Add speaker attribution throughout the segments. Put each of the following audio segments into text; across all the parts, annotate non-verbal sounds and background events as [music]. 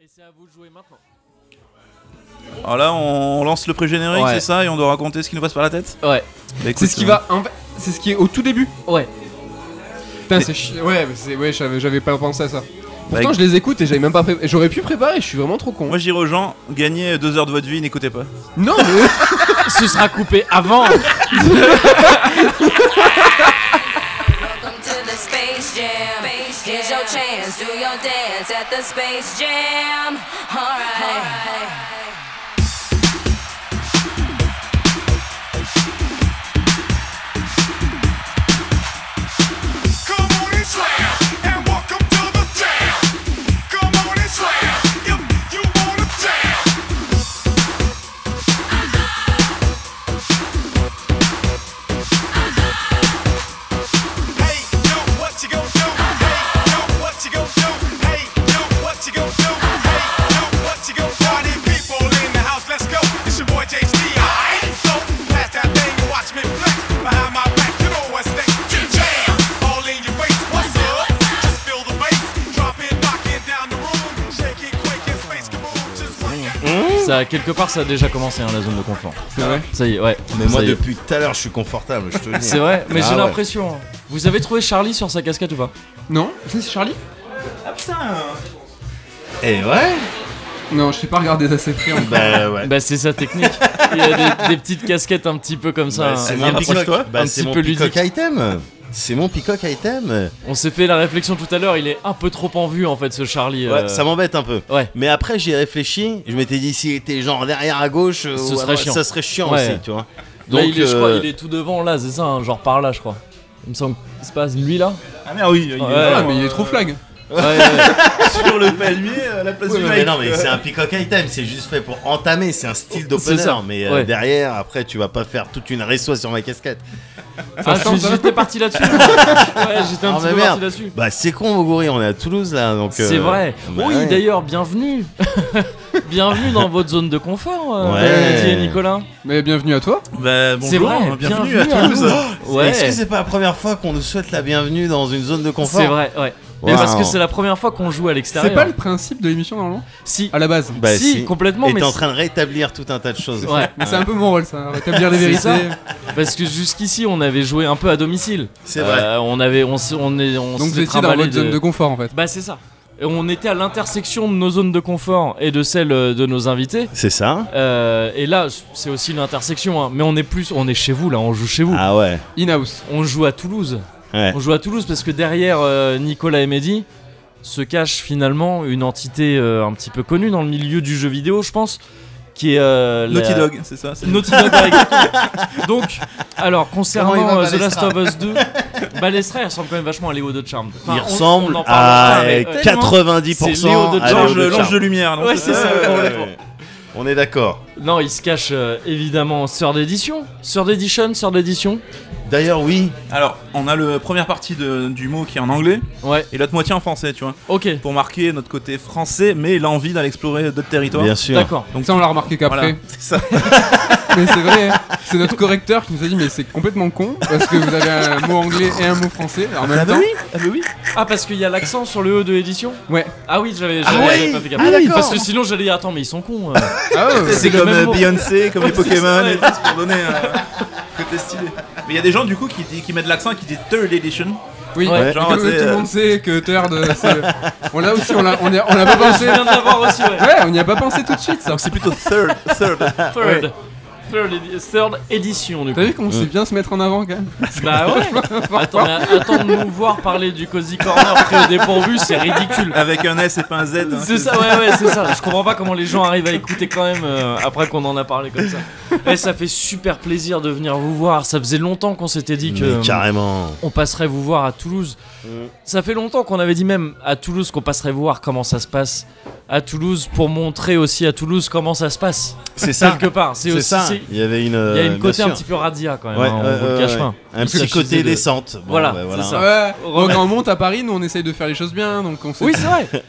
Speaker 1: Et c'est à vous de jouer maintenant.
Speaker 2: Alors Ah, là, on lance le pré-générique,
Speaker 3: Ouais.
Speaker 2: c'est ça Et on doit raconter ce qui nous passe par la tête
Speaker 3: Ouais.
Speaker 2: Bah,
Speaker 3: C'est
Speaker 2: écoute,
Speaker 3: ce qui
Speaker 2: euh,
Speaker 3: va. en fait, C'est ce qui est au tout début.
Speaker 1: Ouais.
Speaker 3: Putain, c'est chi- Ouais, mais c'est- ouais j'avais j'avais pas pensé à ça. Pourtant,
Speaker 2: écoute-
Speaker 3: je les écoute et j'avais même pas pré- J'aurais pu préparer, je suis vraiment trop con.
Speaker 2: Moi, je dirais aux gens, gagnez deux heures de votre vie, n'écoutez pas.
Speaker 3: Non, mais.
Speaker 1: [laughs] Ce sera coupé avant.
Speaker 4: Welcome to the Space Jam. Here's your chance. Do your dance at the Space Jam. All right.
Speaker 5: Come on and slam, and welcome to the jam. Come on and slam, if you wanna jam. Hey yo, what you gonna do? Hey yo, what you gonna do? Hey yo, what you gonna do? Hey yo, what you gonna do? Party people in the house, let's go. It's your boy JHD, alright? So pass that thing and watch me flex behind my back. You know what's next? Jam, all in your face. What's up? Just feel the bass, drop it, knock it down the room, shake it, quake it, space kaboom, just work it.
Speaker 1: ça, quelque part, ça a déjà commencé hein, la zone de confort.
Speaker 3: C'est vrai
Speaker 1: Ça y est, ouais.
Speaker 6: Mais moi
Speaker 1: Ça y est.
Speaker 6: depuis tout à l'heure je suis confortable, je te le dis.
Speaker 1: C'est vrai, mais
Speaker 6: Ah
Speaker 1: j'ai
Speaker 6: ouais.
Speaker 1: l'impression. hein. Vous avez trouvé Charlie sur sa casquette ou pas
Speaker 3: Non Ça, c'est Charlie
Speaker 6: Et Eh ouais
Speaker 3: Non, je t'ai pas regardé assez près. en fait.
Speaker 1: [laughs]
Speaker 6: Bah ouais.
Speaker 1: Bah c'est sa technique. Il y a des, des petites casquettes un petit peu comme ça.
Speaker 6: Bah, c'est
Speaker 1: hein.
Speaker 6: mon
Speaker 2: approche-toi.
Speaker 6: peacock. Bah,
Speaker 1: Un
Speaker 6: c'est
Speaker 1: petit
Speaker 6: mon
Speaker 1: peu
Speaker 6: peacock
Speaker 1: ludique. Euh,
Speaker 6: item. C'est mon peacock item.
Speaker 1: On s'est fait la réflexion tout à l'heure, il est un peu trop en vue en fait ce Charlie. euh,
Speaker 6: Ouais, ça m'embête un peu.
Speaker 1: ouais.
Speaker 6: Mais après j'ai réfléchi, je m'étais dit s'il était genre derrière à gauche, euh,
Speaker 1: Ce
Speaker 6: ou à
Speaker 1: serait
Speaker 6: droite,
Speaker 1: chiant.
Speaker 6: ça serait chiant
Speaker 1: Ouais.
Speaker 6: aussi, tu vois.
Speaker 1: Là, il, est, je crois,
Speaker 6: euh,
Speaker 1: il est tout devant là, c'est ça, hein, genre par là je crois. Il me semble que c'est pas lui là
Speaker 2: Ah merde, oui, il
Speaker 1: Ouais.
Speaker 3: Ah, mais il est trop flag.
Speaker 1: Ouais, ouais.
Speaker 2: sur le palmier à la place
Speaker 6: Ouais, mais non, mais
Speaker 2: euh,
Speaker 6: c'est un peacock item, c'est juste fait pour entamer, c'est un style
Speaker 1: C'est
Speaker 6: d'opener.
Speaker 1: ça,
Speaker 6: Mais euh,
Speaker 1: ouais.
Speaker 6: derrière, après, tu vas pas faire toute une resto sur ma casquette.
Speaker 1: Ah,
Speaker 3: se tente,
Speaker 1: je-
Speaker 3: hein.
Speaker 1: j'étais parti là-dessus. [laughs] ouais, j'étais un
Speaker 6: Ah,
Speaker 1: petit
Speaker 6: mais
Speaker 1: peu
Speaker 6: merde.
Speaker 1: parti là-dessus.
Speaker 6: Bah, c'est con, Moguri, on est à Toulouse là, donc.
Speaker 1: C'est
Speaker 6: euh,
Speaker 1: vrai.
Speaker 6: bah
Speaker 1: oui,
Speaker 6: ouais.
Speaker 1: d'ailleurs, bienvenue. [laughs] bienvenue dans votre zone de confort, euh,
Speaker 6: Ouais.
Speaker 1: Benedicte et Nicolas.
Speaker 3: Mais bienvenue à toi.
Speaker 2: Bah bonjour,
Speaker 1: C'est vrai,
Speaker 3: hein,
Speaker 2: bienvenue,
Speaker 1: bienvenue
Speaker 2: à
Speaker 1: à
Speaker 2: Toulouse.
Speaker 3: Oh,
Speaker 1: Ouais.
Speaker 6: Est-ce que c'est pas la première fois qu'on nous souhaite la bienvenue dans une zone de confort
Speaker 1: C'est vrai, ouais. Mais
Speaker 6: Waouh.
Speaker 1: parce que c'est la première fois qu'on joue à l'extérieur.
Speaker 3: C'est pas le principe de l'émission normalement
Speaker 1: Si,
Speaker 3: À la base.
Speaker 6: Bah,
Speaker 1: si,
Speaker 6: si.
Speaker 1: complètement,
Speaker 6: Et
Speaker 1: mais
Speaker 6: t'es en train de rétablir tout un tas de choses.
Speaker 1: Ouais,
Speaker 3: Mais c'est un peu mon rôle ça, rétablir les
Speaker 1: C'est
Speaker 3: vérités.
Speaker 1: ça. parce que jusqu'ici on avait joué un peu à domicile.
Speaker 6: C'est vrai.
Speaker 1: Euh, on avait, on, s- on est, on
Speaker 3: Donc
Speaker 1: s'est
Speaker 3: vous étiez dans
Speaker 1: trimballé
Speaker 3: votre zone de confort en fait.
Speaker 1: Bah c'est ça. Et on était à l'intersection de nos zones de confort et de celles euh, de nos invités.
Speaker 6: C'est ça
Speaker 1: Euh, et là, c'est aussi une intersection, hein. mais on est plus, on est chez vous là, on joue chez vous.
Speaker 6: Ah ouais.
Speaker 3: In-house.
Speaker 1: On joue à Toulouse.
Speaker 6: Ouais.
Speaker 1: On joue à Toulouse parce que derrière euh, Nicolas et Mehdi se cache finalement une entité euh, un petit peu connue dans le milieu du jeu vidéo, je pense, qui est euh, la-
Speaker 2: Naughty Dog, c'est ça. c'est-
Speaker 1: Naughty Dog par exemple. Donc, alors
Speaker 6: Comment il
Speaker 1: concernant
Speaker 6: va,
Speaker 1: euh, The Last
Speaker 6: Balestra
Speaker 1: of Us 2, Balestra il ressemble quand même vachement à Léo de Charme.
Speaker 6: Il ressemble à
Speaker 1: ouais,
Speaker 6: 90%
Speaker 1: C'est Léo de
Speaker 6: à
Speaker 1: George,
Speaker 2: L'ange
Speaker 6: Léo de
Speaker 2: l'ange
Speaker 6: Charme.
Speaker 2: de lumière. donc.
Speaker 1: Ouais, c'est ça.
Speaker 2: Ouais, ouais, ouais.
Speaker 6: Ouais. On est d'accord.
Speaker 1: Non, il se cache euh, évidemment Sœur d'édition, Sœur d'édition, Sœur d'édition.
Speaker 6: D'ailleurs, oui.
Speaker 2: Alors, on a la première partie de- du mot qui est en anglais
Speaker 1: Ouais,
Speaker 2: et l'autre moitié en français, tu vois,
Speaker 1: ok,
Speaker 2: pour marquer notre côté français, mais l'envie d'aller explorer d'autres territoires.
Speaker 6: Bien sûr.
Speaker 1: d'accord.
Speaker 2: Donc,
Speaker 3: Ça on l'a remarqué qu'après.
Speaker 2: C'est ça.
Speaker 3: [laughs] Mais c'est vrai, hein. c'est notre correcteur qui nous a dit mais c'est complètement con parce que vous avez un mot anglais et un mot français en même temps.
Speaker 2: Ah bah oui.
Speaker 1: Ah, parce qu'il y a l'accent sur le E de édition
Speaker 3: Ouais.
Speaker 1: Ah oui, j'avais
Speaker 6: Ah
Speaker 1: j'avais-
Speaker 6: oui
Speaker 1: j'avais pas fait gaffe.
Speaker 6: Ah d'accord.
Speaker 1: Parce que sinon j'allais dire, attends, mais ils sont cons. euh.
Speaker 3: Ah ouais, ouais.
Speaker 2: C'est
Speaker 1: le
Speaker 2: comme
Speaker 1: même
Speaker 2: euh,
Speaker 1: mot. [laughs]
Speaker 2: Beyoncé, comme les
Speaker 1: c'est
Speaker 2: Pokémon
Speaker 1: ça,
Speaker 2: et
Speaker 1: ouais.
Speaker 2: tout, c'est pour donner un côté stylé. Mais il y a des gens du coup qui, dit- qui mettent l'accent et qui disent Third Edition.
Speaker 3: Oui,
Speaker 1: Ouais.
Speaker 2: Genre,
Speaker 3: Comme, euh,
Speaker 2: c'est,
Speaker 3: tout le
Speaker 2: euh,
Speaker 3: monde sait que Third, euh, c'est- on l'a aussi, on l'a, on y a- on l'a pas
Speaker 1: Je
Speaker 3: pensé.
Speaker 1: viens de l'avoir aussi, ouais.
Speaker 3: Ouais, on n'y a pas pensé tout de suite. Ça.
Speaker 2: Donc c'est plutôt Third. third.
Speaker 1: Third. Third, édi- third édition du coup.
Speaker 3: T'as vu qu'on sait bien se mettre en avant quand même.
Speaker 1: Bah ouais. Attends, mais attends de nous voir parler du Cozy Corner pris au dépourvu, c'est ridicule.
Speaker 2: Avec un S et pas un Z. hein,
Speaker 1: C'est ça, ouais, ouais, c'est ça. Je comprends pas comment les gens arrivent à écouter quand même euh, après qu'on en a parlé comme ça. Et ça fait super plaisir de venir vous voir. Ça faisait longtemps qu'on s'était dit que euh,
Speaker 6: Mais carrément.
Speaker 1: on passerait vous voir à Toulouse. Ça fait longtemps qu'on avait dit même à Toulouse qu'on passerait voir comment ça se passe à Toulouse pour montrer aussi à Toulouse comment ça se passe
Speaker 6: C'est ça.
Speaker 1: quelque part. C'est
Speaker 6: C'est
Speaker 1: aussi
Speaker 6: ça. Euh,
Speaker 1: c'est-
Speaker 6: Il y avait une.
Speaker 1: il y a une côté un petit peu radia quand même. hein, on vous le cache pas.
Speaker 6: euh, Un
Speaker 1: Il
Speaker 6: petit
Speaker 1: suffisait
Speaker 6: côté
Speaker 1: de-
Speaker 6: descente. Bon,
Speaker 1: Voilà,
Speaker 6: bah,
Speaker 1: c'est ça.
Speaker 6: [laughs]
Speaker 3: Ouais. Donc quand on monte à Paris, nous on essaye de faire les choses bien, donc on sait.
Speaker 1: Oui, c'est vrai.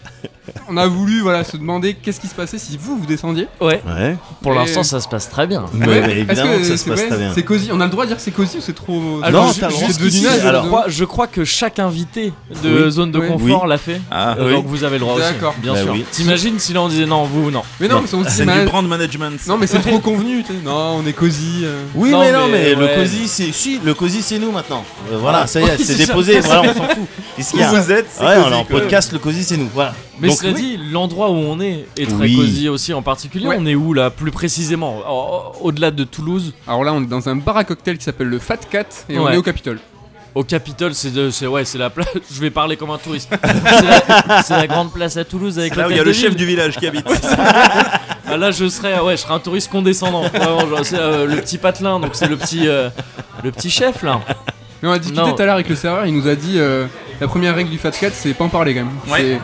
Speaker 3: on a voulu voilà, se demander qu'est-ce qui se passait si vous, vous descendiez.
Speaker 1: Ouais,
Speaker 6: Ouais.
Speaker 1: pour
Speaker 3: Et-
Speaker 1: l'instant ça se passe très bien.
Speaker 6: euh, Mais,
Speaker 3: Ouais,
Speaker 6: mais
Speaker 3: est-ce
Speaker 6: évidemment que, ça
Speaker 3: c'est
Speaker 6: se passe
Speaker 3: vrai,
Speaker 6: très bien.
Speaker 3: C'est cosy. On a le droit de dire que c'est cosy ou c'est trop.
Speaker 1: Alors,
Speaker 6: non,
Speaker 1: ju-
Speaker 6: t'as le droit
Speaker 1: juste
Speaker 6: de
Speaker 3: devenu
Speaker 6: dire.
Speaker 3: naze,
Speaker 1: Je
Speaker 3: alors.
Speaker 6: Alors,
Speaker 1: crois, je crois que chaque invité de
Speaker 6: Oui.
Speaker 1: zone de
Speaker 3: Oui.
Speaker 1: confort l'a fait.
Speaker 2: Ah,
Speaker 1: Euh, Donc vous avez le droit aussi.
Speaker 3: D'accord.
Speaker 1: Bien
Speaker 6: Bah
Speaker 1: sûr.
Speaker 6: oui.
Speaker 1: T'imagines si là on disait non, vous non.
Speaker 3: Mais non, mais on se dit,
Speaker 2: c'est
Speaker 3: mais-
Speaker 2: du brand management. ça.
Speaker 3: Non, mais c'est
Speaker 6: [laughs]
Speaker 3: trop convenu. tu sais. Non, on est cosy. euh.
Speaker 6: Oui,
Speaker 1: Non,
Speaker 6: mais non,
Speaker 1: mais
Speaker 6: mais,
Speaker 1: ouais.
Speaker 6: le cosy, c'est. Si, le cosy, c'est nous maintenant. Euh, voilà, ça y est,
Speaker 1: Oui,
Speaker 6: c'est
Speaker 1: c'est ça.
Speaker 6: déposé. voilà, on s'en fout. Qu'est-ce qu'il y a
Speaker 2: Vous êtes, c'est
Speaker 6: Ouais,
Speaker 2: cosy,
Speaker 6: alors, en
Speaker 2: quoi.
Speaker 6: podcast, le cosy, c'est nous. Voilà.
Speaker 1: Mais
Speaker 6: Donc,
Speaker 1: cela
Speaker 6: oui.
Speaker 1: dit, l'endroit où on est est très
Speaker 6: Oui.
Speaker 1: cosy aussi en particulier.
Speaker 3: Ouais.
Speaker 1: On est où là plus précisément Au- au- Au-delà de Toulouse,
Speaker 3: Alors là, on est dans un bar à cocktail qui s'appelle le Fat Cat et on
Speaker 1: Ouais.
Speaker 3: est au Capitole.
Speaker 1: au Capitole, c'est de- c'est ouais, c'est la place. [laughs] Je vais parler comme un touriste. C'est la, c'est la grande place à Toulouse avec
Speaker 2: Là où il y a
Speaker 1: tête
Speaker 2: le
Speaker 1: de
Speaker 2: chef
Speaker 1: ville.
Speaker 2: du village qui habite.
Speaker 1: Ah, là, je serais ouais, je serais un touriste condescendant. Vraiment, genre, c'est euh, le petit patelin, donc c'est le petit euh, le petit chef là.
Speaker 3: Mais on a discuté
Speaker 1: Non.
Speaker 3: tout à l'heure avec le serveur, il nous a dit euh, la première règle du Fat Cat, c'est pas en parler quand même.
Speaker 2: Ouais.
Speaker 3: C'est-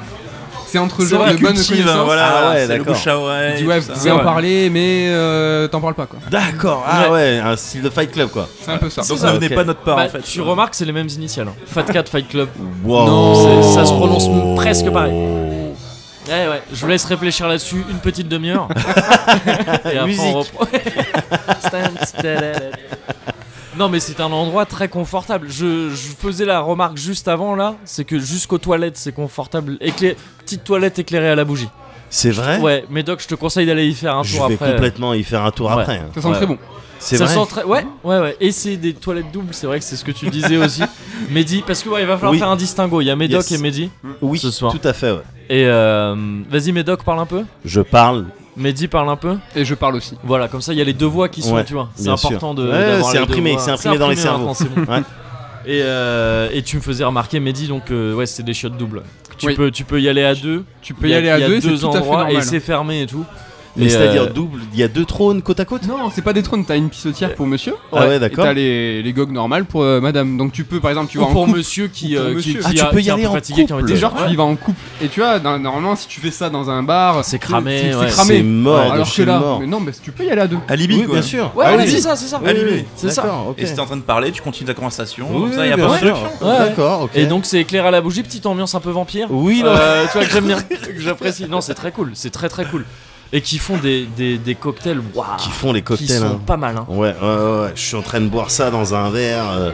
Speaker 3: C'est entre gens
Speaker 2: vrai,
Speaker 3: de bonnes
Speaker 2: cultive, hein,
Speaker 3: connaissances.
Speaker 2: Voilà,
Speaker 6: Ah ouais,
Speaker 2: c'est le
Speaker 6: d'accord.
Speaker 2: bouche à
Speaker 3: Il
Speaker 2: oreille.
Speaker 3: dit ouais,
Speaker 2: tout
Speaker 3: vous
Speaker 2: ça.
Speaker 3: pouvez en parler, mais euh, t'en parles pas quoi.
Speaker 6: D'accord. Ah ouais, un style de Fight Club, quoi.
Speaker 3: C'est un peu ça.
Speaker 2: Donc
Speaker 6: ça,
Speaker 2: ne venez
Speaker 6: ok.
Speaker 2: pas notre part
Speaker 1: Bah,
Speaker 2: en fait. euh,
Speaker 1: tu remarques, c'est les mêmes initiales. hein. Fat Cat Fight Club.
Speaker 6: Wow.
Speaker 1: Non, c'est- ça se prononce presque pareil. Eh Ouais, ouais, je vous laisse réfléchir là-dessus une petite
Speaker 6: [laughs]
Speaker 1: demi-heure. Et après, on
Speaker 6: Musique.
Speaker 1: reprend. [laughs] non, mais c'est un endroit très confortable. Je, je faisais la remarque juste avant là, c'est que jusqu'aux toilettes, c'est confortable. Éclair... Petite toilette éclairée à la bougie.
Speaker 6: C'est vrai
Speaker 1: Ouais, Médoc, je te conseille d'aller y faire un
Speaker 6: Je
Speaker 1: tour
Speaker 6: vais
Speaker 1: après. euh.
Speaker 6: complètement y faire un tour
Speaker 1: Ouais.
Speaker 6: après. hein.
Speaker 3: Ça sent
Speaker 1: Ouais.
Speaker 3: très bon.
Speaker 6: C'est
Speaker 1: Ça
Speaker 6: vrai.
Speaker 1: sent très- Ouais, ouais, ouais. Et c'est des toilettes doubles, c'est vrai que c'est ce que tu disais
Speaker 6: [laughs]
Speaker 1: aussi. Mehdi, parce que ouais, il va falloir
Speaker 6: Oui.
Speaker 1: faire un distinguo. Il y a Médoc
Speaker 6: Yes.
Speaker 1: et Mehdi.
Speaker 6: Oui,
Speaker 1: ce soir.
Speaker 6: tout à fait. ouais.
Speaker 1: Et euh, vas-y, Médoc, parle un peu.
Speaker 6: Je parle.
Speaker 1: Mehdi parle un peu.
Speaker 3: Et je parle aussi.
Speaker 1: Voilà, comme ça, il y a les deux voix qui sont,
Speaker 6: Ouais,
Speaker 1: tu vois. C'est
Speaker 6: bien sûr.
Speaker 1: important de.
Speaker 6: Ouais,
Speaker 1: d'avoir
Speaker 6: c'est
Speaker 1: les deux
Speaker 6: imprimé,
Speaker 1: voix.
Speaker 6: c'est imprimé dans les
Speaker 1: maintenant,
Speaker 6: cerveaux.
Speaker 1: c'est bon.
Speaker 6: Ouais.
Speaker 1: [laughs] et, euh, et tu me faisais remarquer, Mehdi, donc euh, ouais, c'est des shots doubles. Tu,
Speaker 3: Oui.
Speaker 1: peux, tu peux y aller à deux.
Speaker 3: Tu peux y aller à deux, c'est tout à fait
Speaker 1: endroits et
Speaker 3: normal.
Speaker 1: c'est fermé et tout.
Speaker 6: Mais
Speaker 1: Et,
Speaker 6: c'est-à-dire
Speaker 1: euh,
Speaker 6: double, il y a deux trônes côte à côte
Speaker 3: Non, c'est pas des trônes, t'as une pissotière pour monsieur.
Speaker 6: Ah ouais,
Speaker 3: Et
Speaker 6: d'accord.
Speaker 3: t'as les, les gogues normales pour euh, madame. Donc tu peux, par exemple, tu
Speaker 1: Ou
Speaker 3: vas en
Speaker 1: pour
Speaker 3: couple.
Speaker 1: monsieur qui,
Speaker 3: Ou pour
Speaker 1: euh, qui-
Speaker 3: monsieur.
Speaker 1: qui
Speaker 6: Ah, tu
Speaker 1: a-
Speaker 6: peux y
Speaker 1: qui est un
Speaker 6: aller
Speaker 1: peu
Speaker 6: en
Speaker 1: fatigué, qui a envie
Speaker 6: couple.
Speaker 1: de-
Speaker 3: Déjà, genre,
Speaker 1: Ouais.
Speaker 3: tu y vas en couple. Et tu vois, dans- normalement, si tu fais ça dans un bar,
Speaker 1: C'est cramé,
Speaker 3: c'est-
Speaker 1: ouais.
Speaker 3: C'est cramé.
Speaker 6: C'est mort de
Speaker 3: Alors que
Speaker 6: chez
Speaker 3: là,
Speaker 6: mort.
Speaker 3: mais non, mais tu peux y aller à deux.
Speaker 2: À Libye,
Speaker 6: Oui,
Speaker 2: quoi.
Speaker 6: bien sûr.
Speaker 1: Ouais,
Speaker 6: Ah
Speaker 1: ouais,
Speaker 6: oui.
Speaker 1: c'est ça, c'est ça.
Speaker 6: Oui, oui, oui.
Speaker 1: C'est ça.
Speaker 6: D'accord, ok.
Speaker 2: Et si t'es en train de parler, tu continues ta conversation.
Speaker 6: Oui,
Speaker 2: comme ça, il a
Speaker 6: bien
Speaker 2: pas de
Speaker 6: sûr.
Speaker 2: truc.
Speaker 1: Ouais.
Speaker 6: D'accord, ok.
Speaker 1: Et donc, c'est éclair à la bougie, petite ambiance un peu vampire.
Speaker 6: oui, non.
Speaker 1: Euh, tu vois que j'aime
Speaker 6: [laughs]
Speaker 1: bien, que j'apprécie. Non, c'est très cool, c'est très très cool. Et qui font des, des, des cocktails, waouh,
Speaker 6: qui font les
Speaker 1: qui
Speaker 6: cocktails.
Speaker 1: sont
Speaker 6: hein.
Speaker 1: pas mal. hein.
Speaker 6: Ouais, ouais, ouais, ouais. Je suis en train de boire ça dans un verre euh,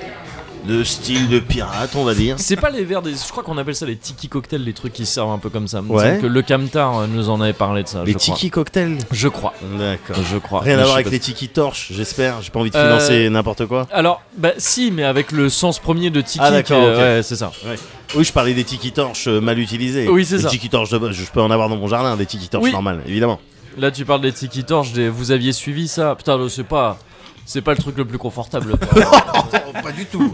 Speaker 6: de style de pirate, on va dire.
Speaker 1: C'est pas les verres des. Je crois qu'on appelle ça les tiki cocktails, les trucs qui servent un peu comme ça. Il me
Speaker 6: Ouais.
Speaker 1: semble Que le Camtar euh, nous en avait parlé de ça.
Speaker 6: Les
Speaker 1: je crois.
Speaker 6: tiki cocktails.
Speaker 1: Je crois.
Speaker 6: D'accord.
Speaker 1: Je crois.
Speaker 6: Rien
Speaker 1: Mais je
Speaker 6: à voir
Speaker 1: sais
Speaker 6: avec
Speaker 1: pas.
Speaker 6: les tiki torches, j'espère. J'ai pas envie de
Speaker 1: Euh,
Speaker 6: financer n'importe quoi.
Speaker 1: Alors, bah si, mais avec le sens premier de tiki.
Speaker 6: Ah, d'accord,
Speaker 1: qui est- euh,
Speaker 6: ok.
Speaker 1: Ouais, c'est ça.
Speaker 6: Oui, je parlais des tiki torches euh, mal utilisées.
Speaker 1: Oui, c'est ça.
Speaker 6: Les tiki torches, de- je peux en avoir dans mon jardin, des tiki torches
Speaker 1: Oui.
Speaker 6: normales, évidemment.
Speaker 1: Là, tu parles des tiki torches. Des... Vous aviez suivi ça Putain, non, c'est pas. C'est pas le truc le plus confortable.
Speaker 6: [laughs] pas du
Speaker 1: [laughs]
Speaker 6: tout.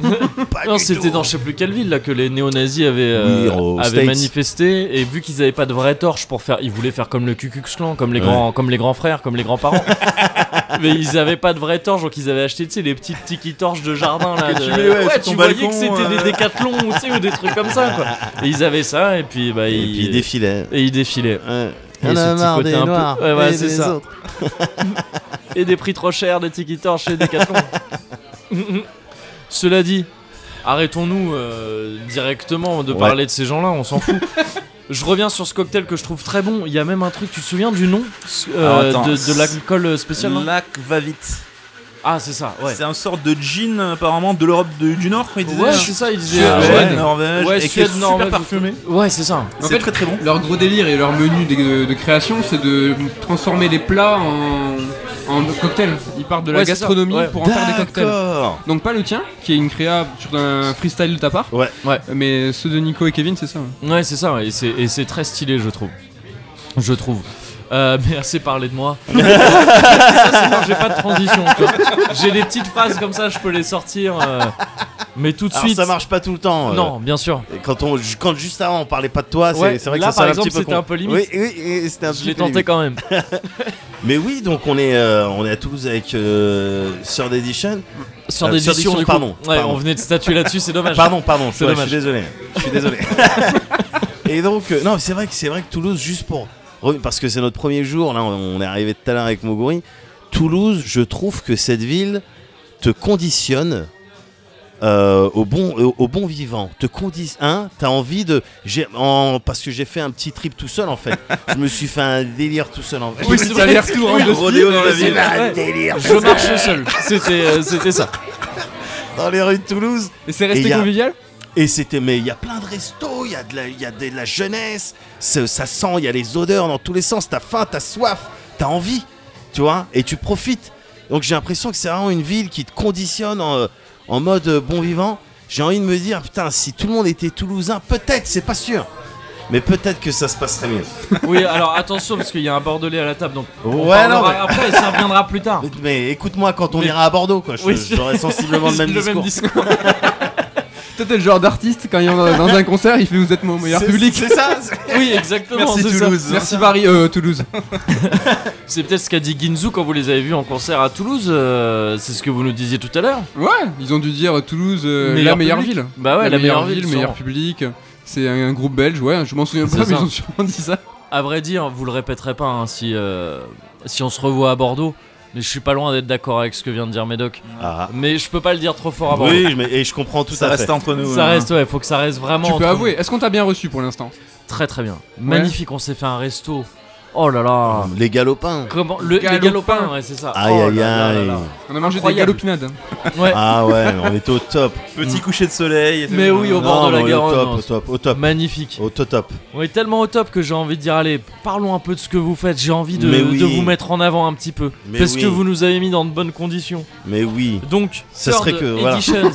Speaker 1: Non, c'était dans je sais plus quelle ville là que les néo-nazis avaient, euh,
Speaker 6: Oui, aux
Speaker 1: avaient
Speaker 6: States.
Speaker 1: manifesté et vu qu'ils avaient pas de vraies torches pour faire, ils voulaient faire comme le Ku Klux Klan, comme les
Speaker 6: Ouais.
Speaker 1: grands, comme les grands frères, comme les grands-parents. [laughs] Mais ils avaient pas de vraies torches, donc ils avaient acheté tu sais les petites tiki torches de jardin là.
Speaker 2: Que
Speaker 1: de-
Speaker 2: tu mets, ouais, sur ton
Speaker 1: tu voyais
Speaker 2: balcon,
Speaker 1: que c'était
Speaker 2: euh.
Speaker 1: des décathlons ou, tu sais, ou des trucs comme ça quoi. Et ils avaient ça et puis bah
Speaker 6: Et
Speaker 1: ils
Speaker 6: puis des filets.
Speaker 1: et ils défilaient.
Speaker 6: Ouais.
Speaker 1: Et
Speaker 6: On en
Speaker 1: ce
Speaker 6: a
Speaker 1: petit
Speaker 6: marre
Speaker 1: côté
Speaker 6: des
Speaker 1: un peu-
Speaker 6: noirs.
Speaker 1: Ouais, voilà,
Speaker 6: et
Speaker 1: c'est
Speaker 6: des
Speaker 1: ça.
Speaker 6: autres.
Speaker 1: et des prix trop chers des tiki torches chez Decathlon. [laughs] Cela dit, arrêtons-nous euh, directement de
Speaker 6: Ouais.
Speaker 1: parler de ces gens-là, on s'en fout. Je reviens sur ce cocktail que je trouve très bon. Il y a même un truc, tu te souviens du nom euh,
Speaker 2: Alors, attends.
Speaker 1: de, de l'alcool euh, spécial là
Speaker 2: Lac va vite.
Speaker 1: Ah, c'est ça, ouais.
Speaker 2: C'est un sorte de gin apparemment de l'Europe de- du Nord, quoi, il disait.
Speaker 1: Ouais, c'est ça, il disait. euh,
Speaker 6: Ah ouais.
Speaker 1: Suède.
Speaker 2: Norvège,
Speaker 1: Ouais,
Speaker 2: et qui est
Speaker 1: Suède,
Speaker 2: super
Speaker 1: Norvège.
Speaker 2: parfumé.
Speaker 1: Ouais, c'est ça.
Speaker 3: En
Speaker 2: C'est
Speaker 3: fait,
Speaker 2: très très
Speaker 3: [laughs]
Speaker 2: bon.
Speaker 3: Leur gros délire et leur menu de, de création, c'est de transformer les plats en, en cocktails. Ils partent de la
Speaker 1: Ouais, c'est ça.
Speaker 3: gastronomie
Speaker 1: Ouais.
Speaker 3: pour en faire des cocktails.
Speaker 6: D'accord.
Speaker 3: Donc pas le tien, qui est une créa sur un freestyle de ta part.
Speaker 6: Ouais.
Speaker 1: Ouais.
Speaker 3: Mais ceux de Nico et Kevin, c'est ça. hein. ouais.
Speaker 1: Ouais, c'est ça, ouais, et c'est- et c'est très stylé, je trouve. Je trouve. Euh, [laughs] mais assez parlé de moi. ça, c'est quand j'ai pas de transition. tu vois. J'ai des petites phrases comme ça, je peux les sortir. euh, mais tout de
Speaker 6: Alors,
Speaker 1: suite.
Speaker 6: ça marche pas tout le temps. euh,
Speaker 1: Non, bien sûr.
Speaker 6: Quand, on, ju- quand juste avant on parlait pas de toi, c'est
Speaker 1: Ouais,
Speaker 6: c'est vrai que
Speaker 1: là,
Speaker 6: ça sonne
Speaker 1: par exemple,
Speaker 6: un petit peu
Speaker 1: c'était
Speaker 6: con.
Speaker 1: un peu limite.
Speaker 6: Oui, oui, oui, c'était un
Speaker 1: Je
Speaker 6: petit
Speaker 1: l'ai
Speaker 6: peu
Speaker 1: tenté
Speaker 6: limite.
Speaker 1: quand même.
Speaker 6: Mais oui, donc on est, euh, on est à Toulouse avec euh, Third Edition.
Speaker 1: Sur
Speaker 6: Euh,
Speaker 1: des
Speaker 6: sur
Speaker 1: éditions,
Speaker 6: Diction,
Speaker 1: du coup.
Speaker 6: pardon,
Speaker 1: Ouais,
Speaker 6: pardon.
Speaker 1: on venait de statuer là-dessus, c'est dommage.
Speaker 6: Pardon, pardon,
Speaker 1: C'est
Speaker 6: je, ouais, je
Speaker 1: dommage.
Speaker 6: suis désolé. Je
Speaker 1: [laughs]
Speaker 6: suis désolé. Et donc, euh, non, c'est vrai que c'est vrai que Toulouse, juste pour re- parce que c'est notre premier jour, là, on on est arrivé tout à l'heure avec Moguri. Toulouse, je trouve que cette ville te conditionne. euh, euh, au, bon, au, au bon vivant, te condisent hein, t'as envie de, j'ai- en- parce que j'ai fait un petit trip tout seul en fait, je me suis fait un délire tout seul en fait.
Speaker 1: Oui, c'est
Speaker 3: Ça a l'air tout, hein,
Speaker 1: Oui,
Speaker 3: de
Speaker 1: le
Speaker 6: rodéo
Speaker 1: slip,
Speaker 6: dans la
Speaker 1: c'est
Speaker 6: ville.
Speaker 1: vrai.
Speaker 6: Un délire.
Speaker 1: Je marche seul. C'était euh, c'était ça.
Speaker 6: dans les rues de Toulouse.
Speaker 3: Et c'est
Speaker 6: Et
Speaker 3: resté
Speaker 6: y a-
Speaker 3: convivial
Speaker 6: Et c'était, mais il y a plein de restos, il y a de la, il y a de la jeunesse, ça, ça sent, il y a les odeurs dans tous les sens, t'as faim, t'as soif, t'as envie, tu vois, et tu profites. Donc j'ai l'impression que c'est vraiment une ville qui te conditionne en, euh, en mode euh, bon vivant. J'ai envie de me dire, putain, si tout le monde était toulousain, peut-être, c'est pas sûr, mais peut-être que ça se passerait mieux.
Speaker 1: Oui, alors attention parce qu'il y a un bordelais à la table, donc on
Speaker 6: Ouais,
Speaker 1: parlera
Speaker 6: non, mais-
Speaker 1: après et ça reviendra plus tard.
Speaker 6: Mais, mais écoute-moi quand on
Speaker 1: Mais-
Speaker 6: ira à Bordeaux, quoi, je-
Speaker 1: Oui.
Speaker 6: j'aurais sensiblement le même discours.
Speaker 1: discours.
Speaker 3: Toi, t'es le genre d'artiste, quand il est dans un concert, il fait Vous êtes mon meilleur
Speaker 6: C'est-
Speaker 3: public.
Speaker 6: c'est ça. c'est-
Speaker 1: Oui, exactement.
Speaker 6: Merci
Speaker 1: c'est ça.
Speaker 6: Toulouse.
Speaker 3: Merci Paris, euh, Toulouse.
Speaker 1: C'est peut-être ce qu'a dit Ginzu quand vous les avez vus en concert à Toulouse. euh, c'est ce que vous nous disiez tout à l'heure.
Speaker 3: Ouais, ils ont dû dire Toulouse, euh,
Speaker 1: Meilleur
Speaker 3: la meilleure
Speaker 1: public.
Speaker 3: ville.
Speaker 1: Bah ouais, la, meilleure ville.
Speaker 3: meilleur
Speaker 1: sûrement.
Speaker 3: public. C'est un, un groupe belge, ouais, je m'en souviens
Speaker 1: C'est
Speaker 3: pas, mais
Speaker 1: ça.
Speaker 3: ils ont sûrement dit ça.
Speaker 1: À vrai dire, vous le répéterez pas hein, si euh, si on se revoit à Bordeaux. Mais je suis pas loin d'être d'accord avec ce que vient de dire Médoc.
Speaker 6: Ah.
Speaker 1: Mais je peux pas le dire trop fort à Bordeaux.
Speaker 6: Oui, je- mais- et je comprends tout
Speaker 2: Ça
Speaker 6: à fait.
Speaker 2: reste entre nous.
Speaker 1: Ah Ça
Speaker 2: hein.
Speaker 1: reste, ouais, faut que ça reste vraiment.
Speaker 3: Tu peux
Speaker 1: entre
Speaker 3: avouer, est-ce qu'on t'a bien reçu pour l'instant
Speaker 1: nous. Très très bien. Magnifique, on s'est fait un resto. Oh là là.
Speaker 6: Les galopins.
Speaker 1: Comment le, Les
Speaker 3: Galopins.
Speaker 1: galopins, ouais, c'est ça.
Speaker 6: Aïe,
Speaker 1: Oh
Speaker 6: aïe,
Speaker 1: là là là
Speaker 6: aïe.
Speaker 1: là.
Speaker 3: On a mangé des
Speaker 1: Incroyable.
Speaker 3: galopinades. hein.
Speaker 1: Ouais.
Speaker 6: Ah ouais, on était au top.
Speaker 2: Petit coucher de soleil.
Speaker 1: Mais oui, [laughs] au
Speaker 6: Non,
Speaker 1: bord de la
Speaker 6: mais
Speaker 1: Garonne. non,
Speaker 6: Au top, au top, au top.
Speaker 1: Magnifique.
Speaker 6: Au top, top.
Speaker 1: On est tellement au top que j'ai envie de dire allez, parlons un peu de ce que vous faites. J'ai envie de,
Speaker 6: Mais oui.
Speaker 1: de vous mettre en avant un petit peu
Speaker 6: Mais
Speaker 1: parce
Speaker 6: oui.
Speaker 1: que vous nous avez mis dans de bonnes conditions.
Speaker 6: Mais oui.
Speaker 1: Donc,
Speaker 6: Ça
Speaker 1: Third
Speaker 6: serait que- voilà. [laughs]
Speaker 1: Editions.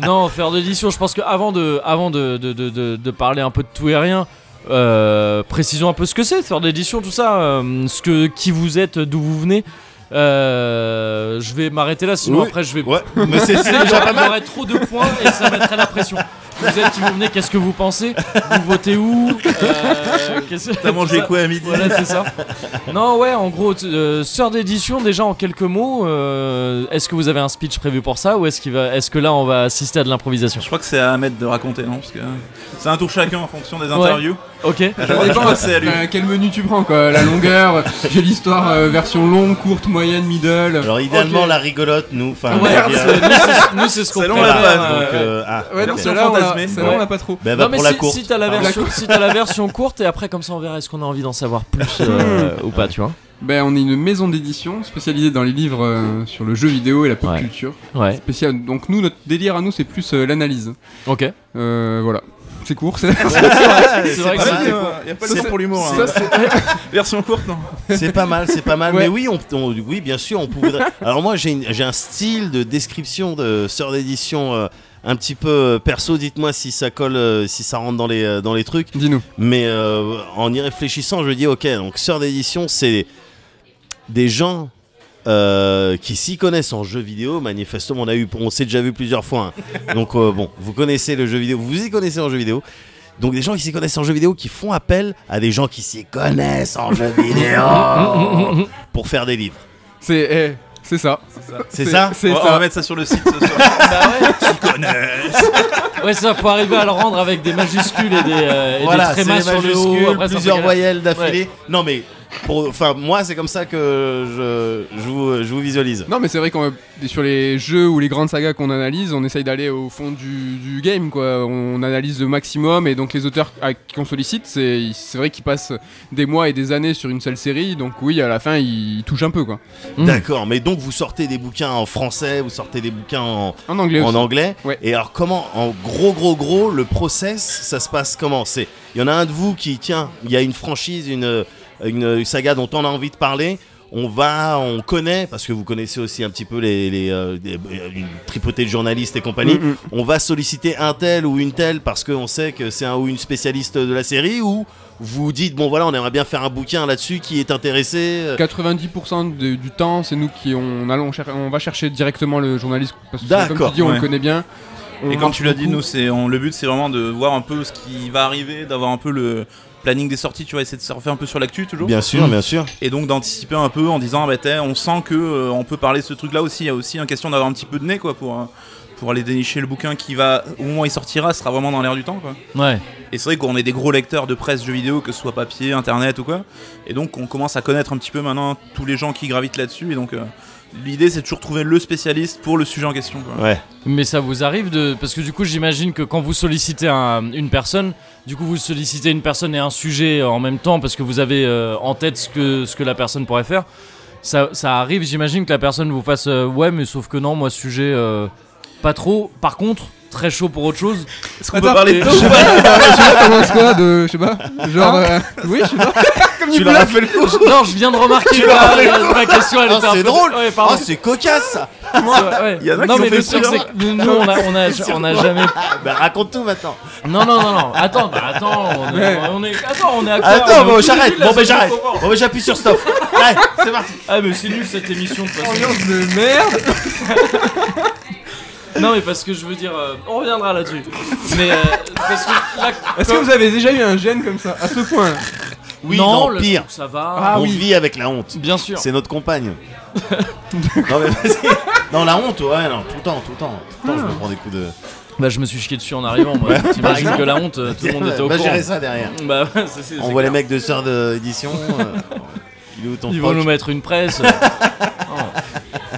Speaker 1: non, faire de l'édition, je pense que avant de, avant de, de, de, de- de parler un peu de tout et rien, euh, précisons un peu ce que c'est, faire de l'édition, tout ça, euh, ce que, qui vous êtes, d'où vous venez. Euh, je vais m'arrêter là, sinon
Speaker 6: Oui.
Speaker 1: après je vais [laughs]
Speaker 6: Ouais, mais c'est c'est
Speaker 1: il y
Speaker 6: déjà
Speaker 1: aurait-
Speaker 6: pas
Speaker 1: il y [laughs]
Speaker 6: mal.
Speaker 1: aurait trop de points et ça mettrait la pression. Vous êtes qui vous venez, qu'est-ce que vous pensez Vous votez où Euh, qu'est-ce-
Speaker 2: T'as mangé
Speaker 1: ça-
Speaker 2: quoi à midi
Speaker 1: [laughs] Voilà, c'est ça. Non, ouais, en gros, t- euh, sœur d'édition, déjà en quelques mots, euh, est-ce que vous avez un speech prévu pour ça ou est-ce qu'il va, est-ce que là on va assister à de l'improvisation
Speaker 2: Je crois que c'est à Ahmed de raconter, non Parce que euh, c'est un tour chacun en fonction des interviews.
Speaker 1: Ok.
Speaker 2: Je
Speaker 6: Ah,
Speaker 3: Ça
Speaker 2: crois- je
Speaker 3: dépend,
Speaker 2: crois que [laughs] c'est à lui.
Speaker 3: euh, quel menu tu prends quoi, la longueur, j'ai l'histoire euh, version longue, courte, moyenne, middle.
Speaker 6: Alors idéalement la rigolote, nous, enfin.
Speaker 1: Ouais,
Speaker 6: on va dire,
Speaker 1: c'est- nous, c'est- nous, c'est ce qu'on
Speaker 2: C'est long,
Speaker 1: préfère,
Speaker 2: la vanne,
Speaker 1: euh,
Speaker 6: donc, euh, ah,
Speaker 3: ouais, non,
Speaker 6: ok.
Speaker 3: celle-là on l'a
Speaker 2: fantasmé.
Speaker 3: celle-là,
Speaker 1: Ouais.
Speaker 3: on l'a pas trop.
Speaker 6: Ben, va
Speaker 1: Non mais
Speaker 6: pour la
Speaker 1: si,
Speaker 6: courte.
Speaker 1: si t'as la
Speaker 6: Pardon.
Speaker 1: version, si t'as la version courte et après comme ça on verra est-ce qu'on a envie d'en savoir plus euh, ou pas tu vois.
Speaker 3: Ben, on est une maison d'édition spécialisée dans les livres euh, sur le jeu vidéo et la pop
Speaker 1: Ouais.
Speaker 3: culture.
Speaker 1: Ouais.
Speaker 3: Spécial. Donc nous, notre délire à nous, c'est plus euh, l'analyse.
Speaker 1: Ok.
Speaker 3: Euh, voilà. C'est court, c'est
Speaker 1: C'est vrai que
Speaker 2: Ah,
Speaker 1: c'est-
Speaker 2: mais, euh, y a pas le
Speaker 3: Ça,
Speaker 2: temps pour l'humour. hein.
Speaker 3: [laughs] ça, c'est-
Speaker 2: Version courte, non
Speaker 6: [laughs] C'est pas mal, c'est pas mal.
Speaker 3: Ouais.
Speaker 6: Mais oui, on, on- oui, bien sûr, on pouvait. Alors moi, j'ai une- j'ai un style de description de sœur d'édition euh, un petit peu euh, perso. Dites-moi si ça colle, euh, si ça rentre dans les euh, dans les trucs.
Speaker 3: Dis-nous.
Speaker 6: Mais euh, en y réfléchissant, je me dis, ok, donc sœurs d'édition, c'est des gens euh, qui s'y connaissent en jeu vidéo. Manifestement, on a eu, on s'est déjà vu plusieurs fois. hein. Donc euh, bon, vous connaissez le jeu vidéo, vous y connaissez en jeu vidéo. Donc des gens qui s'y connaissent en jeu vidéo qui font appel à des gens qui s'y connaissent en jeu vidéo pour faire des livres.
Speaker 3: C'est eh, c'est ça.
Speaker 6: C'est ça
Speaker 3: C'est
Speaker 2: on, va- on va
Speaker 3: ça.
Speaker 2: mettre ça sur le site ce [laughs] soir.
Speaker 1: Ouais, ça, faut arriver à le rendre avec des majuscules et des, euh, et des
Speaker 6: Voilà, c'est
Speaker 1: trémas
Speaker 6: des
Speaker 1: sur le haut.
Speaker 6: majuscules,
Speaker 1: Après, c'est un
Speaker 6: plusieurs
Speaker 1: peu
Speaker 6: voyelles d'affilée. Non mais, pour- enfin moi c'est comme ça que je, je, vous, je vous visualise.
Speaker 3: Non mais c'est vrai qu'on va- sur les jeux ou les grandes sagas qu'on analyse, on essaye d'aller au fond du, du game quoi. On analyse le maximum et donc les auteurs à- qu'on sollicite, c'est c'est vrai qu'ils passent des mois et des années sur une seule série, donc oui à la fin ils touchent un peu quoi.
Speaker 1: Mm.
Speaker 6: D'accord, mais donc vous sortez des bouquins en français, vous sortez des bouquins en,
Speaker 3: En anglais
Speaker 6: en
Speaker 3: aussi.
Speaker 6: anglais.
Speaker 3: Ouais.
Speaker 6: Et alors comment, en gros, gros, gros, le process, ça se passe comment C'est, il y en a un de vous qui tiens, il y a une franchise, une, une saga dont on a envie de parler. On va, on connaît, parce que vous connaissez aussi un petit peu les, les, euh, des- euh, une tripotée de journalistes et compagnie.
Speaker 3: Mm, mm.
Speaker 6: On va solliciter un tel ou une telle parce qu'on sait que c'est un ou une spécialiste de la série ou vous dites bon voilà on aimerait bien faire un bouquin là-dessus qui est intéressé. euh,
Speaker 3: 90% de- du temps, c'est nous qui on, allons cher- on va chercher directement le journaliste parce que comme
Speaker 6: D'accord,
Speaker 3: tu dis, on
Speaker 2: ouais.
Speaker 3: le connaît bien. On
Speaker 2: Et comme
Speaker 3: marche
Speaker 2: tu l'as dit,
Speaker 3: beaucoup.
Speaker 2: nous, c'est on, le but, c'est vraiment de voir un peu ce qui va arriver, d'avoir un peu le planning des sorties. Tu vas essayer de surfer un peu sur l'actu toujours.
Speaker 6: Bien sûr, bien sûr.
Speaker 2: et donc d'anticiper un peu en disant ah bah t'es, on sent que euh, on peut parler de ce truc là aussi il y a aussi une question d'avoir un petit peu de nez quoi pour euh, pour aller dénicher le bouquin qui va, au moment où il sortira, sera vraiment dans l'air du temps. Quoi.
Speaker 1: Ouais.
Speaker 2: Et c'est vrai qu'on est des gros lecteurs de presse, jeux vidéo, que ce soit papier, internet ou quoi. Et donc on commence à connaître un petit peu maintenant tous les gens qui gravitent là-dessus. Et donc euh, l'idée c'est de toujours trouver le spécialiste pour le sujet en question.
Speaker 3: Mm.
Speaker 2: Quoi.
Speaker 6: Ouais.
Speaker 1: Mais ça vous arrive de. Parce que du coup, j'imagine que quand vous sollicitez un- une personne, du coup, vous sollicitez une personne et un sujet en même temps parce que vous avez euh, en tête ce que, ce que la personne pourrait faire. Ça, ça arrive, j'imagine que la personne vous fasse euh, Ouais, mais sauf que non, moi, ce sujet, euh, pas trop. Par contre, très chaud pour autre chose.
Speaker 2: Est-ce qu'on peut
Speaker 3: Attends,
Speaker 2: parler de
Speaker 3: Je sais pas, je sais pas, t'en penses quoi de. Je sais pas. Genre.
Speaker 2: Hein
Speaker 3: euh, oui, je sais pas. Comme
Speaker 6: Tu
Speaker 3: Nicolas.
Speaker 6: l'as fait le coup
Speaker 1: non, je viens de remarquer que la, la question, elle
Speaker 6: Ah,
Speaker 1: était un
Speaker 6: c'est
Speaker 1: peu-
Speaker 6: drôle
Speaker 1: Ouais, pardon.
Speaker 6: Ah, c'est cocasse ça
Speaker 1: Ouais, ouais.
Speaker 2: Il y en a
Speaker 1: Non,
Speaker 2: qui
Speaker 1: mais
Speaker 2: ont fait
Speaker 1: le truc,
Speaker 2: le
Speaker 1: c'est que nous, on a, on a, on a jamais
Speaker 6: Bah, raconte tout maintenant
Speaker 1: Non, non, non, non. Attends, bah, attends. On est,
Speaker 3: Ouais.
Speaker 1: on est, attends, on est à quoi On est
Speaker 6: Ah, Attends,
Speaker 1: au
Speaker 6: bon,
Speaker 1: tout
Speaker 6: j'arrête
Speaker 1: début de la
Speaker 6: Bon, bah,
Speaker 1: saison
Speaker 6: j'arrête
Speaker 1: Power.
Speaker 6: Bon, bah, j'appuie sur
Speaker 1: [laughs]
Speaker 6: stop Ouais, c'est parti
Speaker 1: Ah, mais c'est nul cette émission de toute façon.
Speaker 3: Ambiance de merde.
Speaker 1: Non, mais parce que je veux dire, euh, on reviendra là-dessus. Mais euh, parce que là.
Speaker 3: Est-ce que vous avez déjà eu un gène comme ça, à ce point
Speaker 6: Oui,
Speaker 1: non,
Speaker 6: non,
Speaker 1: le
Speaker 6: pire
Speaker 1: truc, ça va.
Speaker 3: Ah
Speaker 6: On
Speaker 3: oui.
Speaker 6: vit avec la honte
Speaker 1: Bien sûr.
Speaker 6: C'est notre
Speaker 1: [laughs]
Speaker 6: compagne Non, mais vas-y Non, la honte, ouais, non, tout le temps, tout le temps Tout le temps, je me prends des coups de...
Speaker 1: Bah, je me suis chié dessus en arrivant. moi. T'imagines
Speaker 6: exemple.
Speaker 1: que la honte, euh, tout le monde était au
Speaker 6: Va
Speaker 1: courant.
Speaker 6: gérer ça derrière
Speaker 1: Bah, ouais, c'est- c'est-
Speaker 6: On
Speaker 1: c'est
Speaker 6: voit les
Speaker 1: clair.
Speaker 6: mecs de Sœur d'édition euh, Il est où ton
Speaker 1: Ils vont
Speaker 6: proc
Speaker 1: nous mettre une presse.
Speaker 3: [laughs]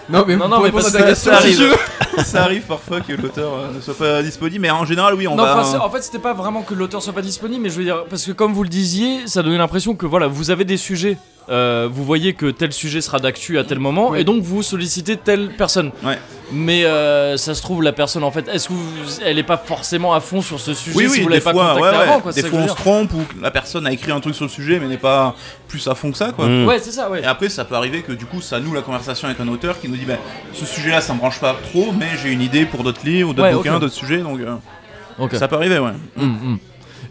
Speaker 3: Non, mais
Speaker 1: Non,
Speaker 3: vous
Speaker 1: non,
Speaker 3: pouvez
Speaker 1: mais
Speaker 3: répondre à
Speaker 1: parce
Speaker 3: ta
Speaker 1: que
Speaker 3: question
Speaker 1: ça
Speaker 3: si
Speaker 1: arrive.
Speaker 3: tu veux.
Speaker 2: Euh, [laughs] Ça arrive parfois que l'auteur euh, ne soit pas disponible, mais en général, oui, on
Speaker 1: Non,
Speaker 2: va.
Speaker 1: enfin, c'est-
Speaker 2: euh,
Speaker 1: en fait, c'était pas vraiment que l'auteur soit pas disponible, mais je veux dire, parce que comme vous le disiez, ça donnait l'impression que voilà, vous avez des sujets. Euh, vous voyez que tel sujet sera d'actu à tel moment,
Speaker 3: Oui.
Speaker 1: et donc vous sollicitez telle personne.
Speaker 2: Ouais.
Speaker 1: Mais euh, ça se trouve, la personne, en fait, est-ce que vous- elle est pas forcément à fond sur ce sujet
Speaker 2: Oui,
Speaker 1: si
Speaker 2: oui,
Speaker 1: vous
Speaker 2: des
Speaker 1: l'avez pas
Speaker 2: fois,
Speaker 1: contacté
Speaker 2: ouais, ouais.
Speaker 1: avant quoi,
Speaker 2: des
Speaker 1: c'est ça que
Speaker 2: fois
Speaker 1: je
Speaker 2: on
Speaker 1: veux
Speaker 2: se trompe ou que la personne a écrit un truc sur le sujet mais n'est pas plus à fond que ça quoi.
Speaker 6: Mm.
Speaker 1: dire. Ouais, c'est ça, ouais.
Speaker 2: Et après, ça peut arriver que du coup, ça noue la conversation avec un auteur qui nous dit bah, ce sujet-là, ça me branche pas trop, mais j'ai une idée pour d'autres livres, ou d'autres
Speaker 1: Ouais,
Speaker 2: bouquins,
Speaker 1: ok.
Speaker 2: d'autres sujets, donc euh,
Speaker 1: Ok.
Speaker 2: ça peut arriver, ouais.
Speaker 1: Mm, mm.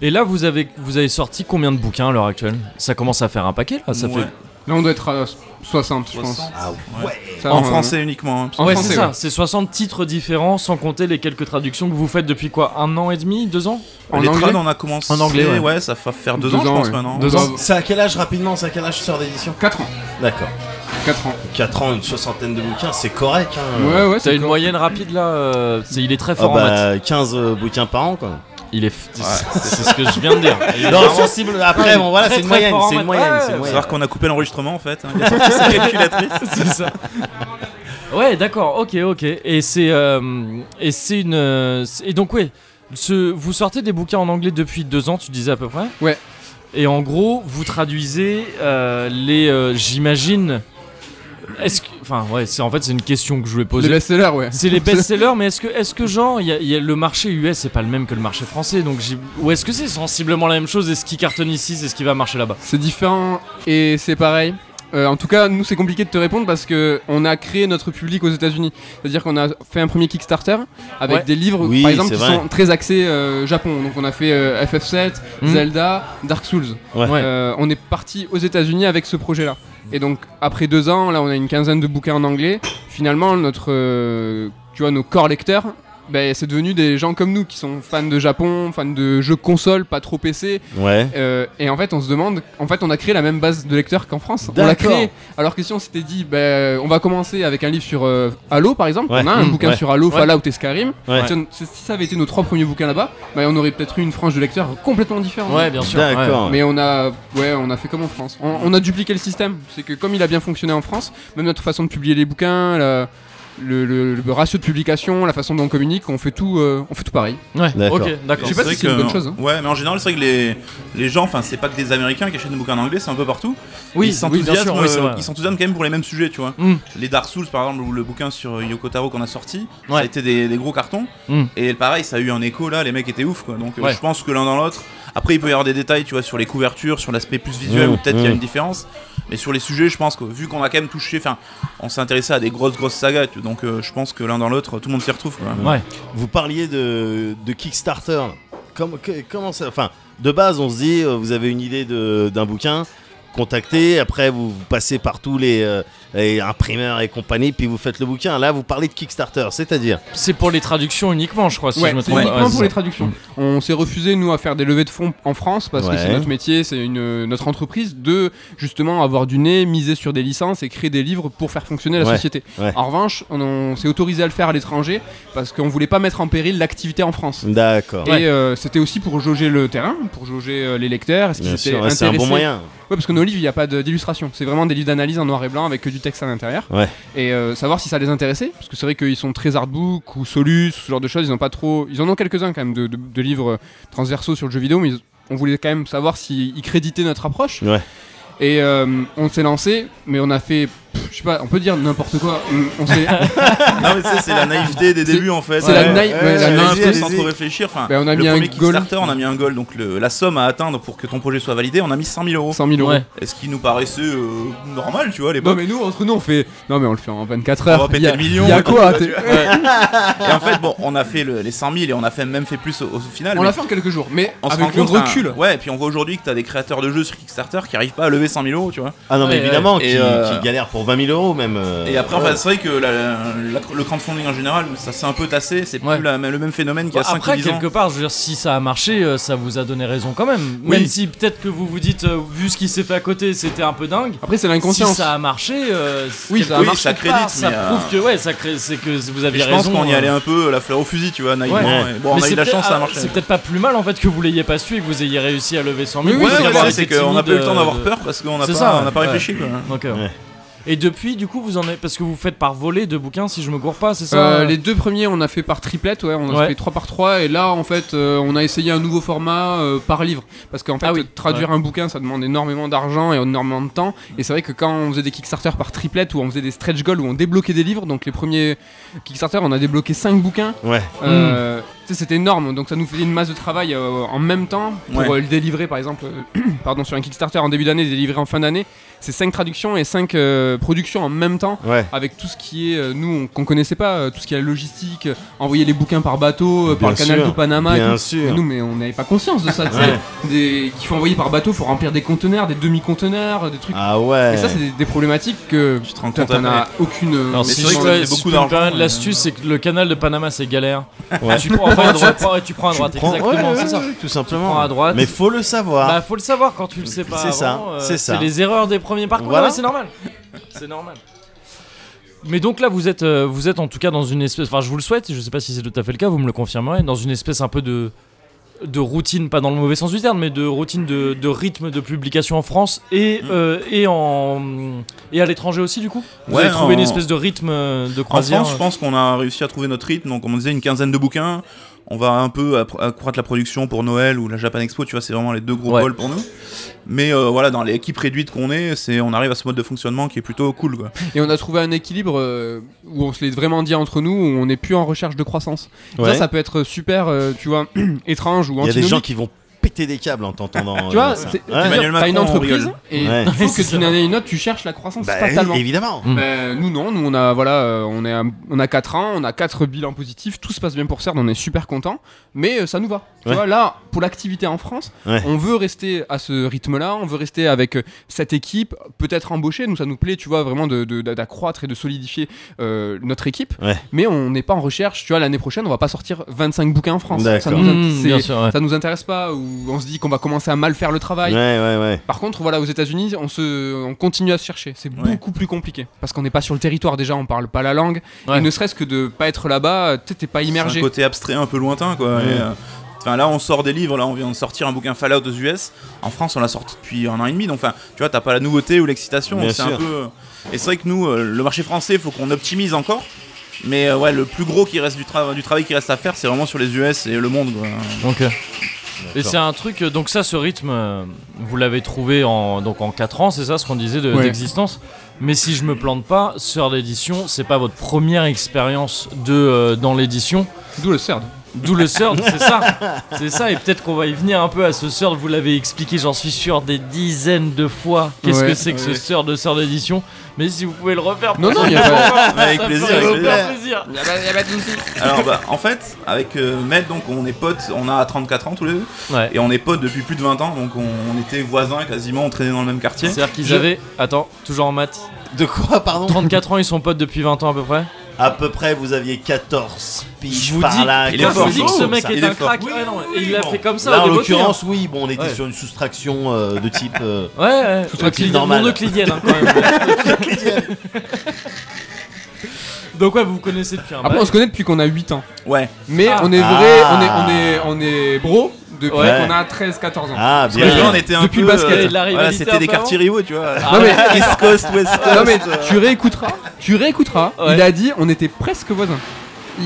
Speaker 1: Et là, vous avez, vous avez sorti combien de bouquins à l'heure actuelle Ça commence à faire un paquet là Ah, ça
Speaker 2: Ouais.
Speaker 1: fait...
Speaker 3: Là, on doit être à 60, je pense.
Speaker 2: 60.
Speaker 6: Ah ouais
Speaker 3: Ça,
Speaker 2: En
Speaker 3: on-
Speaker 2: français uniquement. hein, parce
Speaker 3: En
Speaker 1: Ouais,
Speaker 3: français,
Speaker 1: c'est ça,
Speaker 3: ouais.
Speaker 1: c'est 60 titres différents sans compter les quelques traductions que vous faites depuis quoi Un an et demi Deux ans
Speaker 2: que
Speaker 3: En
Speaker 2: les
Speaker 3: anglais
Speaker 2: trades, on a commencé.
Speaker 1: En anglais, ouais.
Speaker 2: ça va faire deux, ans, je pense
Speaker 3: ouais.
Speaker 2: maintenant.
Speaker 3: Deux ans.
Speaker 6: C'est à quel âge rapidement C'est à quel âge Sœur d'édition
Speaker 3: 4 ans.
Speaker 6: D'accord
Speaker 3: 4 ans.
Speaker 6: 4 ans, une soixantaine de bouquins, c'est correct hein.
Speaker 3: Ouais, ouais,
Speaker 1: T'as
Speaker 3: c'est
Speaker 1: une moyenne rapide là, euh, c'est- il est très
Speaker 6: Ah
Speaker 1: fort en maths.
Speaker 6: bah 15 euh, bouquins par an quoi.
Speaker 1: Il est, f- [laughs] c'est ce que je viens de dire. Il est
Speaker 6: Non,
Speaker 1: vraiment-
Speaker 6: sensible après, bon voilà,
Speaker 1: très,
Speaker 6: c'est une
Speaker 1: très
Speaker 6: moyenne,
Speaker 1: fort en
Speaker 6: c'est une
Speaker 1: maths.
Speaker 6: moyenne,
Speaker 1: Ouais,
Speaker 6: c'est une
Speaker 1: ouais.
Speaker 2: Faut
Speaker 6: moyenne.
Speaker 2: savoir qu'on a coupé l'enregistrement en fait. hein,
Speaker 1: [laughs]
Speaker 2: il a sorti sa calculatrice.
Speaker 1: c'est ça. Ouais, d'accord. Ok, ok. Et c'est euh, et c'est une euh, c'est- et donc ouais, ce, vous sortez des bouquins en anglais depuis deux ans, tu disais à peu près.
Speaker 3: Ouais.
Speaker 1: Et en gros, vous traduisez euh, les, euh, j'imagine. Est-ce que, enfin ouais, c'est en fait c'est une question que je voulais
Speaker 3: Les
Speaker 1: poser.
Speaker 3: best-sellers, ouais.
Speaker 1: C'est
Speaker 3: [laughs]
Speaker 1: les best-sellers, mais est-ce que, est que genre, il y a- il y a le marché US c'est pas le même que le marché français, donc j'y- ou est-ce que c'est sensiblement la même chose et ce qui cartonne ici, c'est ce qui va marcher là-bas
Speaker 3: C'est différent et c'est pareil. Euh, en tout cas, nous, c'est compliqué de te répondre parce que on a créé notre public aux États-Unis. C'est-à-dire qu'on a fait un premier Kickstarter avec
Speaker 1: Ouais.
Speaker 3: des livres,
Speaker 6: Oui,
Speaker 3: par exemple,
Speaker 6: c'est
Speaker 3: qui
Speaker 6: vrai.
Speaker 3: sont très axés euh, Japon. Donc, on a fait euh, FF7,
Speaker 1: Mhm.
Speaker 3: Zelda, Dark Souls.
Speaker 6: Ouais.
Speaker 1: Ouais.
Speaker 3: Euh, on est parti aux États-Unis avec ce projet-là. Et donc, après deux ans, là, on a une quinzaine de bouquins en anglais. Finalement, notre, euh, tu vois, nos corps lecteurs. Ben, c'est devenu des gens comme nous qui sont fans de Japon, fans de jeux console, pas trop PC,
Speaker 6: Ouais.
Speaker 3: euh, et en fait, on se demande, en fait, on a créé la même base de lecteurs qu'en France. On
Speaker 6: D'accord.
Speaker 3: l'a créé. Alors que si on s'était dit, ben, on va commencer avec un livre sur euh, Halo, par exemple,
Speaker 6: Ouais.
Speaker 3: on a un
Speaker 6: Mmh,
Speaker 3: bouquin
Speaker 6: ouais.
Speaker 3: sur Halo,
Speaker 1: Ouais.
Speaker 3: Fallout et Skyrim.
Speaker 6: Ouais.
Speaker 3: Si, on- si ça avait été nos trois premiers bouquins là-bas, ben, on aurait peut-être eu une frange de lecteurs complètement différente.
Speaker 1: Ouais, bien sûr. ouais.
Speaker 6: D'accord.
Speaker 3: Mais on a, ouais, on a fait comme en France. On, on a dupliqué le système. C'est que comme il a bien fonctionné en France, même notre façon de publier les bouquins, la- le, le- le ratio de publication, la façon dont on communique, on fait tout, euh, on fait tout pareil.
Speaker 1: Ouais,
Speaker 6: D'accord.
Speaker 1: ok, d'accord.
Speaker 3: Je sais pas
Speaker 2: C'est vrai
Speaker 3: si c'est une
Speaker 2: que-
Speaker 3: bonne chose, hein.
Speaker 2: Ouais, mais en général, c'est vrai que les, les gens, enfin, c'est pas que des Américains qui achètent des bouquins en anglais, c'est un peu partout.
Speaker 1: Oui,
Speaker 2: ils
Speaker 1: oui, bien
Speaker 2: s'enthousiasment
Speaker 1: sûr, oui, c'est vrai.
Speaker 2: euh, ils s'enthousiasment quand même pour les mêmes sujets, tu vois.
Speaker 1: Mm.
Speaker 2: Les Dark Souls, par exemple, ou le bouquin sur Yoko Taro qu'on a sorti, ça a
Speaker 1: Ouais.
Speaker 2: été des, des gros cartons.
Speaker 1: Mm.
Speaker 2: Et pareil, ça a eu un écho là, les mecs étaient ouf, quoi. Donc euh,
Speaker 1: Ouais.
Speaker 2: je pense que l'un dans l'autre. Après, il peut y avoir des détails, tu vois, sur les couvertures, sur l'aspect plus visuel,
Speaker 6: Mm,
Speaker 2: où peut-être il y a
Speaker 6: mm.
Speaker 2: une différence. Mais sur les sujets, je pense que vu qu'on a quand même touché, enfin, on s'est intéressé à des grosses, grosses sagas, tu- donc euh, je pense que l'un dans l'autre, tout le monde s'y retrouve, quoi.
Speaker 1: Ouais.
Speaker 6: Vous parliez de, de Kickstarter. Comment, que- comment ça Enfin, de base, on se dit, euh, vous avez une idée de- d'un bouquin. contactez, après vous, vous passez par tous les, euh, les imprimeurs et compagnie, puis vous faites le bouquin. Là, vous parlez de Kickstarter, c'est-à-dire
Speaker 1: C'est pour les traductions uniquement, je crois, si
Speaker 3: ouais,
Speaker 1: je me
Speaker 3: c'est
Speaker 1: trompe.
Speaker 3: uniquement
Speaker 1: Ouais, c'est
Speaker 3: pour
Speaker 1: ça.
Speaker 3: les traductions. On s'est refusé nous à faire des levées de fonds en France parce
Speaker 6: Ouais.
Speaker 3: que c'est notre métier, c'est une euh, notre entreprise de justement avoir du nez, miser sur des licences et créer des livres pour faire fonctionner la
Speaker 6: Ouais,
Speaker 3: société.
Speaker 6: ouais.
Speaker 3: En revanche, on, on s'est autorisé à le faire à l'étranger parce qu'on voulait pas mettre en péril l'activité en France.
Speaker 6: D'accord.
Speaker 3: Et euh, c'était aussi pour jauger le terrain, pour jauger euh, les lecteurs. Est-ce qu'ils
Speaker 6: Bien
Speaker 3: étaient
Speaker 6: sûr, ouais, c'est un bon
Speaker 3: intéressés
Speaker 6: moyen.
Speaker 3: Ouais, parce que nos livres, il n'y a pas de- d'illustration. C'est vraiment des livres d'analyse en noir et blanc avec que du texte à l'intérieur.
Speaker 6: Ouais.
Speaker 3: Et euh, savoir si ça les intéressait. Parce que c'est vrai qu'ils sont très artbook ou solus, ce genre de choses. Ils, ont pas trop... ils en ont quelques-uns quand même de, de- de livres euh, transversaux sur le jeu vidéo, mais ils- on voulait quand même savoir s'ils créditaient notre approche.
Speaker 6: Ouais.
Speaker 3: Et euh, on s'est lancé, mais on a fait, pff, je sais pas, on peut dire n'importe quoi. On-
Speaker 2: [laughs]
Speaker 3: on s'est-
Speaker 2: Non, mais ça, c'est la naïveté des
Speaker 3: C'est-
Speaker 2: débuts en fait.
Speaker 3: c'est la naï- ouais, la
Speaker 2: Allez-y,
Speaker 3: naïveté.
Speaker 2: allez-y, sans trop réfléchir. Enfin,
Speaker 3: Ben, on a
Speaker 2: le
Speaker 3: mis un
Speaker 2: premier
Speaker 3: goal.
Speaker 2: Kickstarter, on a mis un goal. Donc le- la somme à atteindre pour que ton projet soit validé, on a mis 100 000 euros.
Speaker 3: 100 000 euros.
Speaker 1: Ouais.
Speaker 2: Est-ce qui nous paraissait euh, normal, tu vois, à
Speaker 3: Non,
Speaker 2: l'époque
Speaker 3: mais nous, entre nous, on fait. Non, mais on le fait en 24
Speaker 2: On va
Speaker 3: heures. Il y
Speaker 2: péter
Speaker 3: a-
Speaker 2: le million.
Speaker 3: il y a
Speaker 2: et [laughs]
Speaker 3: quoi
Speaker 2: tout,
Speaker 3: t'es-
Speaker 2: tu vois. Et en fait, bon, on a fait le- les 100 000 et on a fait, même fait plus au, au final.
Speaker 3: On
Speaker 2: mais
Speaker 3: l'a fait en quelques jours, mais
Speaker 2: on se rend
Speaker 3: avec le
Speaker 2: compte, enfin,
Speaker 3: recul.
Speaker 2: ouais, et puis on voit aujourd'hui que t'as des créateurs de jeux sur Kickstarter qui arrivent pas à lever 100 000 euros, tu vois.
Speaker 6: Ah non, mais
Speaker 1: Ouais,
Speaker 6: évidemment,
Speaker 2: ouais.
Speaker 6: qui,
Speaker 2: Et, euh,
Speaker 6: qui galère pour 20 000 euros même. euh,
Speaker 2: Et après, en
Speaker 6: ouais.
Speaker 2: fait, c'est vrai que la- la- le crowdfunding en général, ça s'est un peu tassé, c'est
Speaker 1: Ouais.
Speaker 2: plus la- le même phénomène qu'il y a 5 ou
Speaker 1: Après,
Speaker 2: 10 ans.
Speaker 1: quelque part, je veux dire, si ça a marché, euh, ça vous a donné raison quand même.
Speaker 2: Oui.
Speaker 1: Même si peut-être que vous vous dites, euh, vu ce qui s'est fait à côté, c'était un peu dingue.
Speaker 3: Après, c'est
Speaker 1: Si
Speaker 3: l'inconscience.
Speaker 1: ça a marché, euh,
Speaker 3: Oui,
Speaker 1: quelque
Speaker 3: ça a
Speaker 1: part,
Speaker 2: marché. Ça crédite, mais,
Speaker 1: ça
Speaker 2: euh,
Speaker 1: prouve que ouais, ça crée, c'est que vous
Speaker 2: Et
Speaker 1: aviez
Speaker 2: je
Speaker 1: raison.
Speaker 2: pense qu'on y
Speaker 1: euh,
Speaker 2: allait un peu la fleur au fusil, tu vois, naïvement.
Speaker 6: Ouais.
Speaker 2: Et Bon,
Speaker 1: mais
Speaker 2: on a
Speaker 1: c'est
Speaker 2: eu la chance,
Speaker 1: peut-être-
Speaker 2: ça a
Speaker 1: ah,
Speaker 2: marché.
Speaker 1: C'est peut-être pas plus mal en fait que vous l'ayez pas su et que vous ayez réussi à lever 100 000.
Speaker 3: Oui,
Speaker 2: Ouais,
Speaker 3: oui,
Speaker 1: parce
Speaker 2: ouais,
Speaker 1: qu'avoir
Speaker 2: ouais,
Speaker 1: été
Speaker 2: c'est qu'on n'a pas eu
Speaker 1: timide,
Speaker 2: le temps d'avoir
Speaker 1: euh,
Speaker 2: peur parce qu'on n'a
Speaker 1: c'est
Speaker 2: pas,
Speaker 1: ça,
Speaker 2: on n'a pas
Speaker 1: ouais.
Speaker 2: réfléchi. Quoi.
Speaker 1: de- Ok.
Speaker 6: Ouais.
Speaker 1: Et depuis, du coup, vous en avez parce que vous faites par volet de bouquins, si je me gourre pas, c'est ça
Speaker 3: Euh, les deux premiers, on a fait par triplette, ouais, on a
Speaker 1: Ouais.
Speaker 3: fait 3 par 3, et là, en fait, euh, on a essayé un nouveau format euh, par livre. Parce qu'en fait,
Speaker 1: Ah oui,
Speaker 3: euh, traduire un bouquin, ça demande énormément d'argent et énormément de temps. Et c'est vrai que quand on faisait des Kickstarter par triplette, ou on faisait des stretch goals, où on débloquait des livres, donc les premiers Kickstarter, on a débloqué 5 bouquins.
Speaker 6: Ouais.
Speaker 1: Mm.
Speaker 3: Euh, tu sais, C'était énorme, donc ça nous faisait une masse de travail euh, en même temps pour
Speaker 2: Ouais.
Speaker 3: euh, le délivrer par exemple euh, [clears throat] pardon, sur un Kickstarter en début d'année, le délivrer en fin d'année. C'est 5 traductions et 5 productions en même temps
Speaker 6: Ouais.
Speaker 3: avec tout ce qui est euh, nous on- qu'on connaissait pas, euh, tout ce qui est la logistique, euh, envoyer les bouquins par bateau, euh, par le
Speaker 6: Bien
Speaker 3: canal
Speaker 6: sûr,
Speaker 3: de Panama. et
Speaker 6: bien
Speaker 3: tout.
Speaker 6: sûr.
Speaker 3: Mais nous mais on n'avait pas conscience de ça. tu sais.
Speaker 6: Ouais.
Speaker 3: Des- Qu'il faut envoyer par bateau, faut remplir des conteneurs, des demi-conteneurs, euh, des trucs.
Speaker 6: Ah ouais.
Speaker 3: Et ça c'est des, des problématiques que
Speaker 2: Tu te rends
Speaker 3: putain,
Speaker 2: compte
Speaker 3: t'en
Speaker 2: après.
Speaker 3: as aucune. euh,
Speaker 1: Alors,
Speaker 2: Mais
Speaker 1: si
Speaker 2: c'est vrai
Speaker 1: je-
Speaker 2: que ça
Speaker 1: ouais,
Speaker 2: fait
Speaker 1: si
Speaker 2: beaucoup
Speaker 1: tu me
Speaker 2: d'argent,
Speaker 1: permets,
Speaker 2: mais-
Speaker 1: L'astuce, c'est que le canal de Panama, c'est galère.
Speaker 6: Ouais.
Speaker 1: Tu prends
Speaker 6: [laughs]
Speaker 1: enfin, à droite, ouais, tu prends à droite,
Speaker 6: Tu prends-
Speaker 1: exactement,
Speaker 6: ouais,
Speaker 1: c'est
Speaker 6: ouais,
Speaker 1: ça.
Speaker 6: ouais, Tout simplement.
Speaker 1: prends à droite.
Speaker 6: Mais faut le savoir.
Speaker 1: Bah, faut le savoir quand tu le sais pas.
Speaker 6: C'est ça,
Speaker 1: avant, euh,
Speaker 6: c'est ça.
Speaker 1: C'est les erreurs des premiers parcours.
Speaker 6: Voilà.
Speaker 1: Ouais, c'est normal. C'est normal. Mais donc là, vous êtes, euh, vous êtes en tout cas dans une espèce. Enfin, je vous le souhaite. Je sais pas si c'est tout à fait le cas. Vous me le confirmerez. Dans une espèce un peu de de routine, pas dans le mauvais sens du terme, mais de routine de, de rythme de publication en France et
Speaker 2: Mm.
Speaker 1: euh, et en et à l'étranger aussi du coup. Vous
Speaker 2: Ouais,
Speaker 1: avez trouvé
Speaker 2: en-
Speaker 1: une espèce de rythme euh, de
Speaker 2: En
Speaker 1: croisière.
Speaker 2: France, je pense qu'on a réussi à trouver notre rythme. Donc, comme on disait, une quinzaine de bouquins. On va un peu appro- accroître la production pour Noël ou la Japan Expo. Tu vois, c'est vraiment les deux gros
Speaker 1: Ouais.
Speaker 2: goals pour nous. Mais euh, voilà, dans l'équipe réduite qu'on est, c'est on arrive à ce mode de fonctionnement qui est plutôt cool. Quoi.
Speaker 3: Et on a trouvé un équilibre euh, où on se l'est vraiment dit entre nous, où on n'est plus en recherche de croissance.
Speaker 1: Bah,
Speaker 3: Et
Speaker 6: Ouais.
Speaker 3: Ça, ça peut être super, euh, tu vois, [clears throat] étrange ou
Speaker 6: Il y a des
Speaker 3: antinomique.
Speaker 6: gens qui vont péter des câbles en t'entendant.
Speaker 3: Tu vois,
Speaker 6: euh, ça.
Speaker 3: c'est-
Speaker 6: Ouais.
Speaker 3: c'est-à-dire,
Speaker 2: Emmanuel
Speaker 3: t'as une
Speaker 2: Macron, on
Speaker 3: entreprise
Speaker 2: rigole.
Speaker 3: et
Speaker 6: Ouais.
Speaker 3: il faut
Speaker 1: C'est
Speaker 3: que d'une
Speaker 1: ça.
Speaker 3: année à une autre, tu cherches la croissance
Speaker 6: Bah oui,
Speaker 3: fatalement.
Speaker 6: évidemment.
Speaker 1: Mm.
Speaker 3: Ben, nous non, nous on a voilà, euh, on est à- on a 4 ans, on a 4 bilans positifs, tout se passe bien pour CERN, on est super content, mais euh, ça nous va. Tu
Speaker 6: Ouais.
Speaker 3: vois là pour l'activité en France,
Speaker 6: Ouais.
Speaker 3: on veut rester à ce rythme-là, on veut rester avec euh, cette équipe, peut-être embaucher, nous ça nous plaît, tu vois vraiment de- de- d'accroître et de solidifier euh, notre équipe,
Speaker 6: Ouais.
Speaker 3: mais on n'est pas en recherche, tu vois l'année prochaine on va pas sortir 25 bouquins en France, ça
Speaker 6: D'accord.
Speaker 3: nous,
Speaker 1: Mmh,
Speaker 3: c'est-
Speaker 1: bien sûr, ouais.
Speaker 3: ça nous intéresse pas ou on se dit qu'on va commencer à mal faire le
Speaker 6: Ouais,
Speaker 3: travail.
Speaker 6: ouais, ouais.
Speaker 3: Par contre, voilà, aux États-Unis, on, se, on continue à se chercher. C'est
Speaker 2: Ouais.
Speaker 3: beaucoup plus compliqué parce qu'on n'est pas sur le territoire déjà, on parle pas la langue.
Speaker 1: Ouais.
Speaker 3: Et ne serait-ce que de pas être là-bas, euh, tu sais, t'es pas
Speaker 2: C'est un
Speaker 3: immergé.
Speaker 2: côté abstrait un peu lointain quoi.
Speaker 6: Ouais.
Speaker 2: Et, euh, Enfin là on sort des livres, là on vient de sortir un bouquin Fallout aux US. En France on l'a sorti depuis un an et demi, donc enfin tu vois t'as pas la nouveauté ou l'excitation.
Speaker 6: Bien
Speaker 2: C'est un
Speaker 6: sûr.
Speaker 2: peu. Et c'est vrai que nous euh, le marché français faut qu'on optimise encore. Mais euh, ouais le plus gros qui reste du, tra- du travail qui reste à faire c'est vraiment sur les US et le monde.
Speaker 1: [laughs]
Speaker 2: quoi.
Speaker 1: Ok. euh, Et c'est un truc, euh, donc ça, ce rythme, euh, vous l'avez trouvé en, donc en 4 ans, c'est ça ce qu'on disait de-
Speaker 3: Ouais.
Speaker 1: d'existence. Mais si je me plante pas, Sœur d'édition, c'est pas votre première expérience de euh, dans l'édition.
Speaker 3: D'où le CERD.
Speaker 1: D'où le CERD, c'est ça. C'est ça, et peut-être qu'on va y venir un peu à ce CERD. Vous l'avez expliqué, j'en suis sûr, des dizaines de fois. Qu'est-ce
Speaker 3: Ouais,
Speaker 1: que c'est que ce CERD de CERD édition Mais si vous pouvez le refaire,
Speaker 3: Non,
Speaker 1: pour-
Speaker 3: non, y a pas-
Speaker 1: Ça
Speaker 2: Avec
Speaker 1: me
Speaker 2: plaisir,
Speaker 1: ferait
Speaker 2: avec
Speaker 1: super
Speaker 6: plaisir.
Speaker 1: plaisir.
Speaker 2: Alors, bah, en fait, avec euh, Matt, donc on est potes, on a 34 ans tous les deux,
Speaker 1: Ouais.
Speaker 2: et on est potes depuis plus de 20 ans, donc on, on était voisins quasiment, on traînait dans le même quartier.
Speaker 1: C'est-à-dire qu'ils
Speaker 6: Je-
Speaker 1: avaient, attends, toujours en maths,
Speaker 6: De quoi, pardon
Speaker 1: 34 ans, ils sont potes depuis 20 ans à peu près.
Speaker 6: À peu près, vous aviez 14 piges
Speaker 1: Je vous
Speaker 6: par
Speaker 1: dis,
Speaker 6: là.
Speaker 2: il
Speaker 1: putain,
Speaker 2: est
Speaker 1: je
Speaker 2: fort,
Speaker 1: vous dis
Speaker 2: il
Speaker 1: que
Speaker 2: est
Speaker 1: ce
Speaker 2: fort,
Speaker 1: mec
Speaker 2: ça.
Speaker 1: est
Speaker 2: Il est
Speaker 1: un
Speaker 2: fort.
Speaker 1: crack. Ouais, non, et il l'a fait comme ça.
Speaker 6: Là,
Speaker 1: au
Speaker 6: en
Speaker 1: débeauté,
Speaker 6: l'occurrence, oui, bon, on était
Speaker 1: hein. Ouais.
Speaker 6: sur une soustraction euh, de type.
Speaker 1: [laughs]
Speaker 6: euh,
Speaker 1: hein. Ouais, ouais.
Speaker 6: serait
Speaker 1: Euclidienne,
Speaker 6: normal.
Speaker 1: non, euclidienne, hein, quand même. Donc ouais, vous vous connaissez depuis un
Speaker 3: Après,
Speaker 1: bail.
Speaker 3: on se connaît depuis qu'on a 8 ans.
Speaker 2: Ouais,
Speaker 3: Mais
Speaker 1: Ah.
Speaker 3: on est vrai,
Speaker 6: Ah.
Speaker 3: on est, on est, on est bro depuis
Speaker 1: Ouais.
Speaker 3: qu'on a 13-14 ans.
Speaker 6: Ah,
Speaker 2: Parce que là,
Speaker 6: bien.
Speaker 2: on était un peu,
Speaker 3: Depuis le basket,
Speaker 2: euh,
Speaker 1: la
Speaker 2: voilà,
Speaker 1: rivalité
Speaker 2: c'était des
Speaker 1: apparente.
Speaker 2: quartiers rivaux, tu vois.
Speaker 1: Ah,
Speaker 3: Non
Speaker 1: [laughs]
Speaker 3: mais,
Speaker 2: [laughs] East Coast, West
Speaker 3: [laughs]
Speaker 2: Coast.
Speaker 3: non, mais tu réécouteras, tu réécouteras.
Speaker 1: Ouais.
Speaker 3: Il a dit on était presque voisins.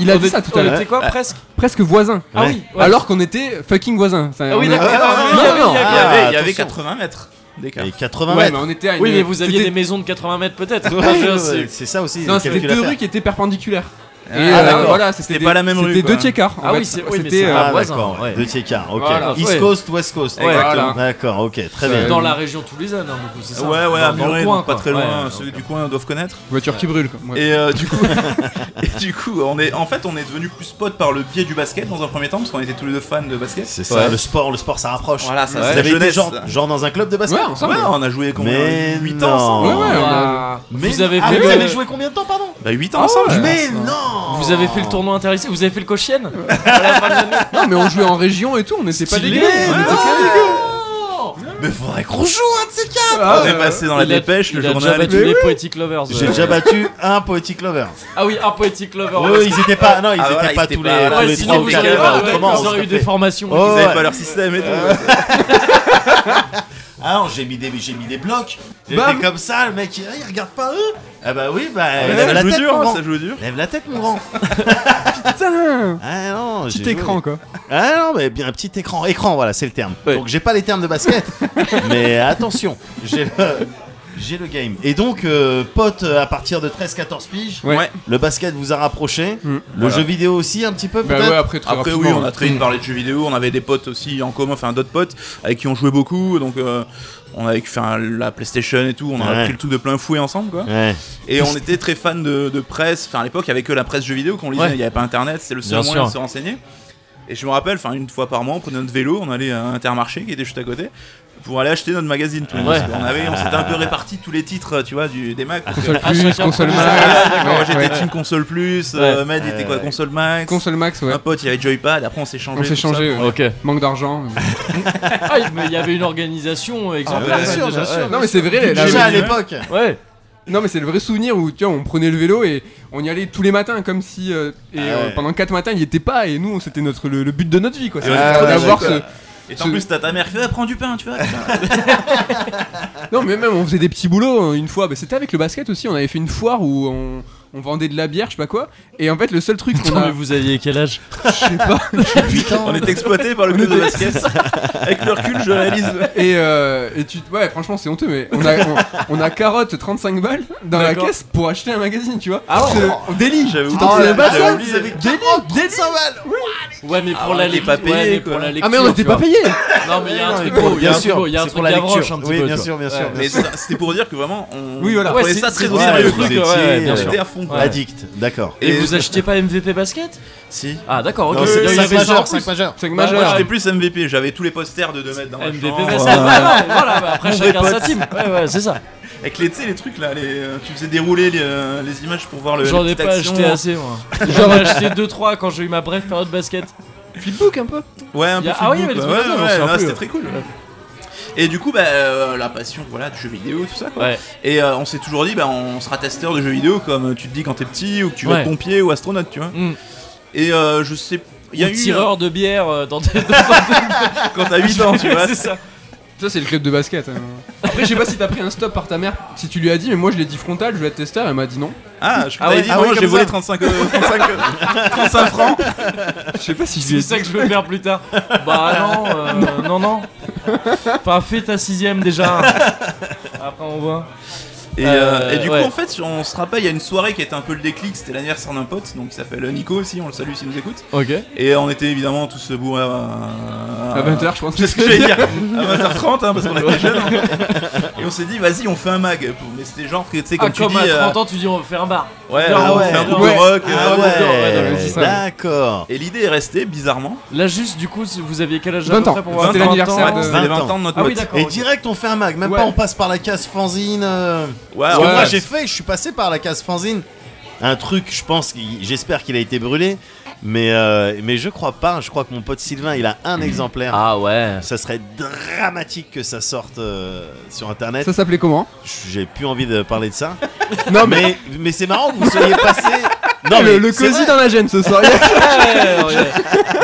Speaker 3: Il a
Speaker 1: On
Speaker 3: dit
Speaker 1: est-
Speaker 3: ça tout
Speaker 1: on
Speaker 3: à l'heure.
Speaker 1: était quoi
Speaker 2: Ouais.
Speaker 1: presque
Speaker 3: Presque voisins.
Speaker 1: Ah
Speaker 6: Ouais.
Speaker 1: oui. ouais.
Speaker 3: Alors qu'on était fucking voisins. Ça,
Speaker 1: Ah oui,
Speaker 3: on est-
Speaker 1: d'accord.
Speaker 2: Ah,
Speaker 1: oui,
Speaker 3: non,
Speaker 1: oui,
Speaker 3: non.
Speaker 1: il y
Speaker 2: Il y
Speaker 1: avait-
Speaker 2: avait, il y avait
Speaker 6: Ah, attention.
Speaker 2: 80 mètres d'écart.
Speaker 6: Et 80
Speaker 3: Ouais, mais
Speaker 6: mètres.
Speaker 3: on était à une-
Speaker 1: Oui, mais vous aviez
Speaker 3: c'était-
Speaker 1: des maisons de 80 mètres peut-être.
Speaker 6: [laughs] Ouais,
Speaker 1: Je
Speaker 6: ouais,
Speaker 1: sais.
Speaker 6: c'est ça aussi.
Speaker 3: Non,
Speaker 6: le
Speaker 3: c'était
Speaker 6: calcul à
Speaker 3: deux
Speaker 6: faire.
Speaker 3: rues qui étaient perpendiculaires.
Speaker 2: Ah,
Speaker 3: Et euh,
Speaker 2: d'accord.
Speaker 3: voilà, c'était
Speaker 2: C'était pas la même rue,
Speaker 3: C'était
Speaker 2: quoi.
Speaker 3: deux tiers quarts. en
Speaker 1: Ah oui,
Speaker 3: fait.
Speaker 1: c'est- oui, mais
Speaker 3: C'était
Speaker 1: c'est
Speaker 3: euh,
Speaker 1: un
Speaker 6: Ah,
Speaker 1: voisin,
Speaker 6: d'accord,
Speaker 1: ouais.
Speaker 6: ouais. deux tiers quart, ok.
Speaker 3: Voilà.
Speaker 6: East
Speaker 1: Ouais.
Speaker 6: Coast, West Coast.
Speaker 2: Ouais.
Speaker 3: Voilà.
Speaker 6: D'accord, ok, très bien.
Speaker 1: Dans la région toulousaine, hein, du coup, c'est ça.
Speaker 2: Ah Ouais, ouais,
Speaker 1: Dans-
Speaker 2: à
Speaker 1: dans le
Speaker 2: Muret,
Speaker 1: coin,
Speaker 2: donc pas
Speaker 1: quoi.
Speaker 2: très loin, euh,
Speaker 1: Ouais,
Speaker 2: ceux
Speaker 1: ouais,
Speaker 2: du coin doivent connaître. [laughs]
Speaker 3: Voiture qui brûle. quoi. Ouais.
Speaker 2: Et euh, du coup, et du coup, on est, en fait, on est devenu plus potes par le biais du basket dans un premier temps, parce qu'on était tous les deux fans de basket.
Speaker 6: C'est ça,
Speaker 1: Ouais.
Speaker 6: le sport, le sport, ça rapproche.
Speaker 2: Voilà, ça,
Speaker 6: Vous
Speaker 2: c'est la
Speaker 6: avez été
Speaker 2: jeunesse.
Speaker 6: genre, genre dans un club de basket
Speaker 3: Ouais, ensemble.
Speaker 2: Ouais, on a joué combien
Speaker 6: Mais
Speaker 2: 8
Speaker 6: non.
Speaker 2: ans ensemble.
Speaker 3: Ouais, ouais,
Speaker 1: ouais.
Speaker 3: on a-
Speaker 1: Ah, Vous avez
Speaker 6: Ah,
Speaker 1: fait
Speaker 6: vous
Speaker 1: le-
Speaker 6: avez joué combien de temps, pardon
Speaker 2: Bah 8 ans
Speaker 1: Ah,
Speaker 2: ensemble.
Speaker 3: ouais.
Speaker 6: Mais non
Speaker 1: Vous avez fait le tournoi intéressé Vous avez fait le cochienne À la fin de l'année
Speaker 3: Non, mais on jouait en région et tout, on n'était pas
Speaker 1: Stylé,
Speaker 3: dégueu. On
Speaker 1: ouais.
Speaker 3: était pas dégueu.
Speaker 6: Mais faudrait qu'on joue un de ces quatre
Speaker 3: Ah,
Speaker 2: on est
Speaker 3: ouais.
Speaker 2: passé dans la
Speaker 1: Il a-
Speaker 2: dépêche, le
Speaker 1: Il a déjà
Speaker 2: journal. et
Speaker 1: battu les Poetic Lovers.
Speaker 6: J'ai
Speaker 1: euh.
Speaker 6: déjà battu un Poetic Lover.
Speaker 1: Ah oui, un Poetic Lover.
Speaker 6: Eux, ils étaient pas, non, ils
Speaker 2: Ah,
Speaker 6: étaient
Speaker 2: voilà,
Speaker 6: pas
Speaker 2: ils étaient
Speaker 6: tous
Speaker 2: pas-
Speaker 6: les,
Speaker 2: ouais,
Speaker 6: tous les
Speaker 1: sinon,
Speaker 6: trois ou
Speaker 1: vous
Speaker 6: quatre.
Speaker 1: avez-
Speaker 6: heures,
Speaker 1: ouais,
Speaker 6: autrement, on
Speaker 1: Ils auraient
Speaker 6: se
Speaker 1: eu des
Speaker 6: fait-
Speaker 1: formations.
Speaker 6: Oh,
Speaker 2: tout. Ils avaient
Speaker 6: ouais.
Speaker 2: pas leur système et tout.
Speaker 6: Ah non, j'ai mis des, j'ai mis des blocs. J'étais
Speaker 3: Bam.
Speaker 6: comme ça, le mec, il il regarde pas eux. Ah bah oui, bah
Speaker 2: Ouais,
Speaker 6: lève
Speaker 2: ça
Speaker 6: la
Speaker 2: joue
Speaker 6: tête,
Speaker 2: dur,
Speaker 6: mon
Speaker 2: hein,
Speaker 6: grand.
Speaker 2: ça joue dur.
Speaker 6: Lève la tête, mon grand.
Speaker 3: Putain
Speaker 6: Ah non, j'ai
Speaker 3: Petit
Speaker 6: joué.
Speaker 3: écran quoi.
Speaker 6: Ah non, mais bien un petit écran, écran, voilà, c'est le terme.
Speaker 1: Ouais.
Speaker 6: Donc j'ai pas les termes de basket, mais attention, j'ai le, j'ai le game. Et donc, euh, pote, euh, à partir de 13-14 piges,
Speaker 3: Ouais.
Speaker 2: Ouais.
Speaker 6: le basket vous a rapproché,
Speaker 3: Mm.
Speaker 6: le
Speaker 2: Voilà.
Speaker 6: jeu vidéo aussi un petit peu
Speaker 3: Bah
Speaker 6: peut-être.
Speaker 3: ouais, après, très
Speaker 2: Après oui,
Speaker 3: rapidement, hein.
Speaker 2: on a
Speaker 3: ouais.
Speaker 2: très vite parlé de jeux vidéo, on avait des potes aussi en commun, enfin d'autres potes avec qui on jouait beaucoup, donc euh, on avait enfin, la PlayStation et tout, on a
Speaker 6: Ouais.
Speaker 2: pris le truc de plein fouet ensemble quoi.
Speaker 6: Ouais.
Speaker 2: Et on était très fans de, de presse, enfin à l'époque il y avait que la presse jeux vidéo qu'on lisait,
Speaker 1: Ouais.
Speaker 2: il n'y avait pas internet, c'est le seul
Speaker 1: Bien
Speaker 2: moyen de
Speaker 1: sûr.
Speaker 2: se renseigner. Et je me rappelle, enfin une fois par mois on prenait notre vélo, on allait à Intermarché qui était juste à côté. Pour aller acheter notre magazine, tous les
Speaker 1: Ouais.
Speaker 2: deux. on avait, on s'était un peu répartis tous les titres, tu vois, du, des Macs. parce que-
Speaker 3: Console
Speaker 1: Ah, chacun
Speaker 3: plus,
Speaker 1: prend
Speaker 3: console
Speaker 1: sa-
Speaker 3: max.
Speaker 2: Ah, d'accord, moi, j'étais
Speaker 3: Ouais.
Speaker 2: team console plus, euh, Mad
Speaker 6: Ouais,
Speaker 2: était quoi,
Speaker 6: ouais.
Speaker 2: console max.
Speaker 3: Console max, ouais.
Speaker 2: Un pote il avait joypad, après on s'est changé.
Speaker 3: On s'est
Speaker 2: tout ça.
Speaker 3: changé. ouais.
Speaker 1: Ok.
Speaker 3: Manque d'argent. euh.
Speaker 1: Ah, mais il y avait une organisation exemplaire.
Speaker 6: bien sûr, bien
Speaker 1: déjà,
Speaker 6: sûr.
Speaker 1: ouais.
Speaker 3: Non, mais c'est vrai. la-
Speaker 6: Déjà à
Speaker 3: la-
Speaker 6: l'époque.
Speaker 1: Ouais.
Speaker 3: Non, mais c'est le vrai souvenir où tu vois, on prenait le vélo et on y allait tous les matins comme si. euh, et
Speaker 6: Ah
Speaker 3: euh,
Speaker 6: ouais.
Speaker 3: pendant 4 matins, il y était pas. Et nous, c'était notre le, le but de notre vie quoi.
Speaker 2: Et
Speaker 3: C'était
Speaker 2: on était trop
Speaker 3: d'avoir
Speaker 2: déçus,
Speaker 3: ce.
Speaker 2: quoi. Et en
Speaker 3: ce-
Speaker 2: plus t'as ta mère qui fait Ah, prends du pain, tu vois. putain.
Speaker 3: Non, mais même on faisait des petits boulots euh, une fois. Bah, c'était avec le basket aussi. On avait fait une foire où on. on vendait de la bière, je sais pas quoi, et en fait le seul truc qu'on
Speaker 1: Putain, mais
Speaker 3: a,
Speaker 1: vous aviez quel âge
Speaker 3: je sais pas,
Speaker 2: on est exploité par le club de basket. Avec le recul, je réalise.
Speaker 3: [laughs] Et, euh, et tu ouais franchement c'est honteux mais on a on, on a carotte 35 balles dans la
Speaker 1: D'accord.
Speaker 3: caisse pour acheter un magazine tu vois
Speaker 6: Ah ouais.
Speaker 3: C'est-
Speaker 6: Oh.
Speaker 3: délit
Speaker 2: J'avais
Speaker 3: Tu
Speaker 2: oublié.
Speaker 3: t'en souviens
Speaker 2: Oh,
Speaker 3: pas,
Speaker 2: j'avais
Speaker 3: ça
Speaker 2: oublié.
Speaker 3: Délit, délit.
Speaker 1: Ouais, mais
Speaker 2: Ah,
Speaker 1: pour
Speaker 2: on
Speaker 1: la
Speaker 2: était
Speaker 1: lecture.
Speaker 2: pas payé,
Speaker 1: ouais, mais
Speaker 2: quoi.
Speaker 1: pour la
Speaker 3: ah mais on
Speaker 1: lecture,
Speaker 3: n'était
Speaker 1: tu
Speaker 3: pas
Speaker 1: vois.
Speaker 3: payé
Speaker 1: Non, mais il y a un truc gros, Oh, il y a
Speaker 6: Bien
Speaker 1: un truc
Speaker 6: sûr,
Speaker 1: gros, il y a un
Speaker 6: c'est pour
Speaker 1: truc
Speaker 6: la
Speaker 1: gavroche
Speaker 6: lecture.
Speaker 1: un petit
Speaker 6: Oui,
Speaker 1: peu. tu
Speaker 6: bien
Speaker 1: vois.
Speaker 6: sûr, bien sûr. bien
Speaker 2: Mais
Speaker 6: sûr.
Speaker 2: ça, c'était pour dire que vraiment, on,
Speaker 3: Oui, voilà.
Speaker 2: on
Speaker 1: Ouais,
Speaker 2: prenait
Speaker 1: c'est-
Speaker 2: ça très au
Speaker 1: ouais,
Speaker 2: sérieux.
Speaker 1: le truc,
Speaker 6: Vous
Speaker 1: ouais,
Speaker 6: étiez,
Speaker 1: bien
Speaker 6: euh,
Speaker 1: sûr.
Speaker 2: C'était à fond. quoi.
Speaker 1: Ouais.
Speaker 6: Addict, d'accord.
Speaker 1: Et vous achetiez pas MVP Basket
Speaker 2: Si.
Speaker 1: Ah, d'accord, ok.
Speaker 6: Non,
Speaker 1: Là,
Speaker 6: c'est
Speaker 1: il y
Speaker 6: 5
Speaker 1: avait ça en
Speaker 6: majeurs,
Speaker 1: plus.
Speaker 6: 5 majeurs.
Speaker 3: c'est que
Speaker 1: Bah,
Speaker 3: majeur
Speaker 1: moi,
Speaker 2: J'étais plus MVP, j'avais tous les posters de 2 mètres dans ma
Speaker 1: MVP
Speaker 2: chambre,
Speaker 1: Basket,
Speaker 2: euh,
Speaker 1: voilà, voilà, bah, après
Speaker 2: Mon
Speaker 1: chacun
Speaker 2: vrai
Speaker 1: sa
Speaker 2: pote.
Speaker 1: team. Ouais, ouais, c'est ça.
Speaker 2: Avec les, tu sais, les trucs là, les, euh, tu faisais dérouler les, euh, les images pour voir le.
Speaker 1: J'en
Speaker 2: les
Speaker 1: ai
Speaker 2: petites
Speaker 1: pas
Speaker 2: actions.
Speaker 1: acheté assez, moi. J'en ai acheté 2-3 quand j'ai eu ma brève période basket.
Speaker 3: flipbook un peu
Speaker 2: Ouais, un
Speaker 1: Y
Speaker 2: peu.
Speaker 1: a- ah oui,
Speaker 2: Facebook,
Speaker 1: il y avait des
Speaker 2: quoi.
Speaker 1: trucs comme ça, j'en
Speaker 2: ouais,
Speaker 1: sais
Speaker 2: ouais,
Speaker 1: plus,
Speaker 2: non, c'était
Speaker 1: ouais.
Speaker 2: très cool. Et du coup, bah, euh, la passion voilà, du jeu vidéo, tout ça quoi.
Speaker 1: Ouais.
Speaker 2: Et euh, on s'est toujours dit, bah, on sera testeur de jeux vidéo comme euh, tu te dis quand t'es petit ou que tu vas
Speaker 1: Ouais.
Speaker 2: être pompier ou astronaute, tu vois.
Speaker 1: Mm.
Speaker 2: Et euh, je sais, il y a eu
Speaker 1: tireur de bière euh, dans tes
Speaker 2: euh, quand t'as 8
Speaker 1: [laughs]
Speaker 2: ans, tu vois.
Speaker 1: c'est ça.
Speaker 3: ça c'est le club de basket hein. après je sais pas si t'as pris un stop par ta mère si tu lui as dit mais moi je l'ai dit frontal je vais être testeur elle m'a dit non
Speaker 2: Ah, je
Speaker 1: Ah
Speaker 2: t'avais
Speaker 1: ouais,
Speaker 2: dit,
Speaker 1: ah
Speaker 2: non,
Speaker 1: ouais,
Speaker 2: j'ai
Speaker 1: comme
Speaker 2: volé
Speaker 1: ça.
Speaker 2: 35, euh,
Speaker 1: [laughs]
Speaker 2: 35, euh, 35 francs.
Speaker 3: je sais pas si je lui ai
Speaker 1: C'est
Speaker 3: dit
Speaker 1: ça que je veux faire plus tard. Bah non, euh, non, non. Enfin, fais ta sixième déjà. Après, on voit.
Speaker 2: Et,
Speaker 1: Euh,
Speaker 2: euh, et du
Speaker 1: ouais.
Speaker 2: coup, en fait, on se rappelle, il y a une soirée qui était un peu le déclic, c'était l'anniversaire d'un pote, donc il s'appelle euh, Nico aussi, on le salue s'il nous écoute.
Speaker 1: Ok.
Speaker 2: Et euh, on était évidemment tous bourrés à,
Speaker 3: À 20h, je pense.
Speaker 2: [laughs] C'est Ah. ce que j'allais dire à 20h30 hein, parce qu'on était jeunes. hein. Et on s'est dit vas-y on fait un mag. Mais c'était genre que tu sais
Speaker 1: Ah,
Speaker 2: comme tu
Speaker 1: comme
Speaker 2: dis
Speaker 1: à
Speaker 2: euh,
Speaker 1: 30 ans, tu dis on va faire un bar.
Speaker 2: ouais,
Speaker 1: Ah
Speaker 2: on
Speaker 1: ouais,
Speaker 2: fait un groupe
Speaker 1: ouais.
Speaker 2: de rock. euh,
Speaker 6: Ah
Speaker 1: ouais, ouais,
Speaker 3: ouais, ouais, c'est
Speaker 6: ouais,
Speaker 3: ça.
Speaker 6: d'accord.
Speaker 2: Et l'idée est restée bizarrement.
Speaker 1: Là, juste, du coup, vous aviez quel âge
Speaker 3: 20
Speaker 1: à peu
Speaker 3: ans.
Speaker 1: près pour avoir
Speaker 3: C'était
Speaker 1: 20 ans
Speaker 3: l'anniversaire de-
Speaker 2: C'était les 20
Speaker 6: ans.
Speaker 2: ans de notre
Speaker 1: Ah oui,
Speaker 2: pote.
Speaker 1: d'accord.
Speaker 6: Et
Speaker 1: ok.
Speaker 6: direct, on fait un mag. Même
Speaker 3: Ouais.
Speaker 6: pas, on passe par la case fanzine. euh,
Speaker 2: Ouais,
Speaker 6: Parce
Speaker 2: ouais,
Speaker 6: que moi,
Speaker 2: ouais.
Speaker 6: j'ai fait, je suis passé par la case fanzine. Un truc, je pense, qu'il- j'espère qu'il a été brûlé. Mais, euh, mais je crois pas. Je crois que mon pote Sylvain, il a un exemplaire.
Speaker 1: Ah ouais.
Speaker 6: Ça serait dramatique que ça sorte euh, sur internet.
Speaker 3: Ça s'appelait comment
Speaker 6: J'ai plus envie de parler de ça.
Speaker 3: Non, mais.
Speaker 6: mais mais c'est marrant que vous soyez
Speaker 3: [laughs]
Speaker 6: passé. Non,
Speaker 3: le le
Speaker 6: c'est
Speaker 3: cosy
Speaker 6: vrai.
Speaker 3: dans la gêne ce soir.
Speaker 1: euh, Ouais, ouais.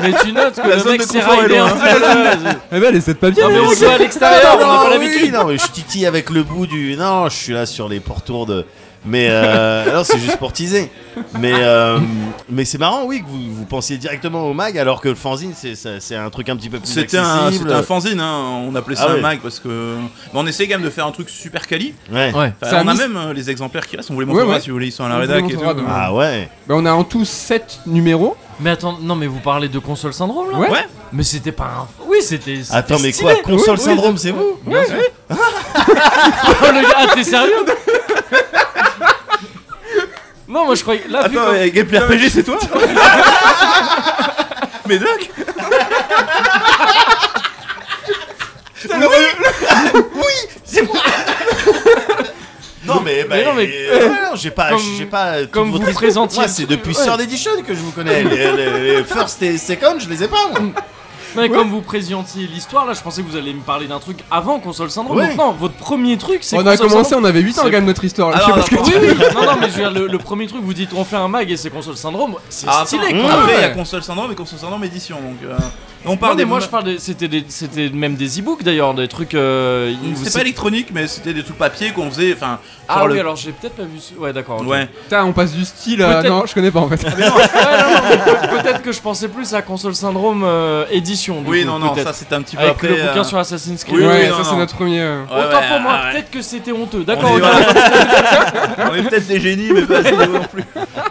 Speaker 1: Mais tu notes que
Speaker 2: La
Speaker 1: le
Speaker 2: zone
Speaker 1: mec
Speaker 2: de
Speaker 1: s'est
Speaker 2: confort est
Speaker 1: raidé
Speaker 2: loin.
Speaker 1: un peu.
Speaker 2: [laughs]
Speaker 1: ouais, ouais.
Speaker 3: Eh ben, elle essaie de pas bien.
Speaker 1: Ah Non, mais on
Speaker 3: les
Speaker 1: le voit à l'extérieur, on n'a
Speaker 2: Ah
Speaker 1: pas
Speaker 6: oui,
Speaker 1: l'habitude.
Speaker 6: non, mais je titille avec le bout du. Non, je suis là sur les pourtourdes. Mais
Speaker 1: [laughs]
Speaker 6: euh, alors c'est juste pour teaser. Mais euh, mais c'est marrant, oui, que vous, vous pensiez directement au mag, alors que le fanzine c'est- c'est c'est un truc un petit peu plus
Speaker 2: C'était un,
Speaker 6: accessible.
Speaker 2: c'était un fanzine, hein. on appelait ça
Speaker 6: Ah
Speaker 2: un
Speaker 6: ouais.
Speaker 2: mag parce que. mais on essayait quand même de faire un truc super quali.
Speaker 6: Ouais.
Speaker 1: Ouais.
Speaker 2: Enfin,
Speaker 3: Ça a
Speaker 2: on a
Speaker 3: mis-
Speaker 2: même euh, les exemplaires qui restent, on voulait
Speaker 3: Ouais,
Speaker 2: montrer
Speaker 3: ouais.
Speaker 2: si vous voulez, ils sont à
Speaker 3: On
Speaker 2: la
Speaker 3: vous
Speaker 2: rédac et tout.
Speaker 3: montrera demain.
Speaker 6: Ah ouais.
Speaker 3: Ben, on a en tout 7 numéros.
Speaker 1: Mais attends, non, mais vous parlez de console syndrome là
Speaker 3: Ouais.
Speaker 2: Ouais.
Speaker 1: Mais c'était pas un. Oui, c'était. c'était
Speaker 6: Attends, mais
Speaker 1: stylé.
Speaker 6: quoi, console
Speaker 3: Oui, oui,
Speaker 6: syndrome, c'est vous
Speaker 1: Bien sûr. Oh, le gars, ah, t'es sérieux Non, moi je croyais. Là, vu
Speaker 2: Attends,
Speaker 1: comme-
Speaker 2: et Gameplay RPG c'est toi Mais Doc
Speaker 6: Non mais, bah,
Speaker 1: Mais non, mais-
Speaker 6: euh, ouais, non, j'ai pas,
Speaker 1: Comme-
Speaker 6: j'ai pas. toute
Speaker 1: comme vous
Speaker 6: votre histoire.
Speaker 1: présentiez
Speaker 6: Moi,
Speaker 1: le
Speaker 6: c'est
Speaker 1: truc,
Speaker 6: depuis
Speaker 1: ouais.
Speaker 6: Third Edition que je vous connais. les, les- les first et second, je les ai pas. Moi.
Speaker 1: Non, mais comme vous présentiez l'histoire, là, je pensais que vous alliez me parler d'un truc avant console syndrome.
Speaker 6: Ouais.
Speaker 1: Donc non, votre premier truc, c'est.
Speaker 3: On a
Speaker 1: console
Speaker 3: commencé,
Speaker 1: syndrome.
Speaker 3: on avait 8 ans
Speaker 1: C'est-
Speaker 3: quand même notre histoire. là.
Speaker 2: Ah,
Speaker 3: Je sais
Speaker 2: non,
Speaker 3: pas ce que
Speaker 2: non,
Speaker 1: Oui,
Speaker 3: tu-
Speaker 1: oui. non, non, mais je veux dire, le, le premier truc, vous dites on fait un mag et c'est console syndrome. C'est
Speaker 2: Ah,
Speaker 1: stylé
Speaker 2: attends,
Speaker 1: quoi.
Speaker 2: Après, il y a
Speaker 3: Ouais.
Speaker 2: console syndrome et console syndrome édition. Donc, euh, on
Speaker 1: Non,
Speaker 2: parle
Speaker 1: mais
Speaker 2: des
Speaker 1: moi je parle de- c'était des- c'était même des e-books d'ailleurs des trucs euh, ils-
Speaker 2: Mmh, C'était
Speaker 1: c'est-
Speaker 2: pas électronique, mais c'était des trucs papier qu'on faisait. Enfin,
Speaker 1: ah
Speaker 2: genre
Speaker 1: oui
Speaker 2: le-
Speaker 1: alors j'ai peut-être pas vu ce- ouais d'accord ok.
Speaker 2: Ouais.
Speaker 3: Putain, on passe du style à.
Speaker 1: Peut-être-
Speaker 3: Non, je connais pas en fait.
Speaker 1: Ouais, non, non, mais pe- peut-être que je pensais plus à console syndrome euh, édition du
Speaker 2: Oui,
Speaker 1: coup,
Speaker 2: non, non,
Speaker 1: peut-être.
Speaker 2: ça c'était un petit peu
Speaker 1: avec
Speaker 2: après.
Speaker 1: le bouquin
Speaker 2: euh,
Speaker 1: sur Assassin's Creed
Speaker 2: Oui, oui,
Speaker 3: Ouais,
Speaker 2: non,
Speaker 3: ça c'est
Speaker 2: non.
Speaker 3: notre premier. euh,
Speaker 2: ouais,
Speaker 1: autant
Speaker 2: ouais,
Speaker 1: pour moi
Speaker 2: ah, ouais.
Speaker 1: peut-être que c'était honteux
Speaker 2: On
Speaker 1: d'accord
Speaker 2: est-
Speaker 1: ok.
Speaker 2: voilà. [laughs] On est peut-être des génies, mais pas à ce niveau non plus.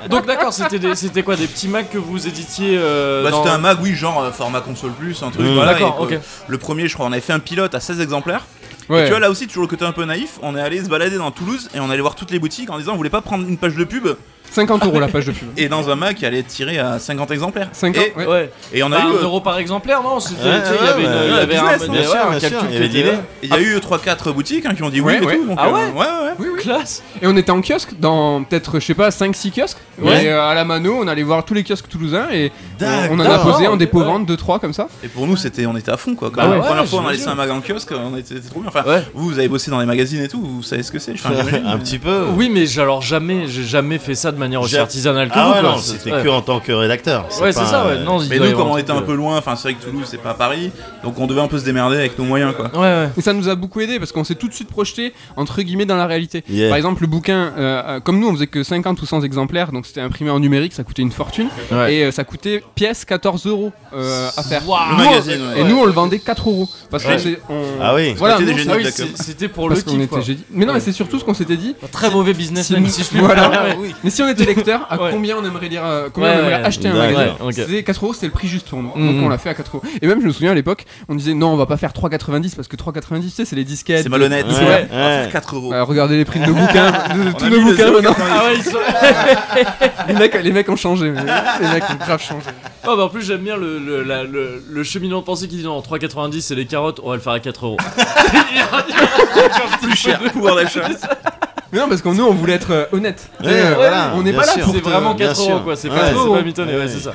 Speaker 1: donc d'accord c'était des- c'était quoi des petits Macs que vous éditiez euh,
Speaker 2: Bah,
Speaker 1: dans-
Speaker 2: c'était un mag, oui, genre euh, format console plus, un truc.
Speaker 6: Mm.
Speaker 2: voilà,
Speaker 1: D'accord,
Speaker 2: et que-
Speaker 1: ok.
Speaker 2: Le premier, je crois, on avait fait un pilote à 16 exemplaires. Et
Speaker 3: Ouais.
Speaker 2: tu vois, là aussi, toujours le côté un peu naïf, on est allé se balader dans Toulouse et on allait voir toutes les boutiques en disant on voulait pas prendre une page de pub
Speaker 3: 50 euros la page de pub.
Speaker 2: et dans un mag qui allait être tiré à 50 exemplaires.
Speaker 3: 50
Speaker 2: et,
Speaker 3: ouais.
Speaker 1: ouais
Speaker 2: et on a
Speaker 1: Bah,
Speaker 2: eu.
Speaker 1: un
Speaker 2: euh,
Speaker 1: euro par exemplaire non c'était
Speaker 6: Ouais,
Speaker 1: tu sais, il y
Speaker 6: ouais,
Speaker 1: avait une-
Speaker 6: bah,
Speaker 1: il y avait un-
Speaker 2: business,
Speaker 1: mais
Speaker 6: bien
Speaker 1: ouais,
Speaker 6: sûr,
Speaker 1: un
Speaker 6: bien sûr,
Speaker 1: calcul
Speaker 6: il y avait
Speaker 1: qui était-
Speaker 6: des-
Speaker 2: Il y a eu 3-4 boutiques hein, qui ont dit oui,
Speaker 3: Ouais,
Speaker 2: et
Speaker 3: ouais.
Speaker 2: tout. donc,
Speaker 1: Ah
Speaker 2: euh,
Speaker 1: ouais
Speaker 2: ouais, ouais.
Speaker 3: Oui, oui.
Speaker 1: classe
Speaker 3: Et on était en kiosque dans peut-être, je sais pas, 5-6 kiosques.
Speaker 1: Ouais.
Speaker 3: Et euh, à la mano, on allait voir tous les kiosques toulousains et on- on en a
Speaker 6: D'accord.
Speaker 3: posé en
Speaker 1: Ouais.
Speaker 3: dépôt vente 2-3 comme ça.
Speaker 2: Et pour nous, c'était, on était à fond quoi. Quand
Speaker 1: Bah ouais,
Speaker 2: la première
Speaker 1: ouais,
Speaker 2: fois, on a laissé
Speaker 1: j'imagine.
Speaker 2: un mag en kiosque, on était, c'était trop bien. Enfin,
Speaker 1: Ouais.
Speaker 2: vous, vous avez bossé dans les magazines et tout, vous savez ce que c'est. Enfin,
Speaker 6: [laughs]
Speaker 2: j'imagine.
Speaker 6: un petit peu.
Speaker 1: oui mais j'ai- alors jamais j'ai jamais fait ça de manière aussi
Speaker 6: J'ai-
Speaker 1: artisanale que
Speaker 6: Ah
Speaker 1: vous
Speaker 6: ouais,
Speaker 1: quoi.
Speaker 6: non, c'était
Speaker 1: Ouais.
Speaker 6: que en tant que rédacteur.
Speaker 1: ouais
Speaker 6: pas,
Speaker 1: c'est ça ouais
Speaker 6: euh,
Speaker 1: non il
Speaker 2: Mais
Speaker 1: doit y
Speaker 2: nous,
Speaker 1: avoir
Speaker 2: comme on était un
Speaker 1: truc, euh,
Speaker 2: peu loin, enfin, c'est vrai que Toulouse, c'est pas Paris, donc on devait un peu se démerder avec nos moyens quoi.
Speaker 1: euh, ouais ouais
Speaker 3: Et ça nous a beaucoup aidé parce qu'on s'est tout de suite projeté entre guillemets dans la réalité.
Speaker 6: Yeah.
Speaker 3: Par exemple, le bouquin, euh, euh, comme nous, on faisait que 50 ou 100 exemplaires, donc c'était imprimé en numérique, ça coûtait une fortune
Speaker 1: Ouais.
Speaker 3: et euh, ça coûtait pièce 14 euros euh, à faire.
Speaker 1: Waouh.
Speaker 2: Le magazine, ouais.
Speaker 3: Et nous, on le vendait 4 euros parce qu'on
Speaker 1: Ouais.
Speaker 3: s'est- on-
Speaker 6: Ah oui.
Speaker 3: Voilà,
Speaker 2: Parce que
Speaker 3: nous,
Speaker 2: t'es des
Speaker 1: Ah
Speaker 2: génies.
Speaker 3: ça-
Speaker 1: oui,
Speaker 2: D'accord.
Speaker 1: c'est- c'était pour le
Speaker 3: parce qu'on
Speaker 1: kiff
Speaker 3: était
Speaker 1: quoi.
Speaker 3: génie. Mais non, mais c'est surtout ce qu'on s'était dit.
Speaker 1: Très mauvais businessman
Speaker 3: Si-
Speaker 1: si je puis
Speaker 3: voilà.
Speaker 1: me permettre.
Speaker 3: Mais si on était lecteur, à
Speaker 1: Ouais.
Speaker 3: combien on aimerait lire, euh, combien on
Speaker 1: Ouais,
Speaker 3: aimerait
Speaker 1: ouais.
Speaker 3: acheter un
Speaker 6: Ouais,
Speaker 3: magazine
Speaker 1: ouais, ok.
Speaker 3: C'était 4 euros, c'était le prix juste pour nous.
Speaker 1: Mhm.
Speaker 3: Donc on l'a fait à 4 euros. Et même, je me souviens à l'époque, on disait non, on va pas faire 3,90 parce que 3,90, tu sais, c'est les disquettes.
Speaker 2: C'est malhonnête.
Speaker 6: Ouais,
Speaker 3: C'est vrai.
Speaker 6: ouais.
Speaker 2: 4 euros.
Speaker 3: Euh, regardez les prix de nos [laughs] bouquins, de
Speaker 2: On
Speaker 3: tous
Speaker 2: a
Speaker 3: nos
Speaker 2: mis le
Speaker 3: bouquins
Speaker 2: zéro
Speaker 3: maintenant.
Speaker 1: Ah ouais, ils sont-
Speaker 3: Les mecs, les mecs ont changé. mais Les mecs ont grave changé.
Speaker 1: Oh, bah en plus j'aime bien le, le, la- le, le cheminement de pensée qui dit non 3,90 c'est les carottes, on va le faire à 4 euros.
Speaker 2: plus cher. Pouvoir d'achat.
Speaker 3: Mais non, parce que nous, on voulait être euh, honnête. Tu sais,
Speaker 6: Ouais,
Speaker 3: euh,
Speaker 6: voilà,
Speaker 3: on n'est
Speaker 6: bien
Speaker 3: pas là
Speaker 6: sûr.
Speaker 3: pour.
Speaker 1: C'est
Speaker 6: te-
Speaker 1: vraiment
Speaker 6: bien
Speaker 1: 4 euros
Speaker 6: sûr.
Speaker 1: quoi, c'est
Speaker 6: Ouais,
Speaker 1: pas, c'est
Speaker 3: c'est-
Speaker 1: pas mitonné, ouais,
Speaker 6: ouais.
Speaker 1: c'est ça.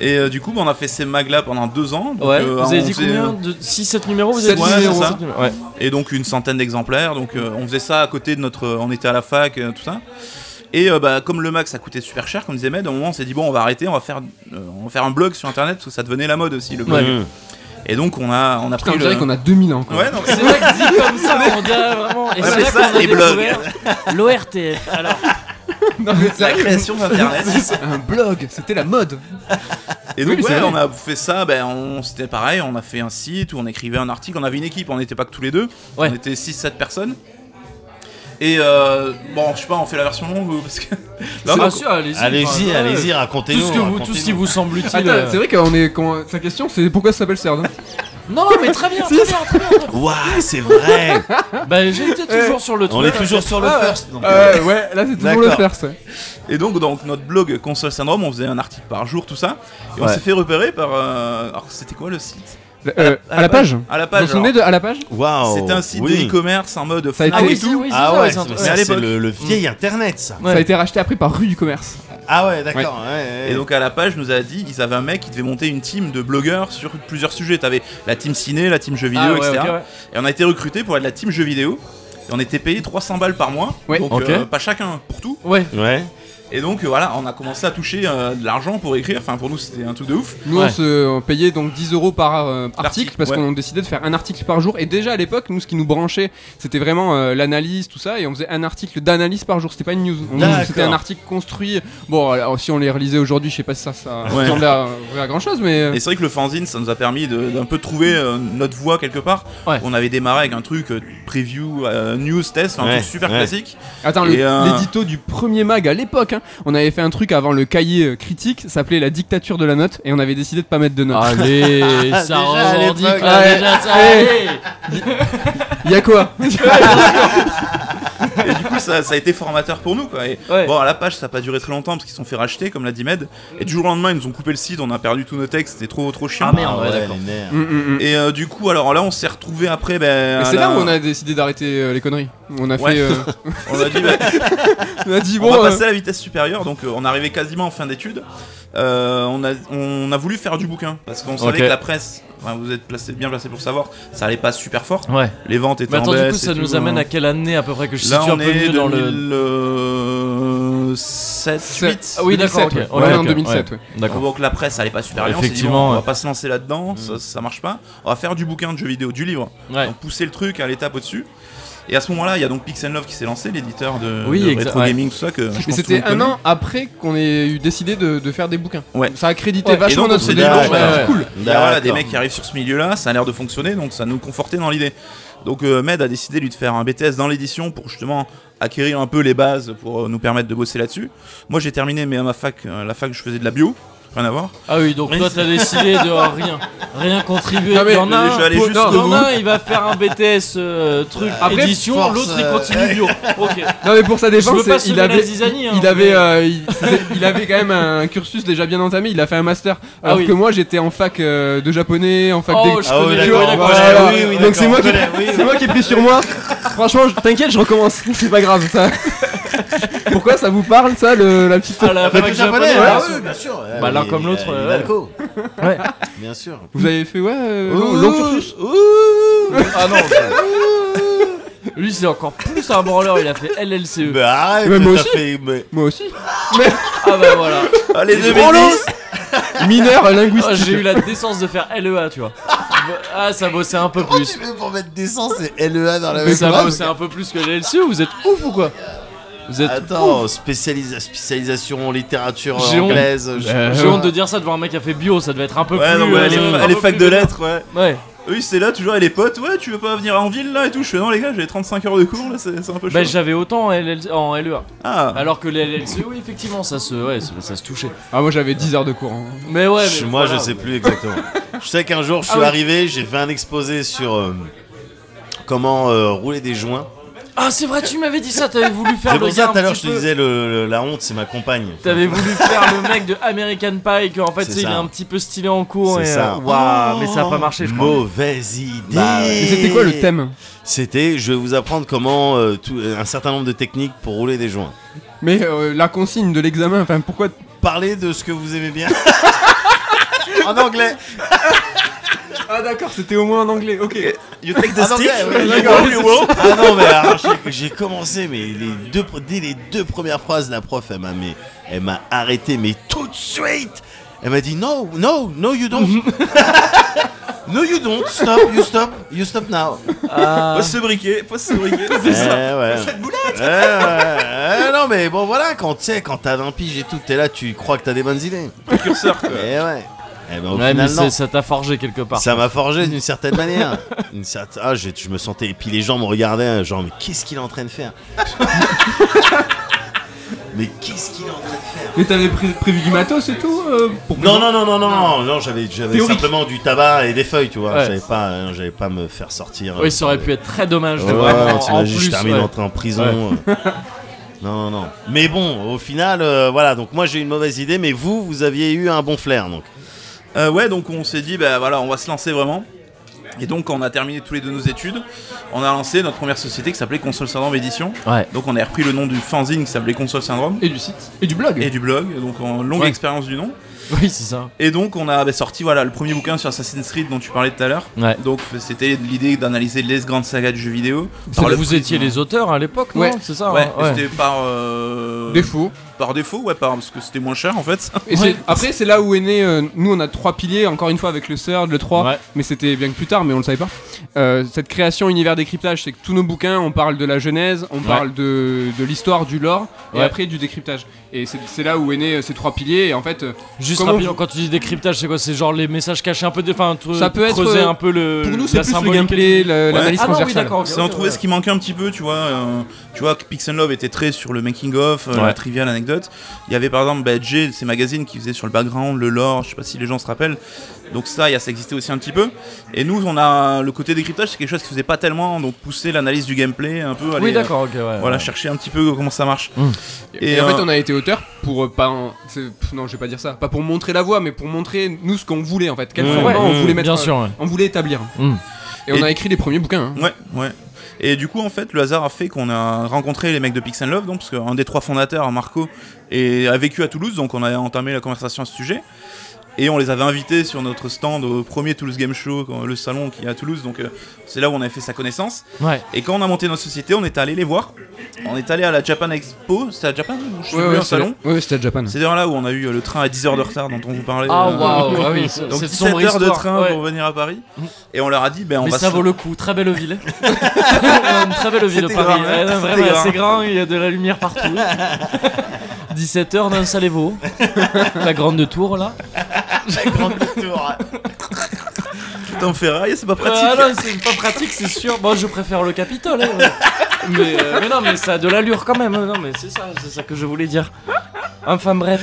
Speaker 2: Et euh, du coup, bah, on a fait ces mags là pendant deux ans. donc,
Speaker 1: Ouais,
Speaker 2: euh,
Speaker 1: vous avez
Speaker 2: on
Speaker 1: dit
Speaker 2: faisait-
Speaker 1: combien de 6 7 numéros vous avez
Speaker 3: Sept
Speaker 1: dit
Speaker 2: numéros.
Speaker 1: Sept
Speaker 2: Ouais, c'est ça.
Speaker 1: numéros, Ouais.
Speaker 2: Et donc une centaine d'exemplaires. Donc euh, on faisait ça à côté de notre. on était à la fac, euh, tout ça. Et euh, bah, comme le Mac ça coûtait super cher, comme disait Med, à un moment on s'est dit bon on va arrêter, on va faire, euh, on va faire un blog sur internet parce que ça devenait la mode aussi le blog.
Speaker 1: Ouais.
Speaker 6: Mmh.
Speaker 2: Et donc on a, on a
Speaker 3: Putain,
Speaker 2: pris
Speaker 3: on
Speaker 2: le.
Speaker 3: dirait qu'on a 2000 ans. quoi.
Speaker 2: Ouais, non, mais-
Speaker 1: [laughs] C'est vrai que dit comme ça on dirait vraiment et
Speaker 2: Ouais,
Speaker 1: c'est
Speaker 2: mais
Speaker 1: là
Speaker 2: ça,
Speaker 1: qu'on a
Speaker 2: les blogs.
Speaker 1: découvert l'ORTF. Alors
Speaker 3: Non, [laughs] mais c'est
Speaker 2: la
Speaker 3: vrai que-
Speaker 2: création d'internet.
Speaker 3: Un blog, c'était la mode.
Speaker 2: Et donc
Speaker 3: Oui, mais
Speaker 2: ouais,
Speaker 3: c'est vrai.
Speaker 2: on a fait ça, ben on c'était pareil, on a fait un site où on écrivait un article, on avait une équipe, on n'était pas que tous les deux,
Speaker 1: Ouais.
Speaker 2: on était 6 7 personnes. Et euh, bon, je sais pas, on fait la version longue ou- parce que. Non,
Speaker 1: Bien
Speaker 2: donc,
Speaker 1: sûr, allez-y.
Speaker 6: Allez-y,
Speaker 1: enfin,
Speaker 6: allez-y,
Speaker 1: ouais.
Speaker 6: racontez-nous.
Speaker 1: Tout ce, que vous, tout ce qui
Speaker 6: racontez-nous.
Speaker 1: vous semble utile.
Speaker 3: Attends,
Speaker 1: euh.
Speaker 3: c'est vrai qu'on est. qu'on- Sa question, c'est pourquoi ça s'appelle hein Cerne
Speaker 1: Non, mais très bien, très bien, très bien.
Speaker 6: Ouah, c'est vrai
Speaker 1: Bah, j'étais toujours sur le truc.
Speaker 6: On est toujours sur le
Speaker 3: Ah ouais.
Speaker 6: first. donc.
Speaker 3: [laughs] Euh, ouais, là c'est toujours le
Speaker 2: D'accord.
Speaker 3: faire, ça.
Speaker 2: Et donc, dans notre blog Console Syndrome, on faisait un article par jour, tout ça. Et on
Speaker 6: Ouais.
Speaker 2: s'est fait repérer par. euh, Alors, c'était quoi le site Ah,
Speaker 3: Euh, à la page
Speaker 2: À la
Speaker 3: Vous vous
Speaker 2: page.
Speaker 3: souvenez
Speaker 2: alors.
Speaker 3: de à la page
Speaker 6: Waouh
Speaker 2: C'était un site
Speaker 6: oui.
Speaker 2: de e-commerce en mode
Speaker 3: Ça a
Speaker 2: Fnac
Speaker 3: été-
Speaker 2: et
Speaker 1: oui,
Speaker 2: tout.
Speaker 1: c'est- oui, c'est
Speaker 6: Ah
Speaker 1: ça,
Speaker 6: ouais,
Speaker 1: c'est un
Speaker 6: mais
Speaker 1: truc-
Speaker 6: ça,
Speaker 2: à
Speaker 6: c'est
Speaker 2: l'époque.
Speaker 6: le, le vieil internet ça.
Speaker 1: Ouais.
Speaker 3: Ça a été racheté après par Rue du Commerce.
Speaker 6: Ah ouais, d'accord. ouais, ouais.
Speaker 2: Et donc à la page nous a dit ils avaient un mec qui devait monter une team de blogueurs sur plusieurs sujets. T'avais la team ciné, la team jeux vidéo,
Speaker 1: Ah ouais,
Speaker 2: etc.
Speaker 1: ok, ouais.
Speaker 2: Et on a été recruté pour être la team jeux vidéo. Et on était payé 300 balles par mois,
Speaker 3: Ouais.
Speaker 2: donc
Speaker 1: Ok.
Speaker 2: euh, pas chacun pour tout.
Speaker 1: Ouais.
Speaker 6: Ouais.
Speaker 2: Et donc euh, voilà, on a commencé à toucher euh, de l'argent pour écrire. Enfin pour nous c'était un truc de ouf.
Speaker 3: Nous
Speaker 1: Ouais.
Speaker 3: on se on payait donc 10 euros par euh, article
Speaker 2: L'article,
Speaker 3: parce
Speaker 2: ouais.
Speaker 3: qu'on décidait de faire un article par jour. Et déjà à l'époque, nous ce qui nous branchait, c'était vraiment euh, l'analyse, tout ça. Et on faisait un article d'analyse par jour, c'était pas une news. On-
Speaker 6: D'accord.
Speaker 3: C'était un article construit. Bon, alors, si on les relisait aujourd'hui, je sais pas si ça, ça
Speaker 2: Ouais.
Speaker 3: ressemblait à, euh, à grand chose, mais.
Speaker 2: Et c'est vrai que le fanzine ça nous a permis de- d'un peu trouver euh, notre voie quelque part.
Speaker 1: Ouais.
Speaker 2: On avait démarré avec un truc euh, preview, euh, news, test, enfin, un
Speaker 6: Ouais,
Speaker 2: truc super
Speaker 6: ouais.
Speaker 2: classique. [laughs]
Speaker 3: Attends, le-
Speaker 2: Et un-
Speaker 3: l'édito du premier mag à l'époque, hein, on avait fait un truc avant le cahier euh, critique, ça s'appelait la dictature de la note, et on avait décidé de pas mettre de note.
Speaker 2: Ah.
Speaker 1: Allez, ça
Speaker 6: Déjà, à
Speaker 1: revendique
Speaker 6: l'époque.
Speaker 1: là,
Speaker 3: Ouais.
Speaker 1: déjà, ça.
Speaker 3: Ouais.
Speaker 1: allez.
Speaker 3: Y'a
Speaker 2: [laughs]
Speaker 3: quoi
Speaker 2: Mm, Et du coup, ça, ça a été formateur pour nous. Quoi. Et
Speaker 1: Ouais.
Speaker 2: Bon, à la page, ça n'a pas duré très longtemps parce qu'ils se sont fait racheter, comme l'a dit Med. Et du jour au lendemain, ils nous ont coupé le site, on a perdu tous nos textes, c'était trop, trop chiant.
Speaker 1: Ah, merde, ouais,
Speaker 6: les
Speaker 1: d'accord.
Speaker 6: nerfs.
Speaker 3: Mm, mm, mm.
Speaker 2: Et euh, du coup, alors là, on s'est retrouvé après. Ben,
Speaker 3: Mais
Speaker 2: à
Speaker 3: c'est là
Speaker 2: la-
Speaker 3: où on a décidé d'arrêter euh, les conneries. On a
Speaker 2: Ouais. [laughs]
Speaker 3: fait. euh,
Speaker 2: on a dit, ben,
Speaker 3: on a dit
Speaker 2: on
Speaker 3: bon.
Speaker 2: va
Speaker 3: euh,
Speaker 2: passer à la vitesse supérieure. Donc, euh, on arrivait quasiment en fin d'études. Euh, on, a, on a voulu faire du bouquin parce qu'on savait
Speaker 1: Ok.
Speaker 2: que la presse, enfin, vous êtes placé, bien placé pour savoir, ça allait pas super fort.
Speaker 1: Ouais.
Speaker 2: Les ventes étaient
Speaker 1: Mais attends,
Speaker 2: en
Speaker 1: du
Speaker 2: baisse
Speaker 1: coup,
Speaker 2: et
Speaker 1: ça nous
Speaker 2: tout,
Speaker 1: amène
Speaker 2: hein.
Speaker 1: à quelle année à peu près que je
Speaker 2: Là,
Speaker 1: situe un
Speaker 2: on
Speaker 1: peu
Speaker 2: est
Speaker 1: mieux dans le.
Speaker 2: 2007,
Speaker 3: c'est-
Speaker 2: 2008.
Speaker 1: Ah oui, d'accord, ok,
Speaker 3: 2007, ouais.
Speaker 1: ok,
Speaker 3: Ouais,
Speaker 1: ok,
Speaker 3: en 2007, ouais.
Speaker 1: D'accord.
Speaker 2: Donc la presse allait pas super bien, on s'est dit,
Speaker 1: Effectivement,
Speaker 2: bon, on va
Speaker 1: ouais. Mm.
Speaker 2: pas se lancer là-dedans, ça, ça marche pas. On va faire du bouquin de jeux vidéo, du livre.
Speaker 1: Ouais.
Speaker 2: On poussait le truc à l'étape au-dessus. Et à ce moment-là, il y a donc Pixel Love qui s'est lancé, l'éditeur de,
Speaker 1: Oui,
Speaker 2: de
Speaker 1: exa-
Speaker 2: Retro
Speaker 1: ouais.
Speaker 2: Gaming, tout ça que je
Speaker 3: Mais
Speaker 2: pense
Speaker 3: c'était
Speaker 2: tout le
Speaker 3: un
Speaker 2: monde
Speaker 3: an après qu'on ait eu décidé de, de faire des bouquins.
Speaker 2: Ouais.
Speaker 3: Ça a crédité
Speaker 1: Ouais.
Speaker 3: vachement
Speaker 2: Et donc, on
Speaker 3: notre
Speaker 2: s'est dit,
Speaker 3: début.
Speaker 2: bon,
Speaker 3: ouais,
Speaker 2: bah,
Speaker 3: c'est cool.
Speaker 2: connaît. Il y a voilà, des
Speaker 6: Ah D'accord.
Speaker 2: mecs qui arrivent sur ce milieu-là, ça a l'air de fonctionner, donc ça nous confortait dans l'idée. Donc euh, Med a décidé lui de faire un BTS dans l'édition pour justement acquérir un peu les bases pour euh, nous permettre de bosser là-dessus. Moi j'ai terminé mais à ma fac, euh, la fac je faisais de la bio, rien à voir.
Speaker 1: Ah oui, donc
Speaker 2: Mais
Speaker 1: toi
Speaker 2: c'est-
Speaker 1: t'as décidé de euh, rien, rien contribuer.
Speaker 3: Non, mais
Speaker 1: il y en a
Speaker 2: je vais
Speaker 1: un,
Speaker 2: aller
Speaker 1: pour- il y
Speaker 2: jusqu'au
Speaker 1: en a
Speaker 2: bout.
Speaker 1: un, il va faire un BTS euh, truc
Speaker 3: Après,
Speaker 1: édition,
Speaker 6: force,
Speaker 1: l'autre il
Speaker 6: euh,
Speaker 1: continue bio. Ok.
Speaker 3: Non mais pour sa
Speaker 1: Je veux
Speaker 3: défense,
Speaker 1: pas
Speaker 3: il
Speaker 1: semer la
Speaker 3: avait,
Speaker 1: zizanie, hein,
Speaker 3: il
Speaker 1: [laughs]
Speaker 3: avait,
Speaker 1: mais-
Speaker 3: euh, il, c'était- il avait quand même un cursus déjà bien entamé. Il a fait un master.
Speaker 1: Ah
Speaker 3: Alors
Speaker 1: oui.
Speaker 3: que moi, j'étais en fac euh, de japonais, en fac
Speaker 1: Oh,
Speaker 3: d'é-
Speaker 1: je
Speaker 6: Ah oui,
Speaker 1: connais,
Speaker 6: d'accord,
Speaker 1: ouais,
Speaker 6: on
Speaker 1: d'accord.
Speaker 6: connaît,
Speaker 3: Voilà.
Speaker 6: oui, oui,
Speaker 3: Donc
Speaker 6: d'accord,
Speaker 3: c'est moi
Speaker 6: on
Speaker 3: qui,
Speaker 6: connaît,
Speaker 3: [laughs]
Speaker 6: oui,
Speaker 3: c'est moi qui ai pris sur moi. Franchement, je- t'inquiète, je recommence. [laughs] C'est pas grave. Ça. Pourquoi ça vous parle ça, le- la petite
Speaker 1: Ah, la
Speaker 6: Le
Speaker 1: fac
Speaker 6: plus japonais,
Speaker 1: japonais,
Speaker 6: ah
Speaker 1: ouais.
Speaker 6: oui, bien sûr. ouais,
Speaker 1: Bah, l'un
Speaker 6: il-
Speaker 1: comme
Speaker 6: il-
Speaker 1: l'autre,
Speaker 6: il est
Speaker 1: ouais.
Speaker 6: d'alco.
Speaker 1: Ouais.
Speaker 6: Bien sûr.
Speaker 3: Vous avez fait ouais, euh,
Speaker 1: Oh.
Speaker 3: long-
Speaker 6: Ouh,
Speaker 3: long cursus.
Speaker 6: ouh.
Speaker 1: Ah non.
Speaker 6: [laughs]
Speaker 1: Lui c'est encore plus un branleur, il a fait LLCE.
Speaker 6: Bah arrête,
Speaker 3: Mais moi
Speaker 6: t'as
Speaker 3: aussi.
Speaker 6: fait- mais-
Speaker 3: Moi aussi.
Speaker 1: Ah bah voilà.
Speaker 2: Allez
Speaker 6: Les
Speaker 2: 2010
Speaker 3: Mineur
Speaker 1: Ah,
Speaker 3: linguistique.
Speaker 1: J'ai eu la décence de faire LEA, tu vois. Ah ça bossait un peu
Speaker 6: Comment
Speaker 1: plus.
Speaker 6: Oh, tu fais pour mettre d'essence et LEA E dans la
Speaker 1: Mais
Speaker 6: même
Speaker 1: ça
Speaker 6: phrase
Speaker 1: bossait un peu plus que LLCE, E. vous êtes ouf ou quoi Vous êtes
Speaker 6: Attends, spécialisa- spécialisation en littérature
Speaker 1: J'ai honte.
Speaker 6: anglaise. je-
Speaker 1: J'ai honte de dire ça devant un mec qui a fait bio, ça devait être un peu
Speaker 2: Ouais,
Speaker 1: plus.
Speaker 2: non, ouais, les,
Speaker 1: euh,
Speaker 2: fa-
Speaker 1: un
Speaker 2: les
Speaker 1: peu
Speaker 2: facs
Speaker 1: plus
Speaker 2: de
Speaker 1: vénère.
Speaker 2: lettres, ouais.
Speaker 1: Ouais.
Speaker 2: Eux, c'est là, toujours, et les potes, ouais, tu veux pas venir en ville là et tout. Je fais non, les gars, j'ai 35 heures de cours là, c'est c'est un peu chaud.
Speaker 1: Bah j'avais autant en, LL... en LEA.
Speaker 2: ah,
Speaker 1: Alors que les LLC, oui, effectivement, ça se, ouais, ça, ça se touchait.
Speaker 3: Ah moi j'avais 10 heures de cours. hein.
Speaker 1: Mais ouais,
Speaker 6: Je-
Speaker 1: mais
Speaker 6: moi,
Speaker 1: voilà.
Speaker 6: je sais plus
Speaker 1: [laughs]
Speaker 6: exactement. je sais qu'un jour, je
Speaker 1: Ah
Speaker 6: suis arrivé, j'ai fait un exposé sur euh, comment euh, rouler des joints.
Speaker 1: Ah, c'est vrai, tu m'avais dit ça, t'avais voulu faire
Speaker 6: C'est
Speaker 1: le
Speaker 6: pour
Speaker 1: gars
Speaker 6: ça,
Speaker 1: un
Speaker 6: tout à l'heure,
Speaker 1: petit
Speaker 6: je te
Speaker 1: peu-
Speaker 6: disais, le- le- la honte, c'est ma compagne.
Speaker 1: T'avais voulu faire le mec de American Pie, que en fait,
Speaker 6: C'est
Speaker 1: tu sais, il est
Speaker 6: ça.
Speaker 1: un petit peu stylé en cours.
Speaker 6: C'est
Speaker 1: et, euh,
Speaker 6: ça. Oh.
Speaker 1: Waouh, mais ça a pas marché, je crois.
Speaker 6: Mauvaise idée.
Speaker 1: Bah ouais.
Speaker 3: Et c'était quoi le thème
Speaker 6: C'était, je vais vous apprendre comment euh, tout- un certain nombre de techniques pour rouler des joints.
Speaker 3: Mais euh, la consigne de l'examen, enfin pourquoi
Speaker 6: Parlez de ce que vous
Speaker 2: [laughs]
Speaker 6: aimez bien. en anglais.
Speaker 3: Ah d'accord, c'était au moins en anglais. OK.
Speaker 2: you take the
Speaker 6: En anglais,
Speaker 2: stick,
Speaker 6: ouais,
Speaker 2: you
Speaker 6: d'accord.
Speaker 2: go,
Speaker 6: [laughs]
Speaker 2: you walk.
Speaker 6: Ah non mais alors, j'ai- j'ai commencé mais les deux dès les deux premières phrases la prof elle m'a mais elle m'a arrêté mais tout de suite elle m'a dit no no no
Speaker 2: [laughs]
Speaker 6: you don't no you don't stop you stop you
Speaker 2: [laughs]
Speaker 6: stop now
Speaker 1: Ah,
Speaker 2: Pose ce briquet, pose
Speaker 1: [laughs]
Speaker 2: ce briquet.
Speaker 6: Eh ouais. Eh ouais. Eh non mais bon voilà quand tu sais quand t'as 20 piges et tout t'es là tu crois que t'as des bonnes idées
Speaker 2: Curseur, quoi.
Speaker 6: Eh ouais Eh ben, au
Speaker 1: Ouais, mais
Speaker 6: final, non.
Speaker 1: c'est- ça t'a forgé quelque part.
Speaker 6: Ça m'a forgé d'une certaine manière. [laughs] Une certaine... Ah, je, je me sentais. Et puis les gens me regardaient, genre, mais qu'est-ce qu'il est en train de faire [laughs] Mais qu'est-ce qu'il est en train de faire
Speaker 3: Mais t'avais pré- prévu du matos et tout euh, pour
Speaker 6: Non, non, non, non, non, non, non, j'avais j'avais
Speaker 3: Théorique.
Speaker 6: simplement du tabac et des feuilles, tu vois.
Speaker 1: Ouais.
Speaker 6: J'avais pas, euh, j'avais pas me faire sortir. euh,
Speaker 1: Oui, ça aurait pu être très dommage.
Speaker 6: Ouais,
Speaker 1: de vraiment,
Speaker 6: ouais,
Speaker 1: en
Speaker 6: t'imagines,
Speaker 1: plus,
Speaker 6: je termine
Speaker 1: ouais.
Speaker 6: d'entrer en prison. euh. [laughs] Non, non, non. Mais bon, au final, euh, voilà. Donc moi, j'ai eu une mauvaise idée, mais vous, vous aviez eu un bon flair, donc.
Speaker 2: Euh, ouais, donc on s'est dit, bah voilà, on va se lancer vraiment. Et donc, quand on a terminé tous les deux nos études, on a lancé notre première société qui s'appelait Console Syndrome Édition.
Speaker 1: Ouais.
Speaker 2: Donc, on a repris le nom du fanzine qui s'appelait Console Syndrome
Speaker 3: Et du site. Et du blog.
Speaker 2: et du blog, donc en longue
Speaker 1: Ouais.
Speaker 2: expérience du nom.
Speaker 1: Oui, c'est ça.
Speaker 2: Et donc, on a bah, sorti voilà, le premier bouquin sur Assassin's Creed dont tu parlais tout à l'heure.
Speaker 1: Ouais.
Speaker 2: Donc, c'était l'idée d'analyser les grandes sagas du jeu vidéo.
Speaker 1: Parce
Speaker 2: Par
Speaker 1: que
Speaker 2: le
Speaker 1: vous
Speaker 2: prisme-
Speaker 1: étiez les auteurs à l'époque, non
Speaker 3: Ouais.
Speaker 1: C'est ça.
Speaker 2: Ouais,
Speaker 1: hein Ouais.
Speaker 2: c'était par, euh,
Speaker 3: Défaut.
Speaker 2: par défaut, ouais, par, parce que c'était moins cher en fait.
Speaker 1: Ouais.
Speaker 3: Et c'est- Après, c'est là où est né. euh, nous, on a trois piliers, encore une fois, avec le Surge, le 3,
Speaker 1: Ouais.
Speaker 3: mais c'était bien que plus tard, mais on le savait pas. Euh, cette création univers décryptage, c'est que tous nos bouquins, on parle de la genèse, on parle de, de l'histoire, du lore, et
Speaker 1: Ouais.
Speaker 3: après du décryptage. Et c'est c'est là où est né euh, ces trois piliers, et en fait, euh,
Speaker 1: Juste
Speaker 3: Comment
Speaker 1: rapidement,
Speaker 3: vous-
Speaker 1: quand tu dis décryptage, c'est quoi C'est genre les messages cachés un peu, de- enfin, tru-
Speaker 3: Ça peut être,
Speaker 1: creuser
Speaker 3: euh,
Speaker 1: un peu le.
Speaker 3: pour nous,
Speaker 1: la
Speaker 3: c'est plus le
Speaker 1: symbolique
Speaker 3: gameplay,
Speaker 1: et tout.
Speaker 3: le- l'analyse
Speaker 1: Ah non, oui,
Speaker 3: transversale.
Speaker 1: d'accord. ok,
Speaker 2: C'est en
Speaker 1: ok,
Speaker 2: trouver
Speaker 1: ouais.
Speaker 2: ce qui manquait un petit peu, tu vois. euh, tu vois que Pix and Love était très sur le making of, euh,
Speaker 1: Ouais.
Speaker 2: la trivial anecdote. Il y avait par exemple bah, Jay, ces magazines qui faisaient sur le background, le lore, je sais pas si les gens se rappellent. Donc ça, il y a- ça existait aussi un petit peu. Et nous, on a le côté décryptage, c'est quelque chose qui faisait pas tellement, donc pousser l'analyse du gameplay un peu. aller,
Speaker 1: Oui,
Speaker 2: euh,
Speaker 1: d'accord, ok, ouais.
Speaker 2: voilà, chercher un petit peu comment ça marche.
Speaker 3: et,
Speaker 2: Et,
Speaker 3: en fait,
Speaker 2: euh,
Speaker 3: on a été auteur pour euh, pas. en- c'est- pff, non, je vais pas dire ça. Pas pour montrer la voie, mais pour montrer nous ce qu'on voulait en fait. Quel
Speaker 6: Ouais.
Speaker 3: format on
Speaker 6: Mmh.
Speaker 3: voulait mettre.
Speaker 1: Bien
Speaker 3: euh,
Speaker 1: sûr, ouais.
Speaker 3: On voulait établir.
Speaker 1: Mmh.
Speaker 3: Et, on
Speaker 2: Et-
Speaker 3: a écrit les premiers bouquins. hein.
Speaker 2: Ouais, ouais. Et du coup, en fait, le hasard a fait qu'on a rencontré les mecs de Pix and Love, donc, parce qu'un des trois fondateurs, Marco, et, a vécu à Toulouse, donc on a entamé la conversation à ce sujet. Et on les avait invités sur notre stand au premier Toulouse Game Show, quand- le salon qui est à Toulouse, donc euh, c'est là où on avait fait sa connaissance.
Speaker 1: Ouais.
Speaker 2: Et quand on a monté notre société, on est allé les voir. On est allé à la Japan Expo, c'était à Japan ou je sais
Speaker 3: Ouais,
Speaker 2: plus,
Speaker 3: ouais,
Speaker 2: un
Speaker 3: c'est-
Speaker 2: salon.
Speaker 3: ouais, c'était à Japan.
Speaker 2: C'est d'ailleurs là où on a eu euh, le train à 10 heures de retard dont on vous parlait.
Speaker 1: Ah,
Speaker 2: euh,
Speaker 1: waouh, ah oui,
Speaker 2: Donc
Speaker 1: cette
Speaker 2: 17
Speaker 1: sombre
Speaker 2: heures de
Speaker 1: histoire,
Speaker 2: train
Speaker 1: ouais.
Speaker 2: pour venir à Paris. Et on leur a dit, ben on
Speaker 1: Mais
Speaker 2: va
Speaker 1: ça
Speaker 2: se-
Speaker 1: vaut le coup, très belle ville. Une très belle ville,
Speaker 2: C'était
Speaker 1: Paris.
Speaker 2: grand,
Speaker 1: Ouais,
Speaker 2: hein.
Speaker 1: non,
Speaker 2: C'était
Speaker 1: vraiment,
Speaker 2: grand.
Speaker 1: c'est grand, il y a de la lumière partout. 17h dans Salévo, la grande tour là.
Speaker 2: Tout en ferraille, c'est pas pratique.
Speaker 1: Ah non, c'est pas pratique, c'est sûr. Moi, je préfère le Capitole. hein, ouais. mais, euh, mais non, mais ça a de l'allure quand même. hein. Non, mais c'est ça, c'est ça que je voulais dire. Enfin bref.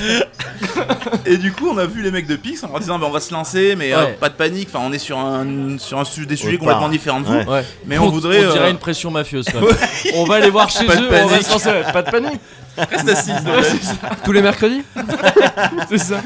Speaker 2: Et du coup, on a vu les mecs de Pix en leur disant bah, on va se lancer, mais
Speaker 1: Ouais.
Speaker 2: euh, pas de panique. Enfin, on est sur un sur un sujet, des sujets
Speaker 6: part.
Speaker 2: complètement différents de vous.
Speaker 6: Ouais.
Speaker 1: Ouais.
Speaker 2: Mais on voudrait,
Speaker 1: On dirait
Speaker 2: euh,
Speaker 1: une pression mafieuse. quoi. On va aller voir chez
Speaker 2: Pas de
Speaker 1: eux. On va
Speaker 2: panique.
Speaker 1: se lancer. ouais, Pas de panique.
Speaker 2: Reste assis, s'il te plaît.
Speaker 3: Tous les mercredis
Speaker 1: [laughs] C'est ça.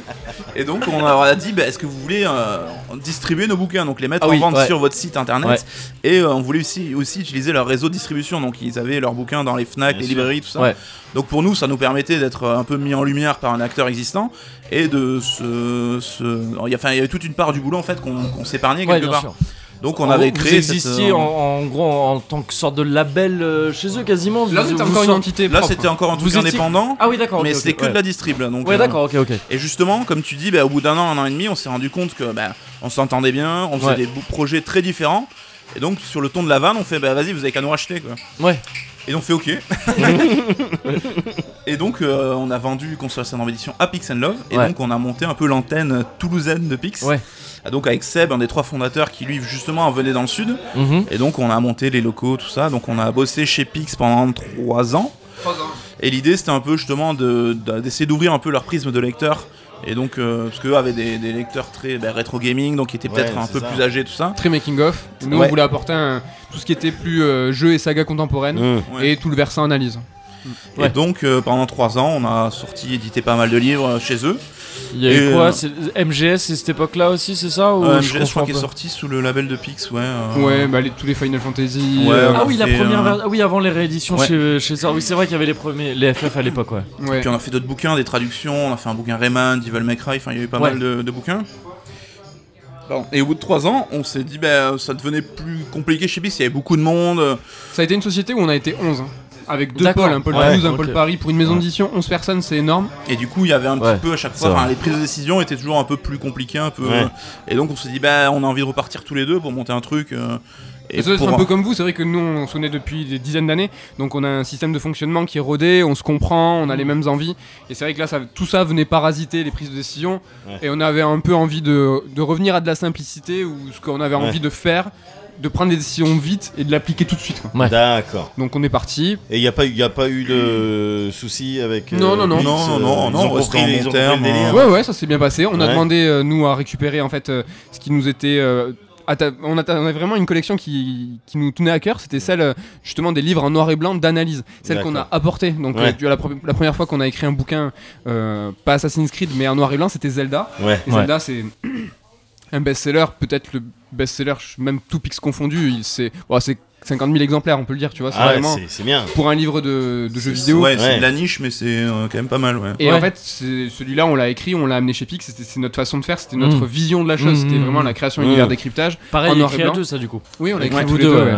Speaker 2: Et donc, on leur a dit bah, est-ce que vous voulez euh, distribuer nos bouquins Donc, les mettre
Speaker 1: Ah oui,
Speaker 2: en vente
Speaker 1: ouais.
Speaker 2: sur votre site internet. Et euh, on voulait aussi, aussi utiliser leur réseau de distribution. Donc, ils avaient leurs bouquins dans les Fnac,
Speaker 6: Bien
Speaker 2: les
Speaker 6: sûr.
Speaker 2: librairies, tout ça.
Speaker 1: Ouais.
Speaker 2: Donc, pour nous, ça nous permettait d'être euh, un peu mis en lumière par un acteur existant et de se. se- il y a- enfin, il y avait toute une part du boulot en fait qu'on qu'on s'épargnait
Speaker 1: Ouais,
Speaker 2: quelque
Speaker 1: bien
Speaker 2: part.
Speaker 1: sûr.
Speaker 2: Donc,
Speaker 1: En
Speaker 2: on
Speaker 1: gros,
Speaker 2: avait créé.
Speaker 1: Vous
Speaker 2: cette,
Speaker 1: existiez
Speaker 2: euh,
Speaker 1: en, en gros en tant que sorte de label euh, chez eux quasiment.
Speaker 3: Là,
Speaker 1: Vous-
Speaker 3: c'était
Speaker 1: vous
Speaker 3: encore une
Speaker 1: sortez-
Speaker 3: entité
Speaker 2: Là,
Speaker 3: propre.
Speaker 2: c'était encore un
Speaker 1: Vous
Speaker 2: truc
Speaker 1: étiez-
Speaker 2: indépendant.
Speaker 1: Ah oui, d'accord.
Speaker 2: mais
Speaker 1: ok, ok,
Speaker 2: c'était que
Speaker 1: ouais.
Speaker 2: de la distrib là, donc.
Speaker 1: Ouais,
Speaker 2: euh,
Speaker 1: d'accord, ok, ok.
Speaker 2: Et justement, comme tu dis, bah, au bout d'un an, un an et demi, on s'est rendu compte que bah, on s'entendait bien, on faisait
Speaker 1: Ouais.
Speaker 2: des beaux projets très différents. Et donc, sur le ton de la vanne, on fait bah vas-y, vous avez qu'à nous racheter quoi.
Speaker 1: Ouais.
Speaker 2: Et on
Speaker 1: [laughs]
Speaker 2: fait ok. et donc, euh, on a vendu Console Syndrome Edition à Pix and Love. Et
Speaker 1: Ouais.
Speaker 2: donc, on a monté un peu l'antenne toulousaine de Pix.
Speaker 1: Ouais.
Speaker 2: Ah, Donc, avec Seb, un des trois fondateurs qui lui, justement, venait dans le sud.
Speaker 1: Mhm.
Speaker 2: Et donc, on a monté les locaux, tout ça. Donc, on a bossé chez Pix pendant trois ans. Et l'idée, c'était un peu justement de- de- d'essayer d'ouvrir un peu leur prisme de lecteur. Et donc, euh, parce qu'eux avaient des, des lecteurs très bah, rétro gaming, donc qui étaient peut-être
Speaker 6: Ouais,
Speaker 2: un
Speaker 6: c'est
Speaker 2: peu
Speaker 6: ça.
Speaker 2: plus âgés, tout ça.
Speaker 3: Très making of. Nous,
Speaker 2: Ouais.
Speaker 3: on voulait apporter un- tout ce qui était plus euh, jeu et saga contemporaine.
Speaker 6: Mmh.
Speaker 2: Ouais.
Speaker 3: Et tout le versant analyse.
Speaker 1: Ouais.
Speaker 2: Et donc, euh, pendant trois ans, on a sorti, édité pas mal de livres euh, chez eux.
Speaker 1: Il y a eu
Speaker 2: Et,
Speaker 1: quoi
Speaker 2: euh,
Speaker 1: c'est- MGS, c'est cette époque-là aussi, c'est ça ou
Speaker 2: Euh,
Speaker 1: Oh, je
Speaker 2: MGS, je crois
Speaker 1: confonds
Speaker 2: qu'il
Speaker 1: pas
Speaker 2: est sorti sous le label de Pix, ouais. euh,
Speaker 3: Ouais, bah les- tous les Final Fantasy.
Speaker 2: Ouais,
Speaker 3: euh,
Speaker 2: on
Speaker 1: Ah oui, la
Speaker 2: fait,
Speaker 1: première
Speaker 2: euh,
Speaker 1: version. Ah oui, avant les rééditions
Speaker 2: Ouais.
Speaker 1: chez, chez Sor- Oui, c'est vrai qu'il y avait les premiers, les FF à l'époque, ouais.
Speaker 3: ouais.
Speaker 2: Puis on a fait d'autres bouquins, des traductions, on a fait un bouquin Rayman, Devil May Cry, enfin il y a eu pas
Speaker 1: Ouais.
Speaker 2: mal de, de bouquins. Pardon. Et au bout de 3 ans, on s'est ben, dit, bah, ça devenait plus compliqué chez Pix, il y avait beaucoup de monde.
Speaker 3: Ça a été une société où on a été 11. hein. avec deux
Speaker 1: D'accord.
Speaker 3: pôles, un pôle
Speaker 1: Ouais,
Speaker 3: Toulouse, un
Speaker 1: ok.
Speaker 3: pôle Paris. Pour une maison d'édition, 11 personnes, c'est énorme.
Speaker 2: Et du coup, il y avait un
Speaker 6: Ouais,
Speaker 2: petit peu à chaque
Speaker 6: c'est
Speaker 2: fois,
Speaker 6: vrai.
Speaker 2: enfin, les prises de décision étaient toujours un peu plus compliquées, un peu.
Speaker 6: Ouais.
Speaker 2: Et donc, on s'est dit, bah, on a envie de repartir tous les deux pour monter un truc. euh,
Speaker 3: Et ça, c'est
Speaker 2: pour
Speaker 3: un peu comme vous, c'est vrai que nous on se connaît depuis des dizaines d'années, donc on a un système de fonctionnement qui est rodé, on se comprend, on a les mêmes envies, et c'est vrai que là ça- tout ça venait parasiter les prises de décision,
Speaker 6: Ouais.
Speaker 3: et on avait un peu envie de, de revenir à de la simplicité ou ce qu'on avait
Speaker 6: Ouais.
Speaker 3: envie de faire, de prendre des décisions vite et de l'appliquer tout de suite. quoi.
Speaker 1: Ouais.
Speaker 6: D'accord.
Speaker 3: Donc on est parti.
Speaker 6: Et il n'y a, pas eu- y a pas eu de soucis avec.
Speaker 3: Non, non, non.
Speaker 6: Blitz,
Speaker 2: Non,
Speaker 6: euh,
Speaker 2: non, non,
Speaker 6: Ils ont
Speaker 2: on restait
Speaker 6: compris,
Speaker 2: en
Speaker 6: ils ont
Speaker 2: bon
Speaker 6: compris le
Speaker 2: terme,
Speaker 6: délire.
Speaker 2: hein.
Speaker 3: Ouais, ouais, ça s'est bien passé. On a
Speaker 6: Ouais.
Speaker 3: demandé, euh, nous, à récupérer en fait euh, ce qui nous était. euh, atta- on, atta- on avait vraiment une collection qui, qui nous tenait à cœur, c'était celle euh, justement des livres en noir et blanc d'analyse, celle qu'on a
Speaker 6: D'accord.
Speaker 3: apportée. Donc,
Speaker 6: Ouais.
Speaker 3: euh, tu as la, pre- la première fois qu'on a écrit un bouquin, euh, pas Assassin's Creed, mais en noir et blanc, c'était Zelda.
Speaker 2: hein.
Speaker 6: Ouais.
Speaker 3: Et Zelda, c'est un best-seller, peut-être le best-seller, même tout pix confondu. il- C'est bon, c'est 50 000 exemplaires, on peut le dire, tu vois. C'est
Speaker 6: Ah ouais,
Speaker 3: vraiment
Speaker 6: c'est- c'est bien.
Speaker 3: pour un livre de, de jeux vidéo.
Speaker 2: Ouais, c'est
Speaker 6: Ouais.
Speaker 2: de la niche, mais c'est euh, quand même pas mal, ouais.
Speaker 3: Et
Speaker 1: Ouais.
Speaker 3: en fait, c'est- celui-là, on l'a écrit, on l'a amené chez Pix, c'était- c'est notre façon de faire, c'était notre
Speaker 1: Mm.
Speaker 3: vision de la chose,
Speaker 1: Mm,
Speaker 3: c'était
Speaker 1: mm,
Speaker 3: vraiment
Speaker 1: mm.
Speaker 3: la création
Speaker 6: Mm.
Speaker 3: univers décryptage. En
Speaker 1: Pareil,
Speaker 3: noir et
Speaker 1: écrit à
Speaker 3: blanc.
Speaker 1: deux, ça du coup.
Speaker 3: Oui, on l'a écrit
Speaker 2: Ouais,
Speaker 3: tous les deux. ouais.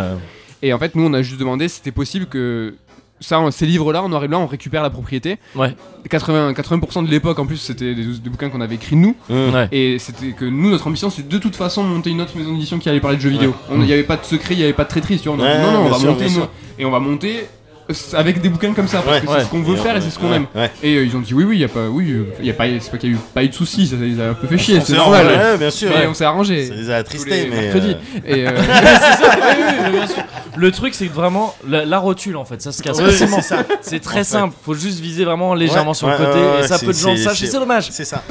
Speaker 3: Et en fait, nous, on a juste demandé, c'était possible que ça, on- ces livres-là, en noir et blanc, on récupère la propriété.
Speaker 1: Ouais.
Speaker 3: 80, 80% de l'époque, en plus, c'était des, des bouquins qu'on avait écrits nous.
Speaker 6: Mmh.
Speaker 1: [laughs] Ouais.
Speaker 3: [laughs] Et c'était que nous, notre ambition, c'est de toute façon de monter une autre maison d'édition qui allait parler de jeux vidéo. On- Il n'y avait pas de secret, il n'y avait pas de traîtrise, tu vois. On a dit,
Speaker 6: Mm. Ouais,
Speaker 3: non, non, on
Speaker 6: bien
Speaker 3: va
Speaker 6: sûr,
Speaker 3: monter.
Speaker 6: bien
Speaker 3: une-
Speaker 6: sûr.
Speaker 3: Et on va monter euh, avec des bouquins comme ça, parce
Speaker 6: Ouais,
Speaker 3: que
Speaker 6: ouais.
Speaker 3: c'est ce qu'on veut
Speaker 6: Et
Speaker 3: faire et c'est ce qu'on
Speaker 6: ouais,
Speaker 3: aime.
Speaker 6: Ouais.
Speaker 3: Et euh, ils ont dit oui, oui, y a pas, oui, euh, y a pas, c'est pas qu'il y a eu pas eu de soucis, ça les a un peu
Speaker 6: Ah,
Speaker 3: fait chier,
Speaker 2: On
Speaker 3: c'est
Speaker 2: s'est
Speaker 3: normal.
Speaker 2: arrangé.
Speaker 6: Ouais, bien sûr.
Speaker 3: Mais
Speaker 6: ouais.
Speaker 3: on s'est arrangé.
Speaker 6: Ça les a attristés,
Speaker 3: Tous les
Speaker 6: mais.
Speaker 3: mercredis.
Speaker 6: euh,
Speaker 3: Et euh,
Speaker 6: [laughs]
Speaker 1: Le truc, c'est que vraiment, la, la rotule en fait, ça se casse
Speaker 6: Ouais,
Speaker 1: facilement.
Speaker 6: c'est ça.
Speaker 1: C'est très
Speaker 6: En fait.
Speaker 1: simple, faut juste viser vraiment légèrement
Speaker 6: Ouais,
Speaker 1: sur le
Speaker 6: ouais,
Speaker 1: côté
Speaker 6: ouais, ouais,
Speaker 1: et ça
Speaker 6: c'est-
Speaker 1: peu de gens le
Speaker 6: c'est-
Speaker 1: savent, et
Speaker 6: c'est-
Speaker 1: c'est dommage.
Speaker 6: C'est ça.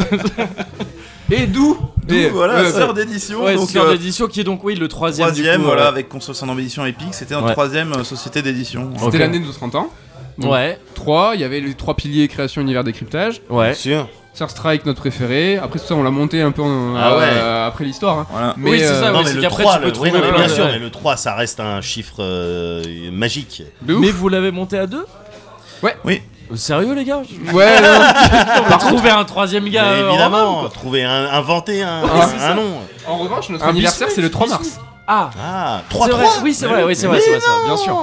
Speaker 3: et d'où
Speaker 2: Donc, voilà,
Speaker 3: euh,
Speaker 2: sœur d'édition.
Speaker 1: Ouais,
Speaker 2: donc,
Speaker 1: c'est
Speaker 2: euh,
Speaker 1: d'édition qui est donc, oui, le troisième. du
Speaker 2: troisième,
Speaker 1: coup, euh,
Speaker 2: voilà, avec Consortium d'édition Epic, c'était notre
Speaker 1: Ouais.
Speaker 2: troisième euh, société d'édition.
Speaker 3: C'était
Speaker 1: Ok.
Speaker 3: l'année de nos 30 ans.
Speaker 1: euh, Ouais,
Speaker 3: 3, il y avait les trois piliers création, univers, décryptage.
Speaker 1: ouais.
Speaker 6: Bien sûr.
Speaker 3: Sir Strike, notre préféré. Après tout ça, on l'a monté un peu en-
Speaker 6: Ah ouais.
Speaker 3: euh, après l'histoire. hein.
Speaker 2: Voilà.
Speaker 3: Mais,
Speaker 1: oui, c'est
Speaker 3: euh,
Speaker 1: ça,
Speaker 6: Non,
Speaker 1: oui,
Speaker 6: mais
Speaker 1: c'est
Speaker 6: le
Speaker 1: qu'après
Speaker 6: 3,
Speaker 1: tu
Speaker 6: le...
Speaker 1: peux
Speaker 6: oui,
Speaker 1: trouver
Speaker 6: non, mais
Speaker 1: plein
Speaker 6: bien
Speaker 1: de-
Speaker 6: sûr,
Speaker 1: ouais.
Speaker 6: mais le 3, ça reste un chiffre euh, magique.
Speaker 3: de ouf.
Speaker 1: Mais vous l'avez monté à deux
Speaker 3: Ouais.
Speaker 2: Oui.
Speaker 1: Euh, Sérieux, les gars [laughs]
Speaker 3: Ouais, non, non.
Speaker 1: On va trouver un troisième gars.
Speaker 6: Mais
Speaker 1: euh, en
Speaker 6: évidemment,
Speaker 1: Romain, ou quoi
Speaker 6: trouver un, inventer un,
Speaker 3: Ah,
Speaker 6: un-
Speaker 3: c'est
Speaker 6: un nom.
Speaker 3: En revanche, notre
Speaker 1: Un
Speaker 3: anniversaire,
Speaker 1: biscuit,
Speaker 3: c'est le 3
Speaker 1: biscuit.
Speaker 3: mars.
Speaker 1: Ah,
Speaker 6: Ah,
Speaker 1: c'est vrai,
Speaker 6: 3-3
Speaker 1: oui, c'est vrai, oui, c'est vrai, c'est vrai, c'est vrai, bien sûr,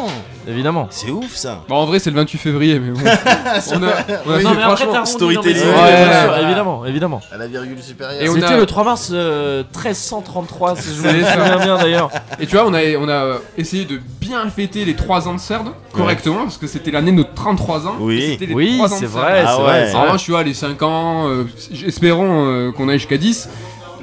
Speaker 1: évidemment.
Speaker 6: C'est ouf ça.
Speaker 3: Bon, Bah, en vrai, c'est le 28
Speaker 1: [laughs]
Speaker 3: février, mais bon. on a, on a
Speaker 1: Non,
Speaker 3: dit,
Speaker 1: mais après,
Speaker 3: franchement.
Speaker 1: t'as
Speaker 2: storytelling.
Speaker 1: Ouais,
Speaker 3: Ouais,
Speaker 1: bien sûr,
Speaker 6: voilà.
Speaker 1: évidemment, évidemment.
Speaker 6: À la virgule supérieure.
Speaker 3: Et on
Speaker 1: C'était
Speaker 3: a-
Speaker 1: le 3 mars euh, 1333, si je me
Speaker 3: C'est ça.
Speaker 1: souviens bien d'ailleurs.
Speaker 3: Et tu vois, on a, on a euh, essayé de bien fêter les 3 ans de CERD correctement, parce que c'était l'année de nos 33 ans.
Speaker 6: Oui.
Speaker 3: et c'était les
Speaker 1: Oui,
Speaker 3: 3 ans de
Speaker 1: c'est
Speaker 3: CERD.
Speaker 1: vrai,
Speaker 6: Ah
Speaker 1: c'est
Speaker 6: ouais.
Speaker 1: vrai. c'est
Speaker 3: En
Speaker 1: vrai.
Speaker 3: revanche, tu vois, les 5 ans, euh, espérons euh, qu'on aille jusqu'à 10.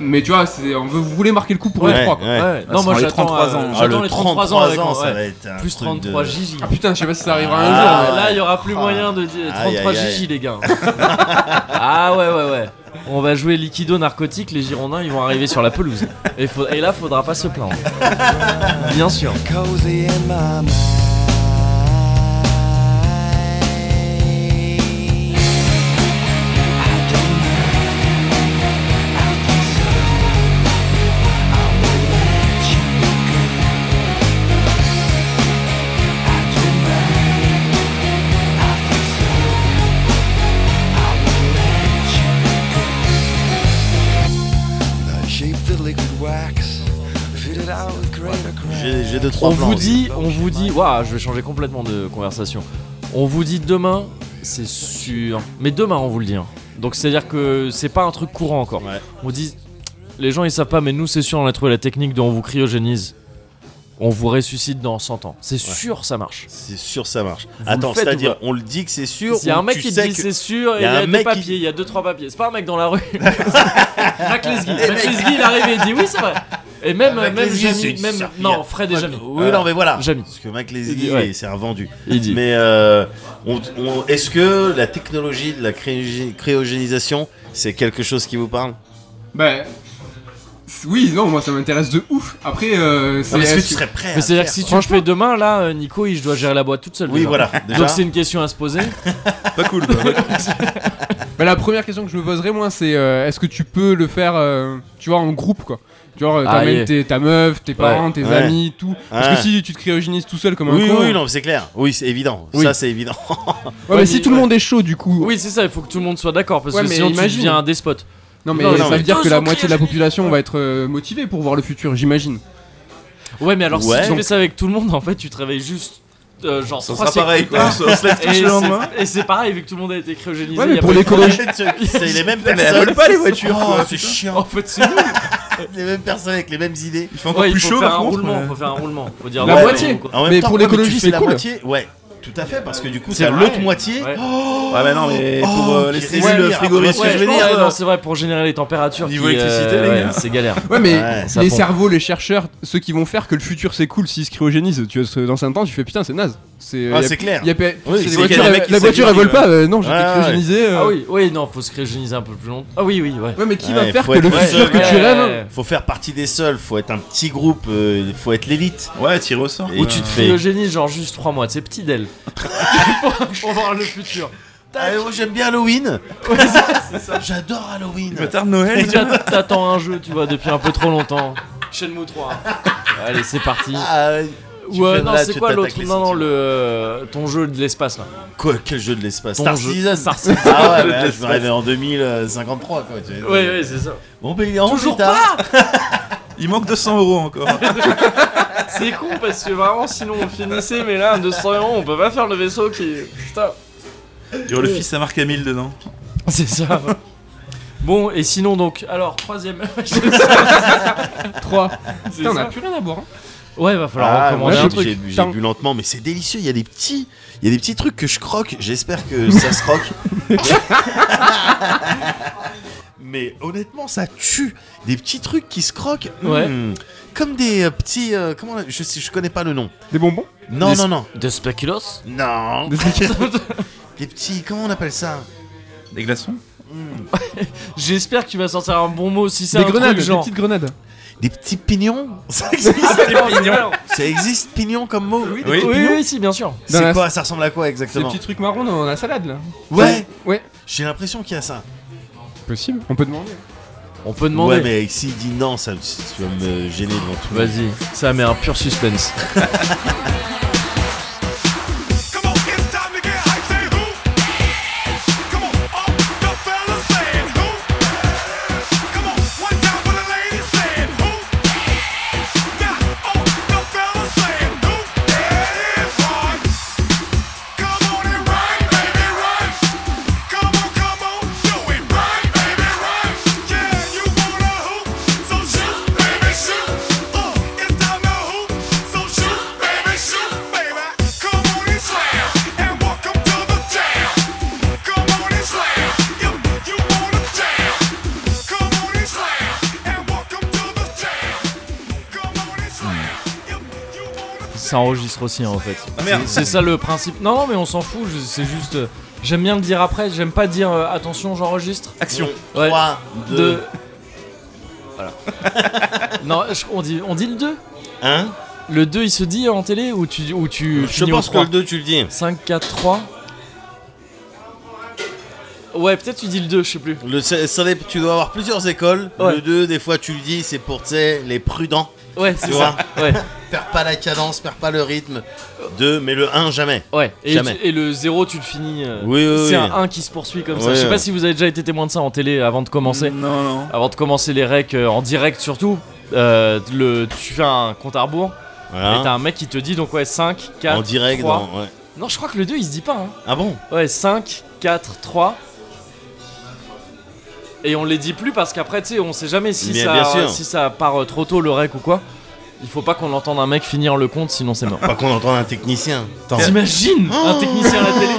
Speaker 3: Mais tu vois, c'est- on veut, vous voulez marquer le coup pour les
Speaker 6: Ouais,
Speaker 3: 3 quoi.
Speaker 6: ouais.
Speaker 1: Ouais,
Speaker 2: Ah,
Speaker 1: Non, moi
Speaker 2: c'est dans les
Speaker 1: j'attends
Speaker 2: 33 ans.
Speaker 1: euh,
Speaker 2: Ah,
Speaker 6: Ah,
Speaker 1: j'attends
Speaker 6: le
Speaker 1: les 33 ans
Speaker 6: 33
Speaker 1: avec
Speaker 6: ans,
Speaker 1: moi,
Speaker 6: ça
Speaker 1: ouais.
Speaker 6: va être un
Speaker 1: Plus
Speaker 6: truc
Speaker 1: 33
Speaker 6: de...
Speaker 1: gigi.
Speaker 3: Ah putain, je sais pas si ça arrivera un jour.
Speaker 1: Ah,
Speaker 6: ouais.
Speaker 1: là, il y aura plus
Speaker 6: Ah.
Speaker 1: moyen de dire
Speaker 6: Aïe,
Speaker 1: 33
Speaker 6: aïe, aïe.
Speaker 1: gigi, les
Speaker 6: [laughs]
Speaker 1: gars. ah ouais, ouais, ouais. On va jouer liquido narcotique, les Girondins ils vont arriver sur la pelouse. Et, faut- et là, faudra pas se plaindre. Bien sûr.
Speaker 7: cozy in my mind. I don't mind. I feel so. I won't let you go. I don't mind. I feel so. I won't let you go. I shaped the liquid wax, fitted out with greater craft.
Speaker 6: J'ai j'ai deux trois
Speaker 1: On
Speaker 6: plans.
Speaker 1: vous dit, on vous dit, waouh, je vais changer complètement de conversation. On vous dit demain, c'est sûr. Mais demain, on vous le dit. hein. Donc c'est-à-dire que c'est pas un truc courant encore.
Speaker 6: Ouais.
Speaker 1: On dit, les gens ils savent pas, mais nous c'est sûr, on a trouvé la technique dont on vous cryogénise. On vous ressuscite dans 100 ans. C'est sûr, ça marche.
Speaker 6: C'est sûr, ça marche.
Speaker 1: le
Speaker 6: Attends,
Speaker 1: faites ou
Speaker 6: c'est-à-dire,
Speaker 1: pas
Speaker 6: on le dit que c'est sûr.
Speaker 1: Il y a
Speaker 6: ou
Speaker 1: un mec
Speaker 6: tu
Speaker 1: qui te
Speaker 6: sais
Speaker 1: dit
Speaker 6: que-
Speaker 1: c'est sûr, et il y a,
Speaker 6: un
Speaker 1: des
Speaker 6: mec qui-
Speaker 1: papiers, il y a deux trois papiers. C'est pas un mec dans la rue. Mac Lesguy. Mac Lesguy, il arrive et il dit oui, c'est vrai. Et même,
Speaker 6: Mac
Speaker 1: même
Speaker 6: Lesguy, c'est
Speaker 1: Jamy,
Speaker 6: une
Speaker 1: même
Speaker 6: serpillère.
Speaker 1: non, Fred et Jamy.
Speaker 6: Oui, non, mais voilà.
Speaker 1: Jamy.
Speaker 6: Parce que Mac
Speaker 1: Il dit, ouais.
Speaker 6: c'est un vendu.
Speaker 1: Il dit.
Speaker 6: Mais euh, on- on- est-ce que la technologie de la cryogé- cryogénisation, c'est quelque chose qui vous parle
Speaker 3: Bah. Oui, non, moi ça m'intéresse de ouf. Après, euh,
Speaker 6: Non,
Speaker 3: c'est.
Speaker 6: mais Est-ce que
Speaker 3: est-ce
Speaker 6: tu serais prêt à
Speaker 1: Mais c'est-à-dire
Speaker 6: faire
Speaker 1: que si
Speaker 6: ça
Speaker 1: tu le fais demain, là, euh, Nico, il doit gérer la boîte toute seule.
Speaker 6: Oui,
Speaker 1: déjà.
Speaker 6: voilà. Déjà.
Speaker 1: Donc c'est une question à se poser.
Speaker 2: Pas cool, quoi.
Speaker 3: Bah, la première question que je me poserais, moi, c'est euh, est-ce que tu peux le faire, euh, tu vois, en groupe quoi Tu vois, euh,
Speaker 1: Ah,
Speaker 3: t'amènes
Speaker 1: yeah.
Speaker 3: tes- ta meuf, tes parents, tes
Speaker 6: ouais.
Speaker 3: amis, tout. Parce
Speaker 6: Ouais.
Speaker 3: que si tu te cryogénises tout seul comme un
Speaker 6: Oui,
Speaker 3: con.
Speaker 6: oui, non, mais c'est clair. Oui, c'est évident.
Speaker 3: Oui.
Speaker 6: Ça,
Speaker 1: [laughs]
Speaker 6: c'est évident.
Speaker 3: Ouais,
Speaker 1: Ouais,
Speaker 3: mais
Speaker 1: mais-
Speaker 3: si tout le monde est chaud, du coup.
Speaker 1: Oui, c'est ça, il faut que tout le monde soit d'accord parce
Speaker 3: Ouais,
Speaker 1: que
Speaker 3: mais
Speaker 1: sinon tu
Speaker 3: imagine.
Speaker 1: deviens un despote.
Speaker 3: Non, mais
Speaker 6: Non, non,
Speaker 3: ça
Speaker 6: mais-
Speaker 3: veut dire que la moitié de la population va être euh, motivée pour voir le futur, j'imagine.
Speaker 1: Ouais, mais alors
Speaker 6: Ouais.
Speaker 1: si tu fais ça avec tout le monde, en fait, tu te réveilles juste euh, genre
Speaker 2: Ça
Speaker 1: trois
Speaker 2: sera pareil, quoi. On se on se lève
Speaker 1: Et
Speaker 2: tous
Speaker 1: c'est-
Speaker 2: le lendemain.
Speaker 1: Et c'est pareil, vu que tout le monde a été cryogénisé.
Speaker 3: Ouais, mais
Speaker 1: y a
Speaker 3: pour
Speaker 1: pas
Speaker 3: les
Speaker 1: eu de
Speaker 6: [laughs]
Speaker 1: problème.
Speaker 6: C'est les mêmes
Speaker 2: Mais elles
Speaker 6: personnes.
Speaker 2: veulent pas les voitures,
Speaker 6: Oh,
Speaker 2: quoi.
Speaker 6: c'est
Speaker 2: putain.
Speaker 6: chiant.
Speaker 1: En fait, c'est nul.
Speaker 6: Les mêmes personnes avec les mêmes idées.
Speaker 2: Il fait encore
Speaker 1: Ouais, il
Speaker 2: plus
Speaker 1: faut
Speaker 2: chaud,
Speaker 1: faire
Speaker 2: par
Speaker 1: un
Speaker 2: contre.
Speaker 1: roulement.
Speaker 2: mais-
Speaker 1: Faut faire un roulement. Faut dire
Speaker 3: La
Speaker 1: ouais,
Speaker 3: moitié.
Speaker 1: mais- quoi.
Speaker 6: En même
Speaker 3: Mais
Speaker 6: temps,
Speaker 3: pour
Speaker 6: comme tu
Speaker 3: l'écologie,
Speaker 6: fais
Speaker 3: c'est
Speaker 6: la
Speaker 3: cool.
Speaker 6: moitié- Ouais, tout à fait, parce que du coup,
Speaker 1: C'est
Speaker 6: t'as
Speaker 1: vrai.
Speaker 6: l'autre moitié.
Speaker 1: Ouais.
Speaker 2: Ouais, mais non, mais pour
Speaker 6: Oh,
Speaker 2: euh, les
Speaker 6: qui
Speaker 2: cellules
Speaker 6: respire.
Speaker 2: frigorifiques,
Speaker 1: Ouais,
Speaker 2: je veux
Speaker 1: ouais,
Speaker 2: dire.
Speaker 1: non, c'est vrai, pour générer les températures.
Speaker 2: Niveau
Speaker 1: qui, euh,
Speaker 2: électricité, les
Speaker 1: ouais,
Speaker 2: gars.
Speaker 1: C'est galère.
Speaker 3: Ouais, mais
Speaker 6: Ouais,
Speaker 1: ça
Speaker 3: les
Speaker 1: pompe.
Speaker 3: cerveaux, les chercheurs, ceux qui vont faire que le futur c'est cool s'ils se cryogénisent, tu vois, ce- dans un temps, tu fais putain, c'est naze. C'est. euh,
Speaker 6: Ah,
Speaker 3: y a-
Speaker 6: c'est clair.
Speaker 3: y a pas-
Speaker 6: Oui,
Speaker 3: c'est des
Speaker 2: c'est qu'il y a
Speaker 3: voitures,
Speaker 2: des
Speaker 3: la-
Speaker 2: mecs qui
Speaker 3: la voiture elle
Speaker 2: s'écrivent,
Speaker 3: vole pas, euh, non, j'ai
Speaker 6: Ouais,
Speaker 3: été
Speaker 6: ouais.
Speaker 3: cryogénisé. euh.
Speaker 1: Ah oui, oui, non, faut se cryogéniser un peu plus longtemps. Ah oui, oui, ouais.
Speaker 3: Ouais, mais qui
Speaker 6: Ouais,
Speaker 3: va faire
Speaker 6: faut
Speaker 3: que
Speaker 6: être-
Speaker 3: le
Speaker 6: ouais,
Speaker 3: futur que
Speaker 1: Ouais.
Speaker 3: tu rêves hein?
Speaker 6: Faut faire partie des seuls, faut être un petit groupe, euh, faut être l'élite.
Speaker 2: Ouais, t'y ressors.
Speaker 6: Et tu te fais.
Speaker 1: Cryogénise, genre juste 3 mois, c'est petit d'elle. pour, pour voir le futur.
Speaker 6: Ah, moi j'aime bien Halloween. [laughs] J'adore Halloween.
Speaker 2: Le tard de Noël.
Speaker 1: Et t'as- T'attends un jeu, tu vois, depuis un peu trop longtemps. Shenmue 3. Allez, c'est parti.
Speaker 6: Ah, tu
Speaker 1: Ou euh,
Speaker 6: fais-
Speaker 1: non,
Speaker 6: là,
Speaker 1: c'est
Speaker 6: tu
Speaker 1: quoi
Speaker 6: t'attaques
Speaker 1: l'autre
Speaker 6: les
Speaker 1: Non, non,
Speaker 6: sentiments.
Speaker 1: le, euh, ton jeu de l'espace là.
Speaker 6: Quoi, quel jeu de l'espace
Speaker 1: Ton
Speaker 6: Star
Speaker 1: jeu.
Speaker 6: Citizen.
Speaker 1: Star Citizen.
Speaker 6: Ah ouais, mais là,
Speaker 2: de
Speaker 6: je vais arriver en 2053 quoi. tu vois.
Speaker 1: Ouais, ouais, c'est ça.
Speaker 6: Bon, ben, il est en
Speaker 1: Toujours
Speaker 6: retard.
Speaker 2: Il manque 200 euros
Speaker 6: [laughs]
Speaker 2: encore.
Speaker 1: C'est con parce que vraiment, sinon on finissait, mais là, 200 euros, on peut pas faire le vaisseau qui. Putain.
Speaker 2: Genre, le fils à Marc Hamill dedans.
Speaker 1: C'est ça. [laughs] Bon, et sinon donc, alors, troisième. [laughs]
Speaker 3: 3.
Speaker 1: C'est
Speaker 3: Putain, on a
Speaker 1: ça.
Speaker 3: plus rien à boire. hein.
Speaker 1: Ouais, va falloir
Speaker 6: Ah, moi,
Speaker 1: recommander un
Speaker 6: j'ai-
Speaker 1: truc.
Speaker 6: j'ai bu- j'ai
Speaker 3: Putain.
Speaker 6: bu lentement, mais c'est délicieux. Il y a des petits, il y a des petits trucs que je croque. J'espère que ça
Speaker 1: [laughs]
Speaker 6: se croque. mais honnêtement, ça tue. Des petits trucs qui se croquent.
Speaker 1: Ouais.
Speaker 6: hmm, comme des euh, petits, euh, comment on- je sais, je connais pas le nom.
Speaker 3: Des bonbons
Speaker 6: Non,
Speaker 1: Des-
Speaker 6: non, non,
Speaker 1: De Speculos
Speaker 6: non.
Speaker 3: Des sneakers
Speaker 6: [laughs] Des petits, comment on appelle ça
Speaker 2: Des glaçons
Speaker 1: J'espère que tu vas sortir un bon mot si c'est
Speaker 3: Des
Speaker 1: un
Speaker 3: grenades,
Speaker 1: truc
Speaker 3: des
Speaker 1: genre.
Speaker 3: petites grenades.
Speaker 6: Des petits pignons. Ça existe,
Speaker 1: [laughs]
Speaker 6: ça existe pignon comme mot.
Speaker 2: Oui.
Speaker 1: Oui, oui, oui, si, bien sûr.
Speaker 6: C'est
Speaker 3: la-
Speaker 6: quoi Ça ressemble à quoi
Speaker 3: Des
Speaker 6: exactement
Speaker 3: petits trucs marrons dans la salade là.
Speaker 6: Ouais.
Speaker 3: Ouais.
Speaker 6: J'ai l'impression qu'il y a ça.
Speaker 3: Possible, on peut demander.
Speaker 1: On peut demander.
Speaker 6: Ouais, mais s'il dit non, ça, tu vas me gêner devant tout le monde.
Speaker 1: Vas-y, ça met un pur suspense.
Speaker 5: Come on, it's time to get hype. Say who? Come on, all the fellas saying who? Come on, one time for the ladies saying who? Now all the fellas saying who? It's one. Come on and run, baby, run. Come on, come on, do it right, baby, right. Yeah, you wanna hoop, so shoot, baby, shoot. Uh, it's time to hoop, so shoot, baby, shoot, baby. Come on and slam, and welcome to the jam. Come on and slam, if you wanna jam. Come on and slam, and welcome to the jam. Come on and slam, if you wanna jam.
Speaker 1: Ça enregistre aussi hein, en fait.
Speaker 2: Ah, merde.
Speaker 1: C'est- C'est ça le principe. Non, non, mais on s'en fout, je- c'est juste. euh, J'aime bien le dire après, j'aime pas dire euh, attention, j'enregistre.
Speaker 2: Action.
Speaker 1: Ouais.
Speaker 6: 3, 2,
Speaker 1: Deux. Voilà. [laughs] non, je- on, dit, on dit le 2
Speaker 6: 1.
Speaker 1: Le 2 il se dit en télé ou tu. Ou tu
Speaker 6: Je pense que le 2, tu le dis.
Speaker 1: 5, 4, 3. Ouais, peut-être tu dis le 2, je sais plus.
Speaker 6: Le, c'est- ça dé- tu dois avoir plusieurs écoles.
Speaker 1: Ouais.
Speaker 6: Le 2, des fois, tu le dis, c'est pour tu sais, les prudents.
Speaker 1: Ouais, c'est
Speaker 6: Tu
Speaker 1: ça. Ouais,
Speaker 6: Perds pas la cadence, perds pas le rythme. 2, mais le 1, jamais.
Speaker 1: ouais. Et,
Speaker 6: Jamais.
Speaker 1: tu- et le 0, tu le finis. euh,
Speaker 6: Oui, oui,
Speaker 1: C'est
Speaker 6: oui.
Speaker 1: un 1 qui se poursuit comme ça.
Speaker 6: Ouais,
Speaker 1: Je sais pas
Speaker 6: ouais.
Speaker 1: si vous avez déjà été témoin de ça en télé avant de commencer.
Speaker 2: Non, non.
Speaker 1: Avant de commencer les recs euh, en direct surtout, euh, le, tu fais un compte à rebours
Speaker 6: Voilà.
Speaker 1: et t'as un mec qui te dit donc ouais 5, 4,
Speaker 6: Hein? en direct.
Speaker 1: 3.
Speaker 6: dans- ouais.
Speaker 1: Non, je crois que le 2 il se dit pas. hein.
Speaker 6: Ah bon
Speaker 1: Ouais, 5, 4, 3. Et on les dit plus parce qu'après, tu sais, on sait jamais si
Speaker 6: Bien- bien
Speaker 1: ça,
Speaker 6: sûr.
Speaker 1: si ça part euh, trop tôt le rec ou quoi. Il faut pas qu'on entende un mec finir le compte, sinon c'est mort.
Speaker 6: [laughs] Pas qu'on entende un technicien. Attends.
Speaker 1: T'imagines un
Speaker 6: Oh.
Speaker 1: technicien à la télé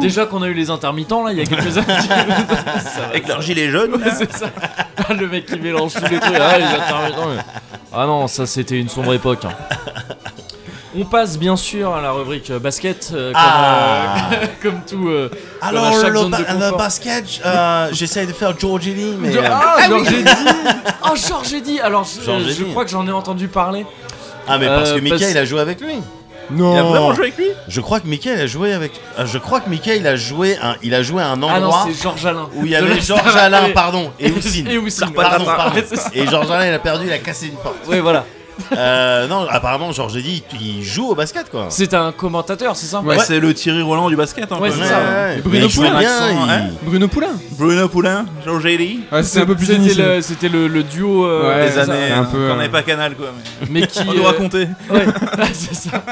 Speaker 1: Déjà qu'on a eu les intermittents là, il y a quelques années. Ça va.
Speaker 2: Avec leur gilet jaune.
Speaker 1: Ouais, [laughs] c'est ça. Ah, le mec qui mélange tous les trucs. Ah, les intermittents, mais- Ah non, ça c'était une sombre époque. hein. On passe bien sûr à la rubrique euh, basket, euh, comme,
Speaker 6: Ah.
Speaker 1: euh, [laughs] comme tout. euh,
Speaker 6: Alors,
Speaker 1: comme à chaque
Speaker 6: le,
Speaker 1: zone de
Speaker 6: ba- le
Speaker 1: confort.
Speaker 6: basket, euh, j'essaye de faire Giorgini, mais. euh,
Speaker 1: Ah, Georges Eddy Oh, Georges Eddy Alors, je,
Speaker 6: Georges
Speaker 1: je
Speaker 6: Eddy.
Speaker 1: crois que j'en ai entendu parler.
Speaker 6: Ah, mais parce
Speaker 1: Euh,
Speaker 6: que Mika,
Speaker 1: parce-
Speaker 6: il a joué avec lui.
Speaker 3: [laughs] Non.
Speaker 2: Il a vraiment joué avec lui
Speaker 6: Oh. Je crois que Mika, il a joué avec. Ah, Je crois que Mika, il a joué un, il a joué à un
Speaker 1: Ah non,
Speaker 6: endroit
Speaker 1: c'est Georges Alain. [laughs]
Speaker 6: où il y
Speaker 1: De
Speaker 6: avait
Speaker 1: la
Speaker 6: Georges
Speaker 1: Star
Speaker 6: Alain,
Speaker 1: Alley.
Speaker 6: pardon, et Oussine.
Speaker 1: Et Oussine.
Speaker 6: Pardon, pardon.
Speaker 1: Ouais, c'est ça.
Speaker 6: Et Georges Alain, il a perdu, il a cassé une porte.
Speaker 1: Ouais, voilà.
Speaker 6: Euh, non, apparemment, Georges a dit, il joue au basket, quoi.
Speaker 1: C'est un commentateur, c'est ça
Speaker 2: Ouais, Bah, c'est le Thierry Roland du basket. hein,
Speaker 1: Ouais,
Speaker 2: quand
Speaker 1: c'est
Speaker 2: même.
Speaker 1: ça.
Speaker 6: ouais.
Speaker 3: Et Bruno
Speaker 6: Mais il joue
Speaker 3: Poulain,
Speaker 6: bien,
Speaker 2: l'accent,
Speaker 6: il-
Speaker 3: Bruno Poulain
Speaker 2: Bruno Poulain, Jean Gély.
Speaker 3: Ouais, Ah, c'est un peu plus
Speaker 1: C'était
Speaker 3: initial.
Speaker 1: le, c'était le, le duo. euh,
Speaker 3: Ouais,
Speaker 2: Des
Speaker 1: c'est ça.
Speaker 2: années,
Speaker 3: un
Speaker 2: un
Speaker 3: peu,
Speaker 2: peu, on
Speaker 3: euh,
Speaker 2: n'avait pas canal quoi. mais-
Speaker 1: [laughs] Mais qui.
Speaker 2: On nous
Speaker 1: euh,
Speaker 2: racontait.
Speaker 1: Ouais, c'est ça.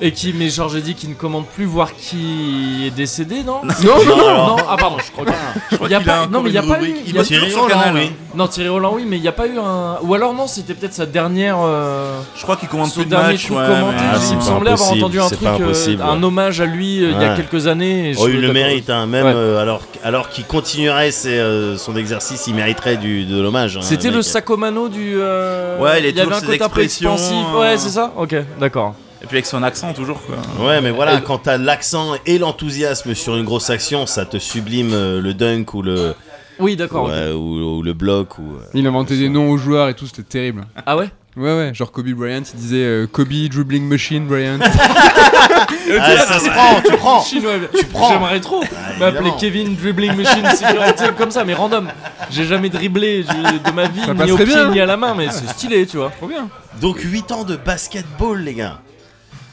Speaker 1: Et qui, mais Georges a dit qu'il ne commande plus, voire qui est décédé, non
Speaker 3: Non, [laughs] non, non.
Speaker 1: Non, ah pardon, je crois pas.
Speaker 2: Je crois
Speaker 1: Il y a
Speaker 2: qu'il
Speaker 1: pas-
Speaker 2: encore
Speaker 1: non, mais il y a
Speaker 2: une
Speaker 1: pas
Speaker 2: rubrique.
Speaker 1: eu- il
Speaker 2: Il
Speaker 1: y a
Speaker 2: bosse toujours
Speaker 6: Thierry
Speaker 2: sur
Speaker 6: Roland,
Speaker 2: Canal.
Speaker 6: oui.
Speaker 1: Non, Thierry Roland, oui, mais il n'y a pas eu un. Ou alors, non, c'était peut-être sa dernière. euh,
Speaker 2: Je crois qu'il commande
Speaker 1: Son
Speaker 2: plus de
Speaker 1: dernier
Speaker 2: matchs.
Speaker 1: truc
Speaker 2: ouais,
Speaker 1: commenté,
Speaker 2: mais-
Speaker 6: Ah,
Speaker 1: il
Speaker 6: c'est
Speaker 1: me
Speaker 6: pas
Speaker 1: semblait avoir
Speaker 6: impossible,
Speaker 1: entendu un
Speaker 6: c'est
Speaker 1: truc,
Speaker 6: pas
Speaker 1: euh,
Speaker 6: impossible.
Speaker 1: un hommage à lui euh, il y a
Speaker 6: Ouais.
Speaker 1: quelques années. et je
Speaker 6: Oh, il
Speaker 1: suis
Speaker 6: le
Speaker 1: d'accord.
Speaker 6: mérite, hein, même
Speaker 1: Ouais.
Speaker 6: euh, alors, alors qu'il continuerait ses, euh, son exercice, il mériterait du, de l'hommage. hein,
Speaker 1: C'était
Speaker 6: mec.
Speaker 1: le Sacomano du. euh,
Speaker 2: Ouais, il est
Speaker 1: y avait
Speaker 2: toujours
Speaker 1: un
Speaker 2: ses
Speaker 1: côté un peu
Speaker 2: expressions,
Speaker 1: expansif.
Speaker 2: euh,
Speaker 1: Ouais, c'est ça Ok, d'accord.
Speaker 2: Et puis avec son accent, toujours. Quoi.
Speaker 6: Ouais, mais voilà, quand t'as l'accent et l'enthousiasme sur une grosse action, ça te sublime euh, le dunk ou le,
Speaker 1: Oui, d'accord. ok.
Speaker 6: ouais, ou, ou le bloc. Ou, euh,
Speaker 3: Il inventait des noms aux joueurs et tout, c'était terrible.
Speaker 1: Ah ouais
Speaker 3: Ouais, ouais, genre Kobe Bryant, il disait euh, Kobe Dribbling Machine Bryant.
Speaker 6: Ah, ça se prend, tu prends.
Speaker 1: Chinois, tu prends. J'aimerais trop m'appeler
Speaker 6: évidemment.
Speaker 1: Kevin Dribbling Machine Security comme ça, mais random. J'ai jamais dribblé j'ai- de ma vie,
Speaker 3: Ça
Speaker 1: ni
Speaker 3: passerait
Speaker 1: au pied,
Speaker 3: bien. hein.
Speaker 1: ni à la main, mais c'est stylé, tu vois.
Speaker 3: Trop bien.
Speaker 6: Donc 8 ans de basketball, les gars.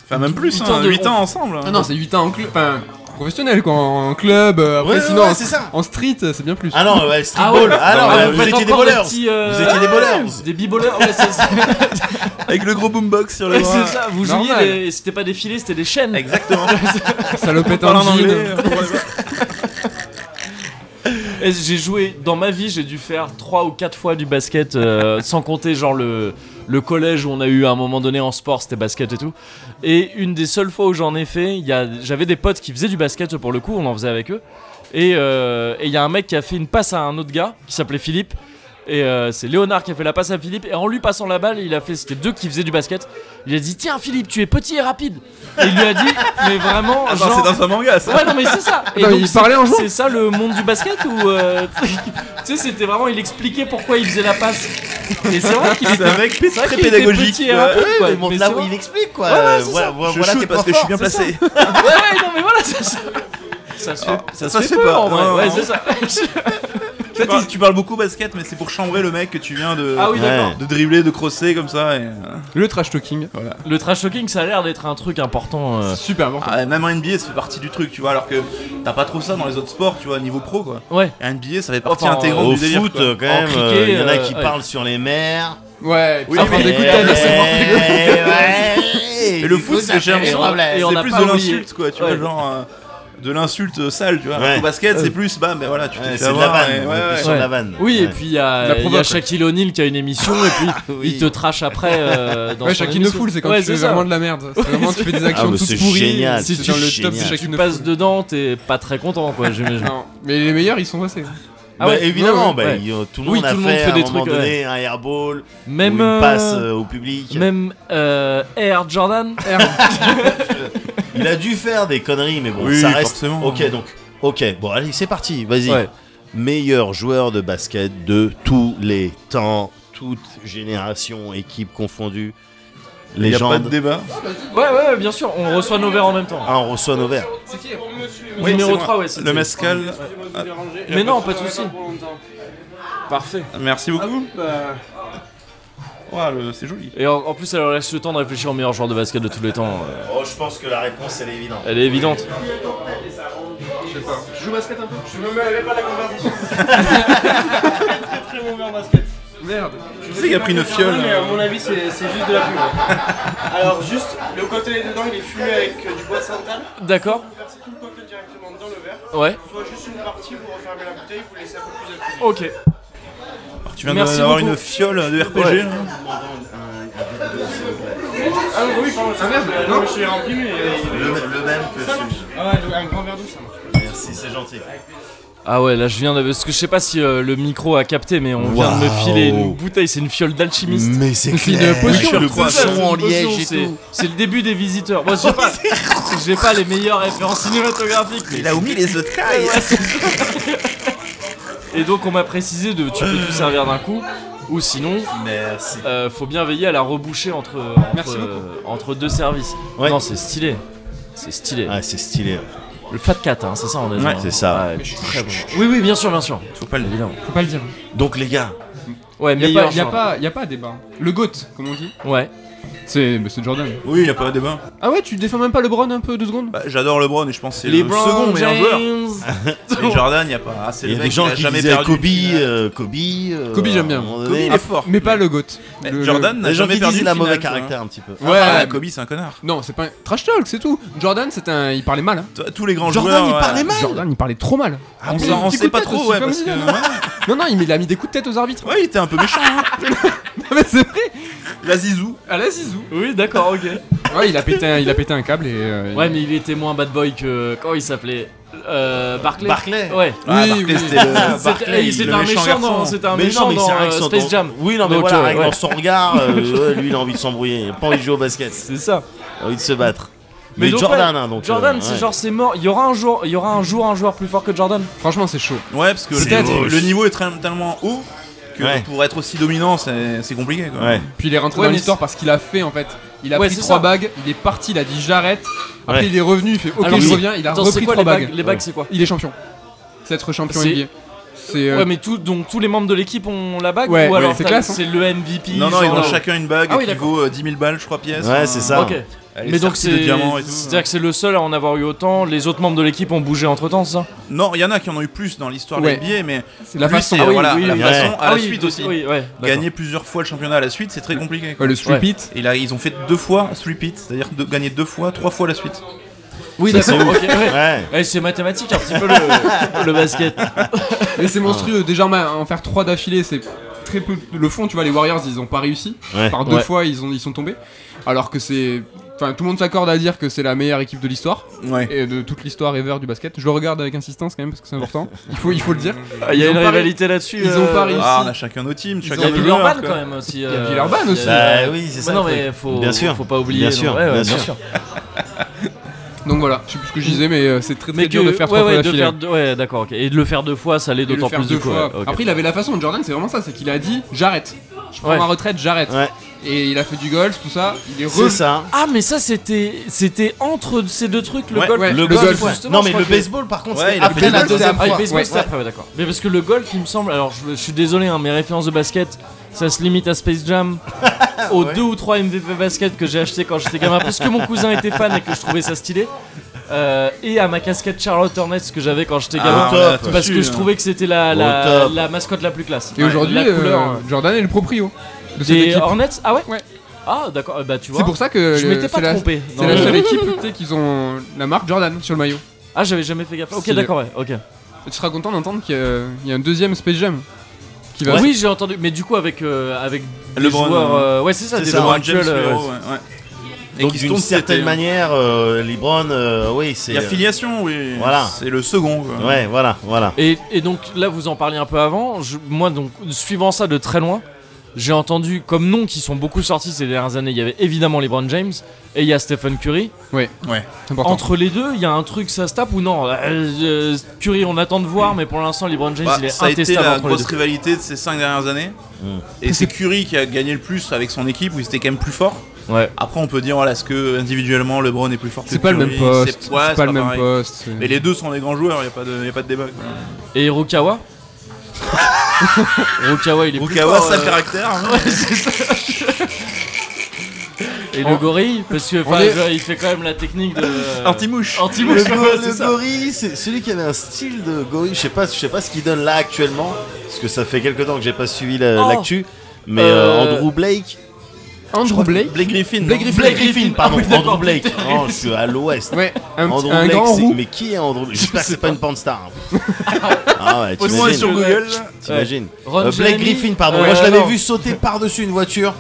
Speaker 2: Enfin, même plus,
Speaker 1: Huit
Speaker 2: 8
Speaker 1: ans
Speaker 2: ans,
Speaker 1: de-
Speaker 2: ans ensemble.
Speaker 3: Ah [laughs] non, c'est 8 ans en club. Enfin, professionnel quoi, en club. euh, après,
Speaker 6: Ouais, ouais,
Speaker 3: sinon,
Speaker 6: ouais,
Speaker 3: en-
Speaker 6: c'est ça.
Speaker 3: En street, euh, c'est bien plus.
Speaker 6: Ah non, ouais, streetball.
Speaker 1: ouais.
Speaker 6: Ah non,
Speaker 1: Ah,
Speaker 6: ouais,
Speaker 1: vous
Speaker 6: vous
Speaker 1: faites
Speaker 6: étiez des
Speaker 1: encore des
Speaker 6: ballers.
Speaker 1: petits, euh,
Speaker 6: Vous étiez des ballers.
Speaker 1: Des biboleurs, ouais, c'est ça.
Speaker 2: Avec le gros boombox sur le
Speaker 1: Ouais,
Speaker 2: bras.
Speaker 1: c'est ça. Vous jouiez,
Speaker 3: Normal.
Speaker 1: les- c'était pas des filets, c'était des chaînes. [laughs]
Speaker 2: Exactement.
Speaker 3: Salopette
Speaker 2: Parle
Speaker 3: en
Speaker 2: en
Speaker 3: euh. jean.
Speaker 2: anglais.
Speaker 1: Et J'ai joué, dans ma vie, j'ai dû faire 3 ou 4 fois du basket, euh, sans compter genre le, le collège où on a eu à un moment donné en sport, c'était basket et tout. Et une des seules fois où j'en ai fait, il y a- j'avais des potes qui faisaient du basket eux, pour le coup, on en faisait avec eux. Et euh, et il y a un mec qui a fait une passe à un autre gars qui s'appelait Philippe. Et euh, c'est Léonard qui a fait la passe à Philippe. Et en lui passant la balle, il a fait. C'était deux qui faisaient du basket. Il a dit Tiens, Philippe, tu es petit et rapide. Et il lui a dit Mais vraiment.
Speaker 2: Attends,
Speaker 1: genre,
Speaker 2: Ah c'est dans un manga, ça.
Speaker 1: Ouais, non, mais c'est ça. Et
Speaker 3: Attends,
Speaker 1: donc,
Speaker 3: il
Speaker 1: c'est-
Speaker 3: parlait en jouant
Speaker 1: C'est ça le monde du basket ou. euh, [laughs] tu sais, c'était vraiment. Il expliquait pourquoi il faisait la passe. Et c'est vrai [laughs] qu'il
Speaker 2: C'est
Speaker 1: était.
Speaker 2: un mec
Speaker 1: c'est vrai
Speaker 2: très
Speaker 1: qu'il était
Speaker 2: pédagogique.
Speaker 1: petit et
Speaker 2: ouais.
Speaker 1: rapide,
Speaker 6: Ouais,
Speaker 1: quoi.
Speaker 6: mais bon,
Speaker 1: Mais
Speaker 6: là
Speaker 1: c'est
Speaker 6: où
Speaker 1: vrai.
Speaker 6: il explique quoi.
Speaker 1: Ouais, ouais, c'est
Speaker 6: voilà,
Speaker 1: ça.
Speaker 6: voilà,
Speaker 2: Je
Speaker 6: Ah, voilà,
Speaker 2: shoot
Speaker 6: t'es
Speaker 2: parce que
Speaker 6: pas
Speaker 2: je suis
Speaker 6: fort.
Speaker 2: bien placé.
Speaker 1: Ouais, ouais, non, mais voilà, c'est ça. Ça se fait, ça se fait, peur, en vrai.
Speaker 2: non,
Speaker 1: ouais,
Speaker 2: non.
Speaker 1: c'est ça. [laughs]
Speaker 2: Tu
Speaker 6: Bah,
Speaker 2: parles- Tu parles beaucoup basket, mais c'est pour chambrer le mec que tu viens de.
Speaker 1: Ah oui, d'accord.
Speaker 6: Ouais.
Speaker 2: De dribbler, de crosser comme ça. Et... euh,
Speaker 3: Le trash talking.
Speaker 1: Le trash talking, ça a l'air d'être un truc important. euh.
Speaker 3: Super important.
Speaker 2: ah, même en NBA, ça fait partie du truc, tu vois. Alors que t'as pas trop ça dans les autres sports, tu vois, niveau pro quoi.
Speaker 1: Ouais.
Speaker 2: Et NBA, ça fait partie
Speaker 1: Enfin,
Speaker 2: intégrante
Speaker 6: Au
Speaker 2: du délire.
Speaker 6: foot,
Speaker 2: quoi.
Speaker 6: quand même,
Speaker 1: cricket,
Speaker 6: euh, il y en a
Speaker 1: euh,
Speaker 6: qui
Speaker 1: ouais.
Speaker 6: parlent sur les mers.
Speaker 3: Ouais,
Speaker 2: Oui,
Speaker 3: oui, après
Speaker 2: mais-
Speaker 3: des coups de tête,
Speaker 6: Eh,
Speaker 3: c'est mort.
Speaker 2: Et
Speaker 6: ouais.
Speaker 2: le
Speaker 6: Du
Speaker 2: foot,
Speaker 6: coup,
Speaker 2: c'est
Speaker 6: ça fait
Speaker 2: cher,
Speaker 6: des
Speaker 2: mais on-
Speaker 6: problèmes.
Speaker 1: et on
Speaker 2: C'est
Speaker 1: a
Speaker 2: plus
Speaker 1: pas
Speaker 2: de
Speaker 1: oublié.
Speaker 2: l'insulte quoi, tu
Speaker 1: Ouais.
Speaker 2: vois, genre. euh, De l'insulte euh, sale, tu vois.
Speaker 6: Ouais. Euh.
Speaker 2: Au basket, c'est plus, bah, mais voilà, tu t'es
Speaker 6: Ouais,
Speaker 2: fait
Speaker 6: c'est de la
Speaker 2: avoir,
Speaker 6: vanne.
Speaker 2: et- ouais,
Speaker 6: on est
Speaker 2: ouais.
Speaker 6: plus sur
Speaker 1: ouais.
Speaker 6: de la vanne.
Speaker 1: Oui, et
Speaker 6: Ouais.
Speaker 1: puis il y a,
Speaker 3: La
Speaker 1: il y a
Speaker 3: provoque.
Speaker 1: Shaquille O'Neal qui a une émission et [laughs] puis
Speaker 6: Oui.
Speaker 1: il te trash après euh, dans
Speaker 3: Ouais,
Speaker 1: son
Speaker 3: Shaquille No
Speaker 1: émission.
Speaker 3: Fool, c'est quand
Speaker 1: Ah Ouais,
Speaker 3: tu fais
Speaker 1: ça.
Speaker 3: vraiment de la merde. C'est vraiment, tu fais des
Speaker 6: Ah,
Speaker 3: actions
Speaker 6: mais c'est
Speaker 3: toutes pourries.
Speaker 6: génial,
Speaker 3: C'est
Speaker 6: c'est
Speaker 3: dans le top de
Speaker 6: génial.
Speaker 3: Shaquille
Speaker 1: Tu
Speaker 3: No
Speaker 1: passes
Speaker 3: Fool.
Speaker 1: dedans, t'es pas très content quoi, j'imagine.
Speaker 3: Non, mais les meilleurs, ils sont passés.
Speaker 1: Ah
Speaker 6: Bah,
Speaker 1: ouais.
Speaker 6: évidemment,
Speaker 1: Ouais,
Speaker 6: bah,
Speaker 1: ouais.
Speaker 6: il- euh, tout le
Speaker 1: Oui,
Speaker 6: monde a
Speaker 1: tout le
Speaker 6: fait,
Speaker 1: monde fait
Speaker 6: à
Speaker 1: des
Speaker 6: un moment
Speaker 1: truc, ouais.
Speaker 6: donné un airball,
Speaker 1: Même
Speaker 6: ou une passe
Speaker 1: euh,
Speaker 6: euh, au public.
Speaker 1: même euh, Air Jordan.
Speaker 6: Il a dû faire des conneries, mais bon,
Speaker 2: Oui,
Speaker 6: ça reste.
Speaker 2: forcément.
Speaker 6: Ok, donc, ok, bon, allez, c'est parti, vas-y.
Speaker 1: Ouais.
Speaker 6: Meilleur joueur de basket de tous les temps, toute génération, équipe confondue,
Speaker 2: Il y a pas
Speaker 6: légende.
Speaker 2: de débat.
Speaker 1: Ouais, ouais, bien sûr, on reçoit nos verres en même temps.
Speaker 6: Ah, on reçoit nos verres.
Speaker 2: Oui,
Speaker 1: Numéro
Speaker 2: c'est moi.
Speaker 1: 3, ouais, c'était-
Speaker 2: Le mescal.
Speaker 1: Mais non, pas de souci. Parfait.
Speaker 2: Merci
Speaker 1: Ah
Speaker 2: beaucoup.
Speaker 1: bah.
Speaker 2: Ouah, le- c'est joli.
Speaker 1: Et en, en plus, elle leur laisse le temps de réfléchir au meilleur joueur de basket de tous les temps. euh,
Speaker 6: Oh, je pense que la réponse, elle est évidente.
Speaker 1: Elle est évidente.
Speaker 3: Merde.
Speaker 2: Tu sais qu'il a pris une fiole.
Speaker 8: Mais à mon avis, c'est c'est juste de la pub. Alors, juste, le cocktail est dedans, il est fumé avec euh, du bois de santal.
Speaker 1: D'accord
Speaker 8: Vous versez tout le cocktail directement dans le verre.
Speaker 1: Ouais.
Speaker 8: Soit juste une partie, vous refermez la bouteille, vous laissez un peu plus appuyer.
Speaker 1: Ok.
Speaker 2: Tu viens
Speaker 1: Merci
Speaker 2: d'avoir
Speaker 1: beaucoup.
Speaker 2: une fiole de RPG.
Speaker 1: Ouais.
Speaker 2: là.
Speaker 8: Ah oui, pardon, c'est merde. Non, mais je suis rempli, mais.
Speaker 6: Le, le même que celui
Speaker 8: Ah ouais, un grand verre d'eau, ça marche.
Speaker 6: Merci, c'est gentil.
Speaker 1: Ah ouais, là je viens de. Parce que je sais pas si euh, le micro a capté, mais on vient de me
Speaker 6: Waouh.
Speaker 1: filer une bouteille, c'est une fiole d'alchimiste.
Speaker 6: Mais c'est
Speaker 3: C'est une potion.
Speaker 2: Le poisson
Speaker 1: C'est une potion, c'est- C'est le début des visiteurs. Moi, j'ai pas, j'ai pas les meilleures références cinématographiques. mais-
Speaker 2: Il a omis les autres cailles.
Speaker 1: Ouais, c'est ça. Et donc, on m'a précisé de tu peux tout servir d'un coup, ou sinon,
Speaker 6: Merci.
Speaker 1: euh, faut bien veiller à la reboucher entre, entre,
Speaker 3: Merci beaucoup.
Speaker 1: euh, entre deux services.
Speaker 6: Ouais.
Speaker 1: Non, c'est stylé. C'est stylé.
Speaker 6: Ah, c'est stylé.
Speaker 1: Le Fat Cat, hein, c'est ça, on a dit.
Speaker 2: Ouais,
Speaker 1: hein.
Speaker 6: c'est ça.
Speaker 1: Ouais, très bon. Oui, oui, bien sûr, bien sûr.
Speaker 2: Faut pas le
Speaker 1: Évidemment.
Speaker 3: Faut pas le dire.
Speaker 6: Donc, les gars,
Speaker 1: Ouais,
Speaker 3: Y'a pas,
Speaker 1: meilleur.
Speaker 3: y a
Speaker 1: genre.
Speaker 3: pas, y a pas débat. Le GOAT, comme on dit.
Speaker 1: Ouais.
Speaker 3: C'est bah, c'est Jordan.
Speaker 2: Oui, il n'y a pas de débat.
Speaker 3: Ah ouais, tu défends même pas LeBron un peu deux secondes
Speaker 2: Bah, J'adore LeBron et je pense que c'est
Speaker 1: Les
Speaker 2: le
Speaker 1: Brown
Speaker 2: second meilleur joueur.
Speaker 3: [laughs]
Speaker 1: James.
Speaker 2: Et Jordan, il n'y a pas. Ah, c'est
Speaker 6: Il y
Speaker 2: le
Speaker 6: a
Speaker 2: mec
Speaker 6: des gens
Speaker 2: a
Speaker 6: qui
Speaker 2: jamais
Speaker 6: disaient
Speaker 2: perdu.
Speaker 6: Kobe, euh, Kobe. euh,
Speaker 3: Kobe, j'aime bien.
Speaker 6: à un moment
Speaker 2: Kobe,
Speaker 6: donné.
Speaker 2: il est fort.
Speaker 3: Ah, Mais pas le GOAT.
Speaker 2: Mais
Speaker 3: Le-
Speaker 2: Jordan n'a
Speaker 6: Les gens
Speaker 2: jamais
Speaker 6: qui
Speaker 2: perdu
Speaker 6: disent
Speaker 2: le
Speaker 6: la mauvais
Speaker 2: final,
Speaker 6: caractère un petit peu.
Speaker 3: Ouais,
Speaker 2: Ah,
Speaker 3: mais-
Speaker 2: Kobe, c'est un connard.
Speaker 3: non, c'est pas un... trash talk, c'est tout. Jordan, c'est un, il parlait mal. hein.
Speaker 2: T- Tous les grands
Speaker 6: Jordan,
Speaker 2: joueurs.
Speaker 6: il
Speaker 2: ouais.
Speaker 6: parlait mal.
Speaker 3: Jordan, il parlait trop mal.
Speaker 2: On
Speaker 3: mais
Speaker 2: s'en- on
Speaker 3: petit
Speaker 2: sait
Speaker 3: coup de
Speaker 2: pas
Speaker 3: tête
Speaker 2: trop,
Speaker 3: aussi,
Speaker 2: ouais,
Speaker 3: comme
Speaker 2: parce que.
Speaker 3: Zidane. Non, non, il il a mis des coups de tête aux arbitres.
Speaker 2: ouais.
Speaker 3: [laughs]
Speaker 2: Ouais, il était un peu méchant. hein.
Speaker 3: Mais c'est vrai.
Speaker 2: La Zizou.
Speaker 3: À la Zizou.
Speaker 1: Oui, d'accord, ok.
Speaker 3: Ouais, il a pété, un- il a pété un câble et. euh,
Speaker 1: Ouais,
Speaker 3: il-
Speaker 1: mais il était moins bad boy que. Comment il s'appelait euh, Barclay
Speaker 6: Barclay.
Speaker 1: Ouais.
Speaker 2: Ah,
Speaker 3: oui,
Speaker 2: Barclay,
Speaker 3: oui.
Speaker 2: c'était le-
Speaker 1: [laughs] C'était-
Speaker 2: Barclay,
Speaker 1: eh, C'était
Speaker 2: le
Speaker 1: un méchant
Speaker 2: garçon.
Speaker 1: dans, c'était un
Speaker 6: Mais
Speaker 1: méchant
Speaker 6: non, mais
Speaker 1: dans
Speaker 6: c'est
Speaker 1: euh,
Speaker 6: rien que son-
Speaker 1: Space
Speaker 6: dans-
Speaker 1: Jam.
Speaker 6: Oui, non, mais
Speaker 1: Donc,
Speaker 6: voilà,
Speaker 1: euh,
Speaker 6: rien que
Speaker 1: ouais.
Speaker 6: dans son regard, euh, [laughs] ouais, lui, il a envie de s'embrouiller, il a pas envie de jouer au basket,
Speaker 1: C'est ça.
Speaker 6: il a envie de se battre.
Speaker 1: Mais
Speaker 6: Mais,
Speaker 1: donc,
Speaker 6: Jordan,
Speaker 1: ouais,
Speaker 6: hein, donc.
Speaker 1: Jordan,
Speaker 6: euh,
Speaker 1: c'est
Speaker 6: ouais.
Speaker 1: genre, c'est mort. Il y aura un jour, il y aura un jour un joueur plus fort que Jordan.
Speaker 3: Franchement, c'est chaud.
Speaker 2: Ouais, parce que
Speaker 6: C'était
Speaker 2: le,
Speaker 6: moche.
Speaker 2: le niveau est très- tellement haut que
Speaker 6: Ouais.
Speaker 2: pour être aussi dominant, c'est c'est compliqué. Quoi.
Speaker 6: Ouais.
Speaker 3: Puis il est rentré
Speaker 1: Ouais,
Speaker 3: dans
Speaker 1: mais
Speaker 3: l'histoire parce qu'il a fait en fait. Il a
Speaker 1: Ouais,
Speaker 3: pris
Speaker 1: c'est
Speaker 3: trois
Speaker 1: ça.
Speaker 3: bagues, il est parti, il a dit j'arrête. Après
Speaker 6: Ouais.
Speaker 3: il est revenu, il fait ok
Speaker 1: Alors,
Speaker 3: je
Speaker 1: c'est-
Speaker 3: reviens, il a
Speaker 1: Attends, c'est
Speaker 3: repris
Speaker 1: quoi
Speaker 3: trois
Speaker 1: les bagues
Speaker 3: bagues.
Speaker 1: Les bagues, c'est quoi
Speaker 3: Il est champion. C'est être champion
Speaker 1: C'est-
Speaker 3: NBA. C'est euh,
Speaker 1: Ouais, mais tout, donc tous les membres de l'équipe ont la bague
Speaker 3: Ouais,
Speaker 1: ou
Speaker 3: ouais,
Speaker 1: alors
Speaker 3: c'est
Speaker 1: t'as-
Speaker 3: classe, hein.
Speaker 1: le MVP.
Speaker 2: Non, non, ils
Speaker 1: genre-
Speaker 2: ont chacun une bague
Speaker 1: Ah oui,
Speaker 2: qui
Speaker 1: d'accord.
Speaker 2: vaut euh, 10 000 balles, je crois, pièce.
Speaker 6: Ouais, c'est ça.
Speaker 1: Ok.
Speaker 2: Elle est
Speaker 1: Mais donc
Speaker 2: sortie
Speaker 1: c'est,
Speaker 2: de diamants et tout.
Speaker 1: c'est-à-dire que c'est le seul à en avoir eu autant. Les autres membres de l'équipe ont bougé entre temps, ça.
Speaker 2: Non, il y en a qui en ont eu plus dans l'histoire
Speaker 3: Ouais.
Speaker 2: de l'NBA, mais
Speaker 3: c'est la
Speaker 2: lui,
Speaker 3: façon.
Speaker 2: c'est,
Speaker 1: Ah oui,
Speaker 2: voilà,
Speaker 1: oui,
Speaker 2: la
Speaker 6: oui.
Speaker 2: façon
Speaker 6: Ouais.
Speaker 2: à la
Speaker 1: oui,
Speaker 2: suite
Speaker 1: donc-
Speaker 2: aussi.
Speaker 1: Oui, ouais. d'accord.
Speaker 2: Gagner plusieurs fois le championnat à la suite, c'est très compliqué. quoi.
Speaker 3: Ouais, le sweep it.
Speaker 2: Et là, ils ont fait deux fois sweep it, c'est-à-dire de gagner deux fois, trois fois la suite.
Speaker 1: Oui, d'accord. ok, ouais.
Speaker 6: Ouais.
Speaker 1: Ouais, c'est mathématique un petit peu le, [laughs] le basket.
Speaker 3: Mais c'est monstrueux.
Speaker 1: Ah.
Speaker 3: Déjà en ma- en faire trois d'affilée, c'est très peu. Le fond, tu vois, les Warriors, ils ont pas réussi.
Speaker 6: Ouais.
Speaker 3: Par deux
Speaker 1: Ouais.
Speaker 3: fois, ils ont ils sont tombés. Alors que c'est, enfin, tout le monde s'accorde à dire que c'est la meilleure équipe de l'histoire
Speaker 2: Ouais.
Speaker 3: et de toute l'histoire ever du basket. Je le regarde avec insistance quand même parce que c'est important. Il faut il faut le dire.
Speaker 1: Il y
Speaker 3: Ils
Speaker 1: a
Speaker 3: ont
Speaker 1: une
Speaker 3: pas
Speaker 1: rivalité là-dessus.
Speaker 3: ils ont
Speaker 1: euh,
Speaker 3: pas réussi.
Speaker 2: Ah, on a chacun nos teams,
Speaker 1: Il
Speaker 2: chacun
Speaker 1: y a
Speaker 2: nos
Speaker 1: Villeurbanne
Speaker 2: joueurs, quoi.
Speaker 1: quand même aussi. euh,
Speaker 3: y a Villeurbanne aussi.
Speaker 6: Bah oui, c'est ça.
Speaker 1: non
Speaker 6: le truc.
Speaker 1: mais faut,
Speaker 6: Bien sûr.
Speaker 1: faut pas oublier.
Speaker 6: Bien
Speaker 1: non.
Speaker 6: sûr,
Speaker 1: Ouais, ouais,
Speaker 6: bien
Speaker 1: bien
Speaker 6: sûr.
Speaker 1: sûr.
Speaker 3: Donc voilà, je sais plus ce que je disais, mais euh, c'est très très
Speaker 1: Mais
Speaker 3: dur
Speaker 1: que-
Speaker 3: de faire
Speaker 1: ouais,
Speaker 3: trois
Speaker 1: ouais,
Speaker 3: fois
Speaker 1: de
Speaker 3: d'affilée.
Speaker 1: faire deux- ouais, d'accord. ok. Et de le faire deux fois, ça l'est
Speaker 3: Et le
Speaker 1: d'autant
Speaker 3: faire
Speaker 1: plus
Speaker 3: deux
Speaker 1: du coup.
Speaker 3: fois.
Speaker 1: ouais, ok.
Speaker 3: Après, il avait la façon de Jordan, c'est vraiment ça, c'est qu'il a dit j'arrête, je prends
Speaker 1: Ouais.
Speaker 3: ma retraite, j'arrête.
Speaker 6: Ouais.
Speaker 3: Et il a fait du golf, tout ça. Il est
Speaker 6: C'est
Speaker 3: revenu.
Speaker 6: ça.
Speaker 1: Ah mais ça c'était c'était entre ces deux trucs le
Speaker 2: Ouais,
Speaker 1: golf.
Speaker 3: ouais,
Speaker 1: et
Speaker 3: le
Speaker 1: golf,
Speaker 3: golf, ouais.
Speaker 1: justement,
Speaker 6: Non,
Speaker 1: je
Speaker 6: mais
Speaker 1: crois
Speaker 6: le
Speaker 1: que-
Speaker 6: baseball, par contre,
Speaker 2: Ouais,
Speaker 6: c'est
Speaker 2: il a fait
Speaker 6: après la
Speaker 3: deux
Speaker 6: deuxième
Speaker 3: fois.
Speaker 1: Ah,
Speaker 6: fois.
Speaker 1: le baseball,
Speaker 3: Ouais,
Speaker 1: c'est
Speaker 3: ouais.
Speaker 1: après, ouais, d'accord. Mais parce que le golf, il me semble. Alors, je, je suis désolé, hein, mes références de basket, ça se limite à Space Jam, aux deux ou trois MVP basket que j'ai acheté quand j'étais gamin, parce que mon cousin était fan et que je trouvais ça stylé. euh, et à ma casquette Charlotte Hornets que j'avais quand j'étais gamin.
Speaker 2: Ah, on a
Speaker 6: top.
Speaker 2: tous
Speaker 1: parce
Speaker 2: eu,
Speaker 1: que je
Speaker 2: hein.
Speaker 1: trouvais que c'était la,
Speaker 6: Au
Speaker 1: la,
Speaker 6: top.
Speaker 1: la mascotte la plus classe.
Speaker 3: Et aujourd'hui,
Speaker 1: la
Speaker 3: euh,
Speaker 1: couleur euh,
Speaker 3: Jordan est le proprio de cette
Speaker 1: des
Speaker 3: équipe.
Speaker 1: Hornets. Ah ouais.
Speaker 3: Ouais.
Speaker 1: Ah d'accord. euh, Bah tu vois.
Speaker 3: C'est pour ça que
Speaker 1: je
Speaker 3: le-
Speaker 1: m'étais pas
Speaker 3: c'est la-
Speaker 1: trompé.
Speaker 3: C'est
Speaker 1: Non,
Speaker 3: la
Speaker 1: mais- [laughs]
Speaker 3: seule équipe tu sais, qu'ils ont la marque Jordan sur le maillot.
Speaker 1: Ah j'avais jamais fait gaffe. Ok
Speaker 3: Si.
Speaker 1: d'accord. Ouais. Ok.
Speaker 3: Tu seras content d'entendre qu'il y a- il y, a un deuxième Space Jam qui va.
Speaker 1: Oui j'ai entendu. Mais du coup avec euh, avec des
Speaker 2: LeBron,
Speaker 1: joueurs.
Speaker 2: hein.
Speaker 1: euh, ouais c'est ça.
Speaker 2: C'est
Speaker 1: Des
Speaker 2: ça,
Speaker 1: joueurs
Speaker 2: un James
Speaker 1: actuels. euh,
Speaker 2: Ferrero, ouais, ouais. Et
Speaker 6: Donc,
Speaker 2: qui se
Speaker 6: d'une
Speaker 2: tourne
Speaker 6: certaine
Speaker 2: cet été.
Speaker 6: manière, euh, LeBron, euh, oui, c'est.
Speaker 2: Il y a filiation, oui.
Speaker 6: Voilà.
Speaker 2: C'est le second. quoi.
Speaker 6: Ouais, voilà, voilà.
Speaker 1: Et, et donc là, vous en parliez un peu avant. Je- moi, donc, suivant ça de très loin, j'ai entendu comme noms qui sont beaucoup sortis ces dernières années. Il y avait évidemment LeBron James et il y a Stephen Curry.
Speaker 3: C'est important.
Speaker 1: Entre les deux, il y a un truc, ça se tape ou non Euh, euh, Curry, on attend de voir, mais pour l'instant, LeBron James,
Speaker 2: Bah,
Speaker 1: il est
Speaker 2: ça a été
Speaker 1: intestable
Speaker 2: la
Speaker 1: entre les
Speaker 2: grosse
Speaker 1: deux.
Speaker 2: rivalité de ces cinq dernières années.
Speaker 6: Mm.
Speaker 2: Et c'est Curry qui a gagné le plus avec son équipe où il était quand même plus fort.
Speaker 1: Ouais.
Speaker 2: Après, on peut dire voilà, est-ce que individuellement LeBron est plus fort que
Speaker 3: C'est pas le
Speaker 2: Curry
Speaker 3: même poste. C'est
Speaker 2: ouais,
Speaker 3: pas, le même
Speaker 2: pareil.
Speaker 3: poste. c'est-
Speaker 2: Mais les deux sont des grands joueurs, il n'y a, pas de débat. quoi.
Speaker 1: Et
Speaker 2: [laughs]
Speaker 1: Rukawa Rukawa, il est plus
Speaker 2: Rukawa,
Speaker 1: fort,
Speaker 2: sale
Speaker 1: euh,
Speaker 2: caractère. hein.
Speaker 1: Et le gorille, parce que enfin,
Speaker 3: est-
Speaker 1: je- il fait quand même la technique de.
Speaker 2: [laughs] Anti-mouche.
Speaker 1: Anti-mouche,
Speaker 6: Le,
Speaker 1: ouais,
Speaker 6: go-
Speaker 1: c'est
Speaker 6: le
Speaker 1: ça.
Speaker 6: gorille, c'est celui qui avait un style de gorille. Je sais pas, je sais pas ce qu'il donne là actuellement, parce que ça fait quelque temps que j'ai pas suivi la-
Speaker 1: Oh.
Speaker 6: l'actu. Mais
Speaker 1: Euh,
Speaker 6: euh, Andrew Blake,
Speaker 3: Andrew Blake.
Speaker 2: Blake Griffin. non
Speaker 6: Blake Griffin, pardon,
Speaker 1: Ah oui, d'accord,
Speaker 6: Andrew Blake. Non, je suis à l'ouest.
Speaker 3: Ouais, un,
Speaker 6: Andrew
Speaker 3: petit- un
Speaker 6: Blake,
Speaker 3: grand
Speaker 6: c'est-
Speaker 3: roux.
Speaker 6: mais qui est Andrew Blake J'espère que c'est pas une panstar. ah ouais,
Speaker 2: Au moins sur
Speaker 6: t'imagines.
Speaker 2: Google.
Speaker 6: T'imagines.
Speaker 1: Ron
Speaker 6: Euh, Blake
Speaker 1: Jeremy,
Speaker 6: Griffin, pardon.
Speaker 1: euh,
Speaker 6: Moi, je l'avais
Speaker 1: non.
Speaker 6: vu sauter par-dessus une voiture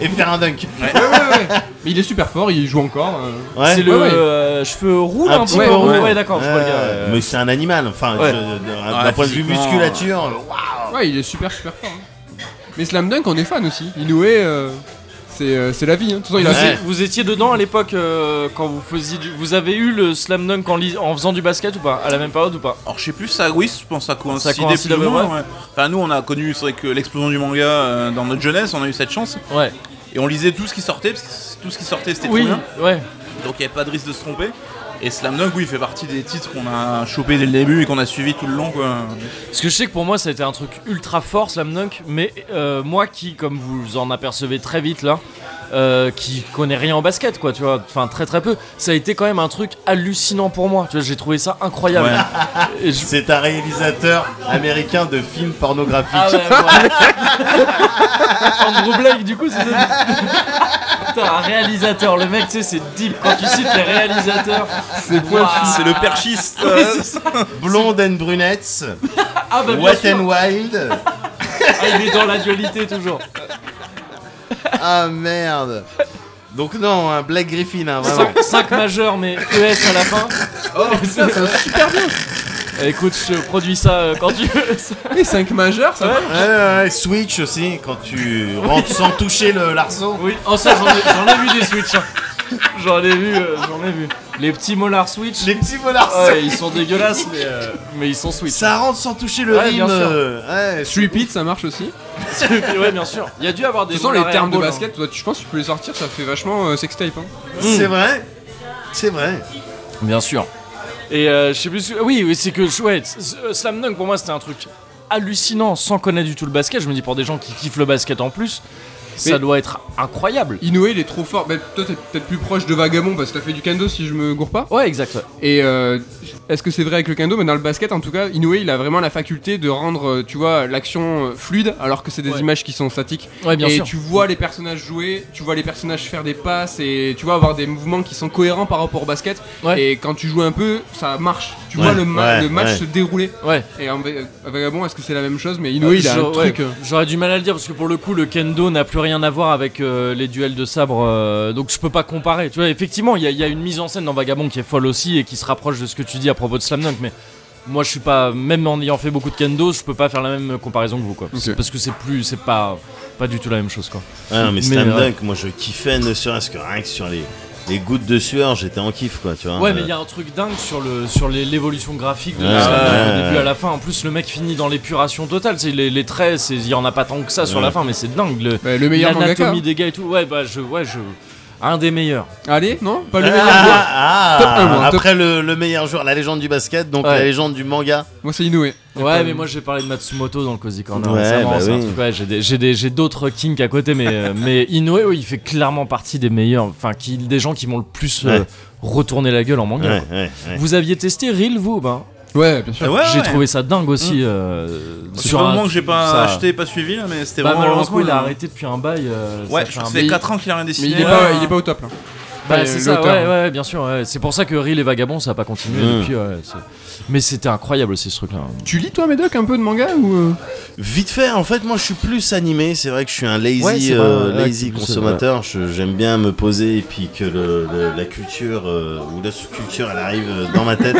Speaker 6: et faire un dunk.
Speaker 3: Ouais, ouais, ouais. Mais il est super fort, il joue encore. euh.
Speaker 6: Ouais.
Speaker 1: C'est le
Speaker 3: Ouais, ouais.
Speaker 1: euh, cheveu roux, là, un,
Speaker 6: petit
Speaker 1: peu.
Speaker 6: peu,
Speaker 1: roux.
Speaker 6: ouais.
Speaker 1: Ouais, d'accord, je vois le gars.
Speaker 6: Euh, Mais c'est un animal, enfin,
Speaker 1: Ouais.
Speaker 6: je- d'un
Speaker 2: Ah,
Speaker 6: d'un point de vue
Speaker 2: physiquement,
Speaker 6: musculature, waouh.
Speaker 3: Ouais, il est super super fort. hein. Mais Slam Dunk, on est fan aussi. Inoué, euh, c'est euh, c'est la vie. Hein. De toute façon, il a
Speaker 1: Vous,
Speaker 6: Ouais.
Speaker 1: é- vous étiez dedans à l'époque euh, quand vous faisiez du... Vous avez eu le slam dunk en, lis- en faisant du basket ou pas À la même période ou pas
Speaker 2: Alors, je sais plus, ça, oui, je pense que ça coïncidait
Speaker 1: coïncide
Speaker 2: plus ou
Speaker 1: à peu
Speaker 2: moins,
Speaker 1: près.
Speaker 2: ouais. Enfin, nous, on a connu, c'est vrai que l'explosion du manga euh, dans notre jeunesse, on a eu cette chance.
Speaker 1: Ouais.
Speaker 2: Et on lisait tout ce qui sortait, parce que tout ce qui sortait, c'était
Speaker 1: Oui,
Speaker 2: trop bien.
Speaker 1: ouais.
Speaker 2: Donc, il n'y avait pas de risque de se tromper. Et Slam Dunk, oui, fait partie des titres qu'on a chopé dès le début et qu'on a suivi tout le long, quoi.
Speaker 1: Parce que je sais que pour moi ça a été un truc ultra fort slam dunk, mais euh, moi qui, comme vous en apercevez très vite là, euh, qui connaît rien en basket, quoi, tu vois, enfin très très peu. Ça a été quand même un truc hallucinant pour moi, tu vois, j'ai trouvé ça incroyable.
Speaker 2: Ouais.
Speaker 1: Et je-
Speaker 6: C'est un réalisateur américain de films pornographiques.
Speaker 1: Ah ouais, ouais. [laughs] Andrew Blake, du coup, c'est ça Putain, un réalisateur, le mec, tu sais, c'est deep. Quand tu cites les réalisateurs, c'est
Speaker 2: C'est le perchiste. euh,
Speaker 6: Blonde and brunette,
Speaker 1: Ah bah, bien
Speaker 6: Wet
Speaker 1: sûr.
Speaker 6: and Wild.
Speaker 1: Ah, il est dans la dualité toujours.
Speaker 6: Ah merde. Donc non, un Black Griffin, hein, vraiment.
Speaker 1: 5 majeurs, mais ES à la fin. Oh, ça, super bien. Écoute, je produis ça euh, quand tu veux. [laughs]
Speaker 3: Et 5 majeurs, ça
Speaker 6: [laughs] Ouais, ouais, ouais, Switch aussi, quand tu rentres sans toucher le l'arceau.
Speaker 1: Oui, en ça, j'en ai, j'en ai vu des Switch. hein. J'en ai vu, euh, j'en ai vu. Les petits molars Switch,
Speaker 6: Les petits molars.
Speaker 1: ouais, ils sont dégueulasses, mais, euh, mais ils sont Switch.
Speaker 6: Ça rentre sans toucher le
Speaker 1: Ouais,
Speaker 6: rim.
Speaker 1: bien sûr.
Speaker 6: euh, ouais,
Speaker 3: Three Pit, ça marche aussi.
Speaker 1: ouais, bien sûr. Il y a dû avoir
Speaker 3: De
Speaker 1: des.
Speaker 3: toute façon, les
Speaker 1: molars
Speaker 3: termes de
Speaker 1: airball, hein.
Speaker 3: basket, toi, tu penses que tu peux les sortir, ça fait vachement euh, sextape. Hein.
Speaker 6: C'est vrai. C'est vrai.
Speaker 1: Bien sûr. Et euh, je sais plus. si- Oui, oui, c'est que je- ouais, s- s- euh, Slam Dunk pour moi c'était un truc hallucinant sans connaître du tout le basket. Je me dis pour des gens qui kiffent le basket en plus, ça
Speaker 3: Mais-
Speaker 1: doit être incroyable.
Speaker 3: Inoue, il est trop fort. Bah, toi, t'es peut-être plus proche de Vagabond parce que t'as fait du kendo, si je me gourre pas.
Speaker 1: Ouais, exact. ouais.
Speaker 3: Et euh, est-ce que c'est vrai avec le kendo Mais dans le basket, en tout cas, Inoue, il a vraiment la faculté de rendre, euh, tu vois, l'action euh, fluide, alors que c'est des
Speaker 1: Ouais.
Speaker 3: images qui sont statiques.
Speaker 1: Ouais, bien
Speaker 3: et
Speaker 1: sûr.
Speaker 3: tu vois les personnages jouer, tu vois les personnages faire des passes, et tu vois avoir des mouvements qui sont cohérents par rapport au basket.
Speaker 1: Ouais.
Speaker 3: Et quand tu joues un peu, ça marche. Tu
Speaker 6: Ouais,
Speaker 3: vois le, ma-
Speaker 6: ouais,
Speaker 3: le match
Speaker 6: ouais.
Speaker 3: se dérouler.
Speaker 1: Ouais.
Speaker 3: Et en va- Vagabond, est-ce que c'est la même chose Mais Inoue, il a
Speaker 1: J'a-
Speaker 3: un
Speaker 1: Ah, ouais,
Speaker 3: truc. euh,
Speaker 1: J'aurais du mal à le dire parce que pour le coup, le kendo n'a plus rien à voir avec euh, les duels de sabre, euh, donc je peux pas comparer. Tu vois, effectivement, il y, a- il y a une mise en scène dans Vagabond qui est folle aussi et qui se rapproche de ce que tu dis à propos de Slam Dunk, mais. Moi, je suis pas, même en ayant fait beaucoup de kendo, je peux pas faire la même comparaison que vous, quoi. C'est
Speaker 3: Ok.
Speaker 1: Parce que c'est plus, c'est pas, pas du tout la même chose, quoi.
Speaker 6: Ah non, mais
Speaker 1: Mais,
Speaker 6: Slam
Speaker 1: euh,
Speaker 6: Dunk, moi je kiffais ne serait-ce que rien que sur les, les gouttes de sueur, j'étais en kiff quoi, tu vois.
Speaker 1: Ouais, mais il y a un truc dingue sur le sur les- l'évolution graphique de
Speaker 6: Ouais,
Speaker 1: la scène,
Speaker 6: ouais,
Speaker 1: du
Speaker 6: ouais,
Speaker 1: début
Speaker 6: Ah, ouais.
Speaker 1: à la fin. En plus, le mec finit dans l'épuration totale. C'est les, les traits, c'est- il y en a pas tant que ça sur
Speaker 6: Ouais.
Speaker 1: la fin, mais c'est dingue. Le,
Speaker 3: bah, le meilleur mangaka.
Speaker 1: L'anatomie des gars et tout. Ouais, bah je, ouais je, un des meilleurs.
Speaker 3: Allez, non Pas le
Speaker 6: Ah,
Speaker 3: meilleur. moi.
Speaker 6: ah,
Speaker 3: Top un, moi, top-
Speaker 6: après le, le meilleur joueur, la légende du basket, donc
Speaker 1: Ouais.
Speaker 6: la légende du manga.
Speaker 3: Moi, c'est Inoue.
Speaker 1: Ouais, mais moi j'ai parlé de Matsumoto dans le Cozy Corner
Speaker 6: Ouais,
Speaker 1: récemment,
Speaker 6: bah
Speaker 1: c'est un
Speaker 6: oui.
Speaker 1: truc, ouais, j'ai des- j'ai des- j'ai d'autres kinks à côté, mais, euh, mais Inoue, oui, il fait clairement partie des meilleurs, enfin qui, des gens qui m'ont le plus euh,
Speaker 6: Ouais.
Speaker 1: retourné la gueule en manga.
Speaker 6: Ouais,
Speaker 1: quoi.
Speaker 6: ouais, ouais.
Speaker 1: Vous aviez testé Real vous, ben
Speaker 3: Ouais, bien sûr.
Speaker 2: ouais, ouais,
Speaker 1: J'ai
Speaker 2: ouais.
Speaker 1: trouvé ça dingue aussi. euh,
Speaker 2: C'est pas
Speaker 1: un-
Speaker 2: un moment que j'ai pas
Speaker 1: ça-
Speaker 2: acheté, pas suivi, là, mais c'était
Speaker 1: Bah,
Speaker 2: vraiment
Speaker 1: malheureusement,
Speaker 2: cool.
Speaker 1: il a arrêté depuis un bail. euh,
Speaker 2: Ouais,
Speaker 1: ça
Speaker 2: je
Speaker 1: fait un
Speaker 2: crois que ça
Speaker 1: bail.
Speaker 2: fait 4 ans qu'il a rien
Speaker 3: Mais
Speaker 2: dessiné.
Speaker 3: il est,
Speaker 2: là.
Speaker 3: pas, il est pas au top là.
Speaker 1: Bah,
Speaker 3: Ouais,
Speaker 1: c'est ça, ouais,
Speaker 3: l'auteur.
Speaker 1: ouais, bien sûr. ouais. C'est pour ça que Real et Vagabond, ça a pas continué
Speaker 6: Mm.
Speaker 1: depuis. ouais, c'est- Mais c'était incroyable aussi ce truc-là.
Speaker 3: Tu lis toi, Médoc, un peu de manga ou euh
Speaker 6: Vite fait, en fait, moi je suis plus animé. C'est vrai que je suis un lazy,
Speaker 1: Ouais, c'est vrai,
Speaker 6: euh,
Speaker 1: ouais,
Speaker 6: lazy
Speaker 1: c'est plus,
Speaker 6: consommateur. Je- J'aime bien me poser et puis que le- le- la culture euh, ou la sous-culture elle arrive euh, dans
Speaker 1: [laughs]
Speaker 6: ma tête.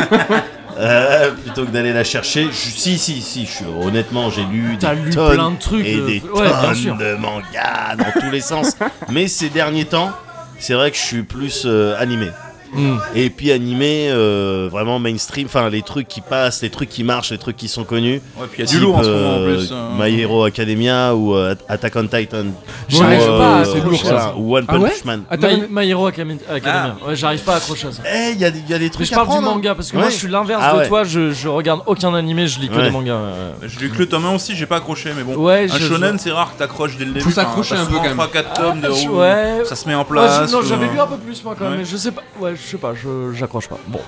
Speaker 6: Euh, plutôt que d'aller la chercher, je- si si si, je suis- honnêtement j'ai lu
Speaker 1: T'as
Speaker 6: des
Speaker 1: lu
Speaker 6: tonnes
Speaker 1: plein de trucs,
Speaker 6: et
Speaker 1: euh,
Speaker 6: des
Speaker 1: ouais, bien sûr.
Speaker 6: tonnes de mangas dans tous
Speaker 1: [laughs]
Speaker 6: les sens. Mais ces derniers temps, c'est vrai que je suis plus euh, animé.
Speaker 1: Mm.
Speaker 6: Et puis animé euh, vraiment mainstream, enfin les trucs qui passent, les trucs qui marchent, les trucs qui sont connus.
Speaker 2: Ouais, puis il y a du lourd en ce moment en
Speaker 6: euh,
Speaker 2: plus. hein.
Speaker 6: My Hero Academia ou euh, At- Attack on Titan.
Speaker 1: J'arrive
Speaker 6: Ou,
Speaker 1: pas à
Speaker 6: euh,
Speaker 1: accrocher
Speaker 6: voilà,
Speaker 1: à ça.
Speaker 6: Ou One
Speaker 3: Ah ouais
Speaker 6: Punch Man.
Speaker 3: Attends,
Speaker 1: My, My Hero Academia. Academia. Ouais, j'arrive pas à accrocher à ça.
Speaker 6: Eh, il y, a des- y a des
Speaker 1: Mais
Speaker 6: trucs
Speaker 1: je
Speaker 6: Ah. à
Speaker 1: parle du
Speaker 6: prendre, hein.
Speaker 1: manga parce que moi
Speaker 6: Ouais.
Speaker 1: je suis l'inverse
Speaker 6: Ah
Speaker 1: de
Speaker 6: ouais.
Speaker 1: toi, je, je regarde aucun animé, je lis que
Speaker 6: Ouais.
Speaker 1: des mangas. ouais, ouais.
Speaker 2: J'ai lu que le tome 1 aussi, j'ai pas accroché, mais bon.
Speaker 1: Ouais,
Speaker 2: un
Speaker 1: je-
Speaker 2: shonen, c'est rare que t'accroches dès le début.
Speaker 3: s'accrocher un peu, quand même.
Speaker 2: 3-4 tomes de
Speaker 1: je-
Speaker 2: où
Speaker 1: ouais.
Speaker 2: ça se met en
Speaker 1: Ouais,
Speaker 2: place.
Speaker 1: je- non,
Speaker 2: ou- euh,
Speaker 1: j'avais lu un peu plus moi quand même,
Speaker 2: Ouais.
Speaker 1: mais je sais pas. Ouais, je sais pas, je- j'accroche pas. Bon.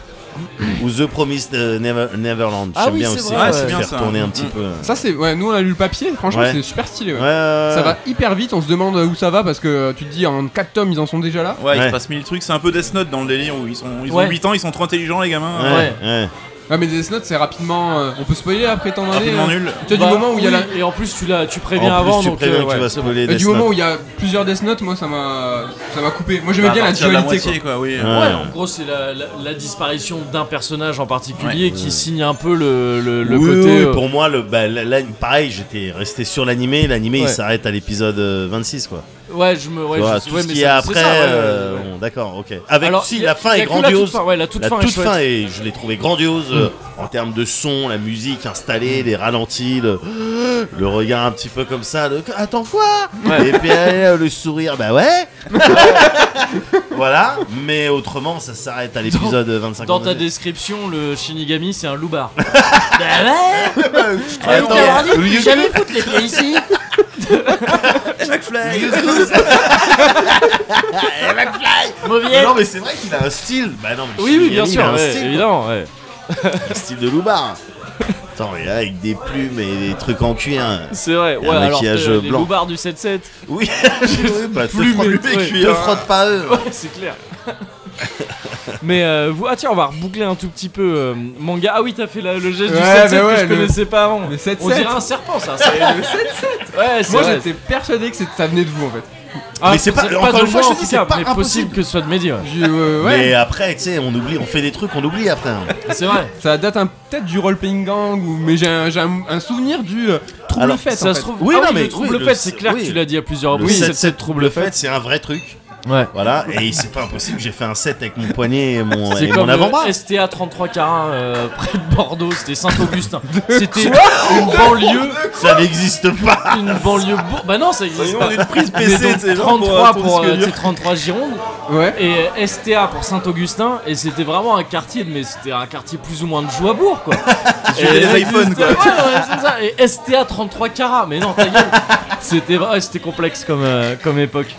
Speaker 6: Ou The Promised euh, Never- Neverland.
Speaker 1: Ah
Speaker 6: J'aime
Speaker 1: oui,
Speaker 6: bien
Speaker 1: c'est
Speaker 6: aussi.
Speaker 1: vrai,
Speaker 6: euh,
Speaker 2: ouais.
Speaker 6: faire
Speaker 2: bien ça.
Speaker 6: tourner un
Speaker 2: Mm.
Speaker 6: petit peu.
Speaker 3: Ça c'est ouais, nous on a lu le papier, franchement
Speaker 6: Ouais.
Speaker 3: c'est super stylé. ouais.
Speaker 6: Ouais, ouais,
Speaker 3: Ça
Speaker 6: ouais.
Speaker 3: va hyper vite, on se demande où ça va parce que euh, tu te dis en 4 tomes ils en sont déjà là.
Speaker 2: Ouais, il
Speaker 6: Ouais.
Speaker 2: se passe mille trucs, c'est un peu Death Note dans le délire où ils, sont, ils
Speaker 1: Ouais.
Speaker 2: ont 8 ans, ils sont trop intelligents les gamins.
Speaker 6: Ouais,
Speaker 1: Ouais.
Speaker 6: ouais.
Speaker 3: Ouais mais Death Note c'est rapidement euh, on peut spoiler après tant d'années.
Speaker 2: Rapidement
Speaker 3: euh,
Speaker 2: nul.
Speaker 3: Tu vois
Speaker 1: Bah,
Speaker 3: du moment où il y a la-
Speaker 1: oui, Et en plus, tu, l'as- tu
Speaker 6: En
Speaker 1: préviens
Speaker 6: plus,
Speaker 1: avant,
Speaker 6: tu
Speaker 1: donc.
Speaker 6: préviens
Speaker 1: euh,
Speaker 6: que tu
Speaker 1: ouais,
Speaker 6: vas
Speaker 1: c'est bon.
Speaker 6: spoiler
Speaker 3: euh,
Speaker 6: Death
Speaker 3: du moment
Speaker 6: Note.
Speaker 3: où il y a plusieurs Death Note, moi ça m'a ça m'a coupé. Moi j'aimais
Speaker 2: Bah, à
Speaker 3: bien la
Speaker 2: partir de
Speaker 3: dualité
Speaker 2: moitié, [laughs]
Speaker 3: quoi.
Speaker 2: quoi, oui.
Speaker 6: Ouais.
Speaker 1: Ouais, en gros, c'est la, la- la disparition d'un personnage en particulier qui signe un peu le, le, le
Speaker 6: Oui,
Speaker 1: côté.
Speaker 6: oui,
Speaker 1: euh,
Speaker 6: pour moi, le, bah, la- la- pareil, j'étais resté sur l'animé. L'animé, il
Speaker 1: Ouais.
Speaker 6: s'arrête à l'épisode euh, 26, quoi.
Speaker 1: Ouais, je me. Ouais,
Speaker 6: Tu vois,
Speaker 1: je-
Speaker 6: Bah, tout
Speaker 1: ouais,
Speaker 6: ce
Speaker 1: mais
Speaker 6: qu'il y
Speaker 1: ça-
Speaker 6: a
Speaker 1: c'est
Speaker 6: après,
Speaker 1: ça, ouais, ouais,
Speaker 6: euh,
Speaker 1: ouais.
Speaker 6: bon, d'accord, ok. Avec
Speaker 1: Alors,
Speaker 6: si
Speaker 1: y a-
Speaker 6: la fin
Speaker 1: y a
Speaker 6: est
Speaker 1: que la toute
Speaker 6: grandiose,
Speaker 1: fin, ouais, la toute
Speaker 6: la
Speaker 1: fin est
Speaker 6: toute
Speaker 1: chouette. Mm.
Speaker 6: fin et je l'ai trouvée grandiose euh, en termes de son, la musique installée, les ralentis, le, le regard un petit peu comme ça, le attends quoi Et puis euh, le sourire, bah ouais.
Speaker 1: [laughs]
Speaker 6: voilà, mais autrement ça s'arrête à l'épisode 25.
Speaker 1: Dans ta
Speaker 6: on est-
Speaker 1: description, le Shinigami, c'est un loupard. bah ouais
Speaker 6: Attends,
Speaker 1: Attends,
Speaker 6: au lieu de-
Speaker 1: foutre les pieds ici
Speaker 2: McFly
Speaker 6: [laughs] Non, mais c'est vrai qu'il a un style. Bah non, mais
Speaker 1: Oui, oui,
Speaker 6: Shinigami,
Speaker 1: bien sûr,
Speaker 6: Il a un
Speaker 1: ouais,
Speaker 6: style,
Speaker 1: évidemment. ouais.
Speaker 6: quoi. Un style de loupard. Attends, mais là, avec des plumes et des trucs en cuir.
Speaker 1: C'est vrai.
Speaker 6: un
Speaker 1: Ouais, alors
Speaker 6: maquillage
Speaker 1: que les
Speaker 6: blanc.
Speaker 1: loupards du 7-7,
Speaker 6: Oui, [laughs] oui, bah, te
Speaker 1: Plumes
Speaker 6: frotte,
Speaker 1: et- ouais.
Speaker 6: te frotte pas eux.
Speaker 1: Ouais, c'est clair. [laughs] mais euh, vous, ah tiens, on va reboucler un tout petit peu euh, manga. Ah oui, t'as fait la- le geste du 7-7
Speaker 3: Ouais, mais
Speaker 1: que
Speaker 3: ouais,
Speaker 1: je
Speaker 3: le-
Speaker 1: connaissais pas avant.
Speaker 3: le
Speaker 1: on
Speaker 3: 7-7.
Speaker 1: dirait un serpent, ça.
Speaker 3: [laughs]
Speaker 1: c'est- Ouais, c'est
Speaker 3: Moi
Speaker 1: vrai.
Speaker 3: j'étais persuadé que c'est- ça venait de vous en fait.
Speaker 1: Ah,
Speaker 6: Mais c'est pas- encore
Speaker 1: de
Speaker 6: une
Speaker 1: moi,
Speaker 6: fois, je
Speaker 1: en
Speaker 6: te
Speaker 1: tout
Speaker 6: dis, c'est
Speaker 1: cas,
Speaker 6: pas
Speaker 1: mais possible
Speaker 6: impossible.
Speaker 1: que ce soit de Mehdi. ouais.
Speaker 3: J'ai- euh, ouais.
Speaker 6: Mais après, tu sais, on oublie, on fait des trucs, on oublie après. hein.
Speaker 1: C'est vrai.
Speaker 3: Ça date un- peut-être du role playing gang ou mais j'ai un, j'ai un- un souvenir du euh, trouble
Speaker 6: Alors,
Speaker 3: fête.
Speaker 1: Ça
Speaker 3: en
Speaker 1: se
Speaker 3: fait.
Speaker 1: trouve.
Speaker 6: Oui,
Speaker 1: ah
Speaker 6: non,
Speaker 1: oui,
Speaker 6: mais
Speaker 1: le
Speaker 6: oui,
Speaker 1: trouble
Speaker 6: le-
Speaker 1: fête, c'est clair que
Speaker 6: oui.
Speaker 1: tu l'as dit à plusieurs
Speaker 6: Le
Speaker 1: reprises.
Speaker 6: 7-7
Speaker 1: 7-7 Oh, trouble
Speaker 6: Le
Speaker 1: fête.
Speaker 6: fait, c'est un vrai truc.
Speaker 1: Ouais.
Speaker 6: Voilà, et c'est pas impossible, j'ai fait un set avec mon poignet et mon,
Speaker 1: C'est
Speaker 6: et
Speaker 1: comme euh,
Speaker 6: mon
Speaker 1: le
Speaker 6: avant-bras.
Speaker 1: STA 33 carats euh, près de Bordeaux, c'était
Speaker 6: [laughs]
Speaker 1: Saint-Augustin. c'était une banlieue,
Speaker 6: Ça n'existe
Speaker 1: [laughs]
Speaker 6: pas.
Speaker 1: une banlieue bourg. Bah non, ça existe
Speaker 2: Sinon,
Speaker 1: pas.
Speaker 2: on est de prise
Speaker 1: Mais
Speaker 2: PC,
Speaker 1: donc
Speaker 2: tu sais, genre, pour,
Speaker 1: 33
Speaker 2: euh, ton
Speaker 1: pour,
Speaker 2: disque
Speaker 1: euh,
Speaker 2: dur.
Speaker 1: c'est 33 Gironde
Speaker 3: Ouais.
Speaker 1: et euh, STA pour Saint-Augustin et c'était vraiment un quartier de- mais c'était un quartier plus ou moins de Joibourg
Speaker 2: [laughs]
Speaker 1: quoi.
Speaker 2: J'ai des iPhones quoi.
Speaker 1: Ouais, ouais, c'est ça. Et STA 33 carats, mais non, ta gueule. C'était ouais, c'était complexe comme, euh, comme époque.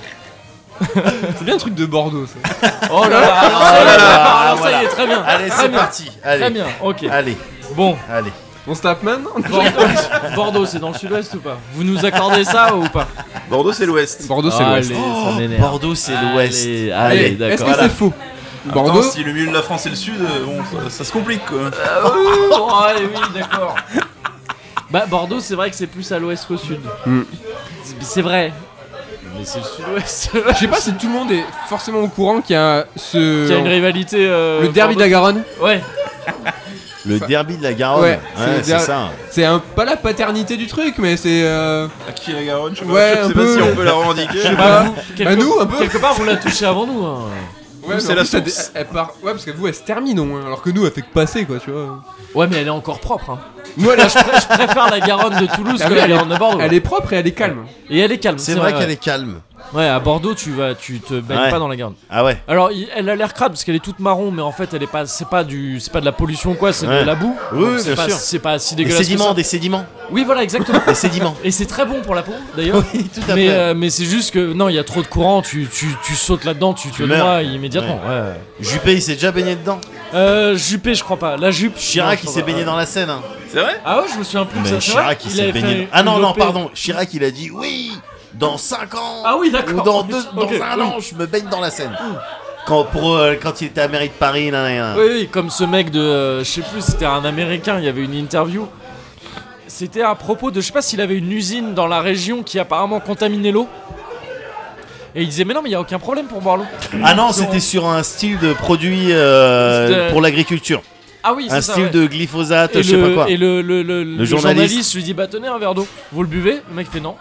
Speaker 3: C'est bien un truc de Bordeaux ça.
Speaker 1: Oh là là, alors ça, y est,
Speaker 6: là là,
Speaker 1: alors, ça
Speaker 6: voilà.
Speaker 1: y est, très bien.
Speaker 6: Allez,
Speaker 1: très
Speaker 6: c'est
Speaker 1: bien.
Speaker 6: parti.
Speaker 1: Très
Speaker 6: Allez,
Speaker 1: bien, ok.
Speaker 6: allez,
Speaker 1: Bon,
Speaker 6: allez.
Speaker 3: On se tape maintenant
Speaker 1: Bordeaux, Bordeaux, c'est dans le sud-ouest ou pas Vous nous accordez ça ou pas
Speaker 2: Bordeaux, c'est l'ouest.
Speaker 3: Bordeaux c'est
Speaker 1: Allez,
Speaker 3: l'Ouest.
Speaker 1: ça m'énerve.
Speaker 6: Bordeaux, c'est l'Ouest.
Speaker 1: Allez,
Speaker 6: Allez,
Speaker 1: allez,
Speaker 3: Oh, Est-ce que
Speaker 1: d'accord.
Speaker 3: c'est faux Bordeaux
Speaker 2: Attends, si le milieu de la France et le sud, euh, bon, ça, ça se complique quoi.
Speaker 1: Bon, allez, Ah, oui, d'accord. Bah, Bordeaux, c'est vrai que c'est plus à l'ouest qu'au sud.
Speaker 3: Hmm.
Speaker 1: C'est- C'est vrai. Mais c'est le
Speaker 3: [laughs]
Speaker 1: sud-ouest.
Speaker 3: Je sais pas si tout le monde est forcément au courant qu'il y a ce
Speaker 1: Il y a une rivalité. euh,
Speaker 3: le derby Bah, de la Garonne.
Speaker 1: Bordeaux- Ouais,
Speaker 6: Le derby de la Garonne.
Speaker 3: Ouais,
Speaker 6: Ouais,
Speaker 3: c'est le
Speaker 6: c'est
Speaker 3: der-
Speaker 6: ça.
Speaker 3: C'est un pas la paternité du truc mais c'est euh,
Speaker 2: À qui est la Garonne Je sais,
Speaker 3: Ouais,
Speaker 2: pas, je
Speaker 3: un
Speaker 2: sais
Speaker 3: peu.
Speaker 2: pas si on peut la revendiquer.
Speaker 3: pas-
Speaker 1: vous, quelque-
Speaker 3: nous, un peu.
Speaker 1: Quelque part, vous la touchez avant nous. hein.
Speaker 3: ouais, mais
Speaker 2: c'est
Speaker 3: en
Speaker 2: la
Speaker 3: plus, ça dé-
Speaker 2: source.
Speaker 3: elle part ouais parce que vous elle se termine au moins alors que nous elle fait que passer quoi tu vois.
Speaker 1: Ouais, mais elle est encore propre. hein. [laughs]
Speaker 3: Nous elle,
Speaker 1: Je, pr- je préfère la Garonne de Toulouse
Speaker 3: Ah
Speaker 1: que
Speaker 3: oui,
Speaker 1: elle est en Bordeaux.
Speaker 3: elle est propre et elle est calme.
Speaker 1: Et elle est calme.
Speaker 6: C'est vrai
Speaker 1: ouais.
Speaker 6: qu'elle est calme.
Speaker 1: Ouais, à Bordeaux, tu vas, tu te baignes
Speaker 6: Ouais.
Speaker 1: pas dans la Garonne.
Speaker 6: Ah ouais.
Speaker 1: Alors, il- elle a l'air crade parce qu'elle est toute marron, mais en fait, elle est pas, c'est pas du, c'est pas de la pollution quoi, c'est
Speaker 6: Ouais.
Speaker 1: de la boue.
Speaker 6: Oui,
Speaker 1: Donc,
Speaker 6: oui,
Speaker 1: c'est
Speaker 6: bien
Speaker 1: pas-
Speaker 6: sûr.
Speaker 1: C'est pas si
Speaker 6: Des
Speaker 1: dégueulasse. que
Speaker 6: sédiments,
Speaker 1: ça.
Speaker 6: des sédiments.
Speaker 1: Oui, voilà,
Speaker 6: [laughs]
Speaker 1: exactement.
Speaker 6: Des sédiments.
Speaker 1: Et c'est très bon pour la peau, d'ailleurs.
Speaker 6: Oui, tout à
Speaker 1: mais
Speaker 6: fait.
Speaker 1: euh, mais c'est juste que non, il y a trop de courant, tu, tu, tu sautes là-dedans, tu te
Speaker 6: Tu meurs.
Speaker 1: noies immédiatement. Ouais.
Speaker 6: Juppé, il s'est déjà baigné dedans.
Speaker 1: Euh, Juppé, je crois pas. La jupe. non,
Speaker 6: Chirac,
Speaker 1: je
Speaker 6: il
Speaker 1: crois
Speaker 6: s'est
Speaker 1: pas.
Speaker 6: baigné dans la Seine. hein.
Speaker 2: C'est vrai
Speaker 1: Ah ouais, je me souviens plus de ça.
Speaker 6: Mais
Speaker 1: c'est vrai
Speaker 6: Chirac, il
Speaker 1: Il
Speaker 6: s'est
Speaker 1: avait
Speaker 6: baigné.
Speaker 1: fait
Speaker 6: Ah non,
Speaker 1: une
Speaker 6: non,
Speaker 1: OP.
Speaker 6: pardon. Chirac, il a dit oui, dans 5 ans.
Speaker 1: Ah oui,
Speaker 6: Ou
Speaker 1: d'accord.
Speaker 6: dans, deux, dans
Speaker 1: Ok,
Speaker 6: un
Speaker 1: oui.
Speaker 6: an, je me baigne dans la Seine. Quand, pour, euh, quand il était à la mairie de Paris, là, là, là.
Speaker 1: Oui, oui, comme ce mec de. euh, je sais plus, c'était un américain, il y avait une interview. C'était à propos de. Je sais pas s'il avait une usine dans la région qui apparemment contaminait l'eau. Et il disait, mais non, mais il y a aucun problème pour boire l'eau.
Speaker 6: Ah non, c'était sur un style de produit euh,
Speaker 1: C'était-
Speaker 6: pour l'agriculture.
Speaker 1: Ah oui,
Speaker 6: Un
Speaker 1: c'est ça.
Speaker 6: style
Speaker 1: ouais.
Speaker 6: de glyphosate,
Speaker 1: Et
Speaker 6: je sais
Speaker 1: le,
Speaker 6: pas quoi.
Speaker 1: et le, le- le- le journaliste.
Speaker 6: journaliste.
Speaker 1: lui dit, bah tenez un verre d'eau, vous le buvez Le mec fait non.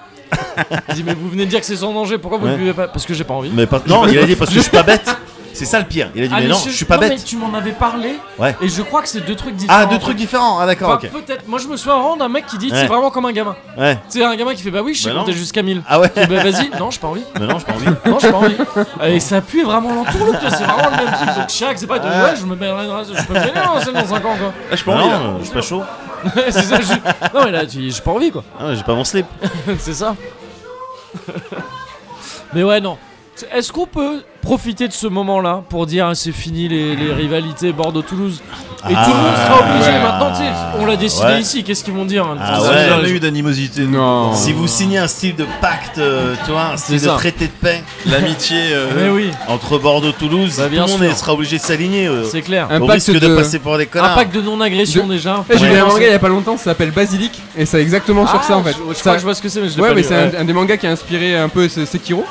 Speaker 1: il dit, mais vous venez de dire que c'est sans danger, pourquoi vous le
Speaker 6: Ouais.
Speaker 1: buvez pas Parce que j'ai pas envie.
Speaker 6: Mais par- Non, il a dit parce que je suis pas bête. C'est ça le pire. Il a dit
Speaker 1: Ah,
Speaker 6: mais
Speaker 1: mais
Speaker 6: non,
Speaker 1: ce-
Speaker 6: je suis pas
Speaker 1: non, mais
Speaker 6: bête.
Speaker 1: tu m'en avais parlé,
Speaker 6: Ouais.
Speaker 1: et je crois que c'est deux trucs différents.
Speaker 6: Ah, deux trucs différents. Ah d'accord,
Speaker 1: Enfin,
Speaker 6: ok.
Speaker 1: Peut-être. Moi, je me souviens vraiment d'un mec qui dit, c'est
Speaker 6: Ouais.
Speaker 1: vraiment comme un gamin.
Speaker 6: Ouais.
Speaker 1: Tu sais, un gamin qui fait bah oui, je sais
Speaker 6: Bah non.
Speaker 1: compter jusqu'à 1000. [laughs]
Speaker 6: Ah ouais.
Speaker 1: Tu dis, bah vas-y, non, j'ai pas envie.
Speaker 6: Mais non, j'ai pas envie.
Speaker 1: Non, j'ai pas envie. Et ça pue vraiment l'entourloupe, tu vois, c'est vraiment le même truc. Donc, Chirac, c'est pas de ouais, je me mets dans la- je peux me baigner dans la Seine dans 5 ans, quoi. [laughs]
Speaker 2: Ah, Je peux
Speaker 6: Bah
Speaker 2: envie là.
Speaker 1: hein.
Speaker 6: non, j'ai pas chaud.
Speaker 1: c'est ça, je... Non, mais là, tu dis, j'ai pas envie, quoi. [laughs]
Speaker 6: Ah, j'ai pas mon slip.
Speaker 1: c'est ça. [laughs] mais ouais, non. Est-ce qu'on peut profiter de ce moment-là pour dire ah, c'est fini les, les rivalités Bordeaux-Toulouse Et
Speaker 6: Ah,
Speaker 1: Toulouse sera obligé
Speaker 6: ouais.
Speaker 1: maintenant, tu sais, on l'a décidé
Speaker 6: Ouais.
Speaker 1: ici, qu'est-ce qu'ils vont dire hein
Speaker 6: Ah
Speaker 1: Ils ont
Speaker 2: On a
Speaker 6: ouais.
Speaker 2: jamais eu d'animosité. nous.
Speaker 3: Non.
Speaker 6: Si vous signez un style de pacte, euh, tu vois, un style
Speaker 1: C'est
Speaker 6: de
Speaker 1: ça.
Speaker 6: traité de paix
Speaker 2: L'amitié. euh,
Speaker 1: Mais Eh oui,
Speaker 6: entre Bordeaux et Toulouse,
Speaker 1: Bah,
Speaker 6: tout
Speaker 1: bien
Speaker 6: le monde
Speaker 1: sûr.
Speaker 6: sera obligé de s'aligner. euh,
Speaker 1: c'est clair.
Speaker 3: Un
Speaker 6: au
Speaker 3: pacte
Speaker 6: risque de...
Speaker 3: de-
Speaker 6: passer pour des
Speaker 1: Un
Speaker 6: connards.
Speaker 1: pack de non-agression
Speaker 3: De-
Speaker 1: déjà.
Speaker 3: Eh, J'ai lu un
Speaker 1: Ouais.
Speaker 3: manga il y a pas longtemps, ça s'appelle Basilic et c'est exactement sur
Speaker 1: Ah,
Speaker 3: ça en fait.
Speaker 1: Je, je
Speaker 3: Ça-
Speaker 1: crois que je vois ce que c'est, mais je l'ai
Speaker 3: ouais,
Speaker 1: pas
Speaker 3: mais
Speaker 1: lu, Euh,
Speaker 3: c'est un, un des mangas qui a inspiré un peu ce- Sekiro.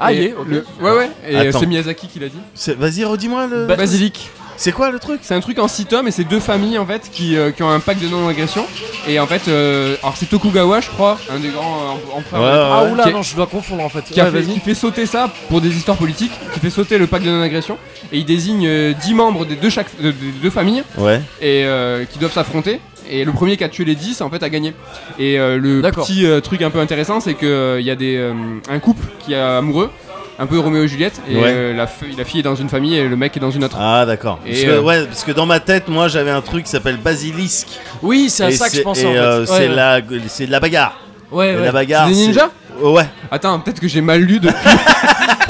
Speaker 1: Ah,
Speaker 3: Et
Speaker 1: il est, ok.
Speaker 3: le- Ouais, ouais, et
Speaker 6: Attends.
Speaker 3: c'est Miyazaki qui l'a dit.
Speaker 6: C'est- Vas-y, redis-moi le.
Speaker 1: Bah-
Speaker 3: Basilic.
Speaker 6: C'est quoi le truc
Speaker 3: C'est un truc en 6 tomes et c'est deux familles en fait qui, euh, qui ont un pacte de non-agression. Et en fait, euh, alors c'est Tokugawa, je crois, un des grands euh, empereurs.
Speaker 6: Ouais,
Speaker 1: Ah
Speaker 6: ouais.
Speaker 1: oula,
Speaker 3: Qui-
Speaker 1: non, je dois confondre en fait.
Speaker 3: Qui, a
Speaker 1: Ouais,
Speaker 3: fait, qui
Speaker 1: vas-y.
Speaker 3: fait sauter ça pour des histoires politiques, qui fait sauter le pacte de non-agression, et il désigne euh, 10 membres des deux, chaque, de- des deux familles
Speaker 6: Ouais.
Speaker 1: Ah,
Speaker 3: et euh, qui doivent s'affronter. Et le premier qui a tué les 10 en fait a gagné. Et euh, le
Speaker 1: D'accord.
Speaker 3: petit euh, truc un peu intéressant, c'est que euh, il y a des euh, un couple qui est amoureux, un peu Roméo et Juliette, et
Speaker 6: Ouais.
Speaker 3: euh, la, fi- la fille est dans une famille et le mec est dans une autre.
Speaker 6: Ah d'accord.
Speaker 3: Et
Speaker 6: Parce que,
Speaker 3: euh,
Speaker 6: ouais, parce que dans ma tête, moi, j'avais un truc qui s'appelle basilisque.
Speaker 1: Oui, c'est à
Speaker 6: Et
Speaker 1: ça que je
Speaker 6: c'est-
Speaker 1: pensais
Speaker 6: et,
Speaker 1: en fait.
Speaker 6: euh,
Speaker 1: Ouais,
Speaker 6: c'est
Speaker 1: ouais.
Speaker 6: la, c'est de la bagarre.
Speaker 1: Ouais,
Speaker 6: Et
Speaker 1: ouais.
Speaker 6: la bagarre.
Speaker 3: C'est des
Speaker 6: Ah, c'est-
Speaker 3: ninjas
Speaker 6: Ouais.
Speaker 3: Attends, peut-être que j'ai mal lu de.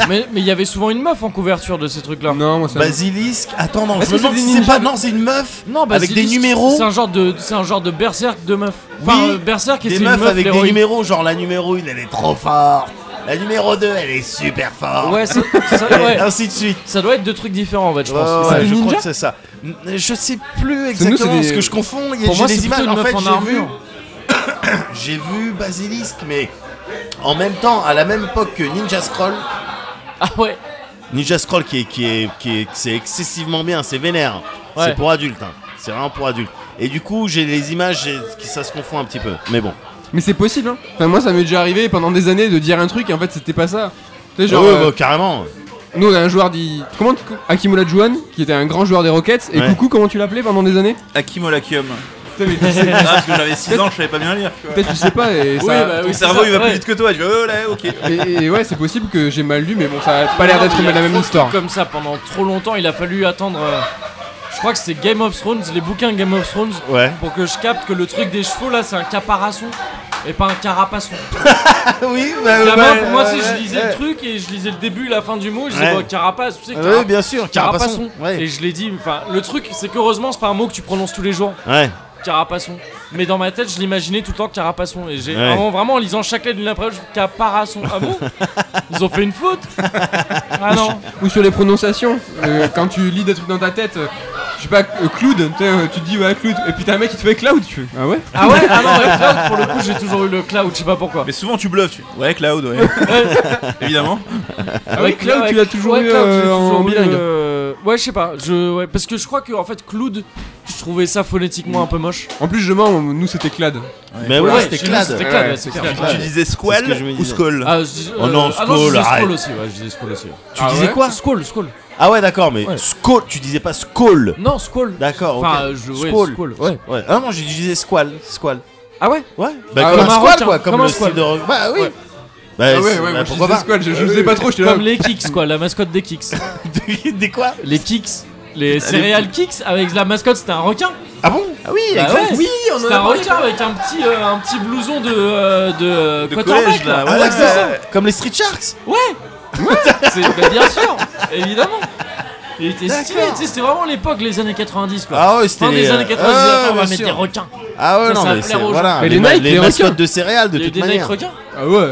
Speaker 1: Mais mais il y avait souvent une meuf en couverture de ces trucs-là.
Speaker 3: non, moi ça.
Speaker 6: Bah, Basilisk. Attends, non,
Speaker 3: Est-ce que c'est
Speaker 6: je me demande
Speaker 3: des
Speaker 6: si c'est
Speaker 3: ninjas
Speaker 6: pas. Non, c'est une meuf.
Speaker 1: Non,
Speaker 6: Avec des
Speaker 1: Basilisk,
Speaker 6: numéros
Speaker 1: Bah, C'est un genre de, c'est un genre de berserk de meuf. Enfin,
Speaker 6: Oui,
Speaker 1: euh, berserk et c'est
Speaker 6: Des
Speaker 1: une
Speaker 6: meufs
Speaker 1: meuf
Speaker 6: avec des
Speaker 1: l'héroïne.
Speaker 6: numéros, genre la numéro 1, elle est trop forte. La numéro 2, elle est super forte.
Speaker 1: Ouais, ça, ça-
Speaker 6: [laughs] Et
Speaker 1: ouais.
Speaker 6: ainsi de suite.
Speaker 1: Ça doit être deux trucs différents en fait, je pense.
Speaker 6: Ouais,
Speaker 1: C'est
Speaker 6: ouais,
Speaker 1: des
Speaker 6: je crois
Speaker 1: ninjas
Speaker 6: que c'est ça. N- Je sais plus
Speaker 3: C'est nous,
Speaker 6: exactement
Speaker 3: c'est des-
Speaker 6: ce que je confonds. Il y a
Speaker 1: Pour
Speaker 6: j'ai
Speaker 1: moi, c'est
Speaker 6: des
Speaker 1: plutôt
Speaker 6: images.
Speaker 1: une
Speaker 6: En
Speaker 1: meuf
Speaker 6: fait,
Speaker 1: en
Speaker 6: j'ai vu,
Speaker 1: armure.
Speaker 6: j'ai vu [coughs] Basilisk, mais en même temps, à la même époque que Ninja Scroll.
Speaker 1: Ah ouais.
Speaker 6: Ninja Scroll qui est, qui est, qui est- c'est excessivement bien, c'est vénère.
Speaker 1: Ouais.
Speaker 6: C'est pour adultes, hein. c'est vraiment pour adultes. Et du coup, j'ai les images j'ai- qui ça se confond un petit peu. Mais bon.
Speaker 3: Mais c'est possible, hein. Enfin, moi ça m'est déjà arrivé pendant des années de dire un truc et en fait c'était pas ça. Tu sais, genre,
Speaker 6: Ah ouais,
Speaker 3: euh,
Speaker 6: bah, carrément.
Speaker 3: nous on a un joueur dit. Comment tu- Akimola Juan, qui était un grand joueur des Rockets, et
Speaker 6: Ouais.
Speaker 3: coucou, comment tu l'appelais pendant des années
Speaker 2: Akimolakium.
Speaker 3: Putain, mais tu sais-
Speaker 2: Ah, parce que j'avais 6 ans, je savais pas bien lire.
Speaker 3: [laughs] Peut-être tu sais pas, et ça.
Speaker 1: Oui, bah
Speaker 2: Mon
Speaker 1: oui, c'est
Speaker 2: cerveau
Speaker 1: ça,
Speaker 2: il va
Speaker 1: ouais.
Speaker 2: plus vite que toi. Je fais, oh là, ok.
Speaker 3: Et, et ouais, c'est possible que j'ai mal lu, mais bon, ça a pas l'air d'être
Speaker 1: Il y a
Speaker 3: la même
Speaker 1: trop de
Speaker 3: histoire.
Speaker 1: trucs Comme ça, pendant trop longtemps, il a fallu attendre. euh, Je crois que c'était Game of Thrones, les bouquins Game of Thrones,
Speaker 6: Ouais.
Speaker 1: pour que je capte que le truc des chevaux là, c'est un caparaçon et pas un carapaçon.
Speaker 6: [laughs] oui, bah,
Speaker 1: Gamin,
Speaker 6: bah,
Speaker 1: pour moi, tu sais,
Speaker 6: ouais,
Speaker 1: je lisais
Speaker 6: ouais.
Speaker 1: le truc et je lisais le début, la fin du mot. et Je
Speaker 6: Ouais.
Speaker 1: disais, bah, carapace, tu sais,
Speaker 6: Ouais,
Speaker 1: carapace.
Speaker 6: Ah bien sûr, Carapaçon.
Speaker 1: Carapaçon.
Speaker 6: Ouais.
Speaker 1: Et je l'ai dit, enfin, le truc, c'est qu'heureusement, c'est pas un mot que tu prononces tous les jours,
Speaker 6: Ouais.
Speaker 1: carapaçon. Mais dans ma tête, je l'imaginais tout le temps carapaçon. Et j'ai
Speaker 6: Ouais.
Speaker 1: vraiment, vraiment, en lisant chaque lettre d'une après l'autre, je fais, caparaçon. Ah bon Ils ont fait une faute Ah non.
Speaker 3: Ou sur les prononciations, euh, quand tu lis des trucs dans ta tête, euh, je sais pas, euh, Cloud, tu sais, euh, tu te dis ouais, Cloud, et puis t'as un mec qui te fait Cloud, tu fais. Ah ouais
Speaker 1: Ah ouais Ah non, ouais, cloud, pour le coup, j'ai toujours eu le cloud, je sais pas pourquoi.
Speaker 2: Mais souvent tu bluffes. Tu... Ouais, Cloud, ouais. [laughs] Évidemment.
Speaker 1: Ah
Speaker 3: ouais, Cloud, tu l'as toujours eu,
Speaker 1: Cloud, je l'ai
Speaker 3: euh, en
Speaker 1: toujours eu,
Speaker 3: bilingue.
Speaker 1: euh, Ouais, je sais pas. Je... Ouais, parce que je crois que, en fait, Cloud, je trouvais ça phonétiquement un peu moche.
Speaker 3: En plus, je mens, nous c'était Clad.
Speaker 6: Mais ouais,
Speaker 1: Ouais,
Speaker 6: c'était
Speaker 1: chez nous,
Speaker 6: classe.
Speaker 1: C'était Clad,
Speaker 3: Ouais,
Speaker 1: ouais, c'est clair.
Speaker 2: Tu disais
Speaker 6: C'est ce que
Speaker 2: squall
Speaker 6: je me
Speaker 2: ou
Speaker 6: disais.
Speaker 2: squall
Speaker 1: Ah, je dis-
Speaker 6: Oh non,
Speaker 1: euh, ah non, je
Speaker 6: Skoll,
Speaker 1: disais
Speaker 6: arrête.
Speaker 1: Skoll aussi, ouais, je disais Skoll aussi. ouais.
Speaker 6: Tu disais
Speaker 3: ouais
Speaker 6: quoi
Speaker 1: Skoll, Skoll.
Speaker 6: Ah ouais, d'accord, mais
Speaker 1: Ouais.
Speaker 6: Skoll, tu disais pas Skoll.
Speaker 1: Non, Skoll.
Speaker 6: D'accord,
Speaker 1: Enfin,
Speaker 6: ok.
Speaker 1: euh, je, ouais,
Speaker 6: Skoll.
Speaker 1: Skoll, ouais.
Speaker 6: Ouais. Ah non, je disais Squall. Squall.
Speaker 1: Ah ouais
Speaker 6: Ouais. Bah,
Speaker 3: Ah,
Speaker 6: comme
Speaker 3: comme
Speaker 6: un
Speaker 1: un
Speaker 6: Squall,
Speaker 1: requin,
Speaker 6: quoi. Comme,
Speaker 1: comme un
Speaker 6: le style
Speaker 1: squall. Ah
Speaker 6: de. requin. Bah oui.
Speaker 1: Ouais.
Speaker 6: Bah,
Speaker 3: Ah ouais,
Speaker 6: c'est-
Speaker 3: ouais,
Speaker 6: bah,
Speaker 3: moi je
Speaker 6: pourquoi
Speaker 3: disais
Speaker 6: pas
Speaker 3: Squad, je, je sais pas trop, je suis là.
Speaker 1: Comme les Kicks, quoi, la mascotte des Kicks.
Speaker 6: [laughs] Des quoi
Speaker 1: les Kicks, les céréales Kicks, avec la mascotte, c'était un requin.
Speaker 6: Ah bon Ah oui,
Speaker 1: Bah
Speaker 6: exact.
Speaker 1: ouais,
Speaker 6: Oui, on en
Speaker 1: C'était un requin avec un petit, euh, un petit blouson de, euh, de, euh,
Speaker 2: De
Speaker 1: quarterback,
Speaker 2: collège, là,
Speaker 6: Ah,
Speaker 2: Ouais,
Speaker 6: d'accord.
Speaker 2: ouais,
Speaker 6: Comme les Street Sharks
Speaker 1: Ouais Ouais C'est bah, bien sûr, évidemment Il était stylé,
Speaker 6: D'accord.
Speaker 1: tu sais, c'était vraiment l'époque, les années 90 quoi.
Speaker 6: Ah ouais, c'était
Speaker 1: fin des
Speaker 6: les-
Speaker 1: années 90,
Speaker 6: Ah,
Speaker 1: attends, on va
Speaker 6: bien
Speaker 1: mettre
Speaker 6: sûr.
Speaker 1: des requins.
Speaker 6: Ah ouais,
Speaker 1: Ça,
Speaker 6: non,
Speaker 1: ça va
Speaker 6: mais
Speaker 1: plaire
Speaker 6: c'est.
Speaker 1: aux gens.
Speaker 6: Voilà.
Speaker 3: Et
Speaker 6: les
Speaker 3: les
Speaker 6: ma-
Speaker 3: Nike,
Speaker 6: les
Speaker 3: les
Speaker 6: mascottes
Speaker 3: requins.
Speaker 6: de céréales, de
Speaker 1: Il y a eu
Speaker 6: toute
Speaker 1: des Nike
Speaker 6: manière.
Speaker 1: requins.
Speaker 3: Ah ouais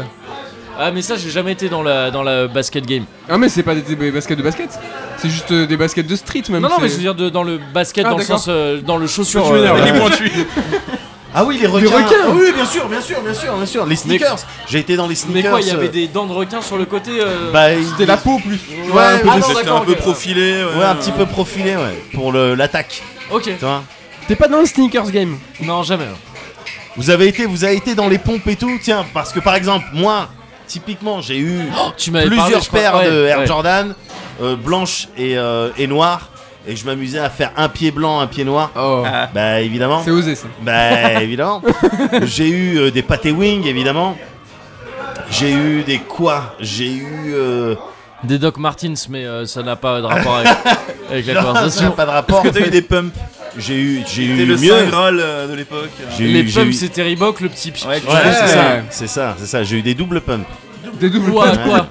Speaker 1: Ah mais ça j'ai jamais été dans la dans la basket game.
Speaker 3: Ah, mais c'est pas des, des baskets de basket, c'est juste euh, des baskets de street
Speaker 6: Ah,
Speaker 3: même.
Speaker 1: non non
Speaker 3: c'est-
Speaker 1: mais je veux dire de- dans le basket
Speaker 3: Ah,
Speaker 1: dans le
Speaker 3: d'accord.
Speaker 1: sens euh, dans le chaussure.
Speaker 3: Tu m'énerves,
Speaker 1: euh,
Speaker 3: là.
Speaker 2: Les [laughs] pointus.
Speaker 6: Ah oui, les requins.
Speaker 3: requins.
Speaker 6: Ah oui, bien sûr, bien sûr, bien sûr, bien sûr. Les sneakers. J'ai été dans les
Speaker 1: mais
Speaker 6: sneakers.
Speaker 1: quoi il y avait
Speaker 6: euh,
Speaker 1: des dents de requin sur le côté. euh,
Speaker 6: Bah, il-
Speaker 3: C'était la peau plus.
Speaker 6: Ouais,
Speaker 3: un peu
Speaker 1: ah,
Speaker 3: de-
Speaker 1: non,
Speaker 2: J'étais
Speaker 1: d'accord,
Speaker 2: un peu
Speaker 1: ok.
Speaker 2: profilé.
Speaker 6: Ouais, un petit peu profilé, ouais. Pour le- l'attaque.
Speaker 1: Ok.
Speaker 6: Tu vois
Speaker 3: T'es pas dans le sneakers game.
Speaker 1: Non jamais.
Speaker 6: Vous avez été, vous avez été dans les pompes et tout, tiens, parce que par exemple, moi, typiquement, j'ai eu
Speaker 1: Oh, tu m'avais parlé,
Speaker 6: plusieurs
Speaker 1: je crois.
Speaker 6: paires
Speaker 1: Ouais,
Speaker 6: de Air
Speaker 1: ouais.
Speaker 6: Jordan, euh, blanches et, euh, et noires, et je m'amusais à faire un pied blanc, un pied noir.
Speaker 3: Oh,
Speaker 6: Bah évidemment.
Speaker 3: c'est osé ça.
Speaker 6: Bah
Speaker 1: [laughs]
Speaker 6: évidemment. j'ai eu euh, des pâtés wing, évidemment. J'ai eu des quoi J'ai eu. euh,
Speaker 1: Des Doc Martens mais euh, ça n'a pas de rapport avec,
Speaker 6: [laughs]
Speaker 1: avec la
Speaker 6: non, Ah, ça n'a
Speaker 1: conversation.
Speaker 6: pas de rapport.
Speaker 2: Est-ce que t'as eu des pumps
Speaker 6: J'ai eu, j'ai
Speaker 2: T'es
Speaker 6: eu
Speaker 2: le
Speaker 6: mieux.
Speaker 2: Saint Graal euh, de l'époque.
Speaker 6: J'ai eu,
Speaker 1: Les
Speaker 6: j'ai eu-
Speaker 1: pumps c'est Reebok le petit.
Speaker 2: Ouais,
Speaker 6: Ouais,
Speaker 2: tu-
Speaker 6: c'est
Speaker 3: Ouais.
Speaker 6: ça, c'est ça, c'est ça. J'ai eu des doubles pumps.
Speaker 3: Des doubles
Speaker 1: Ouah, quoi.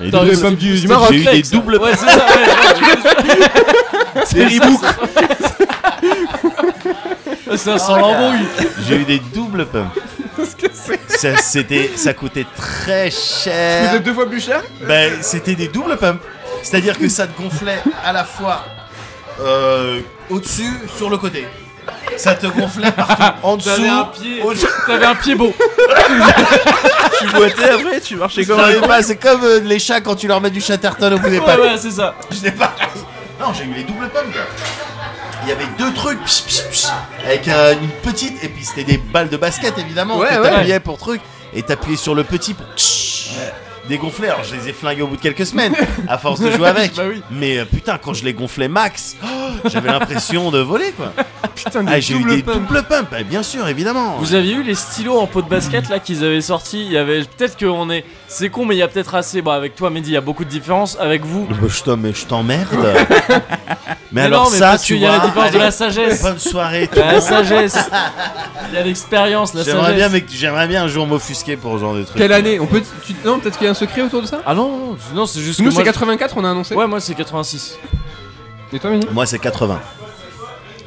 Speaker 6: Les
Speaker 1: Attends,
Speaker 6: doubles
Speaker 1: c'est-
Speaker 6: pumps.
Speaker 3: du,
Speaker 1: C'était
Speaker 6: Maroc.
Speaker 1: du
Speaker 6: J'ai eu des
Speaker 1: flex, ça.
Speaker 6: doubles-
Speaker 1: Ouais, c'est ça, ouais,
Speaker 6: [laughs]
Speaker 1: ouais. C'est ça, ça. Ça sent l'embrouille.
Speaker 6: J'ai eu des doubles pumps. Ça, c'était, ça coûtait très cher.
Speaker 3: Vous êtes deux fois plus cher
Speaker 6: Ben, c'était des doubles pumps. C'est-à-dire que ça te gonflait à la fois euh, au-dessus, sur le côté. Ça te gonflait partout. En dessous,
Speaker 1: T'avais un pied.
Speaker 6: au-dessus.
Speaker 1: [laughs] T'avais un pied
Speaker 6: [laughs]
Speaker 1: beau.
Speaker 2: tu boitais après, tu marchais
Speaker 6: Je
Speaker 2: comme un
Speaker 6: savais pas, c'est comme euh, les chats quand tu leur mets du chatterton au bout des
Speaker 1: Ouais,
Speaker 6: pattes.
Speaker 1: ouais, c'est ça.
Speaker 6: J'étais pareil. Non, j'ai eu les doubles pommes, quoi. Il y avait deux trucs, psh, psh, psh, avec euh, une petite, et puis c'était des balles de basket, évidemment,
Speaker 3: Ouais,
Speaker 6: que
Speaker 3: ouais.
Speaker 6: t'appuyais pour truc, et t'appuyais sur le petit pour psh, dégonfler. Alors, je les ai flingués au bout de quelques semaines, à force de jouer
Speaker 1: [laughs]
Speaker 6: avec.
Speaker 1: Bah oui.
Speaker 6: Mais euh, putain, quand je les gonflais max, [gasps] oh, j'avais l'impression de voler, quoi.
Speaker 3: Putain, des
Speaker 6: Ah, j'ai eu
Speaker 3: doubles
Speaker 6: des
Speaker 3: pumps.
Speaker 6: doubles pumps, eh, bien sûr, évidemment.
Speaker 1: Vous aviez eu les stylos en peau de basket là qu'ils avaient sorti. Il y avait peut-être qu'on est. C'est con, mais il y a peut-être assez. Bah, avec toi, Mehdi, il y a beaucoup de différences. Avec vous.
Speaker 6: Bah, je t'en- mais
Speaker 1: [laughs]
Speaker 6: je t'emmerde. mais
Speaker 1: Mais
Speaker 6: alors
Speaker 1: non, mais
Speaker 6: ça,
Speaker 1: parce
Speaker 6: tu
Speaker 1: qu'il y a la
Speaker 6: vois.
Speaker 1: différence de la
Speaker 6: allez, [laughs]
Speaker 1: sagesse.
Speaker 6: Bonne soirée. tout.
Speaker 1: La sagesse. Il y a l'expérience, la
Speaker 6: J'aimerais
Speaker 1: sagesse.
Speaker 6: bien, mais que- j'aimerais bien un jour m'offusquer pour ce genre de truc.
Speaker 3: Quelle année On peut. tu- Non, peut-être qu'il y a un secret autour de ça
Speaker 1: Ah non, non, non, c'est juste.
Speaker 3: Nous,
Speaker 1: que moi,
Speaker 3: c'est 84, on a annoncé.
Speaker 1: je- Ouais, moi c'est 86.
Speaker 3: Et toi, Mini
Speaker 6: Moi, c'est 80.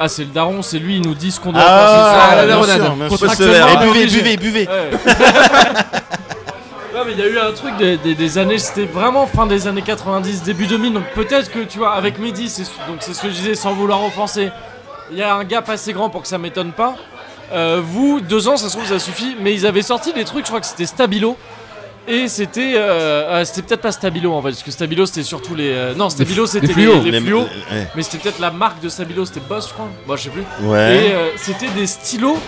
Speaker 1: Ah, c'est le daron, c'est lui, il nous dit ce qu'on doit
Speaker 6: Ah,
Speaker 1: faire.
Speaker 3: la
Speaker 1: c'est ça.
Speaker 6: bien
Speaker 3: daronade.
Speaker 6: sûr, bien sûr.
Speaker 1: Contractuellement,
Speaker 6: Et
Speaker 1: on est
Speaker 6: buvez,
Speaker 1: obligé. Euh,
Speaker 6: buvez, buvez.
Speaker 1: Ouais. [laughs] Ouais, mais il y a eu un truc des, des- des années, c'était vraiment fin des années 90, début 2000, donc peut-être que tu vois, avec Mehdi, c'est ce- donc c'est ce que je disais sans vouloir offenser. Il y a un gap assez grand pour que ça m'étonne pas. Euh, vous, deux ans, ça se trouve, ça suffit, mais ils avaient sorti des trucs, je crois que c'était Stabilo. Et c'était. euh, euh, c'était peut-être pas Stabilo en fait, parce que Stabilo c'était surtout les. euh, non, Stabilo c'était les,
Speaker 3: fluos.
Speaker 1: les
Speaker 6: Les-
Speaker 1: fluos.
Speaker 6: ouais.
Speaker 1: Mais c'était peut-être la marque de Stabilo, c'était Boss, je crois. Moi, je sais plus. Et
Speaker 6: Ouais.
Speaker 1: euh, c'était des stylos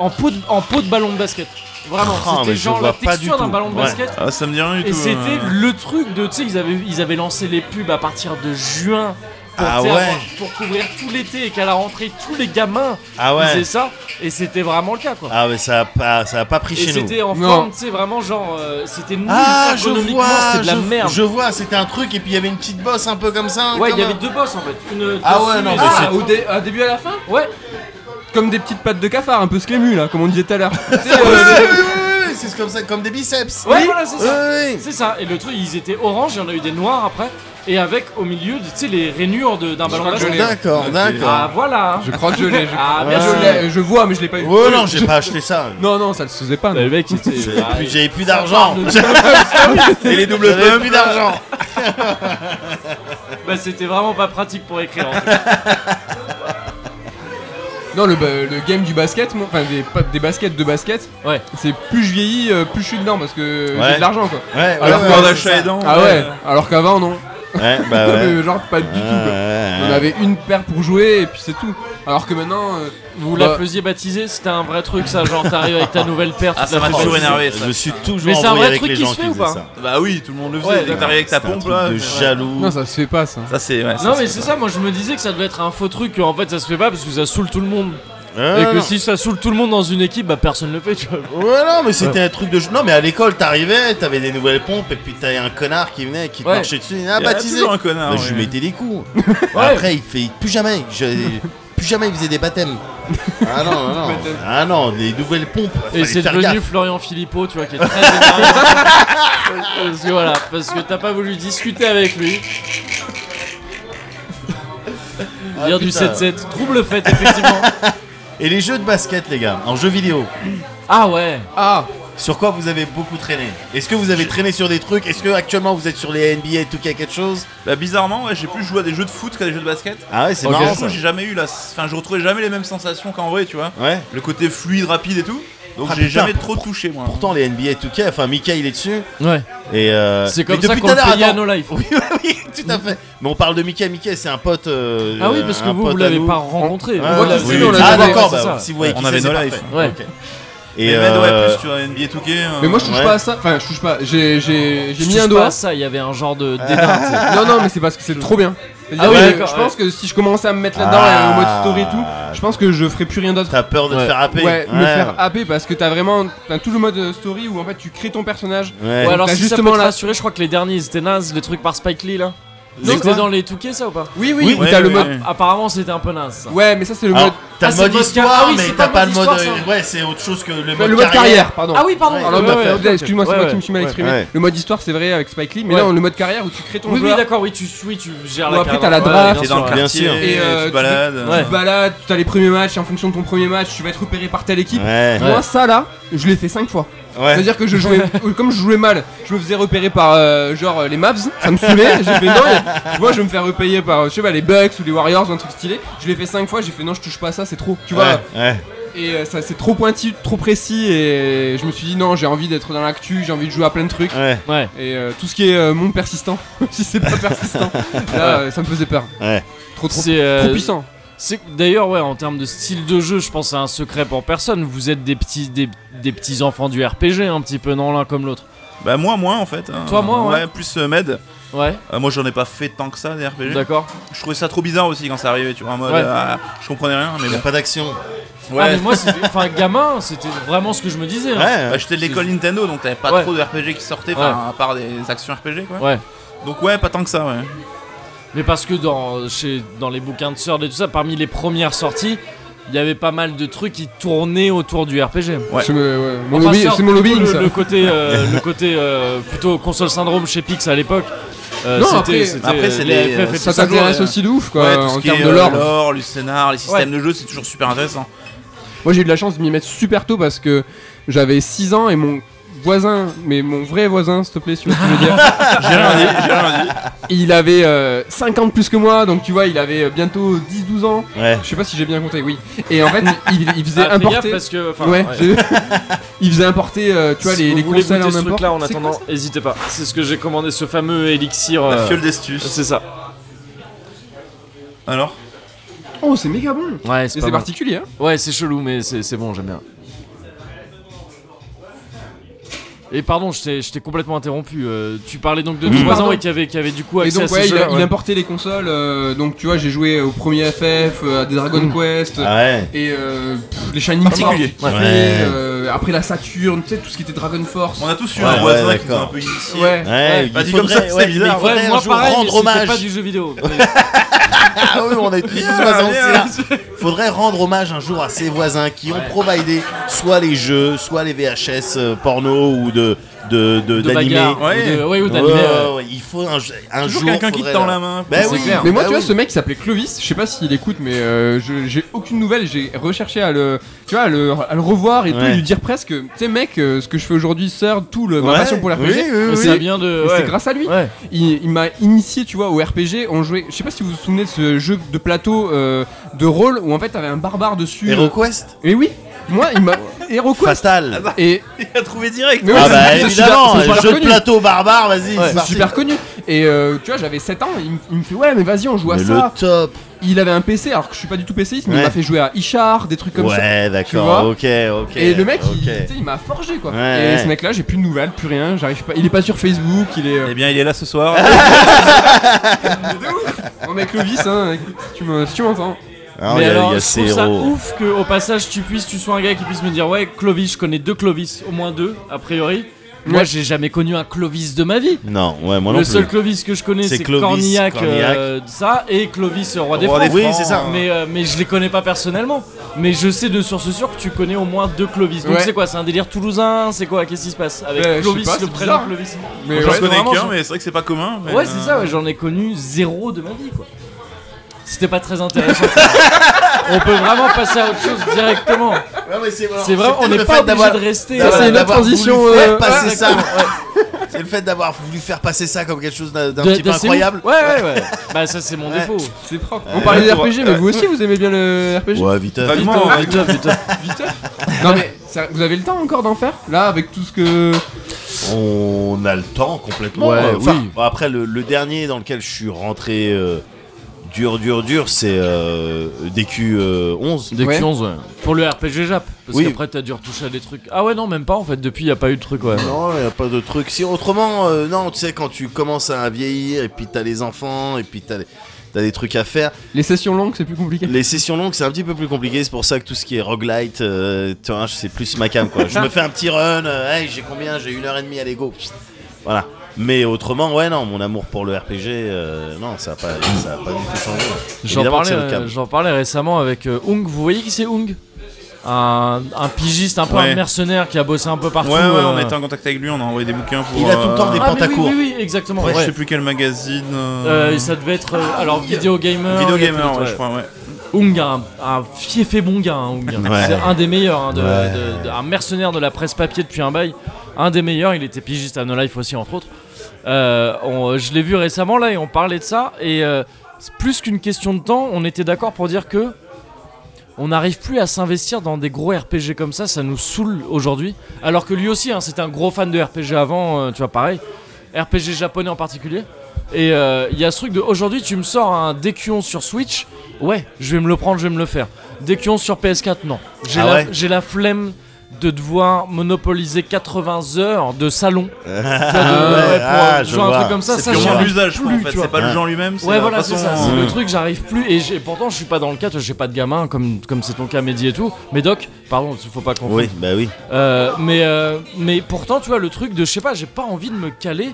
Speaker 1: en peau, de, en peau de ballon de basket. Vraiment,
Speaker 6: Oh, mais
Speaker 1: c'était
Speaker 6: je
Speaker 1: genre
Speaker 6: vois
Speaker 1: la
Speaker 6: pas du
Speaker 1: texture d'un
Speaker 6: tout.
Speaker 1: ballon de
Speaker 6: Ouais.
Speaker 1: basket.
Speaker 2: Ah, ça me dit rien du
Speaker 1: Et
Speaker 2: tout.
Speaker 1: c'était
Speaker 2: euh.
Speaker 1: le truc de, tu sais, ils avaient, ils avaient lancé les pubs à partir de juin pour,
Speaker 6: Ah
Speaker 1: tu sais,
Speaker 6: ouais.
Speaker 1: avoir- pour couvrir tout l'été et qu'à la rentrée, tous les gamins
Speaker 6: Ah ouais.
Speaker 1: faisaient ça. Et c'était vraiment le cas, quoi.
Speaker 6: Ah, mais ça a pas, ça a pas pris
Speaker 1: et
Speaker 6: Ah, chez nous.
Speaker 1: c'était en
Speaker 3: Non.
Speaker 1: forme, tu sais, vraiment genre, euh, c'était nul
Speaker 6: Ah, je
Speaker 1: économiquement,
Speaker 6: vois.
Speaker 1: c'était de la
Speaker 6: je,
Speaker 1: merde.
Speaker 6: je vois, c'était un truc et puis il y avait une petite bosse un peu comme ça.
Speaker 1: Ouais, il
Speaker 6: comme
Speaker 1: y
Speaker 6: un-
Speaker 1: avait deux bosses en fait. Une
Speaker 6: Ah
Speaker 1: dessus
Speaker 6: ouais, non,
Speaker 1: et
Speaker 6: mais
Speaker 1: une
Speaker 6: c'est-
Speaker 1: à-
Speaker 3: au dé- à début à la fin
Speaker 1: Ouais,
Speaker 3: Comme des petites pattes de cafard, un peu sclému là, comme on disait tout à l'heure. Tu sais,
Speaker 6: Ouais,
Speaker 3: euh,
Speaker 6: ouais, ouais, ouais, c'est comme ça, comme des biceps.
Speaker 1: ouais, voilà, c'est ça.
Speaker 6: Ouais, ouais.
Speaker 1: C'est ça, et le truc, ils étaient orange, il y en a eu des noirs après, et avec au milieu, tu sais, les rainures de- d'un ballon de
Speaker 3: crois que
Speaker 1: basket.
Speaker 3: je l'ai.
Speaker 6: D'accord,
Speaker 1: Ah
Speaker 6: d'accord.
Speaker 1: voilà
Speaker 3: Je crois que je l'ai. Je...
Speaker 1: Ah,
Speaker 3: Ah,
Speaker 1: bien
Speaker 3: je
Speaker 1: sûr.
Speaker 3: l'ai, je vois, mais je l'ai pas eu.
Speaker 6: Oh non, j'ai pas acheté ça.
Speaker 3: Non, non, ça le faisait pas. non.
Speaker 1: Le mec, il
Speaker 3: [laughs]
Speaker 1: était.
Speaker 6: J'avais
Speaker 1: bah,
Speaker 6: plus-
Speaker 1: il-
Speaker 6: J'avais plus d'argent. [laughs]
Speaker 1: [laughs]
Speaker 2: Et les doubles
Speaker 6: J'avais
Speaker 2: pumps.
Speaker 6: plus d'argent.
Speaker 1: bah, c'était vraiment pas pratique pour écrire. en fait.
Speaker 3: Non, le, ba- le game du basket, moi- enfin des, pa- des baskets de basket,
Speaker 1: Ouais.
Speaker 3: c'est plus je vieillis, euh, plus je suis dedans parce que
Speaker 6: Ouais.
Speaker 3: j'ai de l'argent quoi.
Speaker 6: Ouais, ouais,
Speaker 3: Alors,
Speaker 6: ouais,
Speaker 2: Pouvoir
Speaker 6: c'est
Speaker 2: d'achat
Speaker 6: ça.
Speaker 2: aidant.
Speaker 3: Ah ouais, alors qu'avant non.
Speaker 6: Ouais, bah
Speaker 1: [laughs]
Speaker 6: ouais.
Speaker 3: Mais Genre pas du tout. quoi. On avait une paire pour jouer et puis c'est tout. Alors que maintenant, euh,
Speaker 1: Vous
Speaker 3: Bah.
Speaker 1: la faisiez baptiser, c'était un vrai truc ça, genre t'arrives avec ta nouvelle paire, tu
Speaker 2: Ah,
Speaker 1: te
Speaker 2: ça
Speaker 1: la
Speaker 2: m'a
Speaker 1: fais
Speaker 2: toujours
Speaker 1: baptiser.
Speaker 2: énervé
Speaker 6: Oh, Je
Speaker 2: ça.
Speaker 6: me suis toujours
Speaker 1: Mais c'est un
Speaker 6: embrouillé
Speaker 1: vrai
Speaker 6: avec
Speaker 1: truc
Speaker 6: les
Speaker 1: qui
Speaker 6: gens
Speaker 1: se
Speaker 6: qui
Speaker 1: fait ou
Speaker 6: faisaient
Speaker 1: pas
Speaker 6: ça.
Speaker 2: Bah oui, tout le monde le
Speaker 6: Ouais,
Speaker 2: faisait. Dès que t'arrivais avec ta
Speaker 6: C'était un
Speaker 2: pompe
Speaker 6: truc
Speaker 2: là.
Speaker 6: de jaloux.
Speaker 3: non, ça se fait pas ça.
Speaker 2: Ça c'est. ouais,
Speaker 1: Non
Speaker 2: ça,
Speaker 1: mais c'est ça, moi je me disais que ça devait être un faux truc, en fait ça se fait pas parce que ça saoule tout le monde.
Speaker 6: Ouais,
Speaker 1: Et que
Speaker 6: non.
Speaker 1: si ça saoule tout le monde dans une équipe, bah personne le fait, tu vois.
Speaker 6: Ouais, non, mais c'était un truc de. Non, mais à l'école, t'arrivais, t'avais des nouvelles pompes, et puis t'avais un connard qui venait, qui te
Speaker 1: Ouais.
Speaker 6: marchait dessus, il disait, ah,
Speaker 2: Il y a
Speaker 6: baptisé.
Speaker 2: toujours un connard.
Speaker 6: Bah, je lui
Speaker 2: ouais.
Speaker 6: mettais des coups.
Speaker 1: [laughs]
Speaker 6: Après, il fait plus jamais. je- Plus jamais il faisait des baptêmes. Ah non, non, non. Ah non, des nouvelles pompes.
Speaker 1: Et
Speaker 6: fallait
Speaker 1: c'est
Speaker 6: faire
Speaker 1: devenu
Speaker 6: gaffe.
Speaker 1: Florian Philippot, tu vois, qui est très
Speaker 6: [laughs]
Speaker 1: énervé. parce que voilà, parce que t'as pas voulu discuter avec lui.
Speaker 6: Ah,
Speaker 1: Dire du
Speaker 6: putain.
Speaker 1: 7-7, trouble fait effectivement.
Speaker 6: Et les jeux de basket, les gars, en jeux vidéo,
Speaker 1: Ah ouais,
Speaker 3: Ah,
Speaker 6: sur quoi vous avez beaucoup traîné Est-ce que vous avez traîné sur des trucs Est-ce que actuellement vous êtes sur les NBA et tout cas quelque chose
Speaker 2: Bah bizarrement, ouais, j'ai plus joué à des jeux de foot qu'à des jeux de basket.
Speaker 6: Ah ouais, c'est
Speaker 1: Ok.
Speaker 6: marrant
Speaker 2: Du coup,
Speaker 6: ça.
Speaker 2: j'ai jamais eu la. Enfin, je retrouvais jamais les mêmes sensations qu'en vrai, tu vois.
Speaker 6: Ouais.
Speaker 2: Le côté fluide, rapide et tout. Donc
Speaker 6: Ah,
Speaker 2: j'ai
Speaker 6: putain,
Speaker 2: jamais
Speaker 6: pour-
Speaker 2: trop touché moi.
Speaker 6: Pourtant, les NBA et tout cas, enfin, Mika il est dessus.
Speaker 1: ouais.
Speaker 6: Et euh,
Speaker 1: C'est
Speaker 6: mais
Speaker 1: comme ça
Speaker 6: depuis
Speaker 1: qu'on
Speaker 6: tout à
Speaker 1: le
Speaker 6: l'heure,
Speaker 1: payait à
Speaker 6: attends. [laughs]
Speaker 1: nos lives.
Speaker 6: Oui, oui, oui, tout à fait. Mais on parle de Mika. Mika, c'est un pote. euh,
Speaker 1: Ah oui, parce que
Speaker 6: un
Speaker 1: vous,
Speaker 6: pote
Speaker 1: vous
Speaker 6: à
Speaker 1: l'avez
Speaker 6: nous.
Speaker 1: pas rencontré.
Speaker 6: Ouais,
Speaker 1: Vous
Speaker 6: ouais,
Speaker 1: l'avez-
Speaker 6: oui,
Speaker 1: vous
Speaker 6: oui.
Speaker 1: l'avez
Speaker 6: Ah
Speaker 1: pas vu,
Speaker 6: d'accord,
Speaker 1: c'est
Speaker 6: bah,
Speaker 1: ça.
Speaker 6: si vous voyez
Speaker 2: On
Speaker 6: qui
Speaker 2: avait
Speaker 6: c'est,
Speaker 2: nos
Speaker 6: c'est
Speaker 2: lives.
Speaker 6: parfait.
Speaker 1: Ouais.
Speaker 6: Ok.
Speaker 2: Et
Speaker 6: Et
Speaker 2: Mad, ouais,
Speaker 6: euh,
Speaker 2: plus tu vois NBA 2K. euh,
Speaker 3: mais moi je touche
Speaker 6: ouais.
Speaker 3: pas à ça. Enfin, je touche pas. J'ai j'ai- j'ai
Speaker 1: Je
Speaker 3: mis
Speaker 1: touche
Speaker 3: un
Speaker 1: pas
Speaker 3: doigt.
Speaker 1: à ça, il y avait un genre de
Speaker 6: Ah.
Speaker 1: débat. tu sais.
Speaker 3: [laughs] Non, non, mais c'est parce que c'est trop bien. C'est-à-dire
Speaker 1: Ah oui,
Speaker 3: que
Speaker 1: d'accord,
Speaker 3: je
Speaker 1: ouais.
Speaker 3: pense que si je commençais à me mettre là-dedans
Speaker 6: Ah.
Speaker 3: et au mode story et tout, je pense que je ferais plus rien d'autre.
Speaker 6: t'as peur de te
Speaker 1: Ouais.
Speaker 6: faire happer.
Speaker 3: Ouais, me faire happer parce que t'as vraiment t'as tout le mode euh, story où en fait tu crées ton personnage.
Speaker 6: Ouais. Bah,
Speaker 1: Ouais, alors
Speaker 3: T'as
Speaker 1: si ça peut
Speaker 3: justement
Speaker 1: te
Speaker 3: là-
Speaker 1: rassurer, je crois que les derniers ils étaient nazes, les trucs par Spike Lee là.
Speaker 6: C'est quoi
Speaker 1: C'était dans les touquets ça ou pas
Speaker 3: Oui, oui,
Speaker 6: Oui,
Speaker 3: où
Speaker 2: ouais,
Speaker 3: t'as le
Speaker 2: ouais,
Speaker 3: mode.
Speaker 2: ouais.
Speaker 1: Apparemment c'était un peu naze ça.
Speaker 3: Ouais, mais ça c'est le
Speaker 6: Alors,
Speaker 3: mode.
Speaker 6: t'as
Speaker 1: Ah,
Speaker 6: le
Speaker 1: c'est
Speaker 6: mode
Speaker 1: le mode
Speaker 6: histoire,
Speaker 1: car- ah oui,
Speaker 6: mais
Speaker 1: c'est
Speaker 6: t'as
Speaker 1: pas
Speaker 6: pas
Speaker 1: le
Speaker 6: le
Speaker 1: mode
Speaker 6: mode.
Speaker 1: histoire,
Speaker 6: euh, Ouais, c'est autre chose que le mode,
Speaker 3: Le mode carrière, pardon.
Speaker 1: Ah oui, pardon.
Speaker 6: Ouais,
Speaker 3: Alors,
Speaker 1: Ouais,
Speaker 3: bah,
Speaker 1: ouais,
Speaker 3: bah,
Speaker 1: ok, ok.
Speaker 3: Excuse-moi, c'est
Speaker 1: Ouais,
Speaker 3: moi qui
Speaker 1: ouais.
Speaker 3: me suis mal exprimé.
Speaker 6: Ouais.
Speaker 3: Le mode histoire, c'est vrai avec Spike Lee, mais
Speaker 1: Ouais.
Speaker 3: non, le mode carrière où tu crées ton
Speaker 1: Oui, oui,
Speaker 3: joueur,
Speaker 1: d'accord, oui, tu, oui, tu gères
Speaker 3: Ou
Speaker 1: la
Speaker 3: après,
Speaker 1: carrière.
Speaker 3: t'as la
Speaker 1: Ouais,
Speaker 3: draft.
Speaker 1: bien
Speaker 2: T'es dans
Speaker 1: sûr,
Speaker 2: le
Speaker 1: ouais.
Speaker 6: Bien
Speaker 2: quartier,
Speaker 6: sûr.
Speaker 3: Et, euh,
Speaker 2: tu
Speaker 3: tu-
Speaker 2: balades.
Speaker 1: Ouais.
Speaker 3: tu te balades, t'as les premiers matchs, et en fonction de ton premier match, tu vas être repéré par telle équipe.
Speaker 6: Ouais,
Speaker 3: Moi, ça là, je l'ai fait 5 fois.
Speaker 6: ouais.
Speaker 3: C'est-à-dire que je jouais, euh, comme je jouais mal, je me faisais repérer par euh, genre euh, les Mavs, ça me saoulait, j'ai fait non, y a- tu vois, je vais me faire repérer par euh, je sais pas les Bucks ou les Warriors ou un truc stylé. Je l'ai fait 5 fois, j'ai fait non, je touche pas à ça, c'est trop, tu vois.
Speaker 6: Ouais, ouais.
Speaker 3: Et euh, ça c'est trop pointu, trop précis et je me suis dit non, j'ai envie d'être dans l'actu, j'ai envie de jouer à plein de trucs.
Speaker 6: Ouais,
Speaker 1: Ouais.
Speaker 3: Et euh, tout ce qui est euh, monde persistant, [laughs] si c'est pas persistant, là euh, ça me faisait peur.
Speaker 6: ouais.
Speaker 3: Trop trop,
Speaker 1: C'est euh,
Speaker 3: trop puissant.
Speaker 1: c'est- D'ailleurs, ouais, en termes de style de jeu, je pense que c'est un secret pour personne. Vous êtes des petits, des, des petits enfants du RPG, un petit peu, non, l'un comme l'autre.
Speaker 2: Bah moi, moi en fait. hein.
Speaker 1: Toi, moi, ouais.
Speaker 2: plus euh, Med.
Speaker 1: Ouais,
Speaker 2: Euh, moi j'en ai pas fait tant que ça des RPG.
Speaker 1: d'accord.
Speaker 2: Je trouvais ça trop bizarre aussi quand ça arrivait, tu vois. En mode,
Speaker 1: Ouais.
Speaker 2: euh, je comprenais rien, mais
Speaker 6: Il a
Speaker 2: bon.
Speaker 6: pas d'action.
Speaker 2: Ouais.
Speaker 1: Ah, mais moi, c'était- enfin, gamin, c'était vraiment ce que je me disais. hein.
Speaker 6: Ouais.
Speaker 2: Bah, j'étais de l'école Nintendo donc t'avais pas
Speaker 1: Ouais.
Speaker 2: trop de RPG qui sortaient, enfin, à part des actions RPG quoi.
Speaker 1: Ouais.
Speaker 2: Donc ouais, pas tant que ça, ouais.
Speaker 1: Mais parce que dans, chez, dans les bouquins de Sword et tout ça, parmi les premières sorties, il y avait pas mal de trucs qui tournaient autour du RPG.
Speaker 2: Ouais.
Speaker 3: C'est me- ouais, mon
Speaker 1: Enfin,
Speaker 3: lobby-
Speaker 1: Sword,
Speaker 3: c'est mon
Speaker 1: plutôt
Speaker 3: lobbying
Speaker 1: le,
Speaker 3: ça.
Speaker 1: le côté, euh, le côté euh, plutôt console syndrome chez Pix à l'époque. Euh,
Speaker 3: Non,
Speaker 1: c'était-
Speaker 3: après-
Speaker 1: c'était
Speaker 2: Après, c'est
Speaker 1: les
Speaker 2: des- euh,
Speaker 1: FF et tout
Speaker 2: ça,
Speaker 3: Ça
Speaker 1: ça.
Speaker 3: t'intéresse
Speaker 2: ouais.
Speaker 3: aussi de
Speaker 1: Bah,
Speaker 3: ouf quoi,
Speaker 2: ouais,
Speaker 3: en
Speaker 2: qui
Speaker 3: termes
Speaker 2: est,
Speaker 3: de
Speaker 2: euh,
Speaker 3: lore.
Speaker 2: lore, le scénar, les systèmes de jeu, c'est toujours super intéressant.
Speaker 1: [laughs]
Speaker 3: Moi j'ai eu de la chance de m'y mettre super tôt parce que j'avais 6 ans et mon voisin, mais mon vrai voisin, s'il te plaît, si tu vois
Speaker 1: [laughs]
Speaker 3: ce que je veux dire.
Speaker 2: J'ai rien dit, j'ai rien dit.
Speaker 3: Il avait euh, 5 ans de plus que moi, donc tu vois, il avait euh, bientôt 10-12 ans.
Speaker 6: Ouais.
Speaker 3: Je sais pas si j'ai bien compté, oui. Et en fait, il,
Speaker 1: [laughs]
Speaker 3: il faisait
Speaker 1: Ah, fais gaffe
Speaker 3: importer.
Speaker 1: parce que. enfin,
Speaker 3: Ouais,
Speaker 1: ouais.
Speaker 3: j'ai- [laughs] il faisait importer, euh, tu vois,
Speaker 1: Si
Speaker 3: les,
Speaker 1: vous
Speaker 3: les
Speaker 1: voulez
Speaker 3: consoles
Speaker 1: goûter
Speaker 3: en
Speaker 1: ce
Speaker 3: import.
Speaker 1: truc-là en
Speaker 3: C'est quoi
Speaker 1: attendant,
Speaker 3: ça
Speaker 1: n'hésitez pas. C'est ce que j'ai commandé, ce fameux élixir.
Speaker 2: La
Speaker 1: euh,
Speaker 2: fiole d'Estus.
Speaker 1: c'est ça.
Speaker 2: Alors
Speaker 3: Oh, c'est méga bon.
Speaker 1: Ouais,
Speaker 3: Et
Speaker 1: c'est pas mal.
Speaker 3: c'est particulier, hein.
Speaker 1: Ouais, c'est chelou, mais c'est c'est bon, j'aime bien. Et pardon, je t'ai- je t'ai complètement interrompu. euh, tu parlais donc de 3 ans
Speaker 3: pardon.
Speaker 1: et qui avait, qui avait du coup
Speaker 3: Et
Speaker 1: accès
Speaker 3: donc
Speaker 1: à
Speaker 3: ouais,
Speaker 1: ces
Speaker 3: il, a-
Speaker 1: jeux,
Speaker 3: il
Speaker 1: ouais.
Speaker 3: importait les consoles. euh, donc tu vois, j'ai joué au premier FF, euh, à des Dragon
Speaker 1: Mm.
Speaker 3: Quest.
Speaker 6: Ah ouais.
Speaker 3: Et euh, pff, les Shining
Speaker 2: Particulier.
Speaker 3: Force,
Speaker 6: Ouais.
Speaker 3: après, euh, après la Saturne, tu sais, tout ce qui était Dragon Force.
Speaker 2: On a tous eu
Speaker 6: Ouais,
Speaker 2: un
Speaker 6: ouais,
Speaker 2: voisin qui nous
Speaker 6: d'accord.
Speaker 2: a un peu initié. [laughs]
Speaker 3: Ouais.
Speaker 6: Ouais,
Speaker 2: Bah,
Speaker 6: il
Speaker 2: dit comme ça,
Speaker 6: faudrait,
Speaker 2: c'est
Speaker 6: ouais,
Speaker 2: bizarre.
Speaker 6: mais il
Speaker 1: Ouais,
Speaker 6: faudrait un
Speaker 1: moi
Speaker 6: jour
Speaker 1: pareil, mais
Speaker 6: rendre
Speaker 1: c'était
Speaker 6: hommage.
Speaker 1: pas du jeu
Speaker 2: [laughs]
Speaker 1: vidéo.
Speaker 6: Ah oui, on est tous voisins. c'est là. Faudrait rendre hommage un jour à ces voisins qui ont providé soit les jeux, soit les VHS euh, porno ou de de de
Speaker 1: de
Speaker 6: d'animés.
Speaker 1: bagarre,
Speaker 2: Ouais.
Speaker 1: ou de- ouais, ou
Speaker 6: Ouais,
Speaker 1: d'animé. euh,
Speaker 6: ouais, ouais, il faut un, un
Speaker 2: Toujours
Speaker 6: jour.
Speaker 2: quelqu'un qui te
Speaker 6: faudrait
Speaker 2: tend
Speaker 6: la-
Speaker 2: la main.
Speaker 6: Bah
Speaker 1: c'est
Speaker 6: oui.
Speaker 1: clair.
Speaker 3: Mais moi,
Speaker 6: bah
Speaker 3: tu vois,
Speaker 6: oui.
Speaker 3: ce mec, il s'appelait Clovis. Je sais pas s'il écoute, mais euh, je- j'ai aucune nouvelle. J'ai recherché à le, tu vois, à le, à le revoir et tout,
Speaker 6: Ouais.
Speaker 3: et lui dire presque, tu sais, mec, euh, ce que je fais aujourd'hui sert tout le, ma
Speaker 6: Ouais,
Speaker 3: passion pour l'RPG.
Speaker 6: oui, oui,
Speaker 1: mais
Speaker 6: oui.
Speaker 1: ça vient de.
Speaker 3: Et
Speaker 1: ouais.
Speaker 3: C'est grâce à lui.
Speaker 1: Ouais.
Speaker 3: Il, il m'a initié, tu vois, au RPG. On jouait. Je sais pas si vous vous souvenez de ce jeu de plateau euh, de rôle où en fait t'avais un barbare dessus.
Speaker 6: HeroQuest
Speaker 3: Et oui. Moi,
Speaker 6: [laughs]
Speaker 3: il m'a. HeroQuest.
Speaker 6: Fatal.
Speaker 3: Et
Speaker 2: Il a trouvé direct.
Speaker 3: mais ouais,
Speaker 6: Ah
Speaker 3: c'est-
Speaker 6: bah
Speaker 3: c'est
Speaker 6: évidemment,
Speaker 3: super- c'est super
Speaker 6: jeu de
Speaker 3: connu.
Speaker 6: plateau barbare, vas-y,
Speaker 3: Ouais,
Speaker 6: c'est
Speaker 3: c'est
Speaker 6: parti.
Speaker 3: super connu. Et euh, tu vois, j'avais 7 ans, il, me- il me fait ouais, mais vas-y, on joue à
Speaker 6: Mais le
Speaker 3: ça.
Speaker 6: top.
Speaker 3: Il avait un PC, alors que je suis pas du tout PCiste, mais
Speaker 6: Ouais.
Speaker 3: il m'a fait jouer à Ishar, des trucs comme ça.
Speaker 6: ouais,
Speaker 3: vois.
Speaker 6: d'accord, ok, ok.
Speaker 3: Et le mec, il,
Speaker 6: ok.
Speaker 3: tu sais, il m'a forgé quoi.
Speaker 6: Ouais,
Speaker 3: et
Speaker 6: ouais.
Speaker 3: ce mec-là, j'ai plus de nouvelles, plus rien, j'arrive pas. Il est pas sur Facebook, il est. euh,
Speaker 2: Eh bien, il est là ce soir.
Speaker 1: Ah,
Speaker 3: [laughs] On est Clovis, hein, écoute, si tu me- si tu m'entends.
Speaker 6: Ah,
Speaker 1: mais
Speaker 6: il y a-
Speaker 1: alors,
Speaker 6: il y a
Speaker 1: je
Speaker 6: ces
Speaker 1: trouve ça
Speaker 6: héros.
Speaker 1: ouf que au passage tu puisses, tu sois un gars qui puisse me dire ouais, Clovis, je connais deux Clovis, au moins deux a priori. Moi,
Speaker 3: Ouais.
Speaker 1: j'ai jamais connu un Clovis de ma vie.
Speaker 6: Non, ouais, moi non
Speaker 1: le
Speaker 6: plus.
Speaker 1: seul Clovis que je connais,
Speaker 6: C'est
Speaker 1: c'est
Speaker 6: Clovis,
Speaker 1: Cornillac,
Speaker 6: Cornillac.
Speaker 1: euh, ça, et Clovis, euh, roi des
Speaker 2: Roi
Speaker 1: Francs.
Speaker 2: des
Speaker 6: Oui,
Speaker 2: Francs,
Speaker 6: c'est ça.
Speaker 1: Mais, euh, mais je les connais pas personnellement. Mais je sais de source sûre que tu connais au moins deux Clovis. Donc
Speaker 3: Ouais.
Speaker 1: c'est quoi C'est un délire toulousain C'est quoi Qu'est-ce qui se passe Avec
Speaker 3: Euh, je sais
Speaker 1: Clovis,
Speaker 3: pas,
Speaker 1: le
Speaker 3: c'est
Speaker 1: prénom
Speaker 3: bizarre.
Speaker 1: Clovis
Speaker 2: J'en
Speaker 3: Mais
Speaker 1: ouais,
Speaker 2: connais
Speaker 1: vraiment,
Speaker 2: qu'un,
Speaker 1: je-
Speaker 2: mais c'est vrai que c'est pas commun. mais,
Speaker 1: Ouais, c'est
Speaker 2: euh,
Speaker 1: ça, ouais, j'en ai connu zéro de ma vie, quoi. C'était pas très intéressant. [laughs] on peut vraiment passer à autre chose directement.
Speaker 6: Ouais, mais c'est
Speaker 1: C'est vraiment, on
Speaker 6: peut-être
Speaker 1: n'est
Speaker 6: le
Speaker 1: pas
Speaker 6: fait
Speaker 1: obligé
Speaker 6: d'avoir-
Speaker 1: de rester.
Speaker 3: Ça,
Speaker 1: euh,
Speaker 3: c'est une autre
Speaker 6: d'avoir
Speaker 3: transition,
Speaker 6: voulu faire
Speaker 3: euh,
Speaker 6: passer
Speaker 1: ouais,
Speaker 6: ça. C'est le fait d'avoir voulu faire passer ça comme quelque chose d'un d'un
Speaker 1: de-
Speaker 6: petit
Speaker 1: de-
Speaker 6: peu
Speaker 1: c'est
Speaker 6: incroyable.
Speaker 1: ouf. Ouais, ouais, ouais. Bah, ça, c'est mon
Speaker 6: Ouais.
Speaker 1: défaut.
Speaker 3: C'est propre. On parlait des
Speaker 2: ouais.
Speaker 3: RPG, mais vous aussi, vous aimez bien le RPG
Speaker 6: Ouais, vite.
Speaker 2: Vaguement,
Speaker 1: Vite,
Speaker 2: ouais.
Speaker 1: vite, vite, vite.
Speaker 3: Non, mais ça- vous avez le temps encore d'en faire Là, avec tout ce que.
Speaker 6: On a le temps complètement.
Speaker 1: Ouais,
Speaker 6: Enfin,
Speaker 1: oui.
Speaker 6: bon, Après, le, le dernier dans lequel je suis rentré euh, dur, dur, dur, c'est euh, DQ11.
Speaker 1: Des
Speaker 3: Ouais.
Speaker 1: 11, ouais. Pour le RPG Jap. Parce
Speaker 6: Oui.
Speaker 1: qu'après, t'as dû retoucher à des trucs. Ah ouais, non, même pas en fait. Depuis, y a pas eu de truc, ouais.
Speaker 6: Non, il a pas de truc. Si autrement, euh, non, tu sais, quand tu commences à vieillir et puis t'as les enfants et puis t'as les- t'as des trucs à faire.
Speaker 3: Les sessions longues, c'est plus compliqué.
Speaker 6: Les sessions longues, c'est un petit peu plus compliqué. C'est pour ça que tout ce qui est roguelite, euh, tu vois, c'est plus ma cam, quoi. Je me fais un petit run. euh, hey, j'ai combien J'ai une heure et demie. Allez, go. Psst. Voilà. Mais autrement, ouais, non, mon amour pour le RPG, euh, non, ça a pas, ça a pas du tout changé.
Speaker 1: J'en
Speaker 6: Évidemment que
Speaker 1: parlais,
Speaker 6: c'est notre
Speaker 1: euh,
Speaker 6: cam.
Speaker 1: j'en parlais récemment avec euh, Ung. Vous voyez qui c'est Ung un, un pigiste, un peu
Speaker 2: Ouais.
Speaker 1: un mercenaire qui a bossé un peu partout.
Speaker 2: Ouais, ouais,
Speaker 1: euh,
Speaker 2: on était en contact avec lui, on a envoyé des bouquins pour.
Speaker 6: Il a tout le temps des-
Speaker 2: euh,
Speaker 1: Ah, mais oui,
Speaker 6: Pantacourt.
Speaker 1: oui, oui, exactement.
Speaker 2: ouais,
Speaker 1: ouais.
Speaker 2: Je sais plus quel magazine. euh,
Speaker 1: Euh, ça devait être euh, alors vidéo gamer.
Speaker 2: Video
Speaker 1: il y a tout
Speaker 2: Gamer,
Speaker 1: le-
Speaker 2: ouais, je crois, ouais.
Speaker 1: Ung, un, un fief et bon gars. hein, Ung.
Speaker 6: Ouais.
Speaker 1: C'est un des meilleurs, hein, de-
Speaker 6: Ouais.
Speaker 1: de- de- un mercenaire de la presse papier depuis un bail. Un des meilleurs. Il était pigiste à No Life aussi entre autres. Euh, on- je l'ai vu récemment là et on parlait de ça et euh, c'est plus qu'une question de temps. On était d'accord pour dire que on n'arrive plus à s'investir dans des gros RPG comme ça. Ça nous saoule aujourd'hui. Alors que lui aussi, hein, c'était un gros fan de RPG avant. euh, tu vois, pareil. RPG japonais en particulier. Et euh, il y a ce truc de aujourd'hui, tu me sors un DQ11 sur Switch, ouais, je vais me le prendre, je vais me le faire. DQ11 sur PS4, non. J'ai
Speaker 6: Ah
Speaker 1: la,
Speaker 6: ouais
Speaker 1: j'ai la flemme de devoir monopoliser 80 heures de
Speaker 6: [laughs]
Speaker 1: salon. Tu vois, de-
Speaker 6: ouais,
Speaker 1: pour,
Speaker 6: ah,
Speaker 1: euh,
Speaker 6: je
Speaker 1: tu vois, un
Speaker 6: vois.
Speaker 1: truc comme ça, ça
Speaker 2: C'est purement
Speaker 1: j'arrive
Speaker 2: l'usage, je crois, en
Speaker 1: plus,
Speaker 2: fait.
Speaker 1: tu vois.
Speaker 2: C'est pas
Speaker 6: Ouais.
Speaker 2: le genre lui-même. c'est
Speaker 1: Ouais,
Speaker 2: la
Speaker 1: voilà,
Speaker 2: façon-
Speaker 1: c'est ça. C'est le truc, j'arrive plus. Et j'ai- pourtant, je suis pas dans le cadre, j'ai pas de gamin, comme comme c'est ton cas, Mehdi et tout. Mais Doc, pardon, faut pas confondre.
Speaker 6: Oui, bah oui.
Speaker 1: Euh, mais, euh, mais pourtant, tu vois, le truc de, je sais pas, j'ai pas envie de me caler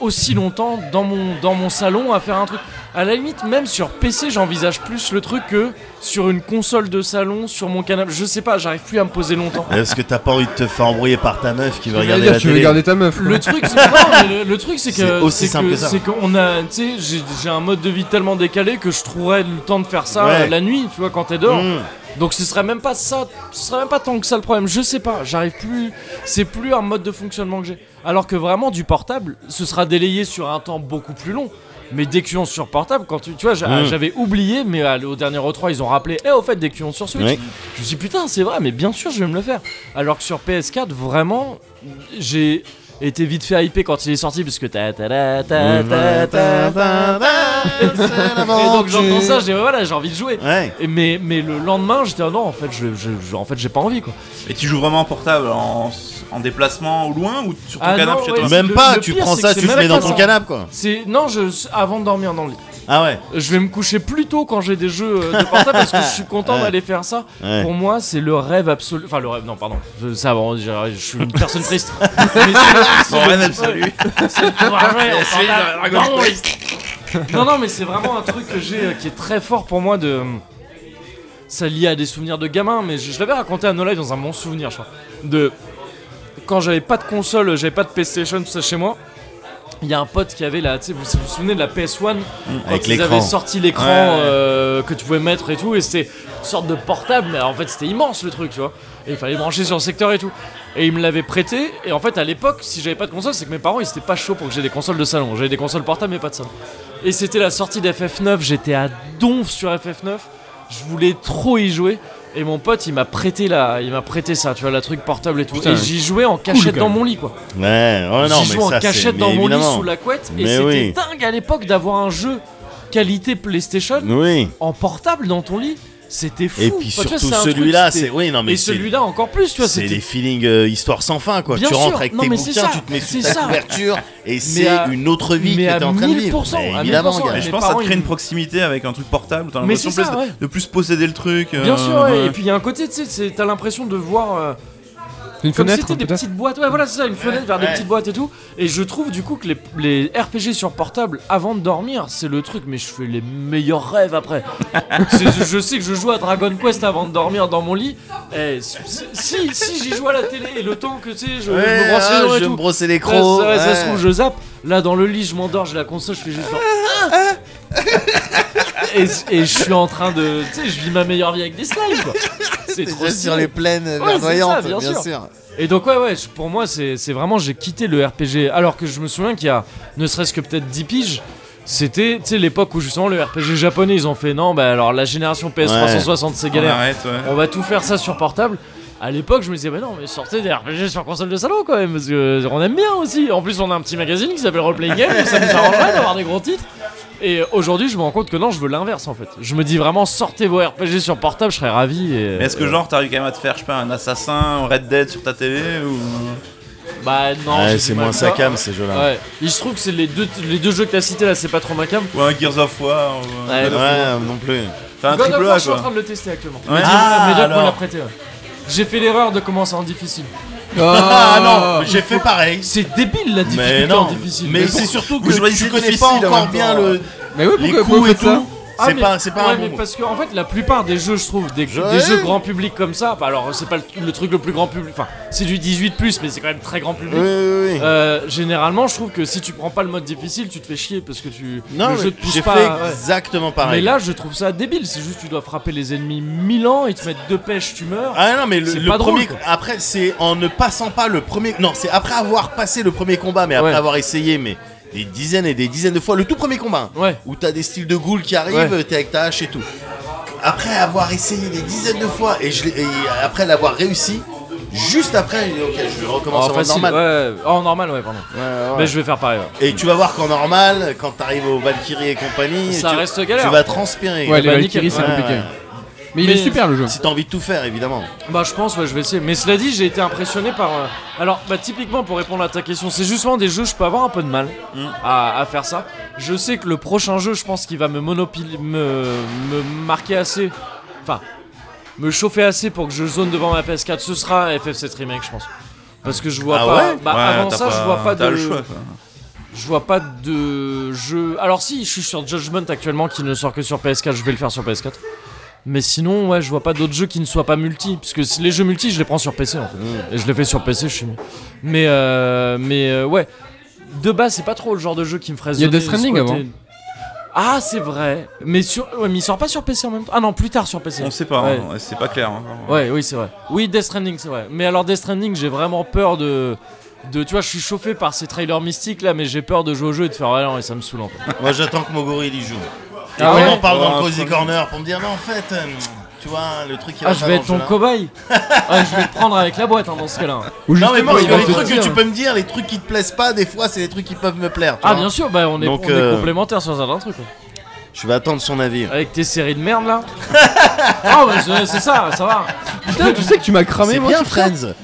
Speaker 1: aussi longtemps dans mon, dans mon salon à faire un truc. À la limite, même sur PC, j'envisage plus le truc que sur une console de salon, sur mon canapé. Je sais pas, j'arrive plus à me poser longtemps.
Speaker 6: Ah, Parce que t'as pas envie de te faire embrouiller par ta meuf qui veut
Speaker 3: J'allais
Speaker 6: regarder
Speaker 3: dire,
Speaker 6: la
Speaker 3: tu veux
Speaker 6: télé.
Speaker 3: garder ta meuf. quoi.
Speaker 1: Le truc, c'est non, mais le, le truc, c'est
Speaker 6: C'est
Speaker 1: que c'est
Speaker 6: aussi simple
Speaker 1: que-
Speaker 6: que ça.
Speaker 1: c'est qu'on a, tu sais, j'ai- j'ai un mode de vie tellement décalé que je trouverais le temps de faire ça
Speaker 6: Ouais.
Speaker 1: euh, la nuit, tu vois, quand t'es dehors.
Speaker 6: Mmh.
Speaker 1: Donc ce serait même pas ça, ce serait même pas tant que ça le problème. Je sais pas, j'arrive plus, c'est plus un mode de fonctionnement que j'ai. Alors que vraiment du portable, ce sera délayé sur un temps beaucoup plus long. Mais dès que tu es sur portable, quand tu, tu vois, j'a-
Speaker 6: Mm.
Speaker 1: j'avais oublié, mais à- au dernier E3, ils ont rappelé, eh au fait, dès que tu es sur Switch,
Speaker 6: Ouais.
Speaker 1: je me suis dit, putain, c'est vrai, mais bien sûr, je vais me le faire. Alors que sur PS4, vraiment, j'ai été vite fait hypé quand il est sorti, parce que ta ta ta
Speaker 6: Mmh.
Speaker 1: ta ta ta ta Et donc j'entends ça, j'ai voilà, j'ai envie de jouer.
Speaker 6: Ouais.
Speaker 1: Et mais, mais le lendemain, j'étais ah non, en fait, je, je- je- en fait, j'ai pas envie quoi.
Speaker 2: Et tu joues vraiment en portable, en, en déplacement ou loin ou sur ton
Speaker 1: Ah
Speaker 2: canapé
Speaker 1: non,
Speaker 2: chez
Speaker 1: ouais,
Speaker 2: toi
Speaker 1: c'est-
Speaker 6: Même
Speaker 1: le-
Speaker 6: pas,
Speaker 1: le
Speaker 6: tu
Speaker 1: pire,
Speaker 6: prends
Speaker 1: c'est
Speaker 6: ça,
Speaker 1: que
Speaker 6: tu
Speaker 1: c'est
Speaker 6: te
Speaker 1: même
Speaker 6: mets dans
Speaker 1: pas
Speaker 6: ton
Speaker 1: ça.
Speaker 6: canapé quoi.
Speaker 1: C'est non, je avant de dormir dans le lit.
Speaker 6: Ah ouais.
Speaker 1: Je vais me coucher plus tôt quand j'ai des jeux euh, de portable parce que je suis content
Speaker 6: Ouais.
Speaker 1: d'aller faire ça.
Speaker 6: Ouais.
Speaker 1: Pour moi, c'est le rêve absolu. Enfin, le rêve, non, pardon. Je- Ça, bon, je, je suis une personne
Speaker 6: [laughs]
Speaker 1: triste. Mais c'est-
Speaker 2: Bon, rien
Speaker 1: c'est-
Speaker 2: absolu.
Speaker 1: Ouais, Ah, ouais, on
Speaker 2: Essayez
Speaker 1: s'en va.
Speaker 2: de- Dragon
Speaker 1: Non, oui. Non, non, mais c'est vraiment un truc que j'ai, euh, qui est très fort pour moi de. Ça lié à des souvenirs de gamin, mais je, je l'avais raconté à Nolai dans un bon souvenir, je crois. De quand j'avais pas de console, j'avais pas de PlayStation, tout ça chez moi. Il y a un pote qui avait la, tu sais, vous vous vous souvenez de la PS1 quand
Speaker 6: avec
Speaker 1: ils
Speaker 6: l'écran.
Speaker 1: avaient sorti l'écran
Speaker 2: Ouais.
Speaker 1: euh, que tu pouvais mettre et tout, et c'était une sorte de portable, mais en fait c'était immense le truc, tu vois. Et il fallait brancher sur le secteur et tout. Et ils me l'avaient prêté, et en fait à l'époque, si j'avais pas de console, c'est que mes parents ils étaient pas chauds pour que j'ai des consoles de salon. J'avais des consoles portables mais pas de salon. Et c'était la sortie d'FF9, j'étais à donf sur FF9, je voulais trop y jouer. Et mon pote, il m'a prêté la, il m'a prêté ça, tu vois, la truc portable et tout.
Speaker 3: Putain,
Speaker 1: et j'y jouais en cachette
Speaker 3: quand
Speaker 1: dans
Speaker 3: même.
Speaker 1: mon lit, quoi.
Speaker 6: Ouais, oh non,
Speaker 1: J'y
Speaker 6: mais
Speaker 1: jouais en
Speaker 6: ça, c'est-
Speaker 1: cachette
Speaker 6: mais
Speaker 1: dans mon lit
Speaker 6: évidemment.
Speaker 1: sous la couette et
Speaker 6: Mais
Speaker 1: c'était
Speaker 6: oui.
Speaker 1: dingue à l'époque d'avoir un jeu qualité PlayStation
Speaker 6: Oui.
Speaker 1: en portable dans ton lit. C'était fou.
Speaker 6: Et puis
Speaker 1: Enfin, tu vois,
Speaker 6: surtout
Speaker 1: c'est un truc,
Speaker 6: celui-là,
Speaker 1: c'était-
Speaker 6: c'est oui, non mais
Speaker 1: Et
Speaker 6: c'est-
Speaker 1: celui-là encore plus, tu vois.
Speaker 6: c'est
Speaker 1: c'était-
Speaker 6: des feelings euh, histoire sans fin quoi.
Speaker 1: Bien
Speaker 6: tu
Speaker 1: sûr.
Speaker 6: rentres avec
Speaker 1: Non,
Speaker 6: tes
Speaker 1: mais c'est
Speaker 6: bouquins,
Speaker 1: ça.
Speaker 6: tu te mets sous
Speaker 1: C'est
Speaker 6: ta
Speaker 1: ça.
Speaker 6: couverture et c'est
Speaker 1: à-
Speaker 6: une autre vie que
Speaker 1: mais à
Speaker 6: t'es en train de vivre.
Speaker 1: 1000%,
Speaker 6: Mais
Speaker 1: à
Speaker 6: évidemment,
Speaker 1: 1000%,
Speaker 6: gars.
Speaker 2: Mais je
Speaker 1: mes
Speaker 2: pense que ça te
Speaker 1: parents,
Speaker 2: crée une
Speaker 1: ils-
Speaker 2: proximité avec un truc portable. T'as
Speaker 1: Mais c'est
Speaker 2: l'impression
Speaker 1: ça,
Speaker 2: plus de-
Speaker 1: ouais.
Speaker 2: de plus posséder le truc. euh,
Speaker 1: Bien sûr, ouais.
Speaker 2: ouais.
Speaker 1: et puis il y a un côté, tu sais, c'est- t'as l'impression de voir. euh,
Speaker 3: Une
Speaker 1: Comme si
Speaker 3: fenêtre,
Speaker 1: c'était des
Speaker 3: peut-être.
Speaker 1: petites boîtes, ouais, voilà, c'est ça, une fenêtre vers des
Speaker 6: ouais.
Speaker 1: petites boîtes et tout. Et je trouve du coup que les, les RPG sur portable avant de dormir, c'est le truc, mais je fais les meilleurs rêves après. [laughs] C'est- je sais que je joue à Dragon Quest avant de dormir dans mon lit. Et si si, si j'y joue à la télé et le temps que tu sais, je,
Speaker 6: Ouais,
Speaker 1: me brosse les
Speaker 6: ah,
Speaker 1: dents et
Speaker 6: je vais
Speaker 1: tout.
Speaker 6: me brosser les
Speaker 1: Ouais,
Speaker 6: crocs.
Speaker 1: ça, ouais, ça se
Speaker 6: ouais.
Speaker 1: trouve, je zappe. Là, dans le lit, je m'endors, j'ai la console, je fais juste. genre,
Speaker 6: Ah.
Speaker 1: et, et je suis en train de. Tu sais, je vis ma meilleure vie avec des slimes,
Speaker 6: [laughs]
Speaker 1: quoi. C'est
Speaker 6: T'es
Speaker 1: trop
Speaker 6: déjà
Speaker 1: stylé.
Speaker 6: sur les plaines
Speaker 1: c'est ça,
Speaker 6: verdoyantes,
Speaker 1: bien
Speaker 6: bien,
Speaker 1: sûr.
Speaker 6: sûr.
Speaker 1: Et donc ouais ouais je- pour moi c'est c'est vraiment j'ai quitté le RPG alors que je me souviens qu'il y a ne serait-ce que peut-être 10 piges c'était tu sais l'époque où justement le RPG japonais ils ont fait non bah alors la génération PS360 c'est
Speaker 2: On
Speaker 1: galère
Speaker 2: arrête, ouais.
Speaker 1: on va tout faire ça sur portable à l'époque je me disais bah non mais sortez des RPG sur console de salon quand même parce que euh, on aime bien aussi en plus on a un petit magazine qui s'appelle Roleplay Game donc ça nous arrangerait d'avoir des gros titres et aujourd'hui je me rends compte que non je veux l'inverse en fait je me dis vraiment sortez vos RPG sur portable je serais ravi et
Speaker 2: Mais est-ce que genre t'arrives quand même à te faire, je sais pas, un assassin, un Red Dead sur ta télé ou
Speaker 1: bah non j'ai
Speaker 6: Ouais,
Speaker 1: du
Speaker 6: c'est
Speaker 1: mal.
Speaker 6: moins sa cam ces jeux-là.
Speaker 1: Ouais. Il se trouve que c'est les deux, les deux jeux que t'as cités là, c'est pas trop ma cam.
Speaker 2: ou un Gears of War ou euh, un-
Speaker 1: Ouais,
Speaker 6: Ouais, non plus.
Speaker 2: Enfin, un
Speaker 1: God of
Speaker 2: triple
Speaker 1: War,
Speaker 2: A
Speaker 1: je suis en
Speaker 2: quoi.
Speaker 1: train de le tester actuellement.
Speaker 2: Ouais.
Speaker 1: Ah, mais Doc me
Speaker 6: alors.
Speaker 1: l'a prêté. ouais. J'ai fait l'erreur de commencer en difficile.
Speaker 6: Ah non, j'ai fait pareil.
Speaker 1: C'est débile la difficulté
Speaker 6: Mais
Speaker 1: en
Speaker 6: non,
Speaker 1: difficile.
Speaker 6: mais
Speaker 1: bon.
Speaker 6: c'est surtout
Speaker 2: Vous
Speaker 6: que
Speaker 2: choisissez
Speaker 6: tu connais
Speaker 2: difficile
Speaker 6: pas
Speaker 2: en même
Speaker 6: encore
Speaker 2: temps.
Speaker 1: hein.
Speaker 6: bien le,
Speaker 3: Mais oui,
Speaker 6: ah. les
Speaker 3: pourquoi, pourquoi vous
Speaker 6: coups et
Speaker 3: faites ça
Speaker 6: tout.
Speaker 1: Ah,
Speaker 6: C'est
Speaker 1: mais-
Speaker 6: pas, c'est pas
Speaker 1: ouais,
Speaker 6: un
Speaker 1: mais
Speaker 6: bon. mot.
Speaker 1: parce que en fait la plupart des jeux je trouve des,
Speaker 6: Je-
Speaker 1: des jeux grand public comme ça enfin alors c'est pas le, le truc le plus grand public enfin c'est du 18 plus mais c'est quand même très grand public
Speaker 6: Oui, oui, oui.
Speaker 1: Euh, généralement je trouve que si tu prends pas le mode difficile tu te fais chier parce que tu
Speaker 6: Non,
Speaker 1: le
Speaker 6: mais
Speaker 1: jeu te pousse
Speaker 6: j'ai
Speaker 1: pas
Speaker 6: fait
Speaker 1: ouais.
Speaker 6: exactement
Speaker 1: Mais
Speaker 6: pareil.
Speaker 1: là, je trouve ça débile. C'est juste, tu dois frapper les ennemis mille ans, ils te mettent deux pêches, tu meurs.
Speaker 6: Ah non, mais le,
Speaker 1: C'est
Speaker 6: le
Speaker 1: pas drôle,
Speaker 6: premier.
Speaker 1: quoi.
Speaker 6: Après, c'est en ne passant pas le premier. Non, c'est après avoir passé le premier combat, mais après
Speaker 1: Ouais.
Speaker 6: avoir essayé, mais des dizaines et des dizaines de fois, le tout premier combat. hein,
Speaker 1: Ouais.
Speaker 6: Où t'as des styles de ghouls qui arrivent,
Speaker 1: Ouais.
Speaker 6: t'es avec ta hache et tout. Après avoir essayé des dizaines de fois et, je l'ai- et après l'avoir réussi, juste après, j'ai dit, ok, je vais
Speaker 1: en
Speaker 6: recommencer en
Speaker 1: Ah,
Speaker 6: mode
Speaker 1: facile,
Speaker 6: normal.
Speaker 1: ouais. En normal, ouais, pardon.
Speaker 6: Ouais, ouais.
Speaker 1: Mais je vais faire pareil. ouais.
Speaker 6: Et tu vas voir qu'en normal, quand t'arrives au Valkyrie et compagnie,
Speaker 1: Ça
Speaker 6: tu,
Speaker 1: reste galère.
Speaker 6: tu vas transpirer.
Speaker 3: Ouais, les
Speaker 1: bah,
Speaker 3: Valkyries,
Speaker 1: nickel.
Speaker 3: c'est
Speaker 6: Ouais,
Speaker 3: compliqué.
Speaker 6: ouais.
Speaker 3: Mais Mais, il
Speaker 1: Mais-
Speaker 3: est super le jeu.
Speaker 6: Si t'as envie de tout faire, évidemment.
Speaker 1: Bah je pense, ouais, je vais essayer. Mais cela dit, j'ai été impressionné par. euh, Alors, bah typiquement pour répondre à ta question, c'est justement des jeux, je peux avoir un peu de mal
Speaker 2: Mm.
Speaker 1: à, à faire ça. Je sais que le prochain jeu, je pense qu'il va me monopil... me... me marquer assez, enfin, me chauffer assez pour que je zone devant ma PS4. Ce sera FF7 remake, je pense. Parce que je vois
Speaker 6: Ah
Speaker 1: pas.
Speaker 6: ouais
Speaker 1: bah,
Speaker 2: Ouais,
Speaker 1: avant
Speaker 2: t'as
Speaker 1: ça, je vois pas
Speaker 2: t'as
Speaker 1: de.
Speaker 2: le choix, quoi.
Speaker 1: Je vois pas de jeu. Alors si, je suis sur Judgment actuellement qui ne sort que sur PS4, je vais le faire sur PS4. Mais sinon, ouais, je vois pas d'autres jeux qui ne soient pas multi. Parce que si les jeux multi, je les prends sur PC en fait.
Speaker 3: Mmh.
Speaker 1: Et je les fais sur PC, je suis mis. Mais, euh, mais euh, ouais, de base, c'est pas trop le genre de jeu qui me ferait
Speaker 3: Il y a
Speaker 1: zoner,
Speaker 3: Death Stranding
Speaker 1: squatter.
Speaker 3: avant.
Speaker 1: Ah, c'est vrai. Mais, sur... ouais, mais il sort pas sur PC en même temps. Ah non, plus tard sur PC.
Speaker 2: On sait pas,
Speaker 1: Ouais.
Speaker 2: hein, ouais, c'est pas clair. hein.
Speaker 1: [laughs] Ouais, oui, c'est vrai. Oui, Death Stranding, c'est vrai. Mais alors, Death Stranding, j'ai vraiment peur de. de tu vois, je suis chauffé par ces trailers mystiques là, mais j'ai peur de jouer au jeu et de faire. Ouais, non, et ça me saoule un peu.
Speaker 6: Moi, j'attends que Mogori il y joue. Et
Speaker 1: Ah
Speaker 6: qu'on
Speaker 1: ouais
Speaker 6: en parle dans
Speaker 2: Ouais,
Speaker 6: le Cozy
Speaker 2: premier.
Speaker 6: Corner pour me dire, mais en fait, euh, tu vois, le truc qui
Speaker 1: Ah, je vais être ton cobaye. Ah, je vais te prendre avec la boîte hein, dans ce cas-là.
Speaker 3: Ou
Speaker 6: Non, mais
Speaker 3: justement,
Speaker 6: moi,
Speaker 1: parce
Speaker 3: il
Speaker 1: que
Speaker 3: va
Speaker 6: les
Speaker 1: te
Speaker 6: trucs que
Speaker 1: dire.
Speaker 6: tu peux me dire, les trucs qui te plaisent pas, des fois, c'est des trucs qui peuvent me plaire. tu
Speaker 1: Ah,
Speaker 6: vois.
Speaker 1: bien sûr, bah on est,
Speaker 6: Donc,
Speaker 1: on est
Speaker 6: euh,
Speaker 1: complémentaires sur certains trucs. quoi.
Speaker 6: Je vais attendre son avis.
Speaker 1: Avec tes séries de merde là. Ah, bah c'est c'est ça, ça va. Ah,
Speaker 3: Putain, tu sais que tu m'as cramé,
Speaker 6: C'est
Speaker 3: moi.
Speaker 6: bien,
Speaker 3: sur ça.
Speaker 6: Friends.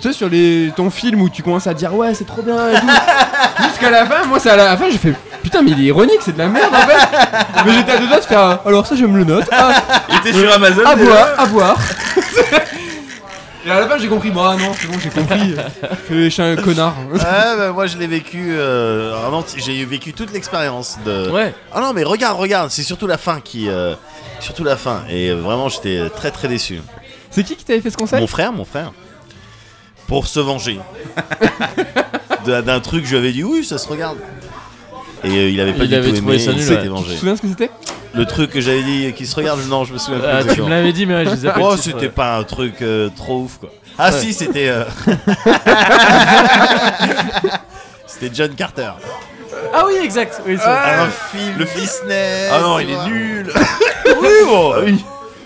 Speaker 3: Tu sais, sur les... ton film où tu commences à dire ouais, c'est trop bien et tout.
Speaker 6: [laughs]
Speaker 3: Jusqu'à la fin, moi, c'est à la fin, j'ai fait putain, mais il est ironique, c'est de la merde en fait. mais j'étais à deux doigts de faire euh, alors ça, je me le note. Ah,
Speaker 2: Il était sur Amazon.
Speaker 3: à
Speaker 2: déjà.
Speaker 3: voir, à voir. [laughs] et à la fin, j'ai compris, bah non, c'est bon, j'ai compris.
Speaker 6: [laughs]
Speaker 3: Je suis un connard.
Speaker 6: Ah, bah, moi, je l'ai vécu. euh, vraiment, t- j'ai vécu toute l'expérience de.
Speaker 1: Ouais.
Speaker 6: Ah non, mais regarde, regarde, c'est surtout la fin qui. euh, surtout la fin. Et euh, vraiment, j'étais très très déçu.
Speaker 3: C'est qui qui t'avait fait ce conseil
Speaker 6: Mon frère, mon frère. Pour se
Speaker 1: [laughs]
Speaker 6: venger. D'un d'un truc, je lui avais dit, oui, ça se regarde. Et euh, il avait pas
Speaker 1: Il
Speaker 6: du
Speaker 1: avait
Speaker 6: tout
Speaker 1: trouvé
Speaker 6: aimé,
Speaker 1: ça
Speaker 6: il
Speaker 1: nul,
Speaker 6: s'était
Speaker 1: ouais.
Speaker 3: Tu te
Speaker 6: vengé.
Speaker 3: souviens ce que c'était
Speaker 6: Le truc que j'avais dit, euh, qui se regarde, non, je me souviens
Speaker 1: Ah,
Speaker 6: plus.
Speaker 1: tu me
Speaker 6: exactement.
Speaker 1: l'avais dit, mais ouais, je les ai pas
Speaker 6: Oh,
Speaker 1: le titre,
Speaker 6: c'était
Speaker 1: ouais.
Speaker 6: pas un truc euh, trop ouf, quoi. Ah si,
Speaker 1: [laughs]
Speaker 6: c'était... euh, [laughs] c'était John Carter.
Speaker 1: Ah, oui, exact. Oui, c'est-
Speaker 6: Un film Ah, le Disney.
Speaker 2: Ah non, il
Speaker 6: tu
Speaker 2: est
Speaker 6: vois.
Speaker 2: nul.
Speaker 6: Oui, bon.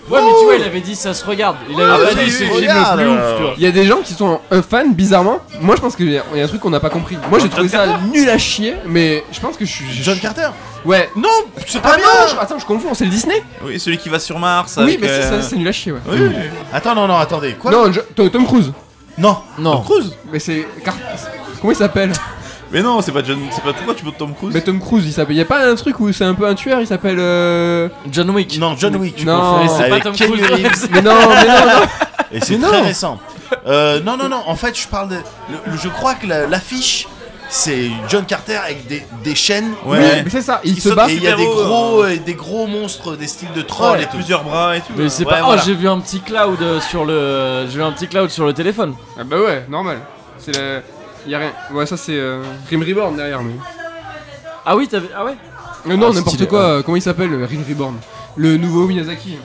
Speaker 1: Ouais, mais tu vois, il avait dit ça se regarde. Il
Speaker 6: oh. Ah,
Speaker 1: avait
Speaker 6: bah,
Speaker 1: pas dit
Speaker 6: oui,
Speaker 1: c'est le
Speaker 6: oui,
Speaker 1: film le
Speaker 6: regarde,
Speaker 1: plus
Speaker 6: euh,
Speaker 1: ouf, tu vois.
Speaker 3: Il y a des gens qui sont un fan bizarrement. Moi, je pense qu'il y a il y a un truc qu'on n'a pas compris. Moi, j'ai trouvé ça nul à chier, mais je pense que je suis. je-
Speaker 6: John Carter
Speaker 3: Ouais.
Speaker 6: Non, c'est
Speaker 3: Ah
Speaker 6: pas
Speaker 3: non,
Speaker 6: bien
Speaker 3: je- attends, je confonds, c'est le Disney
Speaker 2: Oui, celui qui va sur Mars.
Speaker 3: Oui,
Speaker 2: avec,
Speaker 3: mais c'est-
Speaker 2: euh,
Speaker 3: ça, c'est nul à chier, ouais.
Speaker 2: oui, oui.
Speaker 6: Attends, non, non, attendez. Quoi
Speaker 3: Non, je- Tom Tom Cruise.
Speaker 6: Non.
Speaker 1: Non.
Speaker 6: Cruise
Speaker 3: Mais c'est. Car- Comment il s'appelle
Speaker 2: Mais non, c'est pas John. C'est pas pourquoi tu veux Tom Cruise. Oh,
Speaker 3: Mais Tom Cruise, il s'appelle. Y a pas un truc où c'est un peu un tueur, il s'appelle. euh,
Speaker 1: John Wick.
Speaker 6: Non, John Wick, tu
Speaker 3: Non.
Speaker 6: confonds.
Speaker 1: Et c'est pas
Speaker 6: Avec
Speaker 1: Tom
Speaker 6: Keanu Reeves.
Speaker 1: Cruise.
Speaker 3: [laughs] Mais non, mais non, non.
Speaker 6: Et c'est
Speaker 3: Mais
Speaker 6: très
Speaker 3: non.
Speaker 6: récent. Euh, non, non, non. En fait, je parle de. le- le- je crois que la- l'affiche, c'est John Carter avec des, des chaînes.
Speaker 2: Ouais.
Speaker 3: Oui, mais c'est ça, il
Speaker 2: Il
Speaker 3: se
Speaker 2: saute
Speaker 3: bat. hein.
Speaker 6: Et il y a des
Speaker 2: super-héros,
Speaker 6: gros, euh, des gros monstres, des styles de
Speaker 2: Oh,
Speaker 6: troll
Speaker 2: il a
Speaker 6: et tout.
Speaker 2: plusieurs bras et tout.
Speaker 1: Mais c'est
Speaker 6: Ouais,
Speaker 1: pas. Oh,
Speaker 6: voilà.
Speaker 1: j'ai vu un petit cloud euh, sur le. J'ai vu un petit cloud sur le téléphone.
Speaker 3: Ah bah ouais, normal. C'est le. Y a rien. Ouais, ça c'est. Euh... Rim Reborn derrière, mais.
Speaker 1: Ah oui, t'avais. Ah ouais.
Speaker 3: Euh, non,
Speaker 1: Ah,
Speaker 3: n'importe
Speaker 1: stylé,
Speaker 3: quoi, euh, comment il s'appelle euh, Rim Reborn Le nouveau Miyazaki.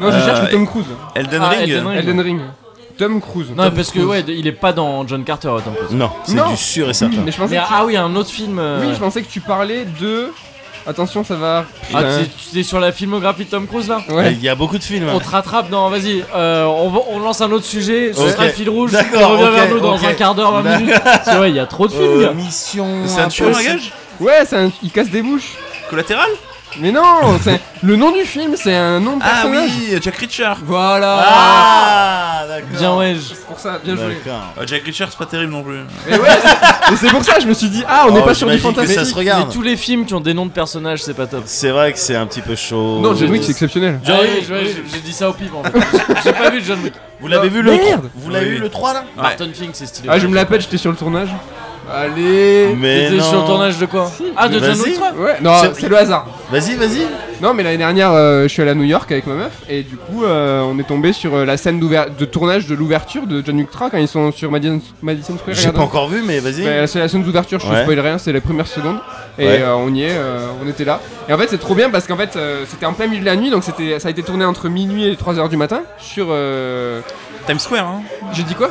Speaker 3: Non, je
Speaker 2: Euh,
Speaker 3: cherche le Tom Cruise. là.
Speaker 2: Elden
Speaker 1: Ah,
Speaker 2: Ring.
Speaker 1: Elden Ring.
Speaker 3: Elden Ring. Tom Cruise.
Speaker 1: Non,
Speaker 3: Tom
Speaker 1: parce que
Speaker 3: Cruise.
Speaker 1: ouais, il est pas dans John Carter, Tom Cruise.
Speaker 6: Non, c'est
Speaker 3: Non.
Speaker 6: du sûr et certain.
Speaker 3: Mais je pensais,
Speaker 1: Mais,
Speaker 3: que tu...
Speaker 1: ah oui, un autre film. euh,
Speaker 3: oui, je pensais que tu parlais de. Attention, ça va.
Speaker 1: Ah,
Speaker 3: Putain.
Speaker 1: tu tu- t'es sur la filmographie de Tom Cruise là
Speaker 3: Ouais.
Speaker 6: Il y a beaucoup de films. hein.
Speaker 1: On te rattrape, non, vas-y, euh, on, va- on lance un autre sujet, ce
Speaker 6: Ok.
Speaker 1: sera le fil rouge,
Speaker 6: D'accord,
Speaker 1: on revient
Speaker 6: ok,
Speaker 1: vers nous dans
Speaker 6: ok.
Speaker 1: un quart d'heure, 20 minutes. C'est vrai, il y a trop de films,
Speaker 6: Euh,
Speaker 1: gars.
Speaker 6: mission.
Speaker 2: C'est un tueur à
Speaker 6: impossible.
Speaker 2: gage
Speaker 3: Ouais, c'est un- il casse des bouches.
Speaker 2: Collatéral
Speaker 3: Mais non, c'est le nom du film, c'est un nom de
Speaker 2: Ah
Speaker 3: personnage.
Speaker 2: oui, Jack Richard.
Speaker 3: Voilà.
Speaker 6: Ah, d'accord.
Speaker 1: Bien, ouais, je-
Speaker 3: C'est pour ça, bien joué.
Speaker 6: D'accord.
Speaker 2: Euh, Jack Richard, c'est pas terrible non plus.
Speaker 3: Et ouais, c'est- et c'est pour ça, je me suis dit, ah, on n'est
Speaker 6: Oh,
Speaker 3: pas sur du
Speaker 6: j'imagine que
Speaker 3: fantastique.
Speaker 6: ça se
Speaker 1: mais
Speaker 6: regarde.
Speaker 1: tous les films qui ont des noms de personnages, c'est pas top.
Speaker 6: C'est vrai que c'est un petit peu chaud.
Speaker 3: Non, John Wick, c'est exceptionnel.
Speaker 1: Ah oui, je- ouais, j'ai j'ai dit ça au pif [laughs] en fait. J'ai pas vu John Wick.
Speaker 6: Vous l'avez vu le
Speaker 3: Merde.
Speaker 6: 3 Vous l'avez
Speaker 2: Oui.
Speaker 6: vu le 3 là
Speaker 2: Ouais.
Speaker 1: Barton Fink, c'est stylé.
Speaker 3: Ah, je me l'appelle, j'étais sur le tournage. Allez.
Speaker 6: Mais
Speaker 1: T'étais
Speaker 6: non.
Speaker 1: sur le tournage de quoi Ah, de John
Speaker 6: Vas-y.
Speaker 1: Wick 3
Speaker 3: Ouais, non,
Speaker 6: C'est-
Speaker 3: c'est le hasard.
Speaker 6: Vas-y, vas-y.
Speaker 3: Non, mais l'année dernière, euh, je suis allé à New York avec ma meuf, et du coup, euh, on est tombé sur euh, la scène d'ouver- de tournage de l'ouverture de John Wick 3 quand ils sont sur Madison, Madison Square
Speaker 6: J'ai
Speaker 3: Garden.
Speaker 6: pas encore vu, mais vas-y.
Speaker 3: Bah, c'est la scène d'ouverture, je
Speaker 6: Ouais.
Speaker 3: te spoil rien, c'est les premières secondes. Et
Speaker 6: Ouais.
Speaker 3: euh, on y est, euh, on était là. Et en fait, c'est trop bien parce qu'en fait, euh, c'était en plein milieu de la nuit, donc c'était, ça a été tourné entre minuit et 3h du matin sur. euh,
Speaker 2: Times Square, hein.
Speaker 3: J'ai dit quoi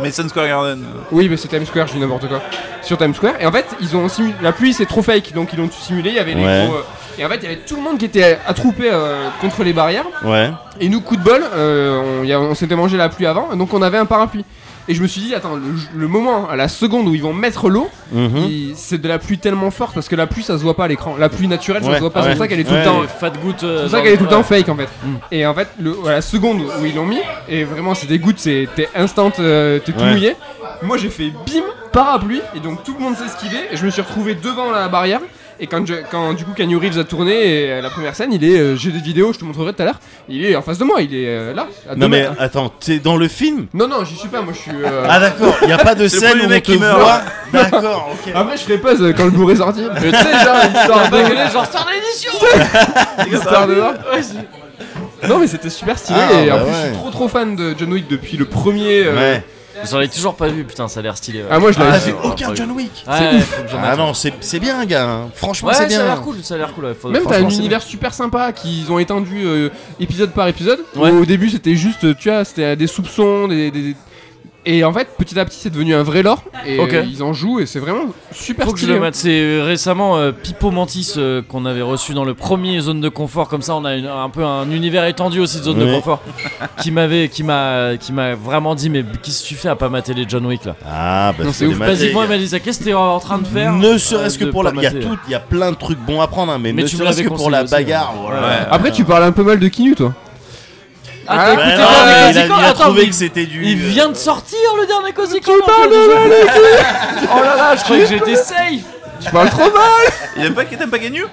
Speaker 2: Madison Square Garden.
Speaker 3: Oui, mais c'est Times Square, je dis n'importe quoi. Sur Times Square. Et en fait, ils ont simu- la pluie, c'est trop fake, donc ils l'ont simulé. Il y avait les
Speaker 6: Ouais.
Speaker 3: gros, euh, Et en fait, il y avait tout le monde qui était attroupé euh, contre les barrières.
Speaker 6: Ouais.
Speaker 3: Et nous, coup de bol, euh, on, y a- on s'était mangé la pluie avant, donc on avait un parapluie. Et je me suis dit, attends, le, le moment, à la seconde où ils vont mettre l'eau,
Speaker 6: Mhm.
Speaker 3: il- c'est de la pluie tellement forte parce que la pluie ça se voit pas à l'écran. La pluie naturelle ça
Speaker 6: Ouais,
Speaker 3: se voit pas, c'est
Speaker 6: ouais.
Speaker 3: pour ça qu'elle est tout
Speaker 6: Ouais,
Speaker 3: le temps.
Speaker 1: Et Fat euh, goutte.
Speaker 3: C'est pour ça qu'elle est tout le temps fake en fait.
Speaker 6: Mm.
Speaker 3: Et en fait, le, à la seconde où ils l'ont mis, et vraiment c'est des gouttes, c'est- t'es instant, euh, t'es tout
Speaker 6: Ouais.
Speaker 3: mouillé. Moi j'ai fait bim, parapluie, et donc tout le monde s'est esquivé, et je me suis retrouvé devant la barrière. Et quand, je, quand du coup Canyon Reeves a tourné et, euh, la première scène, il est, euh, j'ai des vidéos, je te montrerai tout à l'heure. Il est en face de moi, il est euh, là. à deux
Speaker 6: Non mais
Speaker 3: mètres.
Speaker 6: attends, t'es dans le film
Speaker 3: non non, j'y suis pas, moi je suis. euh,
Speaker 6: Ah d'accord, y a pas de
Speaker 2: C'est le
Speaker 6: scène
Speaker 2: premier
Speaker 6: où on
Speaker 2: mec
Speaker 6: te
Speaker 2: qui meurt.
Speaker 6: voit. D'accord, ok.
Speaker 3: Après je ferai pas euh, quand le Blu-ray
Speaker 6: [laughs]
Speaker 3: sorti. Mais tu sais genre une
Speaker 1: Ah,
Speaker 3: histoire
Speaker 1: bah,
Speaker 3: de genre sort l'édition. histoire de Non mais c'était super stylé
Speaker 6: Ah,
Speaker 3: et en
Speaker 6: bah
Speaker 3: plus je
Speaker 6: ouais.
Speaker 3: suis trop trop fan de John Wick depuis le premier. euh,
Speaker 6: Ouais.
Speaker 1: J'en ai toujours pas vu, putain, ça a l'air stylé. ouais.
Speaker 3: Ah moi je l'avais.
Speaker 6: Ah, j'ai
Speaker 1: ouais,
Speaker 6: aucun
Speaker 1: ouais.
Speaker 6: John Wick.
Speaker 1: Ouais, ouais, faut que j'en mette.
Speaker 6: Ah non, c'est c'est bien, gars. hein. Franchement,
Speaker 1: Ouais,
Speaker 6: c'est
Speaker 1: ça a
Speaker 6: bien.
Speaker 1: l'air cool, ça a l'air cool. ouais, faut-
Speaker 3: Même t'as un
Speaker 6: franchement, c'est
Speaker 3: univers super sympa qu'ils ont étendu euh, épisode par épisode.
Speaker 1: Ouais.
Speaker 3: Au début c'était juste euh, tu vois c'était euh, des soupçons des, des- des- et en fait petit à petit c'est devenu un vrai lore et
Speaker 1: Ok.
Speaker 3: euh, ils en jouent et c'est vraiment super
Speaker 1: Faut que je
Speaker 3: stylé.
Speaker 1: le mate. C'est euh, récemment euh, Pipo Mantis euh, qu'on avait reçu dans le premier zone de confort. Comme ça, on a une- un peu un univers étendu aussi de zone de
Speaker 6: Ouais.
Speaker 1: confort. qui m'avait, qui m'a, qui m'a vraiment dit mais qu'est-ce que tu fais à pas mater les John Wick là
Speaker 6: Ah, bah
Speaker 3: Non,
Speaker 6: faut
Speaker 3: c'est
Speaker 6: les
Speaker 3: ouf.
Speaker 6: mater,
Speaker 1: Basiquement, il
Speaker 6: gars.
Speaker 1: m'a dit ça. Qu'est-ce que t'es en train de faire
Speaker 6: Ne serait-ce
Speaker 1: euh,
Speaker 6: que
Speaker 1: de
Speaker 6: pour
Speaker 1: pas
Speaker 6: la. Il y a
Speaker 1: mater.
Speaker 6: tout, il y a plein de trucs bons à prendre, hein, mais,
Speaker 1: Mais
Speaker 6: ne
Speaker 1: tu me
Speaker 6: serait-ce
Speaker 1: l'avais
Speaker 6: que pour la
Speaker 1: conseillé aussi,
Speaker 6: bagarre.
Speaker 1: ouais.
Speaker 6: voilà.
Speaker 2: Ouais.
Speaker 3: Après tu parles un peu mal de Kinu toi.
Speaker 1: Ah,
Speaker 3: Ah,
Speaker 1: t'as
Speaker 6: Ouais,
Speaker 1: écouté
Speaker 6: non,
Speaker 1: Gordon
Speaker 6: mais il a-
Speaker 1: Ramsay
Speaker 6: il a,
Speaker 1: quand- attends,
Speaker 6: trouvé
Speaker 1: mais
Speaker 6: que c'était du.
Speaker 1: Il vient de sortir le dernier Cozy
Speaker 3: Tu parles mal de
Speaker 1: [laughs] Oh là là, je croyais que j'étais safe
Speaker 3: Tu parles trop mal.
Speaker 2: Il aime pas, t'aimes pas Ganyu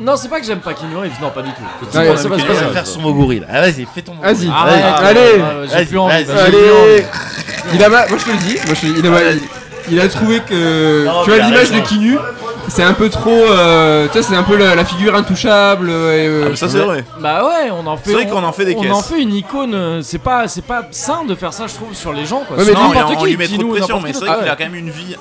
Speaker 1: Non, c'est pas que j'aime pas Keanu Reeves, non, pas du tout. C'est
Speaker 3: Ouais,
Speaker 1: pas- c'est pas- c'est
Speaker 6: Il
Speaker 1: pas
Speaker 6: va
Speaker 1: ça.
Speaker 6: faire son moguri là. Ah, vas-y, fais ton
Speaker 3: Vas-y.
Speaker 6: moguri.
Speaker 1: Arrête,
Speaker 3: Allez,
Speaker 1: arrête,
Speaker 3: Ah allez,
Speaker 1: ouais, J'ai plus envie.
Speaker 6: vas-y,
Speaker 1: j'ai plus envie.
Speaker 3: Allez Il a ma- Moi je te le dis, moi je te le dis, il, a ma- il a trouvé que.
Speaker 6: Non,
Speaker 3: tu
Speaker 6: mais
Speaker 3: vois l'image
Speaker 6: arrête,
Speaker 3: de
Speaker 6: non.
Speaker 3: Kinu, c'est un peu trop. euh, tu sais, c'est un peu la, la figure intouchable. euh, et,
Speaker 1: Ah,
Speaker 3: euh,
Speaker 2: Ça c'est vrai.
Speaker 1: Bah ouais, on en fait.
Speaker 2: C'est vrai
Speaker 1: on-
Speaker 2: qu'on en fait des
Speaker 1: on
Speaker 2: caisses.
Speaker 1: en fait une icône. euh, C'est pas, c'est pas sain de faire ça, je trouve, sur les gens. Quoi.
Speaker 3: Ouais,
Speaker 1: C'est
Speaker 3: mais
Speaker 2: Non,
Speaker 3: lui,
Speaker 2: mais
Speaker 1: n'importe
Speaker 2: on
Speaker 1: qui,
Speaker 2: lui met trop
Speaker 1: Keanu,
Speaker 2: de pression,
Speaker 1: n'importe
Speaker 2: mais
Speaker 1: qui
Speaker 2: c'est
Speaker 1: d'autre.
Speaker 2: vrai qu'il
Speaker 1: Ah
Speaker 2: a quand même une vie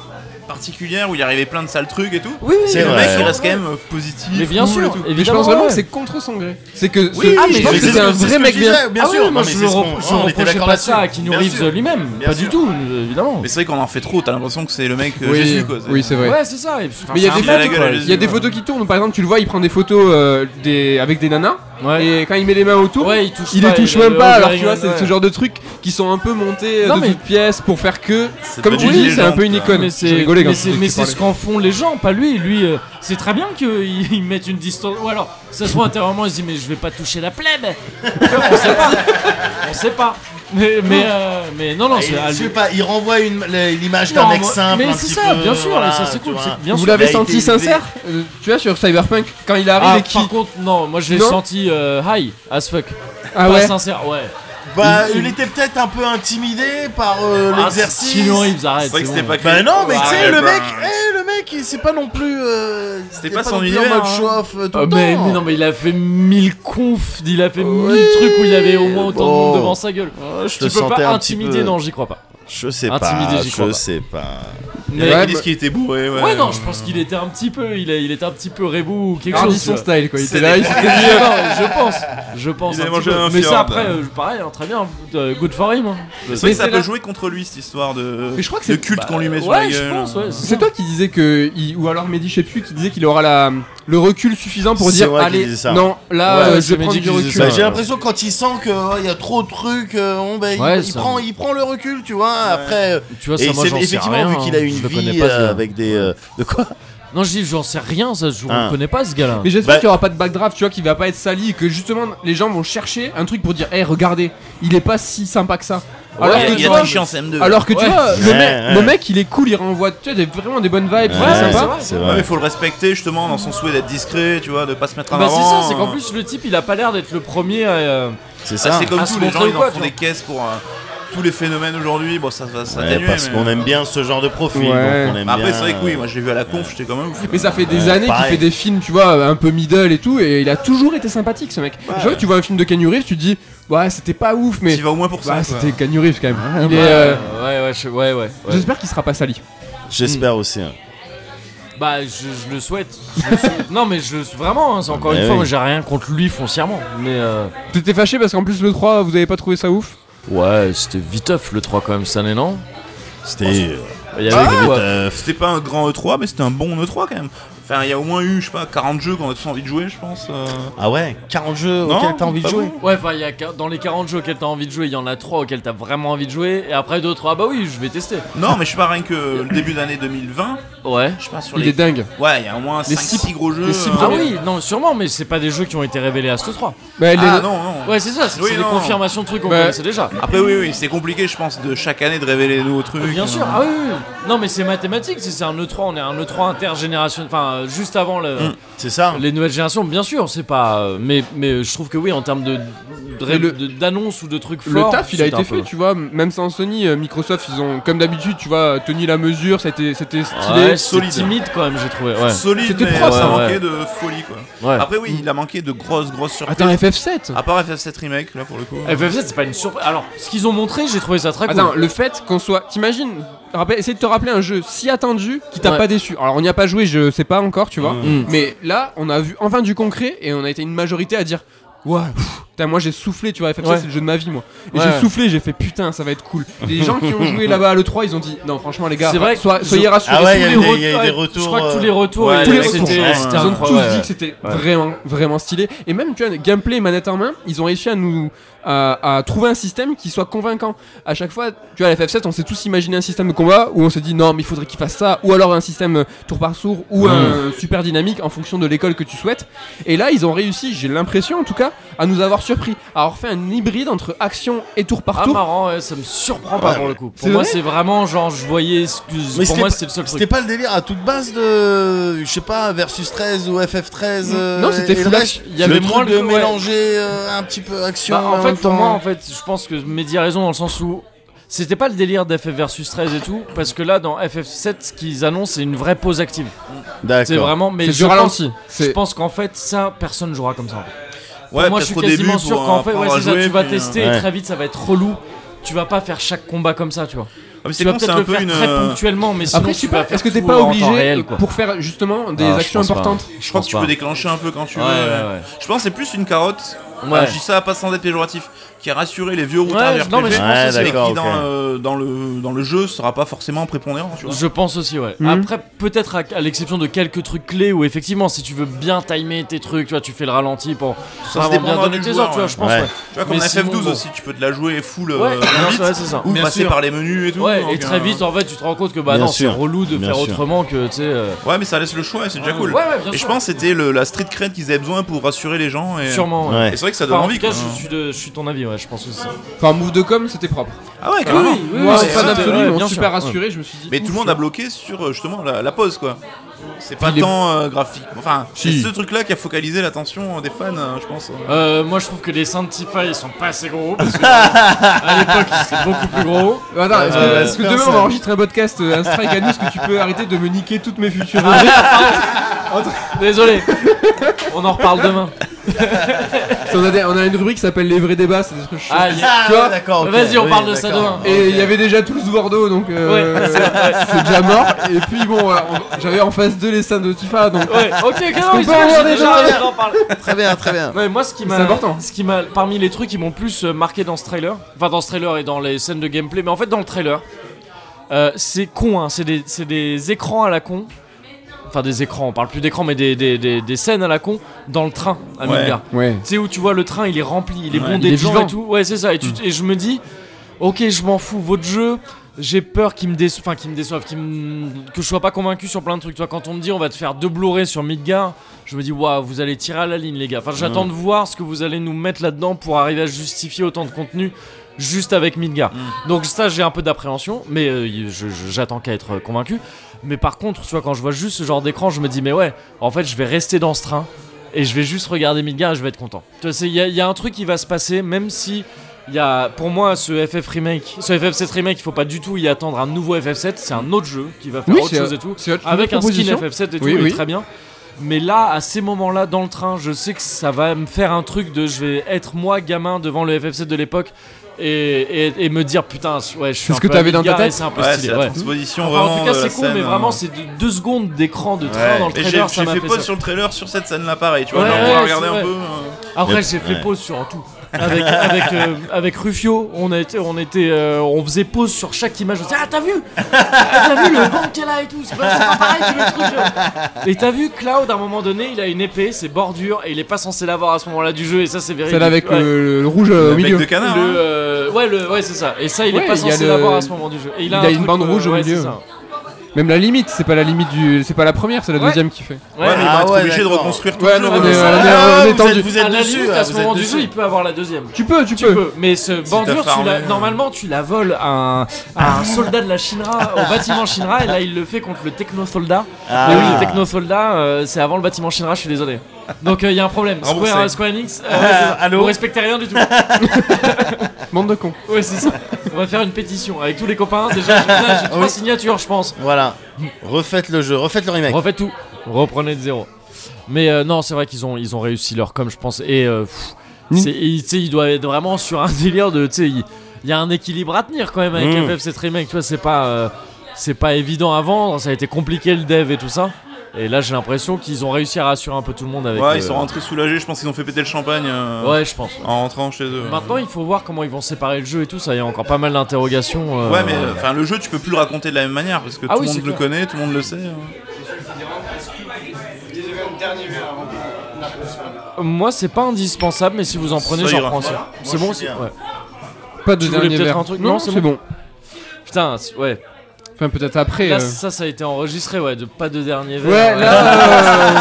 Speaker 2: particulière où il arrivait plein de sales trucs et tout.
Speaker 1: ouais. Ah Oui, oui, Ah
Speaker 6: C'est
Speaker 2: Et le
Speaker 6: vrai.
Speaker 2: mec il reste quand même euh, positif.
Speaker 1: Mais bien
Speaker 2: cool et
Speaker 1: sûr,
Speaker 2: tout.
Speaker 3: mais je pense
Speaker 1: évidemment.
Speaker 3: vraiment que
Speaker 1: ouais.
Speaker 3: c'est contre son gré. C'est que.
Speaker 1: Oui,
Speaker 3: ah,
Speaker 1: oui,
Speaker 3: mais
Speaker 1: mais
Speaker 3: je pense que
Speaker 1: c'est
Speaker 3: c'est
Speaker 1: ce
Speaker 3: un
Speaker 1: que- c'est
Speaker 3: vrai mec bien.
Speaker 6: bien
Speaker 1: Ah oui,
Speaker 6: sûr.
Speaker 1: moi
Speaker 6: Non, mais
Speaker 1: je
Speaker 6: c'est
Speaker 1: le
Speaker 6: ce qu'on-
Speaker 1: repro- je
Speaker 6: on était
Speaker 1: reprochais
Speaker 6: d'accord
Speaker 1: pas
Speaker 6: là-dessus.
Speaker 1: ça à Keanu
Speaker 6: Bien
Speaker 1: Reeves
Speaker 6: sûr.
Speaker 1: lui-même,
Speaker 6: Bien
Speaker 1: pas
Speaker 6: sûr.
Speaker 1: du tout, euh, évidemment.
Speaker 2: Mais c'est vrai qu'on en fait trop, t'as l'impression que c'est le mec euh,
Speaker 3: Oui,
Speaker 2: Jésus quoi. c'est-
Speaker 3: oui, c'est vrai.
Speaker 1: Ouais, c'est ça. et puis-
Speaker 3: Mais il y a
Speaker 2: Enfin,
Speaker 3: des
Speaker 2: c'est un peu la
Speaker 3: photos,
Speaker 2: gueule à
Speaker 1: quoi.
Speaker 2: Jésus,
Speaker 3: Il y a des
Speaker 2: quoi.
Speaker 3: photos qui tournent, par exemple, tu le vois, il prend des photos euh, des... avec des nanas,
Speaker 1: Ouais.
Speaker 3: et quand il met les mains autour,
Speaker 1: Ouais, il touche
Speaker 3: il
Speaker 1: pas,
Speaker 3: les touche
Speaker 1: a
Speaker 3: même
Speaker 1: le
Speaker 3: pas. Alors,
Speaker 1: ovarian,
Speaker 3: tu vois, c'est
Speaker 1: ouais.
Speaker 3: ce genre de trucs qui sont un peu montés euh,
Speaker 1: Non,
Speaker 3: de
Speaker 1: mais-
Speaker 3: toutes pièces pour faire que.
Speaker 2: C'est
Speaker 3: Comme tu
Speaker 2: devenu
Speaker 3: dis,
Speaker 2: une
Speaker 3: c'est un peu une
Speaker 2: légende,
Speaker 3: icône.
Speaker 1: Mais
Speaker 3: Je
Speaker 1: c'est
Speaker 3: rigolais quand
Speaker 1: mais
Speaker 3: tu-
Speaker 1: c'est-
Speaker 3: tu
Speaker 1: mais c'est
Speaker 3: parlais.
Speaker 1: ce qu'en font les gens, pas lui. Lui, euh, c'est très bien qu'ils [laughs] mettent une distance. Ou alors, ça se voit intérieurement, il se dit mais je vais pas toucher la plèbe. on sait pas. On sait pas. Mais mais euh, mais non non,
Speaker 2: Ah,
Speaker 6: Et
Speaker 1: c'est à
Speaker 6: Je sais
Speaker 1: lui-
Speaker 6: pas, il renvoie une- le- l'image
Speaker 1: Non,
Speaker 6: d'un mec
Speaker 1: moi-
Speaker 6: simple.
Speaker 1: Mais
Speaker 6: un
Speaker 1: c'est
Speaker 6: petit
Speaker 1: ça,
Speaker 6: peu,
Speaker 1: bien sûr.
Speaker 6: voilà,
Speaker 1: et ça c'est
Speaker 6: tu
Speaker 1: cool.
Speaker 6: vois.
Speaker 1: c'est- Bien
Speaker 3: Vous
Speaker 1: sûr.
Speaker 3: l'avez
Speaker 6: il a été
Speaker 3: senti
Speaker 6: élevé.
Speaker 3: sincère euh, Tu vois, sur Cyberpunk, quand il arrive
Speaker 1: Ah,
Speaker 3: et qui.
Speaker 1: par contre, non, moi je l'ai
Speaker 3: Non
Speaker 1: senti euh, high as fuck.
Speaker 3: Ah
Speaker 1: pas
Speaker 3: ouais
Speaker 1: sincère, ouais.
Speaker 6: Bah,
Speaker 1: Il-
Speaker 6: il était peut-être un peu intimidé par euh,
Speaker 1: Ah,
Speaker 6: l'exercice.
Speaker 1: Keanu Reeves, arrête.
Speaker 2: C'est vrai que
Speaker 1: c'est
Speaker 2: c'était
Speaker 1: bon.
Speaker 2: pas que.
Speaker 6: Bah non, mais tu sais,
Speaker 2: Ouais,
Speaker 6: le
Speaker 2: bah.
Speaker 6: mec, eh, le mec, il- c'est pas non plus. euh,
Speaker 2: C'était
Speaker 6: il est
Speaker 2: pas son
Speaker 6: non plus
Speaker 2: univers,
Speaker 6: En mode
Speaker 2: hein.
Speaker 6: show off euh, tout
Speaker 1: Ah,
Speaker 6: le
Speaker 1: mais,
Speaker 6: temps.
Speaker 1: mais non, mais il a fait mille confs, il a fait
Speaker 6: Oui,
Speaker 1: mille trucs où il y avait au moins autant de
Speaker 6: bon.
Speaker 1: monde devant sa gueule.
Speaker 6: Oh, je te
Speaker 1: Tu peux
Speaker 6: sentais
Speaker 1: pas
Speaker 6: un petit
Speaker 1: intimider,
Speaker 6: peu-
Speaker 1: non, j'y crois pas.
Speaker 6: Je sais
Speaker 1: Intimidé,
Speaker 6: pas.
Speaker 1: j'y crois
Speaker 6: Je
Speaker 1: pas.
Speaker 6: sais pas.
Speaker 2: Il y en a qui
Speaker 3: Ouais,
Speaker 2: disent
Speaker 3: bah-
Speaker 2: qu'il était bourré. Ouais,
Speaker 1: Ouais, non, je pense qu'il était un petit peu, il, a- il était un petit peu rebou ou quelque
Speaker 3: Hardy
Speaker 1: chose.
Speaker 3: son
Speaker 1: tu vois.
Speaker 3: style quoi, il
Speaker 2: C'est
Speaker 3: était là, il
Speaker 2: des-
Speaker 3: s'était
Speaker 1: Non,
Speaker 3: dit
Speaker 1: je pense, je pense. un
Speaker 2: Il a
Speaker 1: petit
Speaker 2: mangé
Speaker 1: peu.
Speaker 2: un
Speaker 1: Mais
Speaker 2: fjord.
Speaker 1: ça après, euh, pareil, hein, très bien, euh, good for him. hein.
Speaker 2: C'est vrai que ça
Speaker 3: c'est
Speaker 2: peut
Speaker 3: là-
Speaker 2: jouer contre lui cette histoire de
Speaker 3: Mais je crois que
Speaker 2: de
Speaker 3: c'est-
Speaker 2: culte qu'on lui met sur la
Speaker 1: Bah, Ouais,
Speaker 2: gueule. hein.
Speaker 1: je pense, ouais. c'est
Speaker 3: C'est toi qui disais que. il- Ou alors Mehdi, je sais plus, qui disait qu'il aura la... le recul suffisant pour
Speaker 6: C'est
Speaker 3: dire
Speaker 6: moi qui
Speaker 3: Allez,
Speaker 6: disais ça.
Speaker 3: non, là,
Speaker 1: Ouais,
Speaker 3: euh,
Speaker 1: c'est
Speaker 3: je vais
Speaker 1: Mehdi
Speaker 3: prendre
Speaker 1: qui
Speaker 3: du
Speaker 1: disait
Speaker 3: recul.
Speaker 1: ça.
Speaker 6: Bah,
Speaker 1: Ouais.
Speaker 6: j'ai l'impression que quand il sent que oh, il y a trop de trucs, euh, bon, bah, il-
Speaker 1: Ouais,
Speaker 6: il,
Speaker 1: ça-
Speaker 6: prend, il prend le recul, tu vois. Après, euh,
Speaker 1: Tu vois,
Speaker 6: et
Speaker 1: ça,
Speaker 6: il
Speaker 1: moi,
Speaker 6: s'est-
Speaker 1: j'en sais
Speaker 6: effectivement,
Speaker 1: rien,
Speaker 6: vu qu'il a
Speaker 1: hein,
Speaker 6: une
Speaker 1: je le
Speaker 6: vie
Speaker 1: connais pas, ce
Speaker 6: euh,
Speaker 1: gars.
Speaker 6: avec des euh, de quoi
Speaker 1: Non, je dis, j'en sais rien, ça, je
Speaker 6: Ah.
Speaker 1: ne connais pas ce gars-là.
Speaker 3: Mais j'espère
Speaker 6: Bah-
Speaker 3: qu'il n'y aura pas de backdraft, tu vois, qu'il va pas être sali et que justement les gens vont chercher un truc pour dire, hé, regardez, il est pas si sympa que ça. Alors
Speaker 2: Il y a-
Speaker 3: que,
Speaker 2: il
Speaker 3: tu
Speaker 2: y a
Speaker 3: vois,
Speaker 2: triché en CM2.
Speaker 3: alors que tu
Speaker 1: Ouais.
Speaker 3: vois, le,
Speaker 6: Ouais,
Speaker 3: mec,
Speaker 6: ouais.
Speaker 3: le mec, il est cool, il renvoie, tu vois, des- vraiment des bonnes vibes, il est
Speaker 1: c'est
Speaker 3: sympa.
Speaker 1: vrai.
Speaker 6: c'est
Speaker 2: Ouais, mais
Speaker 6: vrai.
Speaker 2: faut le respecter justement dans son souhait d'être discret, tu vois, de pas se mettre en
Speaker 1: Bah, c'est
Speaker 2: avant.
Speaker 1: ça, c'est qu'en
Speaker 2: euh.
Speaker 1: plus, le type, il a pas l'air d'être le premier à. euh,
Speaker 6: C'est
Speaker 2: Ah,
Speaker 6: ça.
Speaker 2: c'est
Speaker 1: à
Speaker 2: comme
Speaker 1: se
Speaker 2: tous les gens
Speaker 1: montrer
Speaker 2: ils
Speaker 1: ou quoi,
Speaker 2: en font
Speaker 1: tu
Speaker 2: des caisses pour euh, tous les phénomènes aujourd'hui. Bon, ça va
Speaker 6: Ouais,
Speaker 2: s'atténuer.
Speaker 6: parce
Speaker 2: mais- Bah,
Speaker 6: qu'on aime bien ce genre de profil.
Speaker 3: Ouais.
Speaker 6: donc on aime
Speaker 2: Après,
Speaker 6: bien,
Speaker 2: c'est vrai que oui,
Speaker 6: euh,
Speaker 2: moi je l'ai vu à la conf, j'étais quand même ouf.
Speaker 3: Mais ça fait des
Speaker 6: Ouais,
Speaker 3: années qu'il
Speaker 6: pareil.
Speaker 3: fait des films, tu vois, un peu middle et tout, et il a toujours été sympathique ce mec. Je vois, tu vois un film de Keanu Reeves, tu te dis, ouais, c'était pas ouf, mais.
Speaker 2: Tu vas au moins pour ça.
Speaker 3: Bah,
Speaker 2: quoi. Ah,
Speaker 3: c'était Keanu Reeves quand même. Il
Speaker 1: ouais,
Speaker 3: est, euh,
Speaker 1: ouais, ouais, je- ouais, ouais, ouais.
Speaker 3: J'espère qu'il sera pas sali.
Speaker 6: euh,
Speaker 1: Hmm.
Speaker 6: J'espère aussi. hein.
Speaker 1: Bah, je, je le souhaite. je le souhaite. non, mais je, vraiment, hein, c'est encore
Speaker 6: Mais
Speaker 1: une fois,
Speaker 6: oui.
Speaker 1: moi, j'ai rien contre lui foncièrement. Mais euh,
Speaker 3: T'étais fâché parce qu'en plus le 3, vous avez pas trouvé ça ouf
Speaker 1: ouais, c'était viteuf le 3 quand même, ça n'est non
Speaker 6: C'était.
Speaker 1: Il y avait quoi
Speaker 6: euh,
Speaker 2: E C'était pas un grand E3, mais c'était un bon E3 quand même. Enfin, il y a au moins eu, je sais pas, 40 jeux qu'on a tous envie de jouer, je pense. euh.
Speaker 6: Ah ouais 40 jeux
Speaker 2: Non,
Speaker 6: auxquels t'as envie de
Speaker 2: pas
Speaker 6: jouer
Speaker 2: bon.
Speaker 1: Ouais, enfin, il y a quar- dans les 40 jeux auxquels t'as envie de jouer, il y en a 3 auxquels t'as vraiment envie de jouer, et après 2 3 bah oui, je vais tester.
Speaker 2: Non, mais je sais pas, rien que le début d'année 2020,
Speaker 1: Ouais.
Speaker 2: je sais pas, sur
Speaker 3: Il
Speaker 2: les.
Speaker 3: est dingue.
Speaker 2: Ouais, il y a au moins
Speaker 3: Les six-
Speaker 2: 5-6 gros jeux.
Speaker 3: les six
Speaker 2: euh,
Speaker 1: Ah oui, non, sûrement, mais c'est pas des jeux qui ont été révélés à ce 3.
Speaker 3: Bah, il est-
Speaker 2: Ah non, non.
Speaker 1: Ouais, c'est ça, c'est
Speaker 2: Oui,
Speaker 1: c'est des
Speaker 2: non.
Speaker 1: confirmations de trucs qu'on
Speaker 3: Ouais.
Speaker 1: connaissait déjà.
Speaker 2: Après, oui, oui, c'est compliqué, je pense, de chaque année de révéler de nouveaux trucs.
Speaker 1: Bien
Speaker 2: euh.
Speaker 1: sûr, ah ah, oui, oui, oui. Non, mais c'est mathématique, c'est c'est un E3, on est un E3 intergénérationnel, enfin, euh, juste avant le.
Speaker 2: Mm.
Speaker 6: C'est ça
Speaker 1: Les nouvelles générations, bien sûr, c'est pas. euh, Mais, mais je trouve que oui, en termes de de-
Speaker 3: Mais le-
Speaker 1: de- d'annonces ou de trucs
Speaker 3: Le
Speaker 1: forts.
Speaker 3: taf, il a
Speaker 1: c'est un
Speaker 3: été
Speaker 1: peu-
Speaker 3: fait, tu vois, même sans Sony, euh, Microsoft, ils ont, comme d'habitude, tu vois, tenu la mesure, c'était c'était stylé.
Speaker 1: Ouais, c'est
Speaker 2: solide.
Speaker 1: timide quand même, j'ai trouvé. Ouais.
Speaker 2: Solide,
Speaker 3: C'était
Speaker 2: mais
Speaker 3: propre,
Speaker 2: ça
Speaker 1: ouais,
Speaker 2: manquait
Speaker 1: ouais.
Speaker 2: de folie, quoi.
Speaker 1: ouais.
Speaker 2: Après, oui, il a manqué de grosses, grosses surprises.
Speaker 3: Attends, FF7
Speaker 2: À part FF7 Remake, là, pour le coup.
Speaker 1: FF7, c'est pas une surprise. Alors, ce qu'ils ont montré, j'ai trouvé ça très cool.
Speaker 3: Attends, le fait qu'on soit. T'imagines rappel- Essaye de te rappeler un jeu si attendu qui t'a
Speaker 1: Ouais.
Speaker 3: pas déçu. Alors, on n'y a pas joué, je sais pas encore, tu vois.
Speaker 1: Mm.
Speaker 3: Mais là, on a vu enfin du concret et on a été une majorité à dire Waouh, pff, putain, moi j'ai soufflé, tu vois, FF7,
Speaker 1: Ouais.
Speaker 3: c'est le jeu de ma vie, moi. Et
Speaker 1: Ouais.
Speaker 3: j'ai soufflé, j'ai fait putain, ça va être cool. Les gens qui ont joué là-bas à l'E3, ils ont dit Non, franchement, les gars,
Speaker 1: C'est vrai que
Speaker 3: sois-
Speaker 1: je-
Speaker 3: soyez rassurés.
Speaker 6: Ah ouais, il y
Speaker 1: Tous
Speaker 6: a eu
Speaker 1: les
Speaker 6: des- il y a
Speaker 1: retours-
Speaker 6: eu des
Speaker 1: Je
Speaker 6: retours,
Speaker 1: crois que tous
Speaker 6: euh,
Speaker 1: les retours,
Speaker 2: ouais,
Speaker 1: ils-
Speaker 3: tous les
Speaker 1: c'était-
Speaker 3: retours,
Speaker 1: c'était
Speaker 6: ils ont
Speaker 3: Ils ont tous
Speaker 1: incroyable.
Speaker 3: dit que c'était
Speaker 1: Ouais.
Speaker 3: vraiment, vraiment stylé. Et même, tu vois, gameplay et manette en main, ils ont réussi à nous à, à trouver un système qui soit convaincant. À chaque fois, tu vois, à la FF7, on s'est tous imaginé un système de combat où on s'est dit non, mais il faudrait qu'il fasse ça, ou alors un système euh, tour par tour, ou
Speaker 1: Mm.
Speaker 3: un super dynamique en fonction de l'école que tu souhaites. Et là, ils ont réussi, j'ai l'impression en tout cas, à nous avoir surpris, à avoir fait un hybride entre action et tour par
Speaker 1: Ah
Speaker 3: tour.
Speaker 1: marrant, ouais, ça me surprend pas
Speaker 6: Ouais,
Speaker 1: pour
Speaker 6: ouais.
Speaker 1: le coup. Pour
Speaker 3: C'est
Speaker 1: moi,
Speaker 3: vrai
Speaker 1: c'est vraiment genre je voyais ce que
Speaker 6: Mais
Speaker 1: pour
Speaker 6: c'était
Speaker 1: moi
Speaker 6: pas-
Speaker 1: c'est le seul
Speaker 6: C'était
Speaker 1: truc.
Speaker 6: pas le délire à toute base de, je sais pas, Versus 13 ou FF13 euh,
Speaker 3: Non, c'était
Speaker 6: et le
Speaker 3: full
Speaker 6: reste,
Speaker 1: Il y avait
Speaker 6: le
Speaker 1: moins
Speaker 6: truc
Speaker 1: le-
Speaker 6: de
Speaker 1: ouais.
Speaker 6: mélanger euh, un petit peu action
Speaker 1: Bah, en
Speaker 6: en,
Speaker 1: fait,
Speaker 6: même
Speaker 1: pour
Speaker 6: temps.
Speaker 1: moi, en fait, je pense que Mehdi a raison dans le sens où c'était pas le délire d'FF versus 13 et tout, parce que là dans FF7, ce qu'ils annoncent, c'est une vraie pause active. C'est
Speaker 6: D'accord.
Speaker 1: vraiment, mais
Speaker 3: C'est
Speaker 1: je
Speaker 3: du
Speaker 1: pense-
Speaker 3: ralenti.
Speaker 1: Je
Speaker 3: C'est-
Speaker 1: pense qu'en fait, ça, personne jouera comme ça.
Speaker 2: Ouais,
Speaker 1: moi, je
Speaker 2: peut-être
Speaker 1: suis
Speaker 2: au
Speaker 1: quasiment
Speaker 2: début,
Speaker 1: sûr
Speaker 2: pour
Speaker 1: qu'en fait, ouais,
Speaker 2: apprendre à
Speaker 1: c'est ça,
Speaker 2: jouer,
Speaker 1: tu vas
Speaker 2: puis, euh,
Speaker 1: tester et
Speaker 6: ouais.
Speaker 1: très vite, ça va être relou. Tu vas pas faire chaque combat comme ça, tu vois.
Speaker 2: Ah, mais
Speaker 1: Tu
Speaker 2: C'est
Speaker 1: vas
Speaker 2: con, c'est
Speaker 1: peut-être
Speaker 2: un
Speaker 1: le
Speaker 2: peu
Speaker 1: faire
Speaker 2: une.
Speaker 1: très
Speaker 2: euh,
Speaker 1: ponctuellement, mais sinon
Speaker 3: Après, je sais
Speaker 1: tu
Speaker 3: pas,
Speaker 1: vas faire
Speaker 3: est-ce que t'es
Speaker 1: tout
Speaker 3: pas
Speaker 1: en temps
Speaker 3: obligé
Speaker 1: réel, quoi.
Speaker 3: pour faire justement des
Speaker 1: Ah, je
Speaker 3: actions
Speaker 1: pense pas.
Speaker 3: importantes
Speaker 2: Je crois que tu
Speaker 1: pas.
Speaker 2: peux déclencher un peu quand tu
Speaker 1: Ouais,
Speaker 2: veux. euh.
Speaker 1: ouais, ouais.
Speaker 2: Je pense que c'est plus une carotte.
Speaker 1: Ouais.
Speaker 2: Enfin, je dis ça pas sans être péjoratif, qui a rassuré les vieux routards
Speaker 1: Ouais,
Speaker 2: du RPG,
Speaker 1: non, mais je pense
Speaker 6: Ouais,
Speaker 1: aussi,
Speaker 2: mais qui
Speaker 6: d'accord,
Speaker 2: dans,
Speaker 6: ok.
Speaker 2: euh, dans le dans le jeu sera pas forcément prépondérant. Tu vois.
Speaker 1: Je pense aussi, ouais.
Speaker 3: Mhm.
Speaker 1: Après, peut-être à, à l'exception de quelques trucs clés où effectivement, si tu veux bien timer tes trucs, tu vois, tu fais le ralenti pour
Speaker 2: Ça
Speaker 1: vraiment bien
Speaker 2: dépendra
Speaker 1: donner
Speaker 2: du
Speaker 1: tes
Speaker 2: joueur,
Speaker 1: ordres, tu vois,
Speaker 2: ouais.
Speaker 1: je pense,
Speaker 6: Ouais.
Speaker 1: ouais.
Speaker 2: Tu vois, comme
Speaker 1: Mais
Speaker 2: FF12
Speaker 1: sinon, bon.
Speaker 2: aussi, tu peux te la jouer full euh,
Speaker 1: Ouais, non,
Speaker 2: vite,
Speaker 1: c'est vrai, c'est ça.
Speaker 2: ou
Speaker 6: Bien
Speaker 2: passer
Speaker 6: sûr.
Speaker 2: par les menus et tout.
Speaker 1: Ouais,
Speaker 2: donc,
Speaker 1: et très
Speaker 2: euh,
Speaker 1: vite, en fait, tu te rends compte que bah
Speaker 6: Bien
Speaker 1: non, c'est
Speaker 6: sûr.
Speaker 1: relou de
Speaker 6: Bien
Speaker 1: faire
Speaker 6: sûr.
Speaker 1: autrement que, tu sais... euh,
Speaker 2: Ouais, mais ça laisse le choix et c'est déjà cool.
Speaker 1: Ouais, ouais, bien
Speaker 2: et je
Speaker 1: sûr.
Speaker 2: pense que c'était le- la street cred qu'ils avaient besoin pour rassurer les gens. Et...
Speaker 1: Sûrement, ouais.
Speaker 6: Ouais.
Speaker 2: Et c'est vrai que ça donne
Speaker 1: Enfin, en
Speaker 2: envie.
Speaker 1: tout cas,
Speaker 2: quoi.
Speaker 1: je suis, de, je suis ton avis, ouais, je pense aussi.
Speaker 3: Enfin, move de com, c'était propre.
Speaker 2: Ah ouais,
Speaker 1: Oui,
Speaker 2: carrément.
Speaker 1: oui, oui,
Speaker 3: Moi,
Speaker 1: c'est
Speaker 3: c'est pas
Speaker 1: ça,
Speaker 3: d'absolu,
Speaker 1: ouais,
Speaker 3: mais
Speaker 1: bien
Speaker 3: on
Speaker 1: sûr.
Speaker 3: super rassuré, je me suis dit.
Speaker 2: Mais tout le
Speaker 3: ouf,
Speaker 2: monde a bloqué sur euh, justement la, la pause quoi. C'est pas
Speaker 3: Il est-
Speaker 2: tant euh, graphique. Enfin,
Speaker 3: Si.
Speaker 2: c'est ce truc là qui a focalisé l'attention euh, des fans, euh, je pense.
Speaker 1: Euh, moi je trouve que les seins de Tifa ils sont pas assez gros parce
Speaker 6: [laughs]
Speaker 1: que, à l'époque c'était beaucoup plus gros.
Speaker 3: Attends, est-ce que,
Speaker 6: Euh,
Speaker 3: est-ce que
Speaker 6: personne.
Speaker 3: demain on va enregistrer un podcast, euh, un strike à nous, est-ce que tu peux arrêter de me niquer toutes mes futures rêves
Speaker 1: Désolé, on en reparle demain.
Speaker 3: on, a des- on a une rubrique qui s'appelle Les vrais débats, c'est des trucs chiants.
Speaker 1: Ah, il y a-
Speaker 6: Ah,
Speaker 3: Tu vois
Speaker 6: ouais, d'accord. ok.
Speaker 1: Vas-y, on
Speaker 6: Oui,
Speaker 1: parle de ça demain.
Speaker 6: d'accord.
Speaker 3: Et il y avait déjà Toulouse Bordeaux, donc euh,
Speaker 1: Ouais, c'est vrai.
Speaker 3: c'est déjà mort. Et puis bon, voilà, on- j'avais en face d'eux les seins de Tifa, donc
Speaker 1: Ouais, ok, ok, non, mais
Speaker 3: peut avoir
Speaker 1: c'est
Speaker 3: des
Speaker 1: déjà
Speaker 3: gens-
Speaker 1: arrivé d'en parler.
Speaker 6: Très bien, très bien.
Speaker 1: Ouais, moi, ce qui m'a,
Speaker 3: C'est important.
Speaker 1: ce qui m'a, parmi les trucs qui m'ont plus euh, marqué dans ce trailer, enfin dans ce trailer et dans les scènes de gameplay, mais en fait dans le trailer, euh, c'est con, hein, c'est des, c'est des écrans à la con, enfin des écrans, on parle plus d'écrans, mais des, des, des, des scènes à la con dans le train à
Speaker 2: Ouais.
Speaker 1: Midgar.
Speaker 3: ouais.
Speaker 1: Tu sais où tu vois le train, il est rempli, il est
Speaker 2: Ouais.
Speaker 1: bondé
Speaker 3: Il
Speaker 1: de
Speaker 3: est
Speaker 1: gens
Speaker 3: vivant. Mm.
Speaker 1: et tout. Ouais, c'est ça. Et, tu- et je me dis, ok, je m'en fous, votre jeu. J'ai peur qu'ils me déçoivent, enfin qu'ils me déçoivent, qu'ils me- que je sois pas convaincu sur plein de trucs. Toi, quand on me dit on va te faire deux Blu-ray sur Midgar, je me dis waouh, vous allez tirer à la ligne, les gars. Enfin,
Speaker 3: Mm.
Speaker 1: j'attends de voir ce que vous allez nous mettre là-dedans pour arriver à justifier autant de contenu juste avec Midgar. Donc ça, j'ai un peu d'appréhension, mais euh, y- je- je- j'attends qu'à être euh, convaincu. Mais par contre, tu vois, quand je vois juste ce genre d'écran, je me dis mais ouais, en fait, je vais rester dans ce train et je vais juste regarder Midgar et je vais être content. Tu vois, c'est- il y, a- il y a un truc qui va se passer, même si il y a, pour moi, ce FF remake, ce FF7 remake, il faut pas du tout y attendre un nouveau FF7. C'est un autre jeu qui va faire
Speaker 3: Oui,
Speaker 1: autre
Speaker 3: c'est-
Speaker 1: chose et tout,
Speaker 3: c'est autre- une
Speaker 1: avec un skin
Speaker 3: proposition.
Speaker 1: FF7 et tout,
Speaker 3: Oui,
Speaker 1: et
Speaker 3: oui.
Speaker 1: très bien. Mais là, à ces moments-là, dans le train, je sais que ça va me faire un truc de je vais être moi gamin devant le FF7 de l'époque et, et- et me dire putain, ouais, je suis
Speaker 3: C'est
Speaker 1: un
Speaker 3: ce que
Speaker 1: peu
Speaker 3: t'avais dans ta
Speaker 1: Midgar et
Speaker 3: tête
Speaker 1: c'est un peu
Speaker 2: Ouais, c'est
Speaker 1: stylé.
Speaker 2: la
Speaker 1: ouais.
Speaker 2: transposition
Speaker 1: Enfin,
Speaker 2: vraiment.
Speaker 1: en tout cas,
Speaker 2: de la
Speaker 1: c'est con,
Speaker 2: scène,
Speaker 1: mais
Speaker 2: euh.
Speaker 1: vraiment, c'est deux, deux secondes d'écran de train
Speaker 2: Ouais.
Speaker 1: dans le
Speaker 2: Et
Speaker 1: trailer,
Speaker 2: j'ai-
Speaker 1: ça
Speaker 2: j'ai
Speaker 1: m'a
Speaker 2: fait
Speaker 1: fait
Speaker 2: pause
Speaker 1: ça.
Speaker 2: sur le trailer sur cette scène là pareil, tu vois.
Speaker 1: Ouais,
Speaker 2: genre, on
Speaker 1: ouais,
Speaker 2: va regarder
Speaker 1: c'est
Speaker 2: un
Speaker 1: vrai.
Speaker 2: peu. euh,
Speaker 1: Après,
Speaker 6: Ouais.
Speaker 1: j'ai fait pause sur tout. Avec, avec, euh, avec Rufio, on, a été, on, était, euh, on faisait pause sur chaque image. On disait Ah, t'as vu Ah, T'as vu le gant qu'elle a et tout C'est pas, c'est pas pareil que le truc. Et t'as vu, Cloud, à un moment donné, il a une épée, c'est bordure, et il est pas censé l'avoir à ce moment-là du jeu, et ça, c'est véridique.
Speaker 3: Celle avec
Speaker 1: Ouais.
Speaker 3: le, le rouge euh, au
Speaker 2: Avec
Speaker 3: milieu.
Speaker 2: de canard.
Speaker 1: Le,
Speaker 2: hein.
Speaker 1: euh, ouais, le, ouais, c'est ça. Et ça, il
Speaker 3: Ouais,
Speaker 1: est pas
Speaker 3: il y a
Speaker 1: censé
Speaker 3: le-
Speaker 1: l'avoir à ce moment du jeu. Et il a,
Speaker 3: il
Speaker 1: un
Speaker 3: a une
Speaker 1: truc,
Speaker 3: bande
Speaker 1: euh,
Speaker 3: rouge au
Speaker 1: ouais, c'est
Speaker 3: milieu.
Speaker 1: ça.
Speaker 3: Même la limite, c'est pas la limite du. C'est pas la première, c'est la
Speaker 1: Ouais.
Speaker 3: deuxième qui fait.
Speaker 2: Ouais, mais ils vont
Speaker 6: Ah
Speaker 2: être
Speaker 6: ouais,
Speaker 2: obligés de
Speaker 6: d'accord.
Speaker 2: reconstruire tout
Speaker 3: Ouais,
Speaker 2: le hein.
Speaker 3: non,
Speaker 2: jeu.
Speaker 3: mais
Speaker 2: quoi.
Speaker 3: on est-
Speaker 6: Ah,
Speaker 3: on est-
Speaker 6: ah,
Speaker 3: on est
Speaker 6: vous êtes-
Speaker 3: tendu.
Speaker 6: Vous
Speaker 1: À
Speaker 6: êtes
Speaker 1: la
Speaker 6: dessus.
Speaker 1: limite,
Speaker 6: ah,
Speaker 1: à ce
Speaker 6: vous êtes
Speaker 1: moment du
Speaker 6: dessus.
Speaker 1: jeu, il peut avoir la deuxième.
Speaker 3: Tu peux, tu
Speaker 1: Tu
Speaker 3: peux.
Speaker 1: peux, mais ce bordure,
Speaker 2: t'as
Speaker 1: tu la-
Speaker 2: farmé.
Speaker 1: normalement, tu la voles à un, à un soldat de la Shinra, au bâtiment Shinra, et là, il le fait contre le techno-soldat.
Speaker 6: Ah.
Speaker 1: Et oui, le techno-soldat, euh, c'est avant le bâtiment Shinra, je suis désolé. Donc, euh, il y a un problème.
Speaker 2: Remboursé.
Speaker 1: Square, Square Enix, euh,
Speaker 6: Ah,
Speaker 1: c'est ça.
Speaker 6: allô
Speaker 1: vous respectez rien du tout.
Speaker 3: Bande de cons.
Speaker 1: Ouais, c'est ça. On va faire une pétition avec tous les copains. Déjà, j'ai- putain, j'ai trois signatures, je pense.
Speaker 6: Voilà. Refaites le jeu, refaites le remake.
Speaker 1: Refaites tout. Reprenez de zéro. Mais euh, non, c'est vrai qu'ils ont, ils ont réussi leur com, je pense. Et euh, pff,
Speaker 3: Mm.
Speaker 1: c'est- ils tu sais, ils doivent être vraiment sur un [laughs] délire de. tu sais, Il il y a un équilibre à tenir quand même avec
Speaker 6: Mm.
Speaker 1: FF7 Remake. Tu vois, c'est pas, euh, c'est pas évident à vendre. Ça a été compliqué le dev et tout ça. Et là, j'ai l'impression qu'ils ont réussi à rassurer un peu tout le monde avec.
Speaker 2: Ouais, ils
Speaker 1: euh,
Speaker 2: sont rentrés soulagés, je pense qu'ils ont fait péter le champagne euh,
Speaker 1: Ouais, je pense.
Speaker 2: en rentrant chez eux.
Speaker 1: Maintenant, il faut voir comment ils vont séparer le jeu et tout. Ça, il y a encore pas mal d'interrogations. euh,
Speaker 2: Ouais, mais enfin le jeu, tu peux plus le raconter de la même manière parce que
Speaker 1: Ah
Speaker 2: tout
Speaker 1: oui,
Speaker 2: le
Speaker 1: c'est
Speaker 2: monde le
Speaker 1: clair.
Speaker 2: connaît, tout le monde le sait. hein.
Speaker 8: Désolé, un dernier verre avant qu'on arrête ce soir.
Speaker 1: Moi, c'est pas indispensable, mais si vous en prenez,
Speaker 2: Ça
Speaker 1: j'en
Speaker 2: ira.
Speaker 1: prends. aussi.
Speaker 2: Voilà.
Speaker 1: C'est
Speaker 6: Moi,
Speaker 1: bon,
Speaker 6: je suis
Speaker 1: c'est-
Speaker 6: bien.
Speaker 1: ouais.
Speaker 3: Pas de
Speaker 1: Tu voulais
Speaker 3: dernier
Speaker 1: peut-être
Speaker 3: verre.
Speaker 1: un truc
Speaker 3: Non,
Speaker 1: Non,
Speaker 3: c'est
Speaker 1: c'est
Speaker 3: bon.
Speaker 1: Putain, c'est- ouais.
Speaker 3: Enfin, peut-être après.
Speaker 1: Là,
Speaker 3: euh.
Speaker 1: ça, ça a été enregistré, ouais, de pas de dernier verre.
Speaker 3: Ouais,
Speaker 1: [laughs]
Speaker 3: là. [laughs] euh,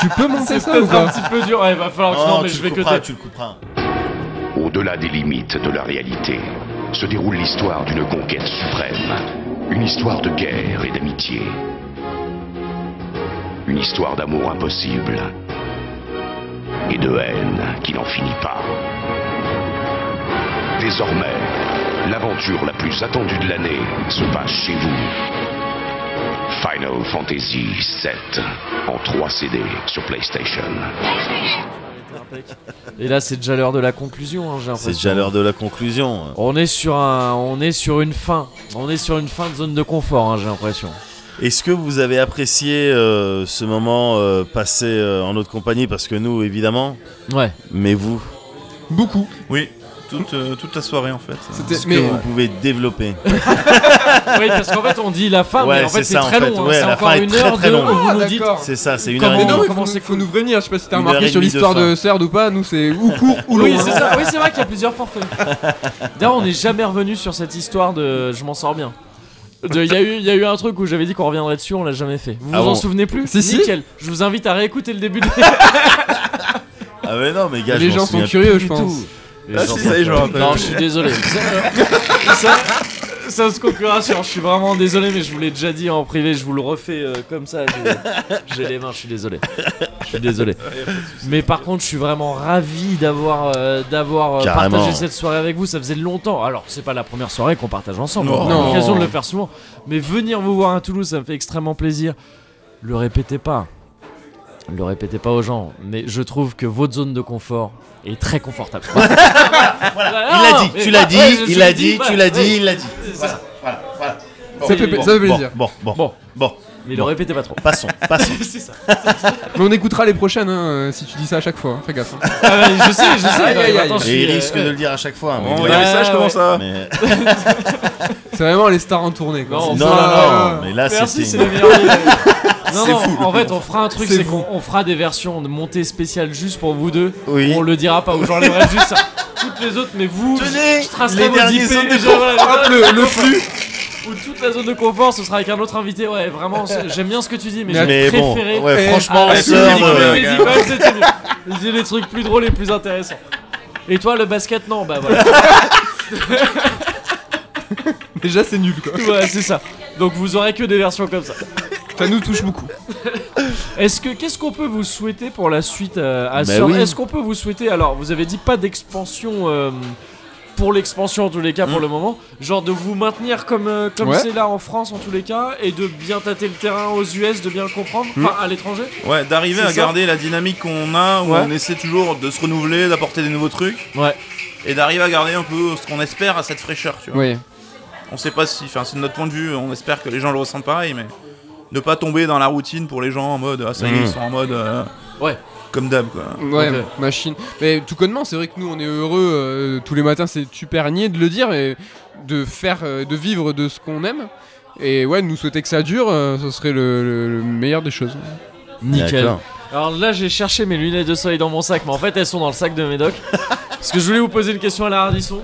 Speaker 3: tu, tu peux monter
Speaker 1: c'est
Speaker 3: ça ou
Speaker 1: peut-être un
Speaker 3: pas
Speaker 1: petit peu dur. Ouais, va falloir que
Speaker 6: Oh,
Speaker 1: non, mais
Speaker 6: tu
Speaker 1: je
Speaker 6: le
Speaker 1: vais que
Speaker 6: couperas,
Speaker 1: t'es.
Speaker 6: tu le couperas.
Speaker 9: Au-delà des limites de la réalité se déroule l'histoire d'une conquête suprême, une histoire de guerre et d'amitié, une histoire d'amour impossible et de haine qui n'en finit pas. Désormais, l'aventure la plus attendue de l'année se passe chez vous. Final Fantasy VII en 3 CD sur PlayStation.
Speaker 1: Et là, c'est déjà l'heure de la conclusion, hein, j'ai
Speaker 6: C'est
Speaker 1: l'impression.
Speaker 6: déjà l'heure de la conclusion.
Speaker 1: On est sur un, on est sur une fin. On est sur une fin de zone de confort, hein, j'ai l'impression.
Speaker 6: Est-ce que vous avez apprécié euh, ce moment euh, passé euh, en notre compagnie Parce que nous, évidemment,
Speaker 3: [laughs]
Speaker 1: Ouais.
Speaker 6: mais vous,
Speaker 3: Beaucoup.
Speaker 2: Oui, toute, euh, toute la soirée en fait.
Speaker 3: C'était.
Speaker 6: est-ce que
Speaker 3: Mais.
Speaker 6: vous pouvez développer
Speaker 1: oui, parce qu'en fait, on dit la fin,
Speaker 6: Ouais,
Speaker 1: mais en fait,
Speaker 6: c'est
Speaker 1: c'est
Speaker 6: ça, en
Speaker 1: très
Speaker 6: fait.
Speaker 1: long. hein,
Speaker 6: Ouais,
Speaker 1: c'est
Speaker 6: la
Speaker 1: encore
Speaker 6: fin est
Speaker 1: une
Speaker 6: très,
Speaker 1: heure
Speaker 6: très
Speaker 1: de.
Speaker 6: longue.
Speaker 1: où vous nous dites.
Speaker 3: Ah, d'accord.
Speaker 6: C'est ça, c'est une
Speaker 1: Comment-
Speaker 6: heure et
Speaker 3: Mais non,
Speaker 6: demie.
Speaker 3: il faut,
Speaker 1: Comment
Speaker 3: nous-
Speaker 1: c'est
Speaker 3: faut nous prévenir, je sais pas si t'as
Speaker 6: Une heure
Speaker 3: remarqué
Speaker 6: et
Speaker 3: sur
Speaker 6: demie de
Speaker 3: l'histoire de,
Speaker 6: fin.
Speaker 3: Serd ou pas, nous c'est ou court ou long.
Speaker 1: Oui, c'est
Speaker 3: hein.
Speaker 1: ça. Oui, c'est vrai qu'il y a plusieurs
Speaker 3: [laughs]
Speaker 1: forfaits. D'ailleurs, on n'est jamais revenu sur cette histoire de. Je m'en sors bien. De- Il y, a eu- il y a eu un truc où j'avais dit qu'on reviendrait dessus, on l'a jamais fait. Vous
Speaker 6: Ah
Speaker 1: vous
Speaker 6: bon
Speaker 1: en souvenez plus
Speaker 3: Si, si.
Speaker 1: Nickel. Je vous invite à réécouter le début de
Speaker 3: [laughs]
Speaker 6: Ah mais non, mais gars,
Speaker 3: Les
Speaker 6: je m'en
Speaker 3: gens sont
Speaker 6: souviens
Speaker 3: curieux,
Speaker 6: plus
Speaker 3: je
Speaker 6: du
Speaker 3: pense.
Speaker 6: tout. Les
Speaker 2: Ah,
Speaker 6: gens
Speaker 2: si,
Speaker 6: sont
Speaker 2: ça y est, je me
Speaker 6: curieux.
Speaker 2: rappelle.
Speaker 1: Non, je suis
Speaker 2: [laughs]
Speaker 1: désolé. Ça, euh, ça, ça se conclura sur. Je suis vraiment désolé, mais je vous l'ai déjà dit en privé. Je vous le refais euh, comme ça. je- J'ai les mains. Je suis désolé. Je suis désolé. Mais par contre, je suis vraiment ravi d'avoir euh, d'avoir euh,
Speaker 6: Carrément.
Speaker 1: partagé cette soirée avec vous. Ça faisait longtemps. Alors, c'est pas la première soirée qu'on partage ensemble.
Speaker 2: Non.
Speaker 1: On a l'occasion
Speaker 3: Non.
Speaker 1: de le faire souvent. Mais venir vous voir à Toulouse, ça me fait extrêmement plaisir. Le répétez pas. Le répétez pas aux gens, mais je trouve que votre zone de confort est très
Speaker 6: [laughs]
Speaker 1: confortable.
Speaker 6: Il l'a dit,
Speaker 1: mais-
Speaker 6: tu l'as
Speaker 1: ouais,
Speaker 6: dit,
Speaker 1: je suis
Speaker 6: il l'a dit,
Speaker 1: ouais,
Speaker 6: tu l'as dit,
Speaker 1: ouais.
Speaker 6: il l'a dit.
Speaker 1: C'est ça.
Speaker 6: Voilà, voilà, voilà. Bon,
Speaker 3: Ça fait-
Speaker 6: bon,
Speaker 3: ça fait plaisir.
Speaker 6: Bon, bon, bon,
Speaker 1: Bon.
Speaker 6: bon.
Speaker 1: Mais le répétez pas trop. [laughs]
Speaker 6: Passons, [laughs] passons.
Speaker 1: c'est ça.
Speaker 3: Mais on écoutera les prochaines hein, euh, si tu dis ça à chaque fois, hein. fais gaffe. hein.
Speaker 1: Ah, je sais, je sais.
Speaker 3: Aïe, aïe, aïe.
Speaker 1: Attends, je
Speaker 6: Et
Speaker 1: suis,
Speaker 6: il
Speaker 1: euh,
Speaker 6: risque
Speaker 1: ouais.
Speaker 6: de le dire à chaque fois. mais
Speaker 2: Bon,
Speaker 6: il
Speaker 2: il y a
Speaker 1: ouais,
Speaker 2: un message,
Speaker 1: Ah,
Speaker 2: comment
Speaker 1: ouais.
Speaker 2: ça va
Speaker 6: Mais-
Speaker 3: C'est vraiment les stars en tournée quoi.
Speaker 1: Non,
Speaker 3: C'est
Speaker 6: Non,
Speaker 3: ça,
Speaker 6: non,
Speaker 3: euh,
Speaker 6: non, mais là
Speaker 1: Merci,
Speaker 6: c'était
Speaker 1: c'est
Speaker 6: une-
Speaker 1: la meilleure
Speaker 6: [laughs]
Speaker 1: idée. Non,
Speaker 2: C'est
Speaker 1: non,
Speaker 2: fou, le
Speaker 1: en fait,
Speaker 2: coup.
Speaker 1: on fera un truc,
Speaker 3: C'est
Speaker 1: c'est
Speaker 3: fou.
Speaker 1: qu'on on fera des versions de montée spéciale juste pour vous deux.
Speaker 6: Oui.
Speaker 1: On le dira pas aux gens, les
Speaker 6: [laughs]
Speaker 1: vrais juste ça. Toutes les autres, mais vous,
Speaker 6: Tenez,
Speaker 1: je tracerai
Speaker 6: les
Speaker 1: vos
Speaker 6: derniers
Speaker 1: IP,
Speaker 6: zones de
Speaker 1: déjà, voilà, voilà,
Speaker 3: le, le flux.
Speaker 1: Ou toute la zone de confort, ce sera avec un autre invité. Ouais, vraiment, c'est- j'aime bien ce que tu dis, mais,
Speaker 6: Mais
Speaker 1: j'ai
Speaker 6: bon,
Speaker 1: préféré.
Speaker 6: ouais,
Speaker 3: Eh,
Speaker 6: franchement,
Speaker 2: allez,
Speaker 1: Avec les
Speaker 6: sœur,
Speaker 2: public,
Speaker 6: euh,
Speaker 1: Nicolas,
Speaker 2: euh,
Speaker 1: quand même, c'était mieux. Il disait des trucs plus drôles et plus intéressants. Et toi, le basket, non, bah
Speaker 6: [laughs]
Speaker 1: voilà.
Speaker 3: Déjà c'est nul quoi.
Speaker 1: Ouais, c'est ça. Donc vous aurez que des versions comme ça.
Speaker 3: Ça nous touche beaucoup.
Speaker 1: Est-ce que qu'est-ce qu'on peut vous souhaiter pour la suite euh, à
Speaker 6: Bah
Speaker 1: Sœur
Speaker 6: oui.
Speaker 1: Est-ce qu'on peut vous souhaiter alors vous avez dit pas d'expansion euh, pour l'expansion en tous les cas
Speaker 6: Hmm.
Speaker 1: pour le moment, genre de vous maintenir comme euh, comme
Speaker 3: Ouais.
Speaker 1: c'est là en France en tous les cas et de bien tâter le terrain aux US, de bien comprendre, enfin
Speaker 6: Hmm.
Speaker 1: à l'étranger.
Speaker 2: Ouais, d'arriver
Speaker 1: C'est
Speaker 2: à
Speaker 1: ça.
Speaker 2: garder la dynamique qu'on a, où
Speaker 1: Ouais.
Speaker 2: on essaie toujours de se renouveler, d'apporter des nouveaux trucs,
Speaker 1: Ouais.
Speaker 2: et d'arriver à garder un peu ce qu'on espère à cette fraîcheur, tu vois.
Speaker 3: Oui.
Speaker 2: On sait pas si, enfin, c'est de notre point de vue, on espère que les gens le ressentent pareil, mais ne pas tomber dans la routine pour les gens en mode, ah ça y est,
Speaker 6: Mm.
Speaker 2: ils sont en mode, euh,
Speaker 1: Ouais.
Speaker 2: comme d'hab quoi.
Speaker 3: Ouais,
Speaker 1: Ok.
Speaker 3: machine. Mais tout connement, c'est vrai que nous, on est heureux euh, tous les matins, c'est super nier de le dire et de faire, euh, de vivre de ce qu'on aime. Et ouais, nous souhaiter que ça dure, euh, ce serait le, le- le meilleur des choses.
Speaker 1: Nickel.
Speaker 6: D'accord.
Speaker 1: Alors là, j'ai cherché mes lunettes de soleil dans mon sac, mais en fait, elles sont dans le sac de Médoc. Parce que je voulais vous poser une question à la
Speaker 6: [laughs]
Speaker 1: Hardisson.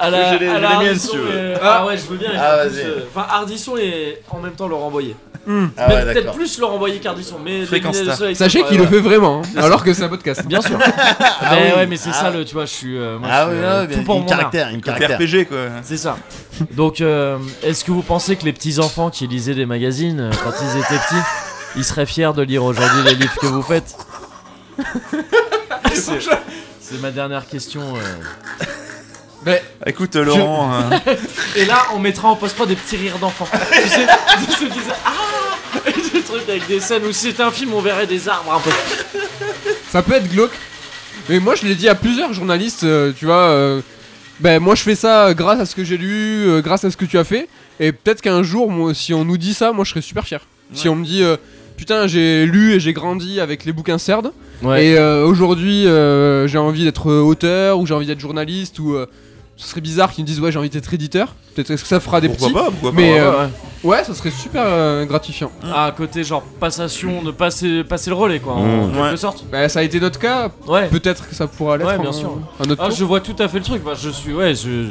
Speaker 1: à la,
Speaker 2: J'ai les-
Speaker 1: à la
Speaker 2: j'ai les miennes,
Speaker 1: Hardisson,
Speaker 2: si tu veux.
Speaker 1: mais- Ah ouais, je veux bien.
Speaker 6: Ah,
Speaker 1: et puis,
Speaker 6: vas-y.
Speaker 1: euh, Enfin, Hardisson et en même temps Laurent Boyer.
Speaker 6: Ah
Speaker 1: Mais
Speaker 6: ouais,
Speaker 1: Peut-être
Speaker 6: d'accord.
Speaker 1: plus Laurent Boyer qu'Hardisson, mais les
Speaker 2: Fréquence
Speaker 1: lunettes de
Speaker 2: star.
Speaker 1: soleil, c'est-
Speaker 3: Sachez
Speaker 1: ouais,
Speaker 3: qu'il le
Speaker 1: ouais.
Speaker 3: fait vraiment, hein, alors que c'est un podcast.
Speaker 1: Bien sûr. mais ouais, mais c'est ça le, tu vois, je suis. euh, moi,
Speaker 6: Ah
Speaker 1: je
Speaker 6: oui,
Speaker 1: suis,
Speaker 6: ouais,
Speaker 1: euh,
Speaker 6: bien,
Speaker 1: tout pour
Speaker 6: une
Speaker 1: mon art.
Speaker 6: caractère, une
Speaker 2: Côté
Speaker 6: caractère.
Speaker 2: RPG quoi.
Speaker 1: C'est ça. Donc, euh, est-ce que vous pensez que les petits enfants qui lisaient des magazines euh, quand ils étaient petits, ils seraient fiers de lire aujourd'hui les livres que vous faites C'est- C'est ma dernière question. euh.
Speaker 3: Mais
Speaker 2: Écoute euh, Laurent, euh,
Speaker 1: Et là, on mettra en post-prod des petits rires d'enfants. [laughs] tu sais, de ceux qui disaient Ah Et Des trucs avec des scènes où si c'était un film, on verrait des arbres un peu.
Speaker 3: ça peut être glauque. Mais moi, je l'ai dit à plusieurs journalistes, euh, tu vois. euh, ben, moi, je fais ça grâce à ce que j'ai lu, euh, grâce à ce que tu as fait. Et peut-être qu'un jour, moi, si on nous dit ça, moi, je serais super fier. Si on me dit, euh, putain, j'ai lu et j'ai grandi avec les bouquins CERD.
Speaker 1: Ouais.
Speaker 3: Et euh, aujourd'hui, euh, j'ai envie d'être euh, auteur ou j'ai envie d'être journaliste ou. euh, ce serait bizarre qu'ils me disent, ouais, j'ai envie d'être éditeur. Peut-être est-ce que ça fera des
Speaker 2: pourquoi
Speaker 3: petits.
Speaker 2: pas, pourquoi pas.
Speaker 3: Mais
Speaker 1: Ouais,
Speaker 3: euh,
Speaker 1: ouais.
Speaker 3: ouais, ça serait super euh, gratifiant.
Speaker 1: Ah, côté genre passation, de passer, passer le relais quoi, en
Speaker 6: Mm.
Speaker 1: quelque
Speaker 2: Ouais.
Speaker 1: sorte.
Speaker 3: Ben, ça a été notre cas.
Speaker 1: Ouais.
Speaker 3: Peut-être que ça pourra l'être.
Speaker 1: Ouais, bien
Speaker 3: en-
Speaker 1: sûr.
Speaker 3: Un autre
Speaker 1: Ah,
Speaker 3: tour.
Speaker 1: je vois tout à fait le truc. Enfin, je suis, ouais, je-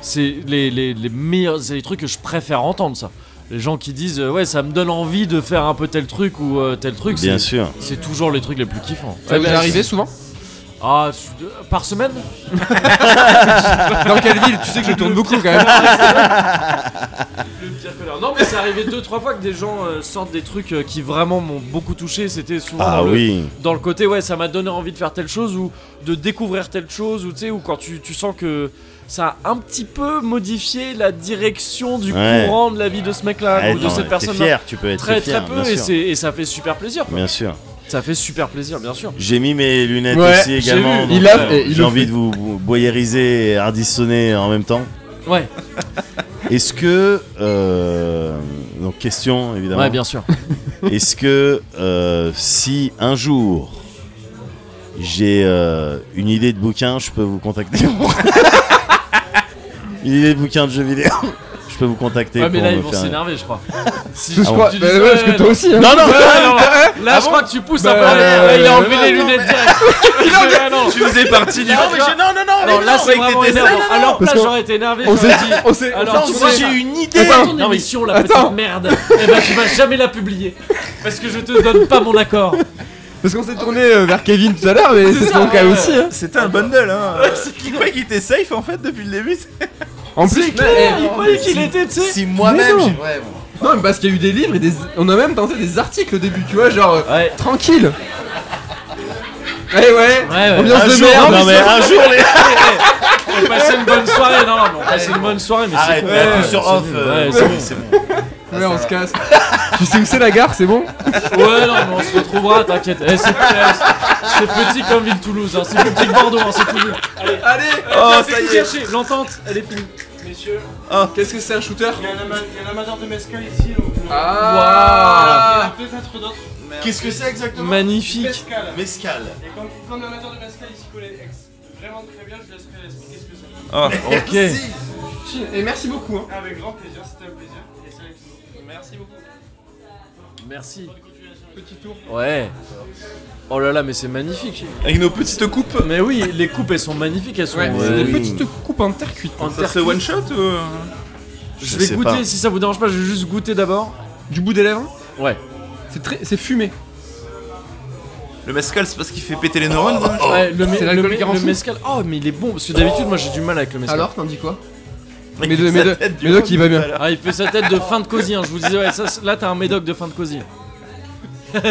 Speaker 1: c'est les, les, les meilleurs, c'est les trucs que je préfère entendre ça. Les gens qui disent, euh, ouais, ça me donne envie de faire un peu tel truc ou euh, tel truc.
Speaker 6: Bien
Speaker 1: c'est-
Speaker 6: sûr.
Speaker 1: C'est toujours les trucs les plus kiffants.
Speaker 3: Ça vous est
Speaker 1: Ouais,
Speaker 3: arrivé souvent
Speaker 1: Ah, je- euh, par semaine
Speaker 3: [laughs] Dans quelle ville Tu sais que je tourne beaucoup quand même.
Speaker 1: Le pire que l'heure. Non, mais c'est arrivé deux trois fois que des gens euh, sortent des trucs euh, qui vraiment m'ont beaucoup touché. C'était souvent
Speaker 6: Ah
Speaker 1: dans, le,
Speaker 6: oui.
Speaker 1: dans le côté, ouais, ça m'a donné envie de faire telle chose ou de découvrir telle chose ou tu sais, ou quand tu, tu sens que ça a un petit peu modifié la direction du
Speaker 6: Ouais.
Speaker 1: courant de la vie de ce mec-là
Speaker 6: Ah,
Speaker 1: ou de
Speaker 6: non,
Speaker 1: cette
Speaker 6: t'es
Speaker 1: personne-là.
Speaker 6: fier, tu peux être
Speaker 1: Très
Speaker 6: fier,
Speaker 1: très peu
Speaker 6: bien
Speaker 1: et,
Speaker 6: sûr.
Speaker 1: c'est- et ça fait super plaisir.
Speaker 6: Bien sûr.
Speaker 1: Ça fait super plaisir, bien sûr.
Speaker 6: J'ai mis mes lunettes
Speaker 3: Ouais,
Speaker 6: aussi
Speaker 1: j'ai
Speaker 6: également.
Speaker 1: vu.
Speaker 6: donc,
Speaker 3: Il a-
Speaker 6: euh,
Speaker 3: et il
Speaker 6: J'ai
Speaker 3: le
Speaker 6: envie
Speaker 3: fait.
Speaker 6: de vous, vous boyériser et hardissonner en même temps.
Speaker 1: Ouais,
Speaker 6: Est-ce que. euh, donc, question évidemment.
Speaker 1: ouais, bien sûr.
Speaker 6: Est-ce que euh, si un jour j'ai euh, une idée de bouquin, je peux vous contacter
Speaker 1: [laughs]
Speaker 6: pour- Une idée de bouquin de jeu vidéo, je peux vous contacter
Speaker 1: Ouais, mais
Speaker 6: pour
Speaker 1: là
Speaker 6: me
Speaker 1: ils vont
Speaker 6: faire-
Speaker 1: s'énerver, je crois. Si
Speaker 3: Je crois.
Speaker 1: tu dis
Speaker 3: Bah
Speaker 1: ça,
Speaker 3: ouais, parce que
Speaker 1: ouais,
Speaker 3: toi
Speaker 1: non.
Speaker 3: aussi. hein.
Speaker 6: Non, non,
Speaker 1: Ouais, non, Là, je crois que tu pousses un peu la merde.
Speaker 3: euh,
Speaker 1: Ouais, Il a enlevé
Speaker 3: non,
Speaker 1: les lunettes direct. Il a- non,
Speaker 2: Tu faisais partie du.
Speaker 6: non, non, non,
Speaker 1: non, là, c'est
Speaker 2: non,
Speaker 1: vraiment
Speaker 2: mais t'étais
Speaker 1: énervant.
Speaker 2: ça, non,
Speaker 1: Alors,
Speaker 3: Parce
Speaker 1: là,
Speaker 3: qu'on-
Speaker 1: j'aurais été énervé.
Speaker 3: On
Speaker 1: j'aurais
Speaker 3: s'est
Speaker 1: dit,
Speaker 3: dit. On s'est.
Speaker 1: Alors, tu vois,
Speaker 6: si j'ai une idée
Speaker 1: Attends, ton émission, la
Speaker 3: attends.
Speaker 1: petite merde, eh ben, tu vas jamais la publier. Parce que je te donne pas mon accord.
Speaker 3: Parce qu'on s'est tourné euh, vers Kevin tout à l'heure, mais c'est
Speaker 1: ça,
Speaker 3: son cas
Speaker 1: ouais.
Speaker 3: aussi. hein.
Speaker 2: C'était un bundle
Speaker 3: [laughs]
Speaker 2: hein. Tu croyais qu'il était safe en fait depuis le début.
Speaker 3: En plus,
Speaker 1: Claire, Eh, il croyait qu'il était, tu sais.
Speaker 6: Si moi-même,
Speaker 3: non.
Speaker 6: j'ai- ouais, bon.
Speaker 3: non, mais parce qu'il y a eu des livres et des. On a même tenté des articles au début, tu vois, genre. euh,
Speaker 1: Ouais.
Speaker 3: Tranquille. Eh Ouais, ouais.
Speaker 1: Ouais, ouais.
Speaker 3: Ambiance
Speaker 6: un
Speaker 3: de
Speaker 6: jour,
Speaker 3: merde.
Speaker 6: non, mais un jour, les...
Speaker 1: On passait une bonne soirée, non, non, mais on passait une bonne soirée, mais c'est
Speaker 6: arrête,
Speaker 1: cool.
Speaker 6: mets un coup sur off. euh,
Speaker 1: Ouais, c'est bon.
Speaker 6: c'est bon.
Speaker 3: [laughs] Ouais, on se casse. tu sais où c'est la gare, c'est bon
Speaker 1: Ouais, non, mais on se retrouvera, t'inquiète. Eh, c'est c'est petit comme ville Toulouse, hein. c'est plus petit que Bordeaux, hein, c'est tout nul.
Speaker 3: Allez
Speaker 2: Oh
Speaker 1: C'est
Speaker 2: ça y
Speaker 1: tout
Speaker 2: est.
Speaker 1: cherché, l'entente, elle est finie.
Speaker 8: Messieurs,
Speaker 3: Qu'est-ce que c'est un shooter
Speaker 8: il y a un ama- il y a un amateur de mescal ici, donc. euh, Il y en a
Speaker 3: Ah
Speaker 8: peut-être d'autres.
Speaker 6: Qu'est-ce que c'est exactement
Speaker 1: Magnifique.
Speaker 8: Mescal.
Speaker 6: Mescal.
Speaker 8: Et comme, comme l'amateur de mescal ici connaît ex- vraiment très bien, je laisserai expliquer ce que c'est.
Speaker 2: Oh.
Speaker 6: Bah,
Speaker 1: Ok.
Speaker 3: Et merci beaucoup. hein.
Speaker 8: Avec grand plaisir, c'était un plaisir. Et c'est avec nous. Merci beaucoup.
Speaker 1: Merci.
Speaker 8: Petit tour.
Speaker 1: Ouais. Oh là là, mais c'est magnifique.
Speaker 2: Avec nos petites coupes.
Speaker 1: Mais oui, les coupes, elles sont magnifiques, elles sont.
Speaker 3: Ouais,
Speaker 1: euh,
Speaker 3: c'est des
Speaker 6: oui.
Speaker 3: petites coupes en terre cuite.
Speaker 1: en
Speaker 2: Ça
Speaker 1: terre
Speaker 2: se one shot ou euh,
Speaker 1: Je
Speaker 6: Je
Speaker 1: vais
Speaker 6: sais
Speaker 1: goûter,
Speaker 6: pas.
Speaker 1: si ça vous dérange pas, je vais juste goûter d'abord.
Speaker 3: Du bout des lèvres
Speaker 1: Ouais.
Speaker 3: C'est très. C'est fumé.
Speaker 2: le mescal c'est parce qu'il fait péter les neurones. hein.
Speaker 1: ouais Eh, le, me-
Speaker 3: C'est
Speaker 1: le,
Speaker 3: l'alcool
Speaker 1: me-
Speaker 3: garanti
Speaker 1: le mescal. Oh, mais il est bon, parce que d'habitude, moi j'ai du mal avec le mescal.
Speaker 3: Alors, t'en dis quoi
Speaker 2: Il
Speaker 3: Mais
Speaker 2: fait
Speaker 3: deux- mais
Speaker 2: sa
Speaker 3: deux-
Speaker 2: tête du
Speaker 3: mais deux qui
Speaker 2: rhum,
Speaker 3: va
Speaker 2: tout à
Speaker 1: Ah, il fait sa tête de fin de cosy, hein. je vous disais, ouais, ça, c'est- là t'as un médoc de fin de cosy.
Speaker 3: Bah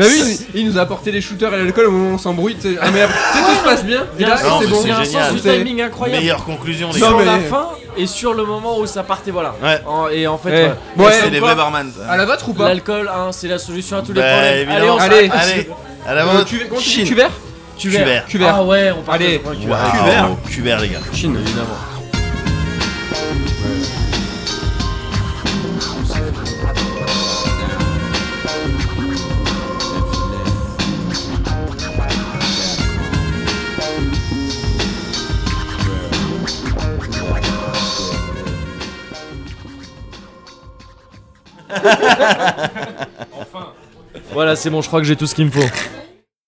Speaker 3: oui, il il nous a apporté les shooters et l'alcool au moment où on s'embrouille. tu sais. Ah, mais après, tu sais, tout se passe bien. Et
Speaker 1: Il y a
Speaker 3: là,
Speaker 1: un sens
Speaker 6: mais
Speaker 3: c'est
Speaker 1: du-
Speaker 3: bon.
Speaker 1: il y a un sens
Speaker 6: génial.
Speaker 1: du
Speaker 3: C'est-
Speaker 1: timing incroyable.
Speaker 6: Meilleure conclusion, les
Speaker 3: Non,
Speaker 6: gars.
Speaker 1: sur
Speaker 3: mais-
Speaker 1: la fin et sur le moment où ça partait, voilà.
Speaker 6: Ouais.
Speaker 1: En- et en fait,
Speaker 3: Eh,
Speaker 1: voilà.
Speaker 3: bon,
Speaker 2: C'est
Speaker 3: eh,
Speaker 2: les
Speaker 1: quoi
Speaker 2: vrais barman. ça.
Speaker 3: À la vôtre ou pas
Speaker 1: l'alcool, hein, c'est la solution à tous les
Speaker 6: Bah,
Speaker 1: problèmes. Allez, on
Speaker 6: évidemment.
Speaker 1: s'arrête.
Speaker 3: Allez,
Speaker 6: Allez, à la
Speaker 3: Euh,
Speaker 6: vôtre.
Speaker 3: tu, comment tu dis,
Speaker 6: Chine.
Speaker 3: cuvert
Speaker 1: Cuvert.
Speaker 3: Cuvert.
Speaker 1: Ah ouais, on parle
Speaker 3: Allez.
Speaker 1: de- ouais, cuvert.
Speaker 6: Waouh,
Speaker 2: Cuvert.
Speaker 6: Cuvert, les gars.
Speaker 1: Chine, évidemment. Voilà, c'est bon, je crois que j'ai tout ce qu'il me faut.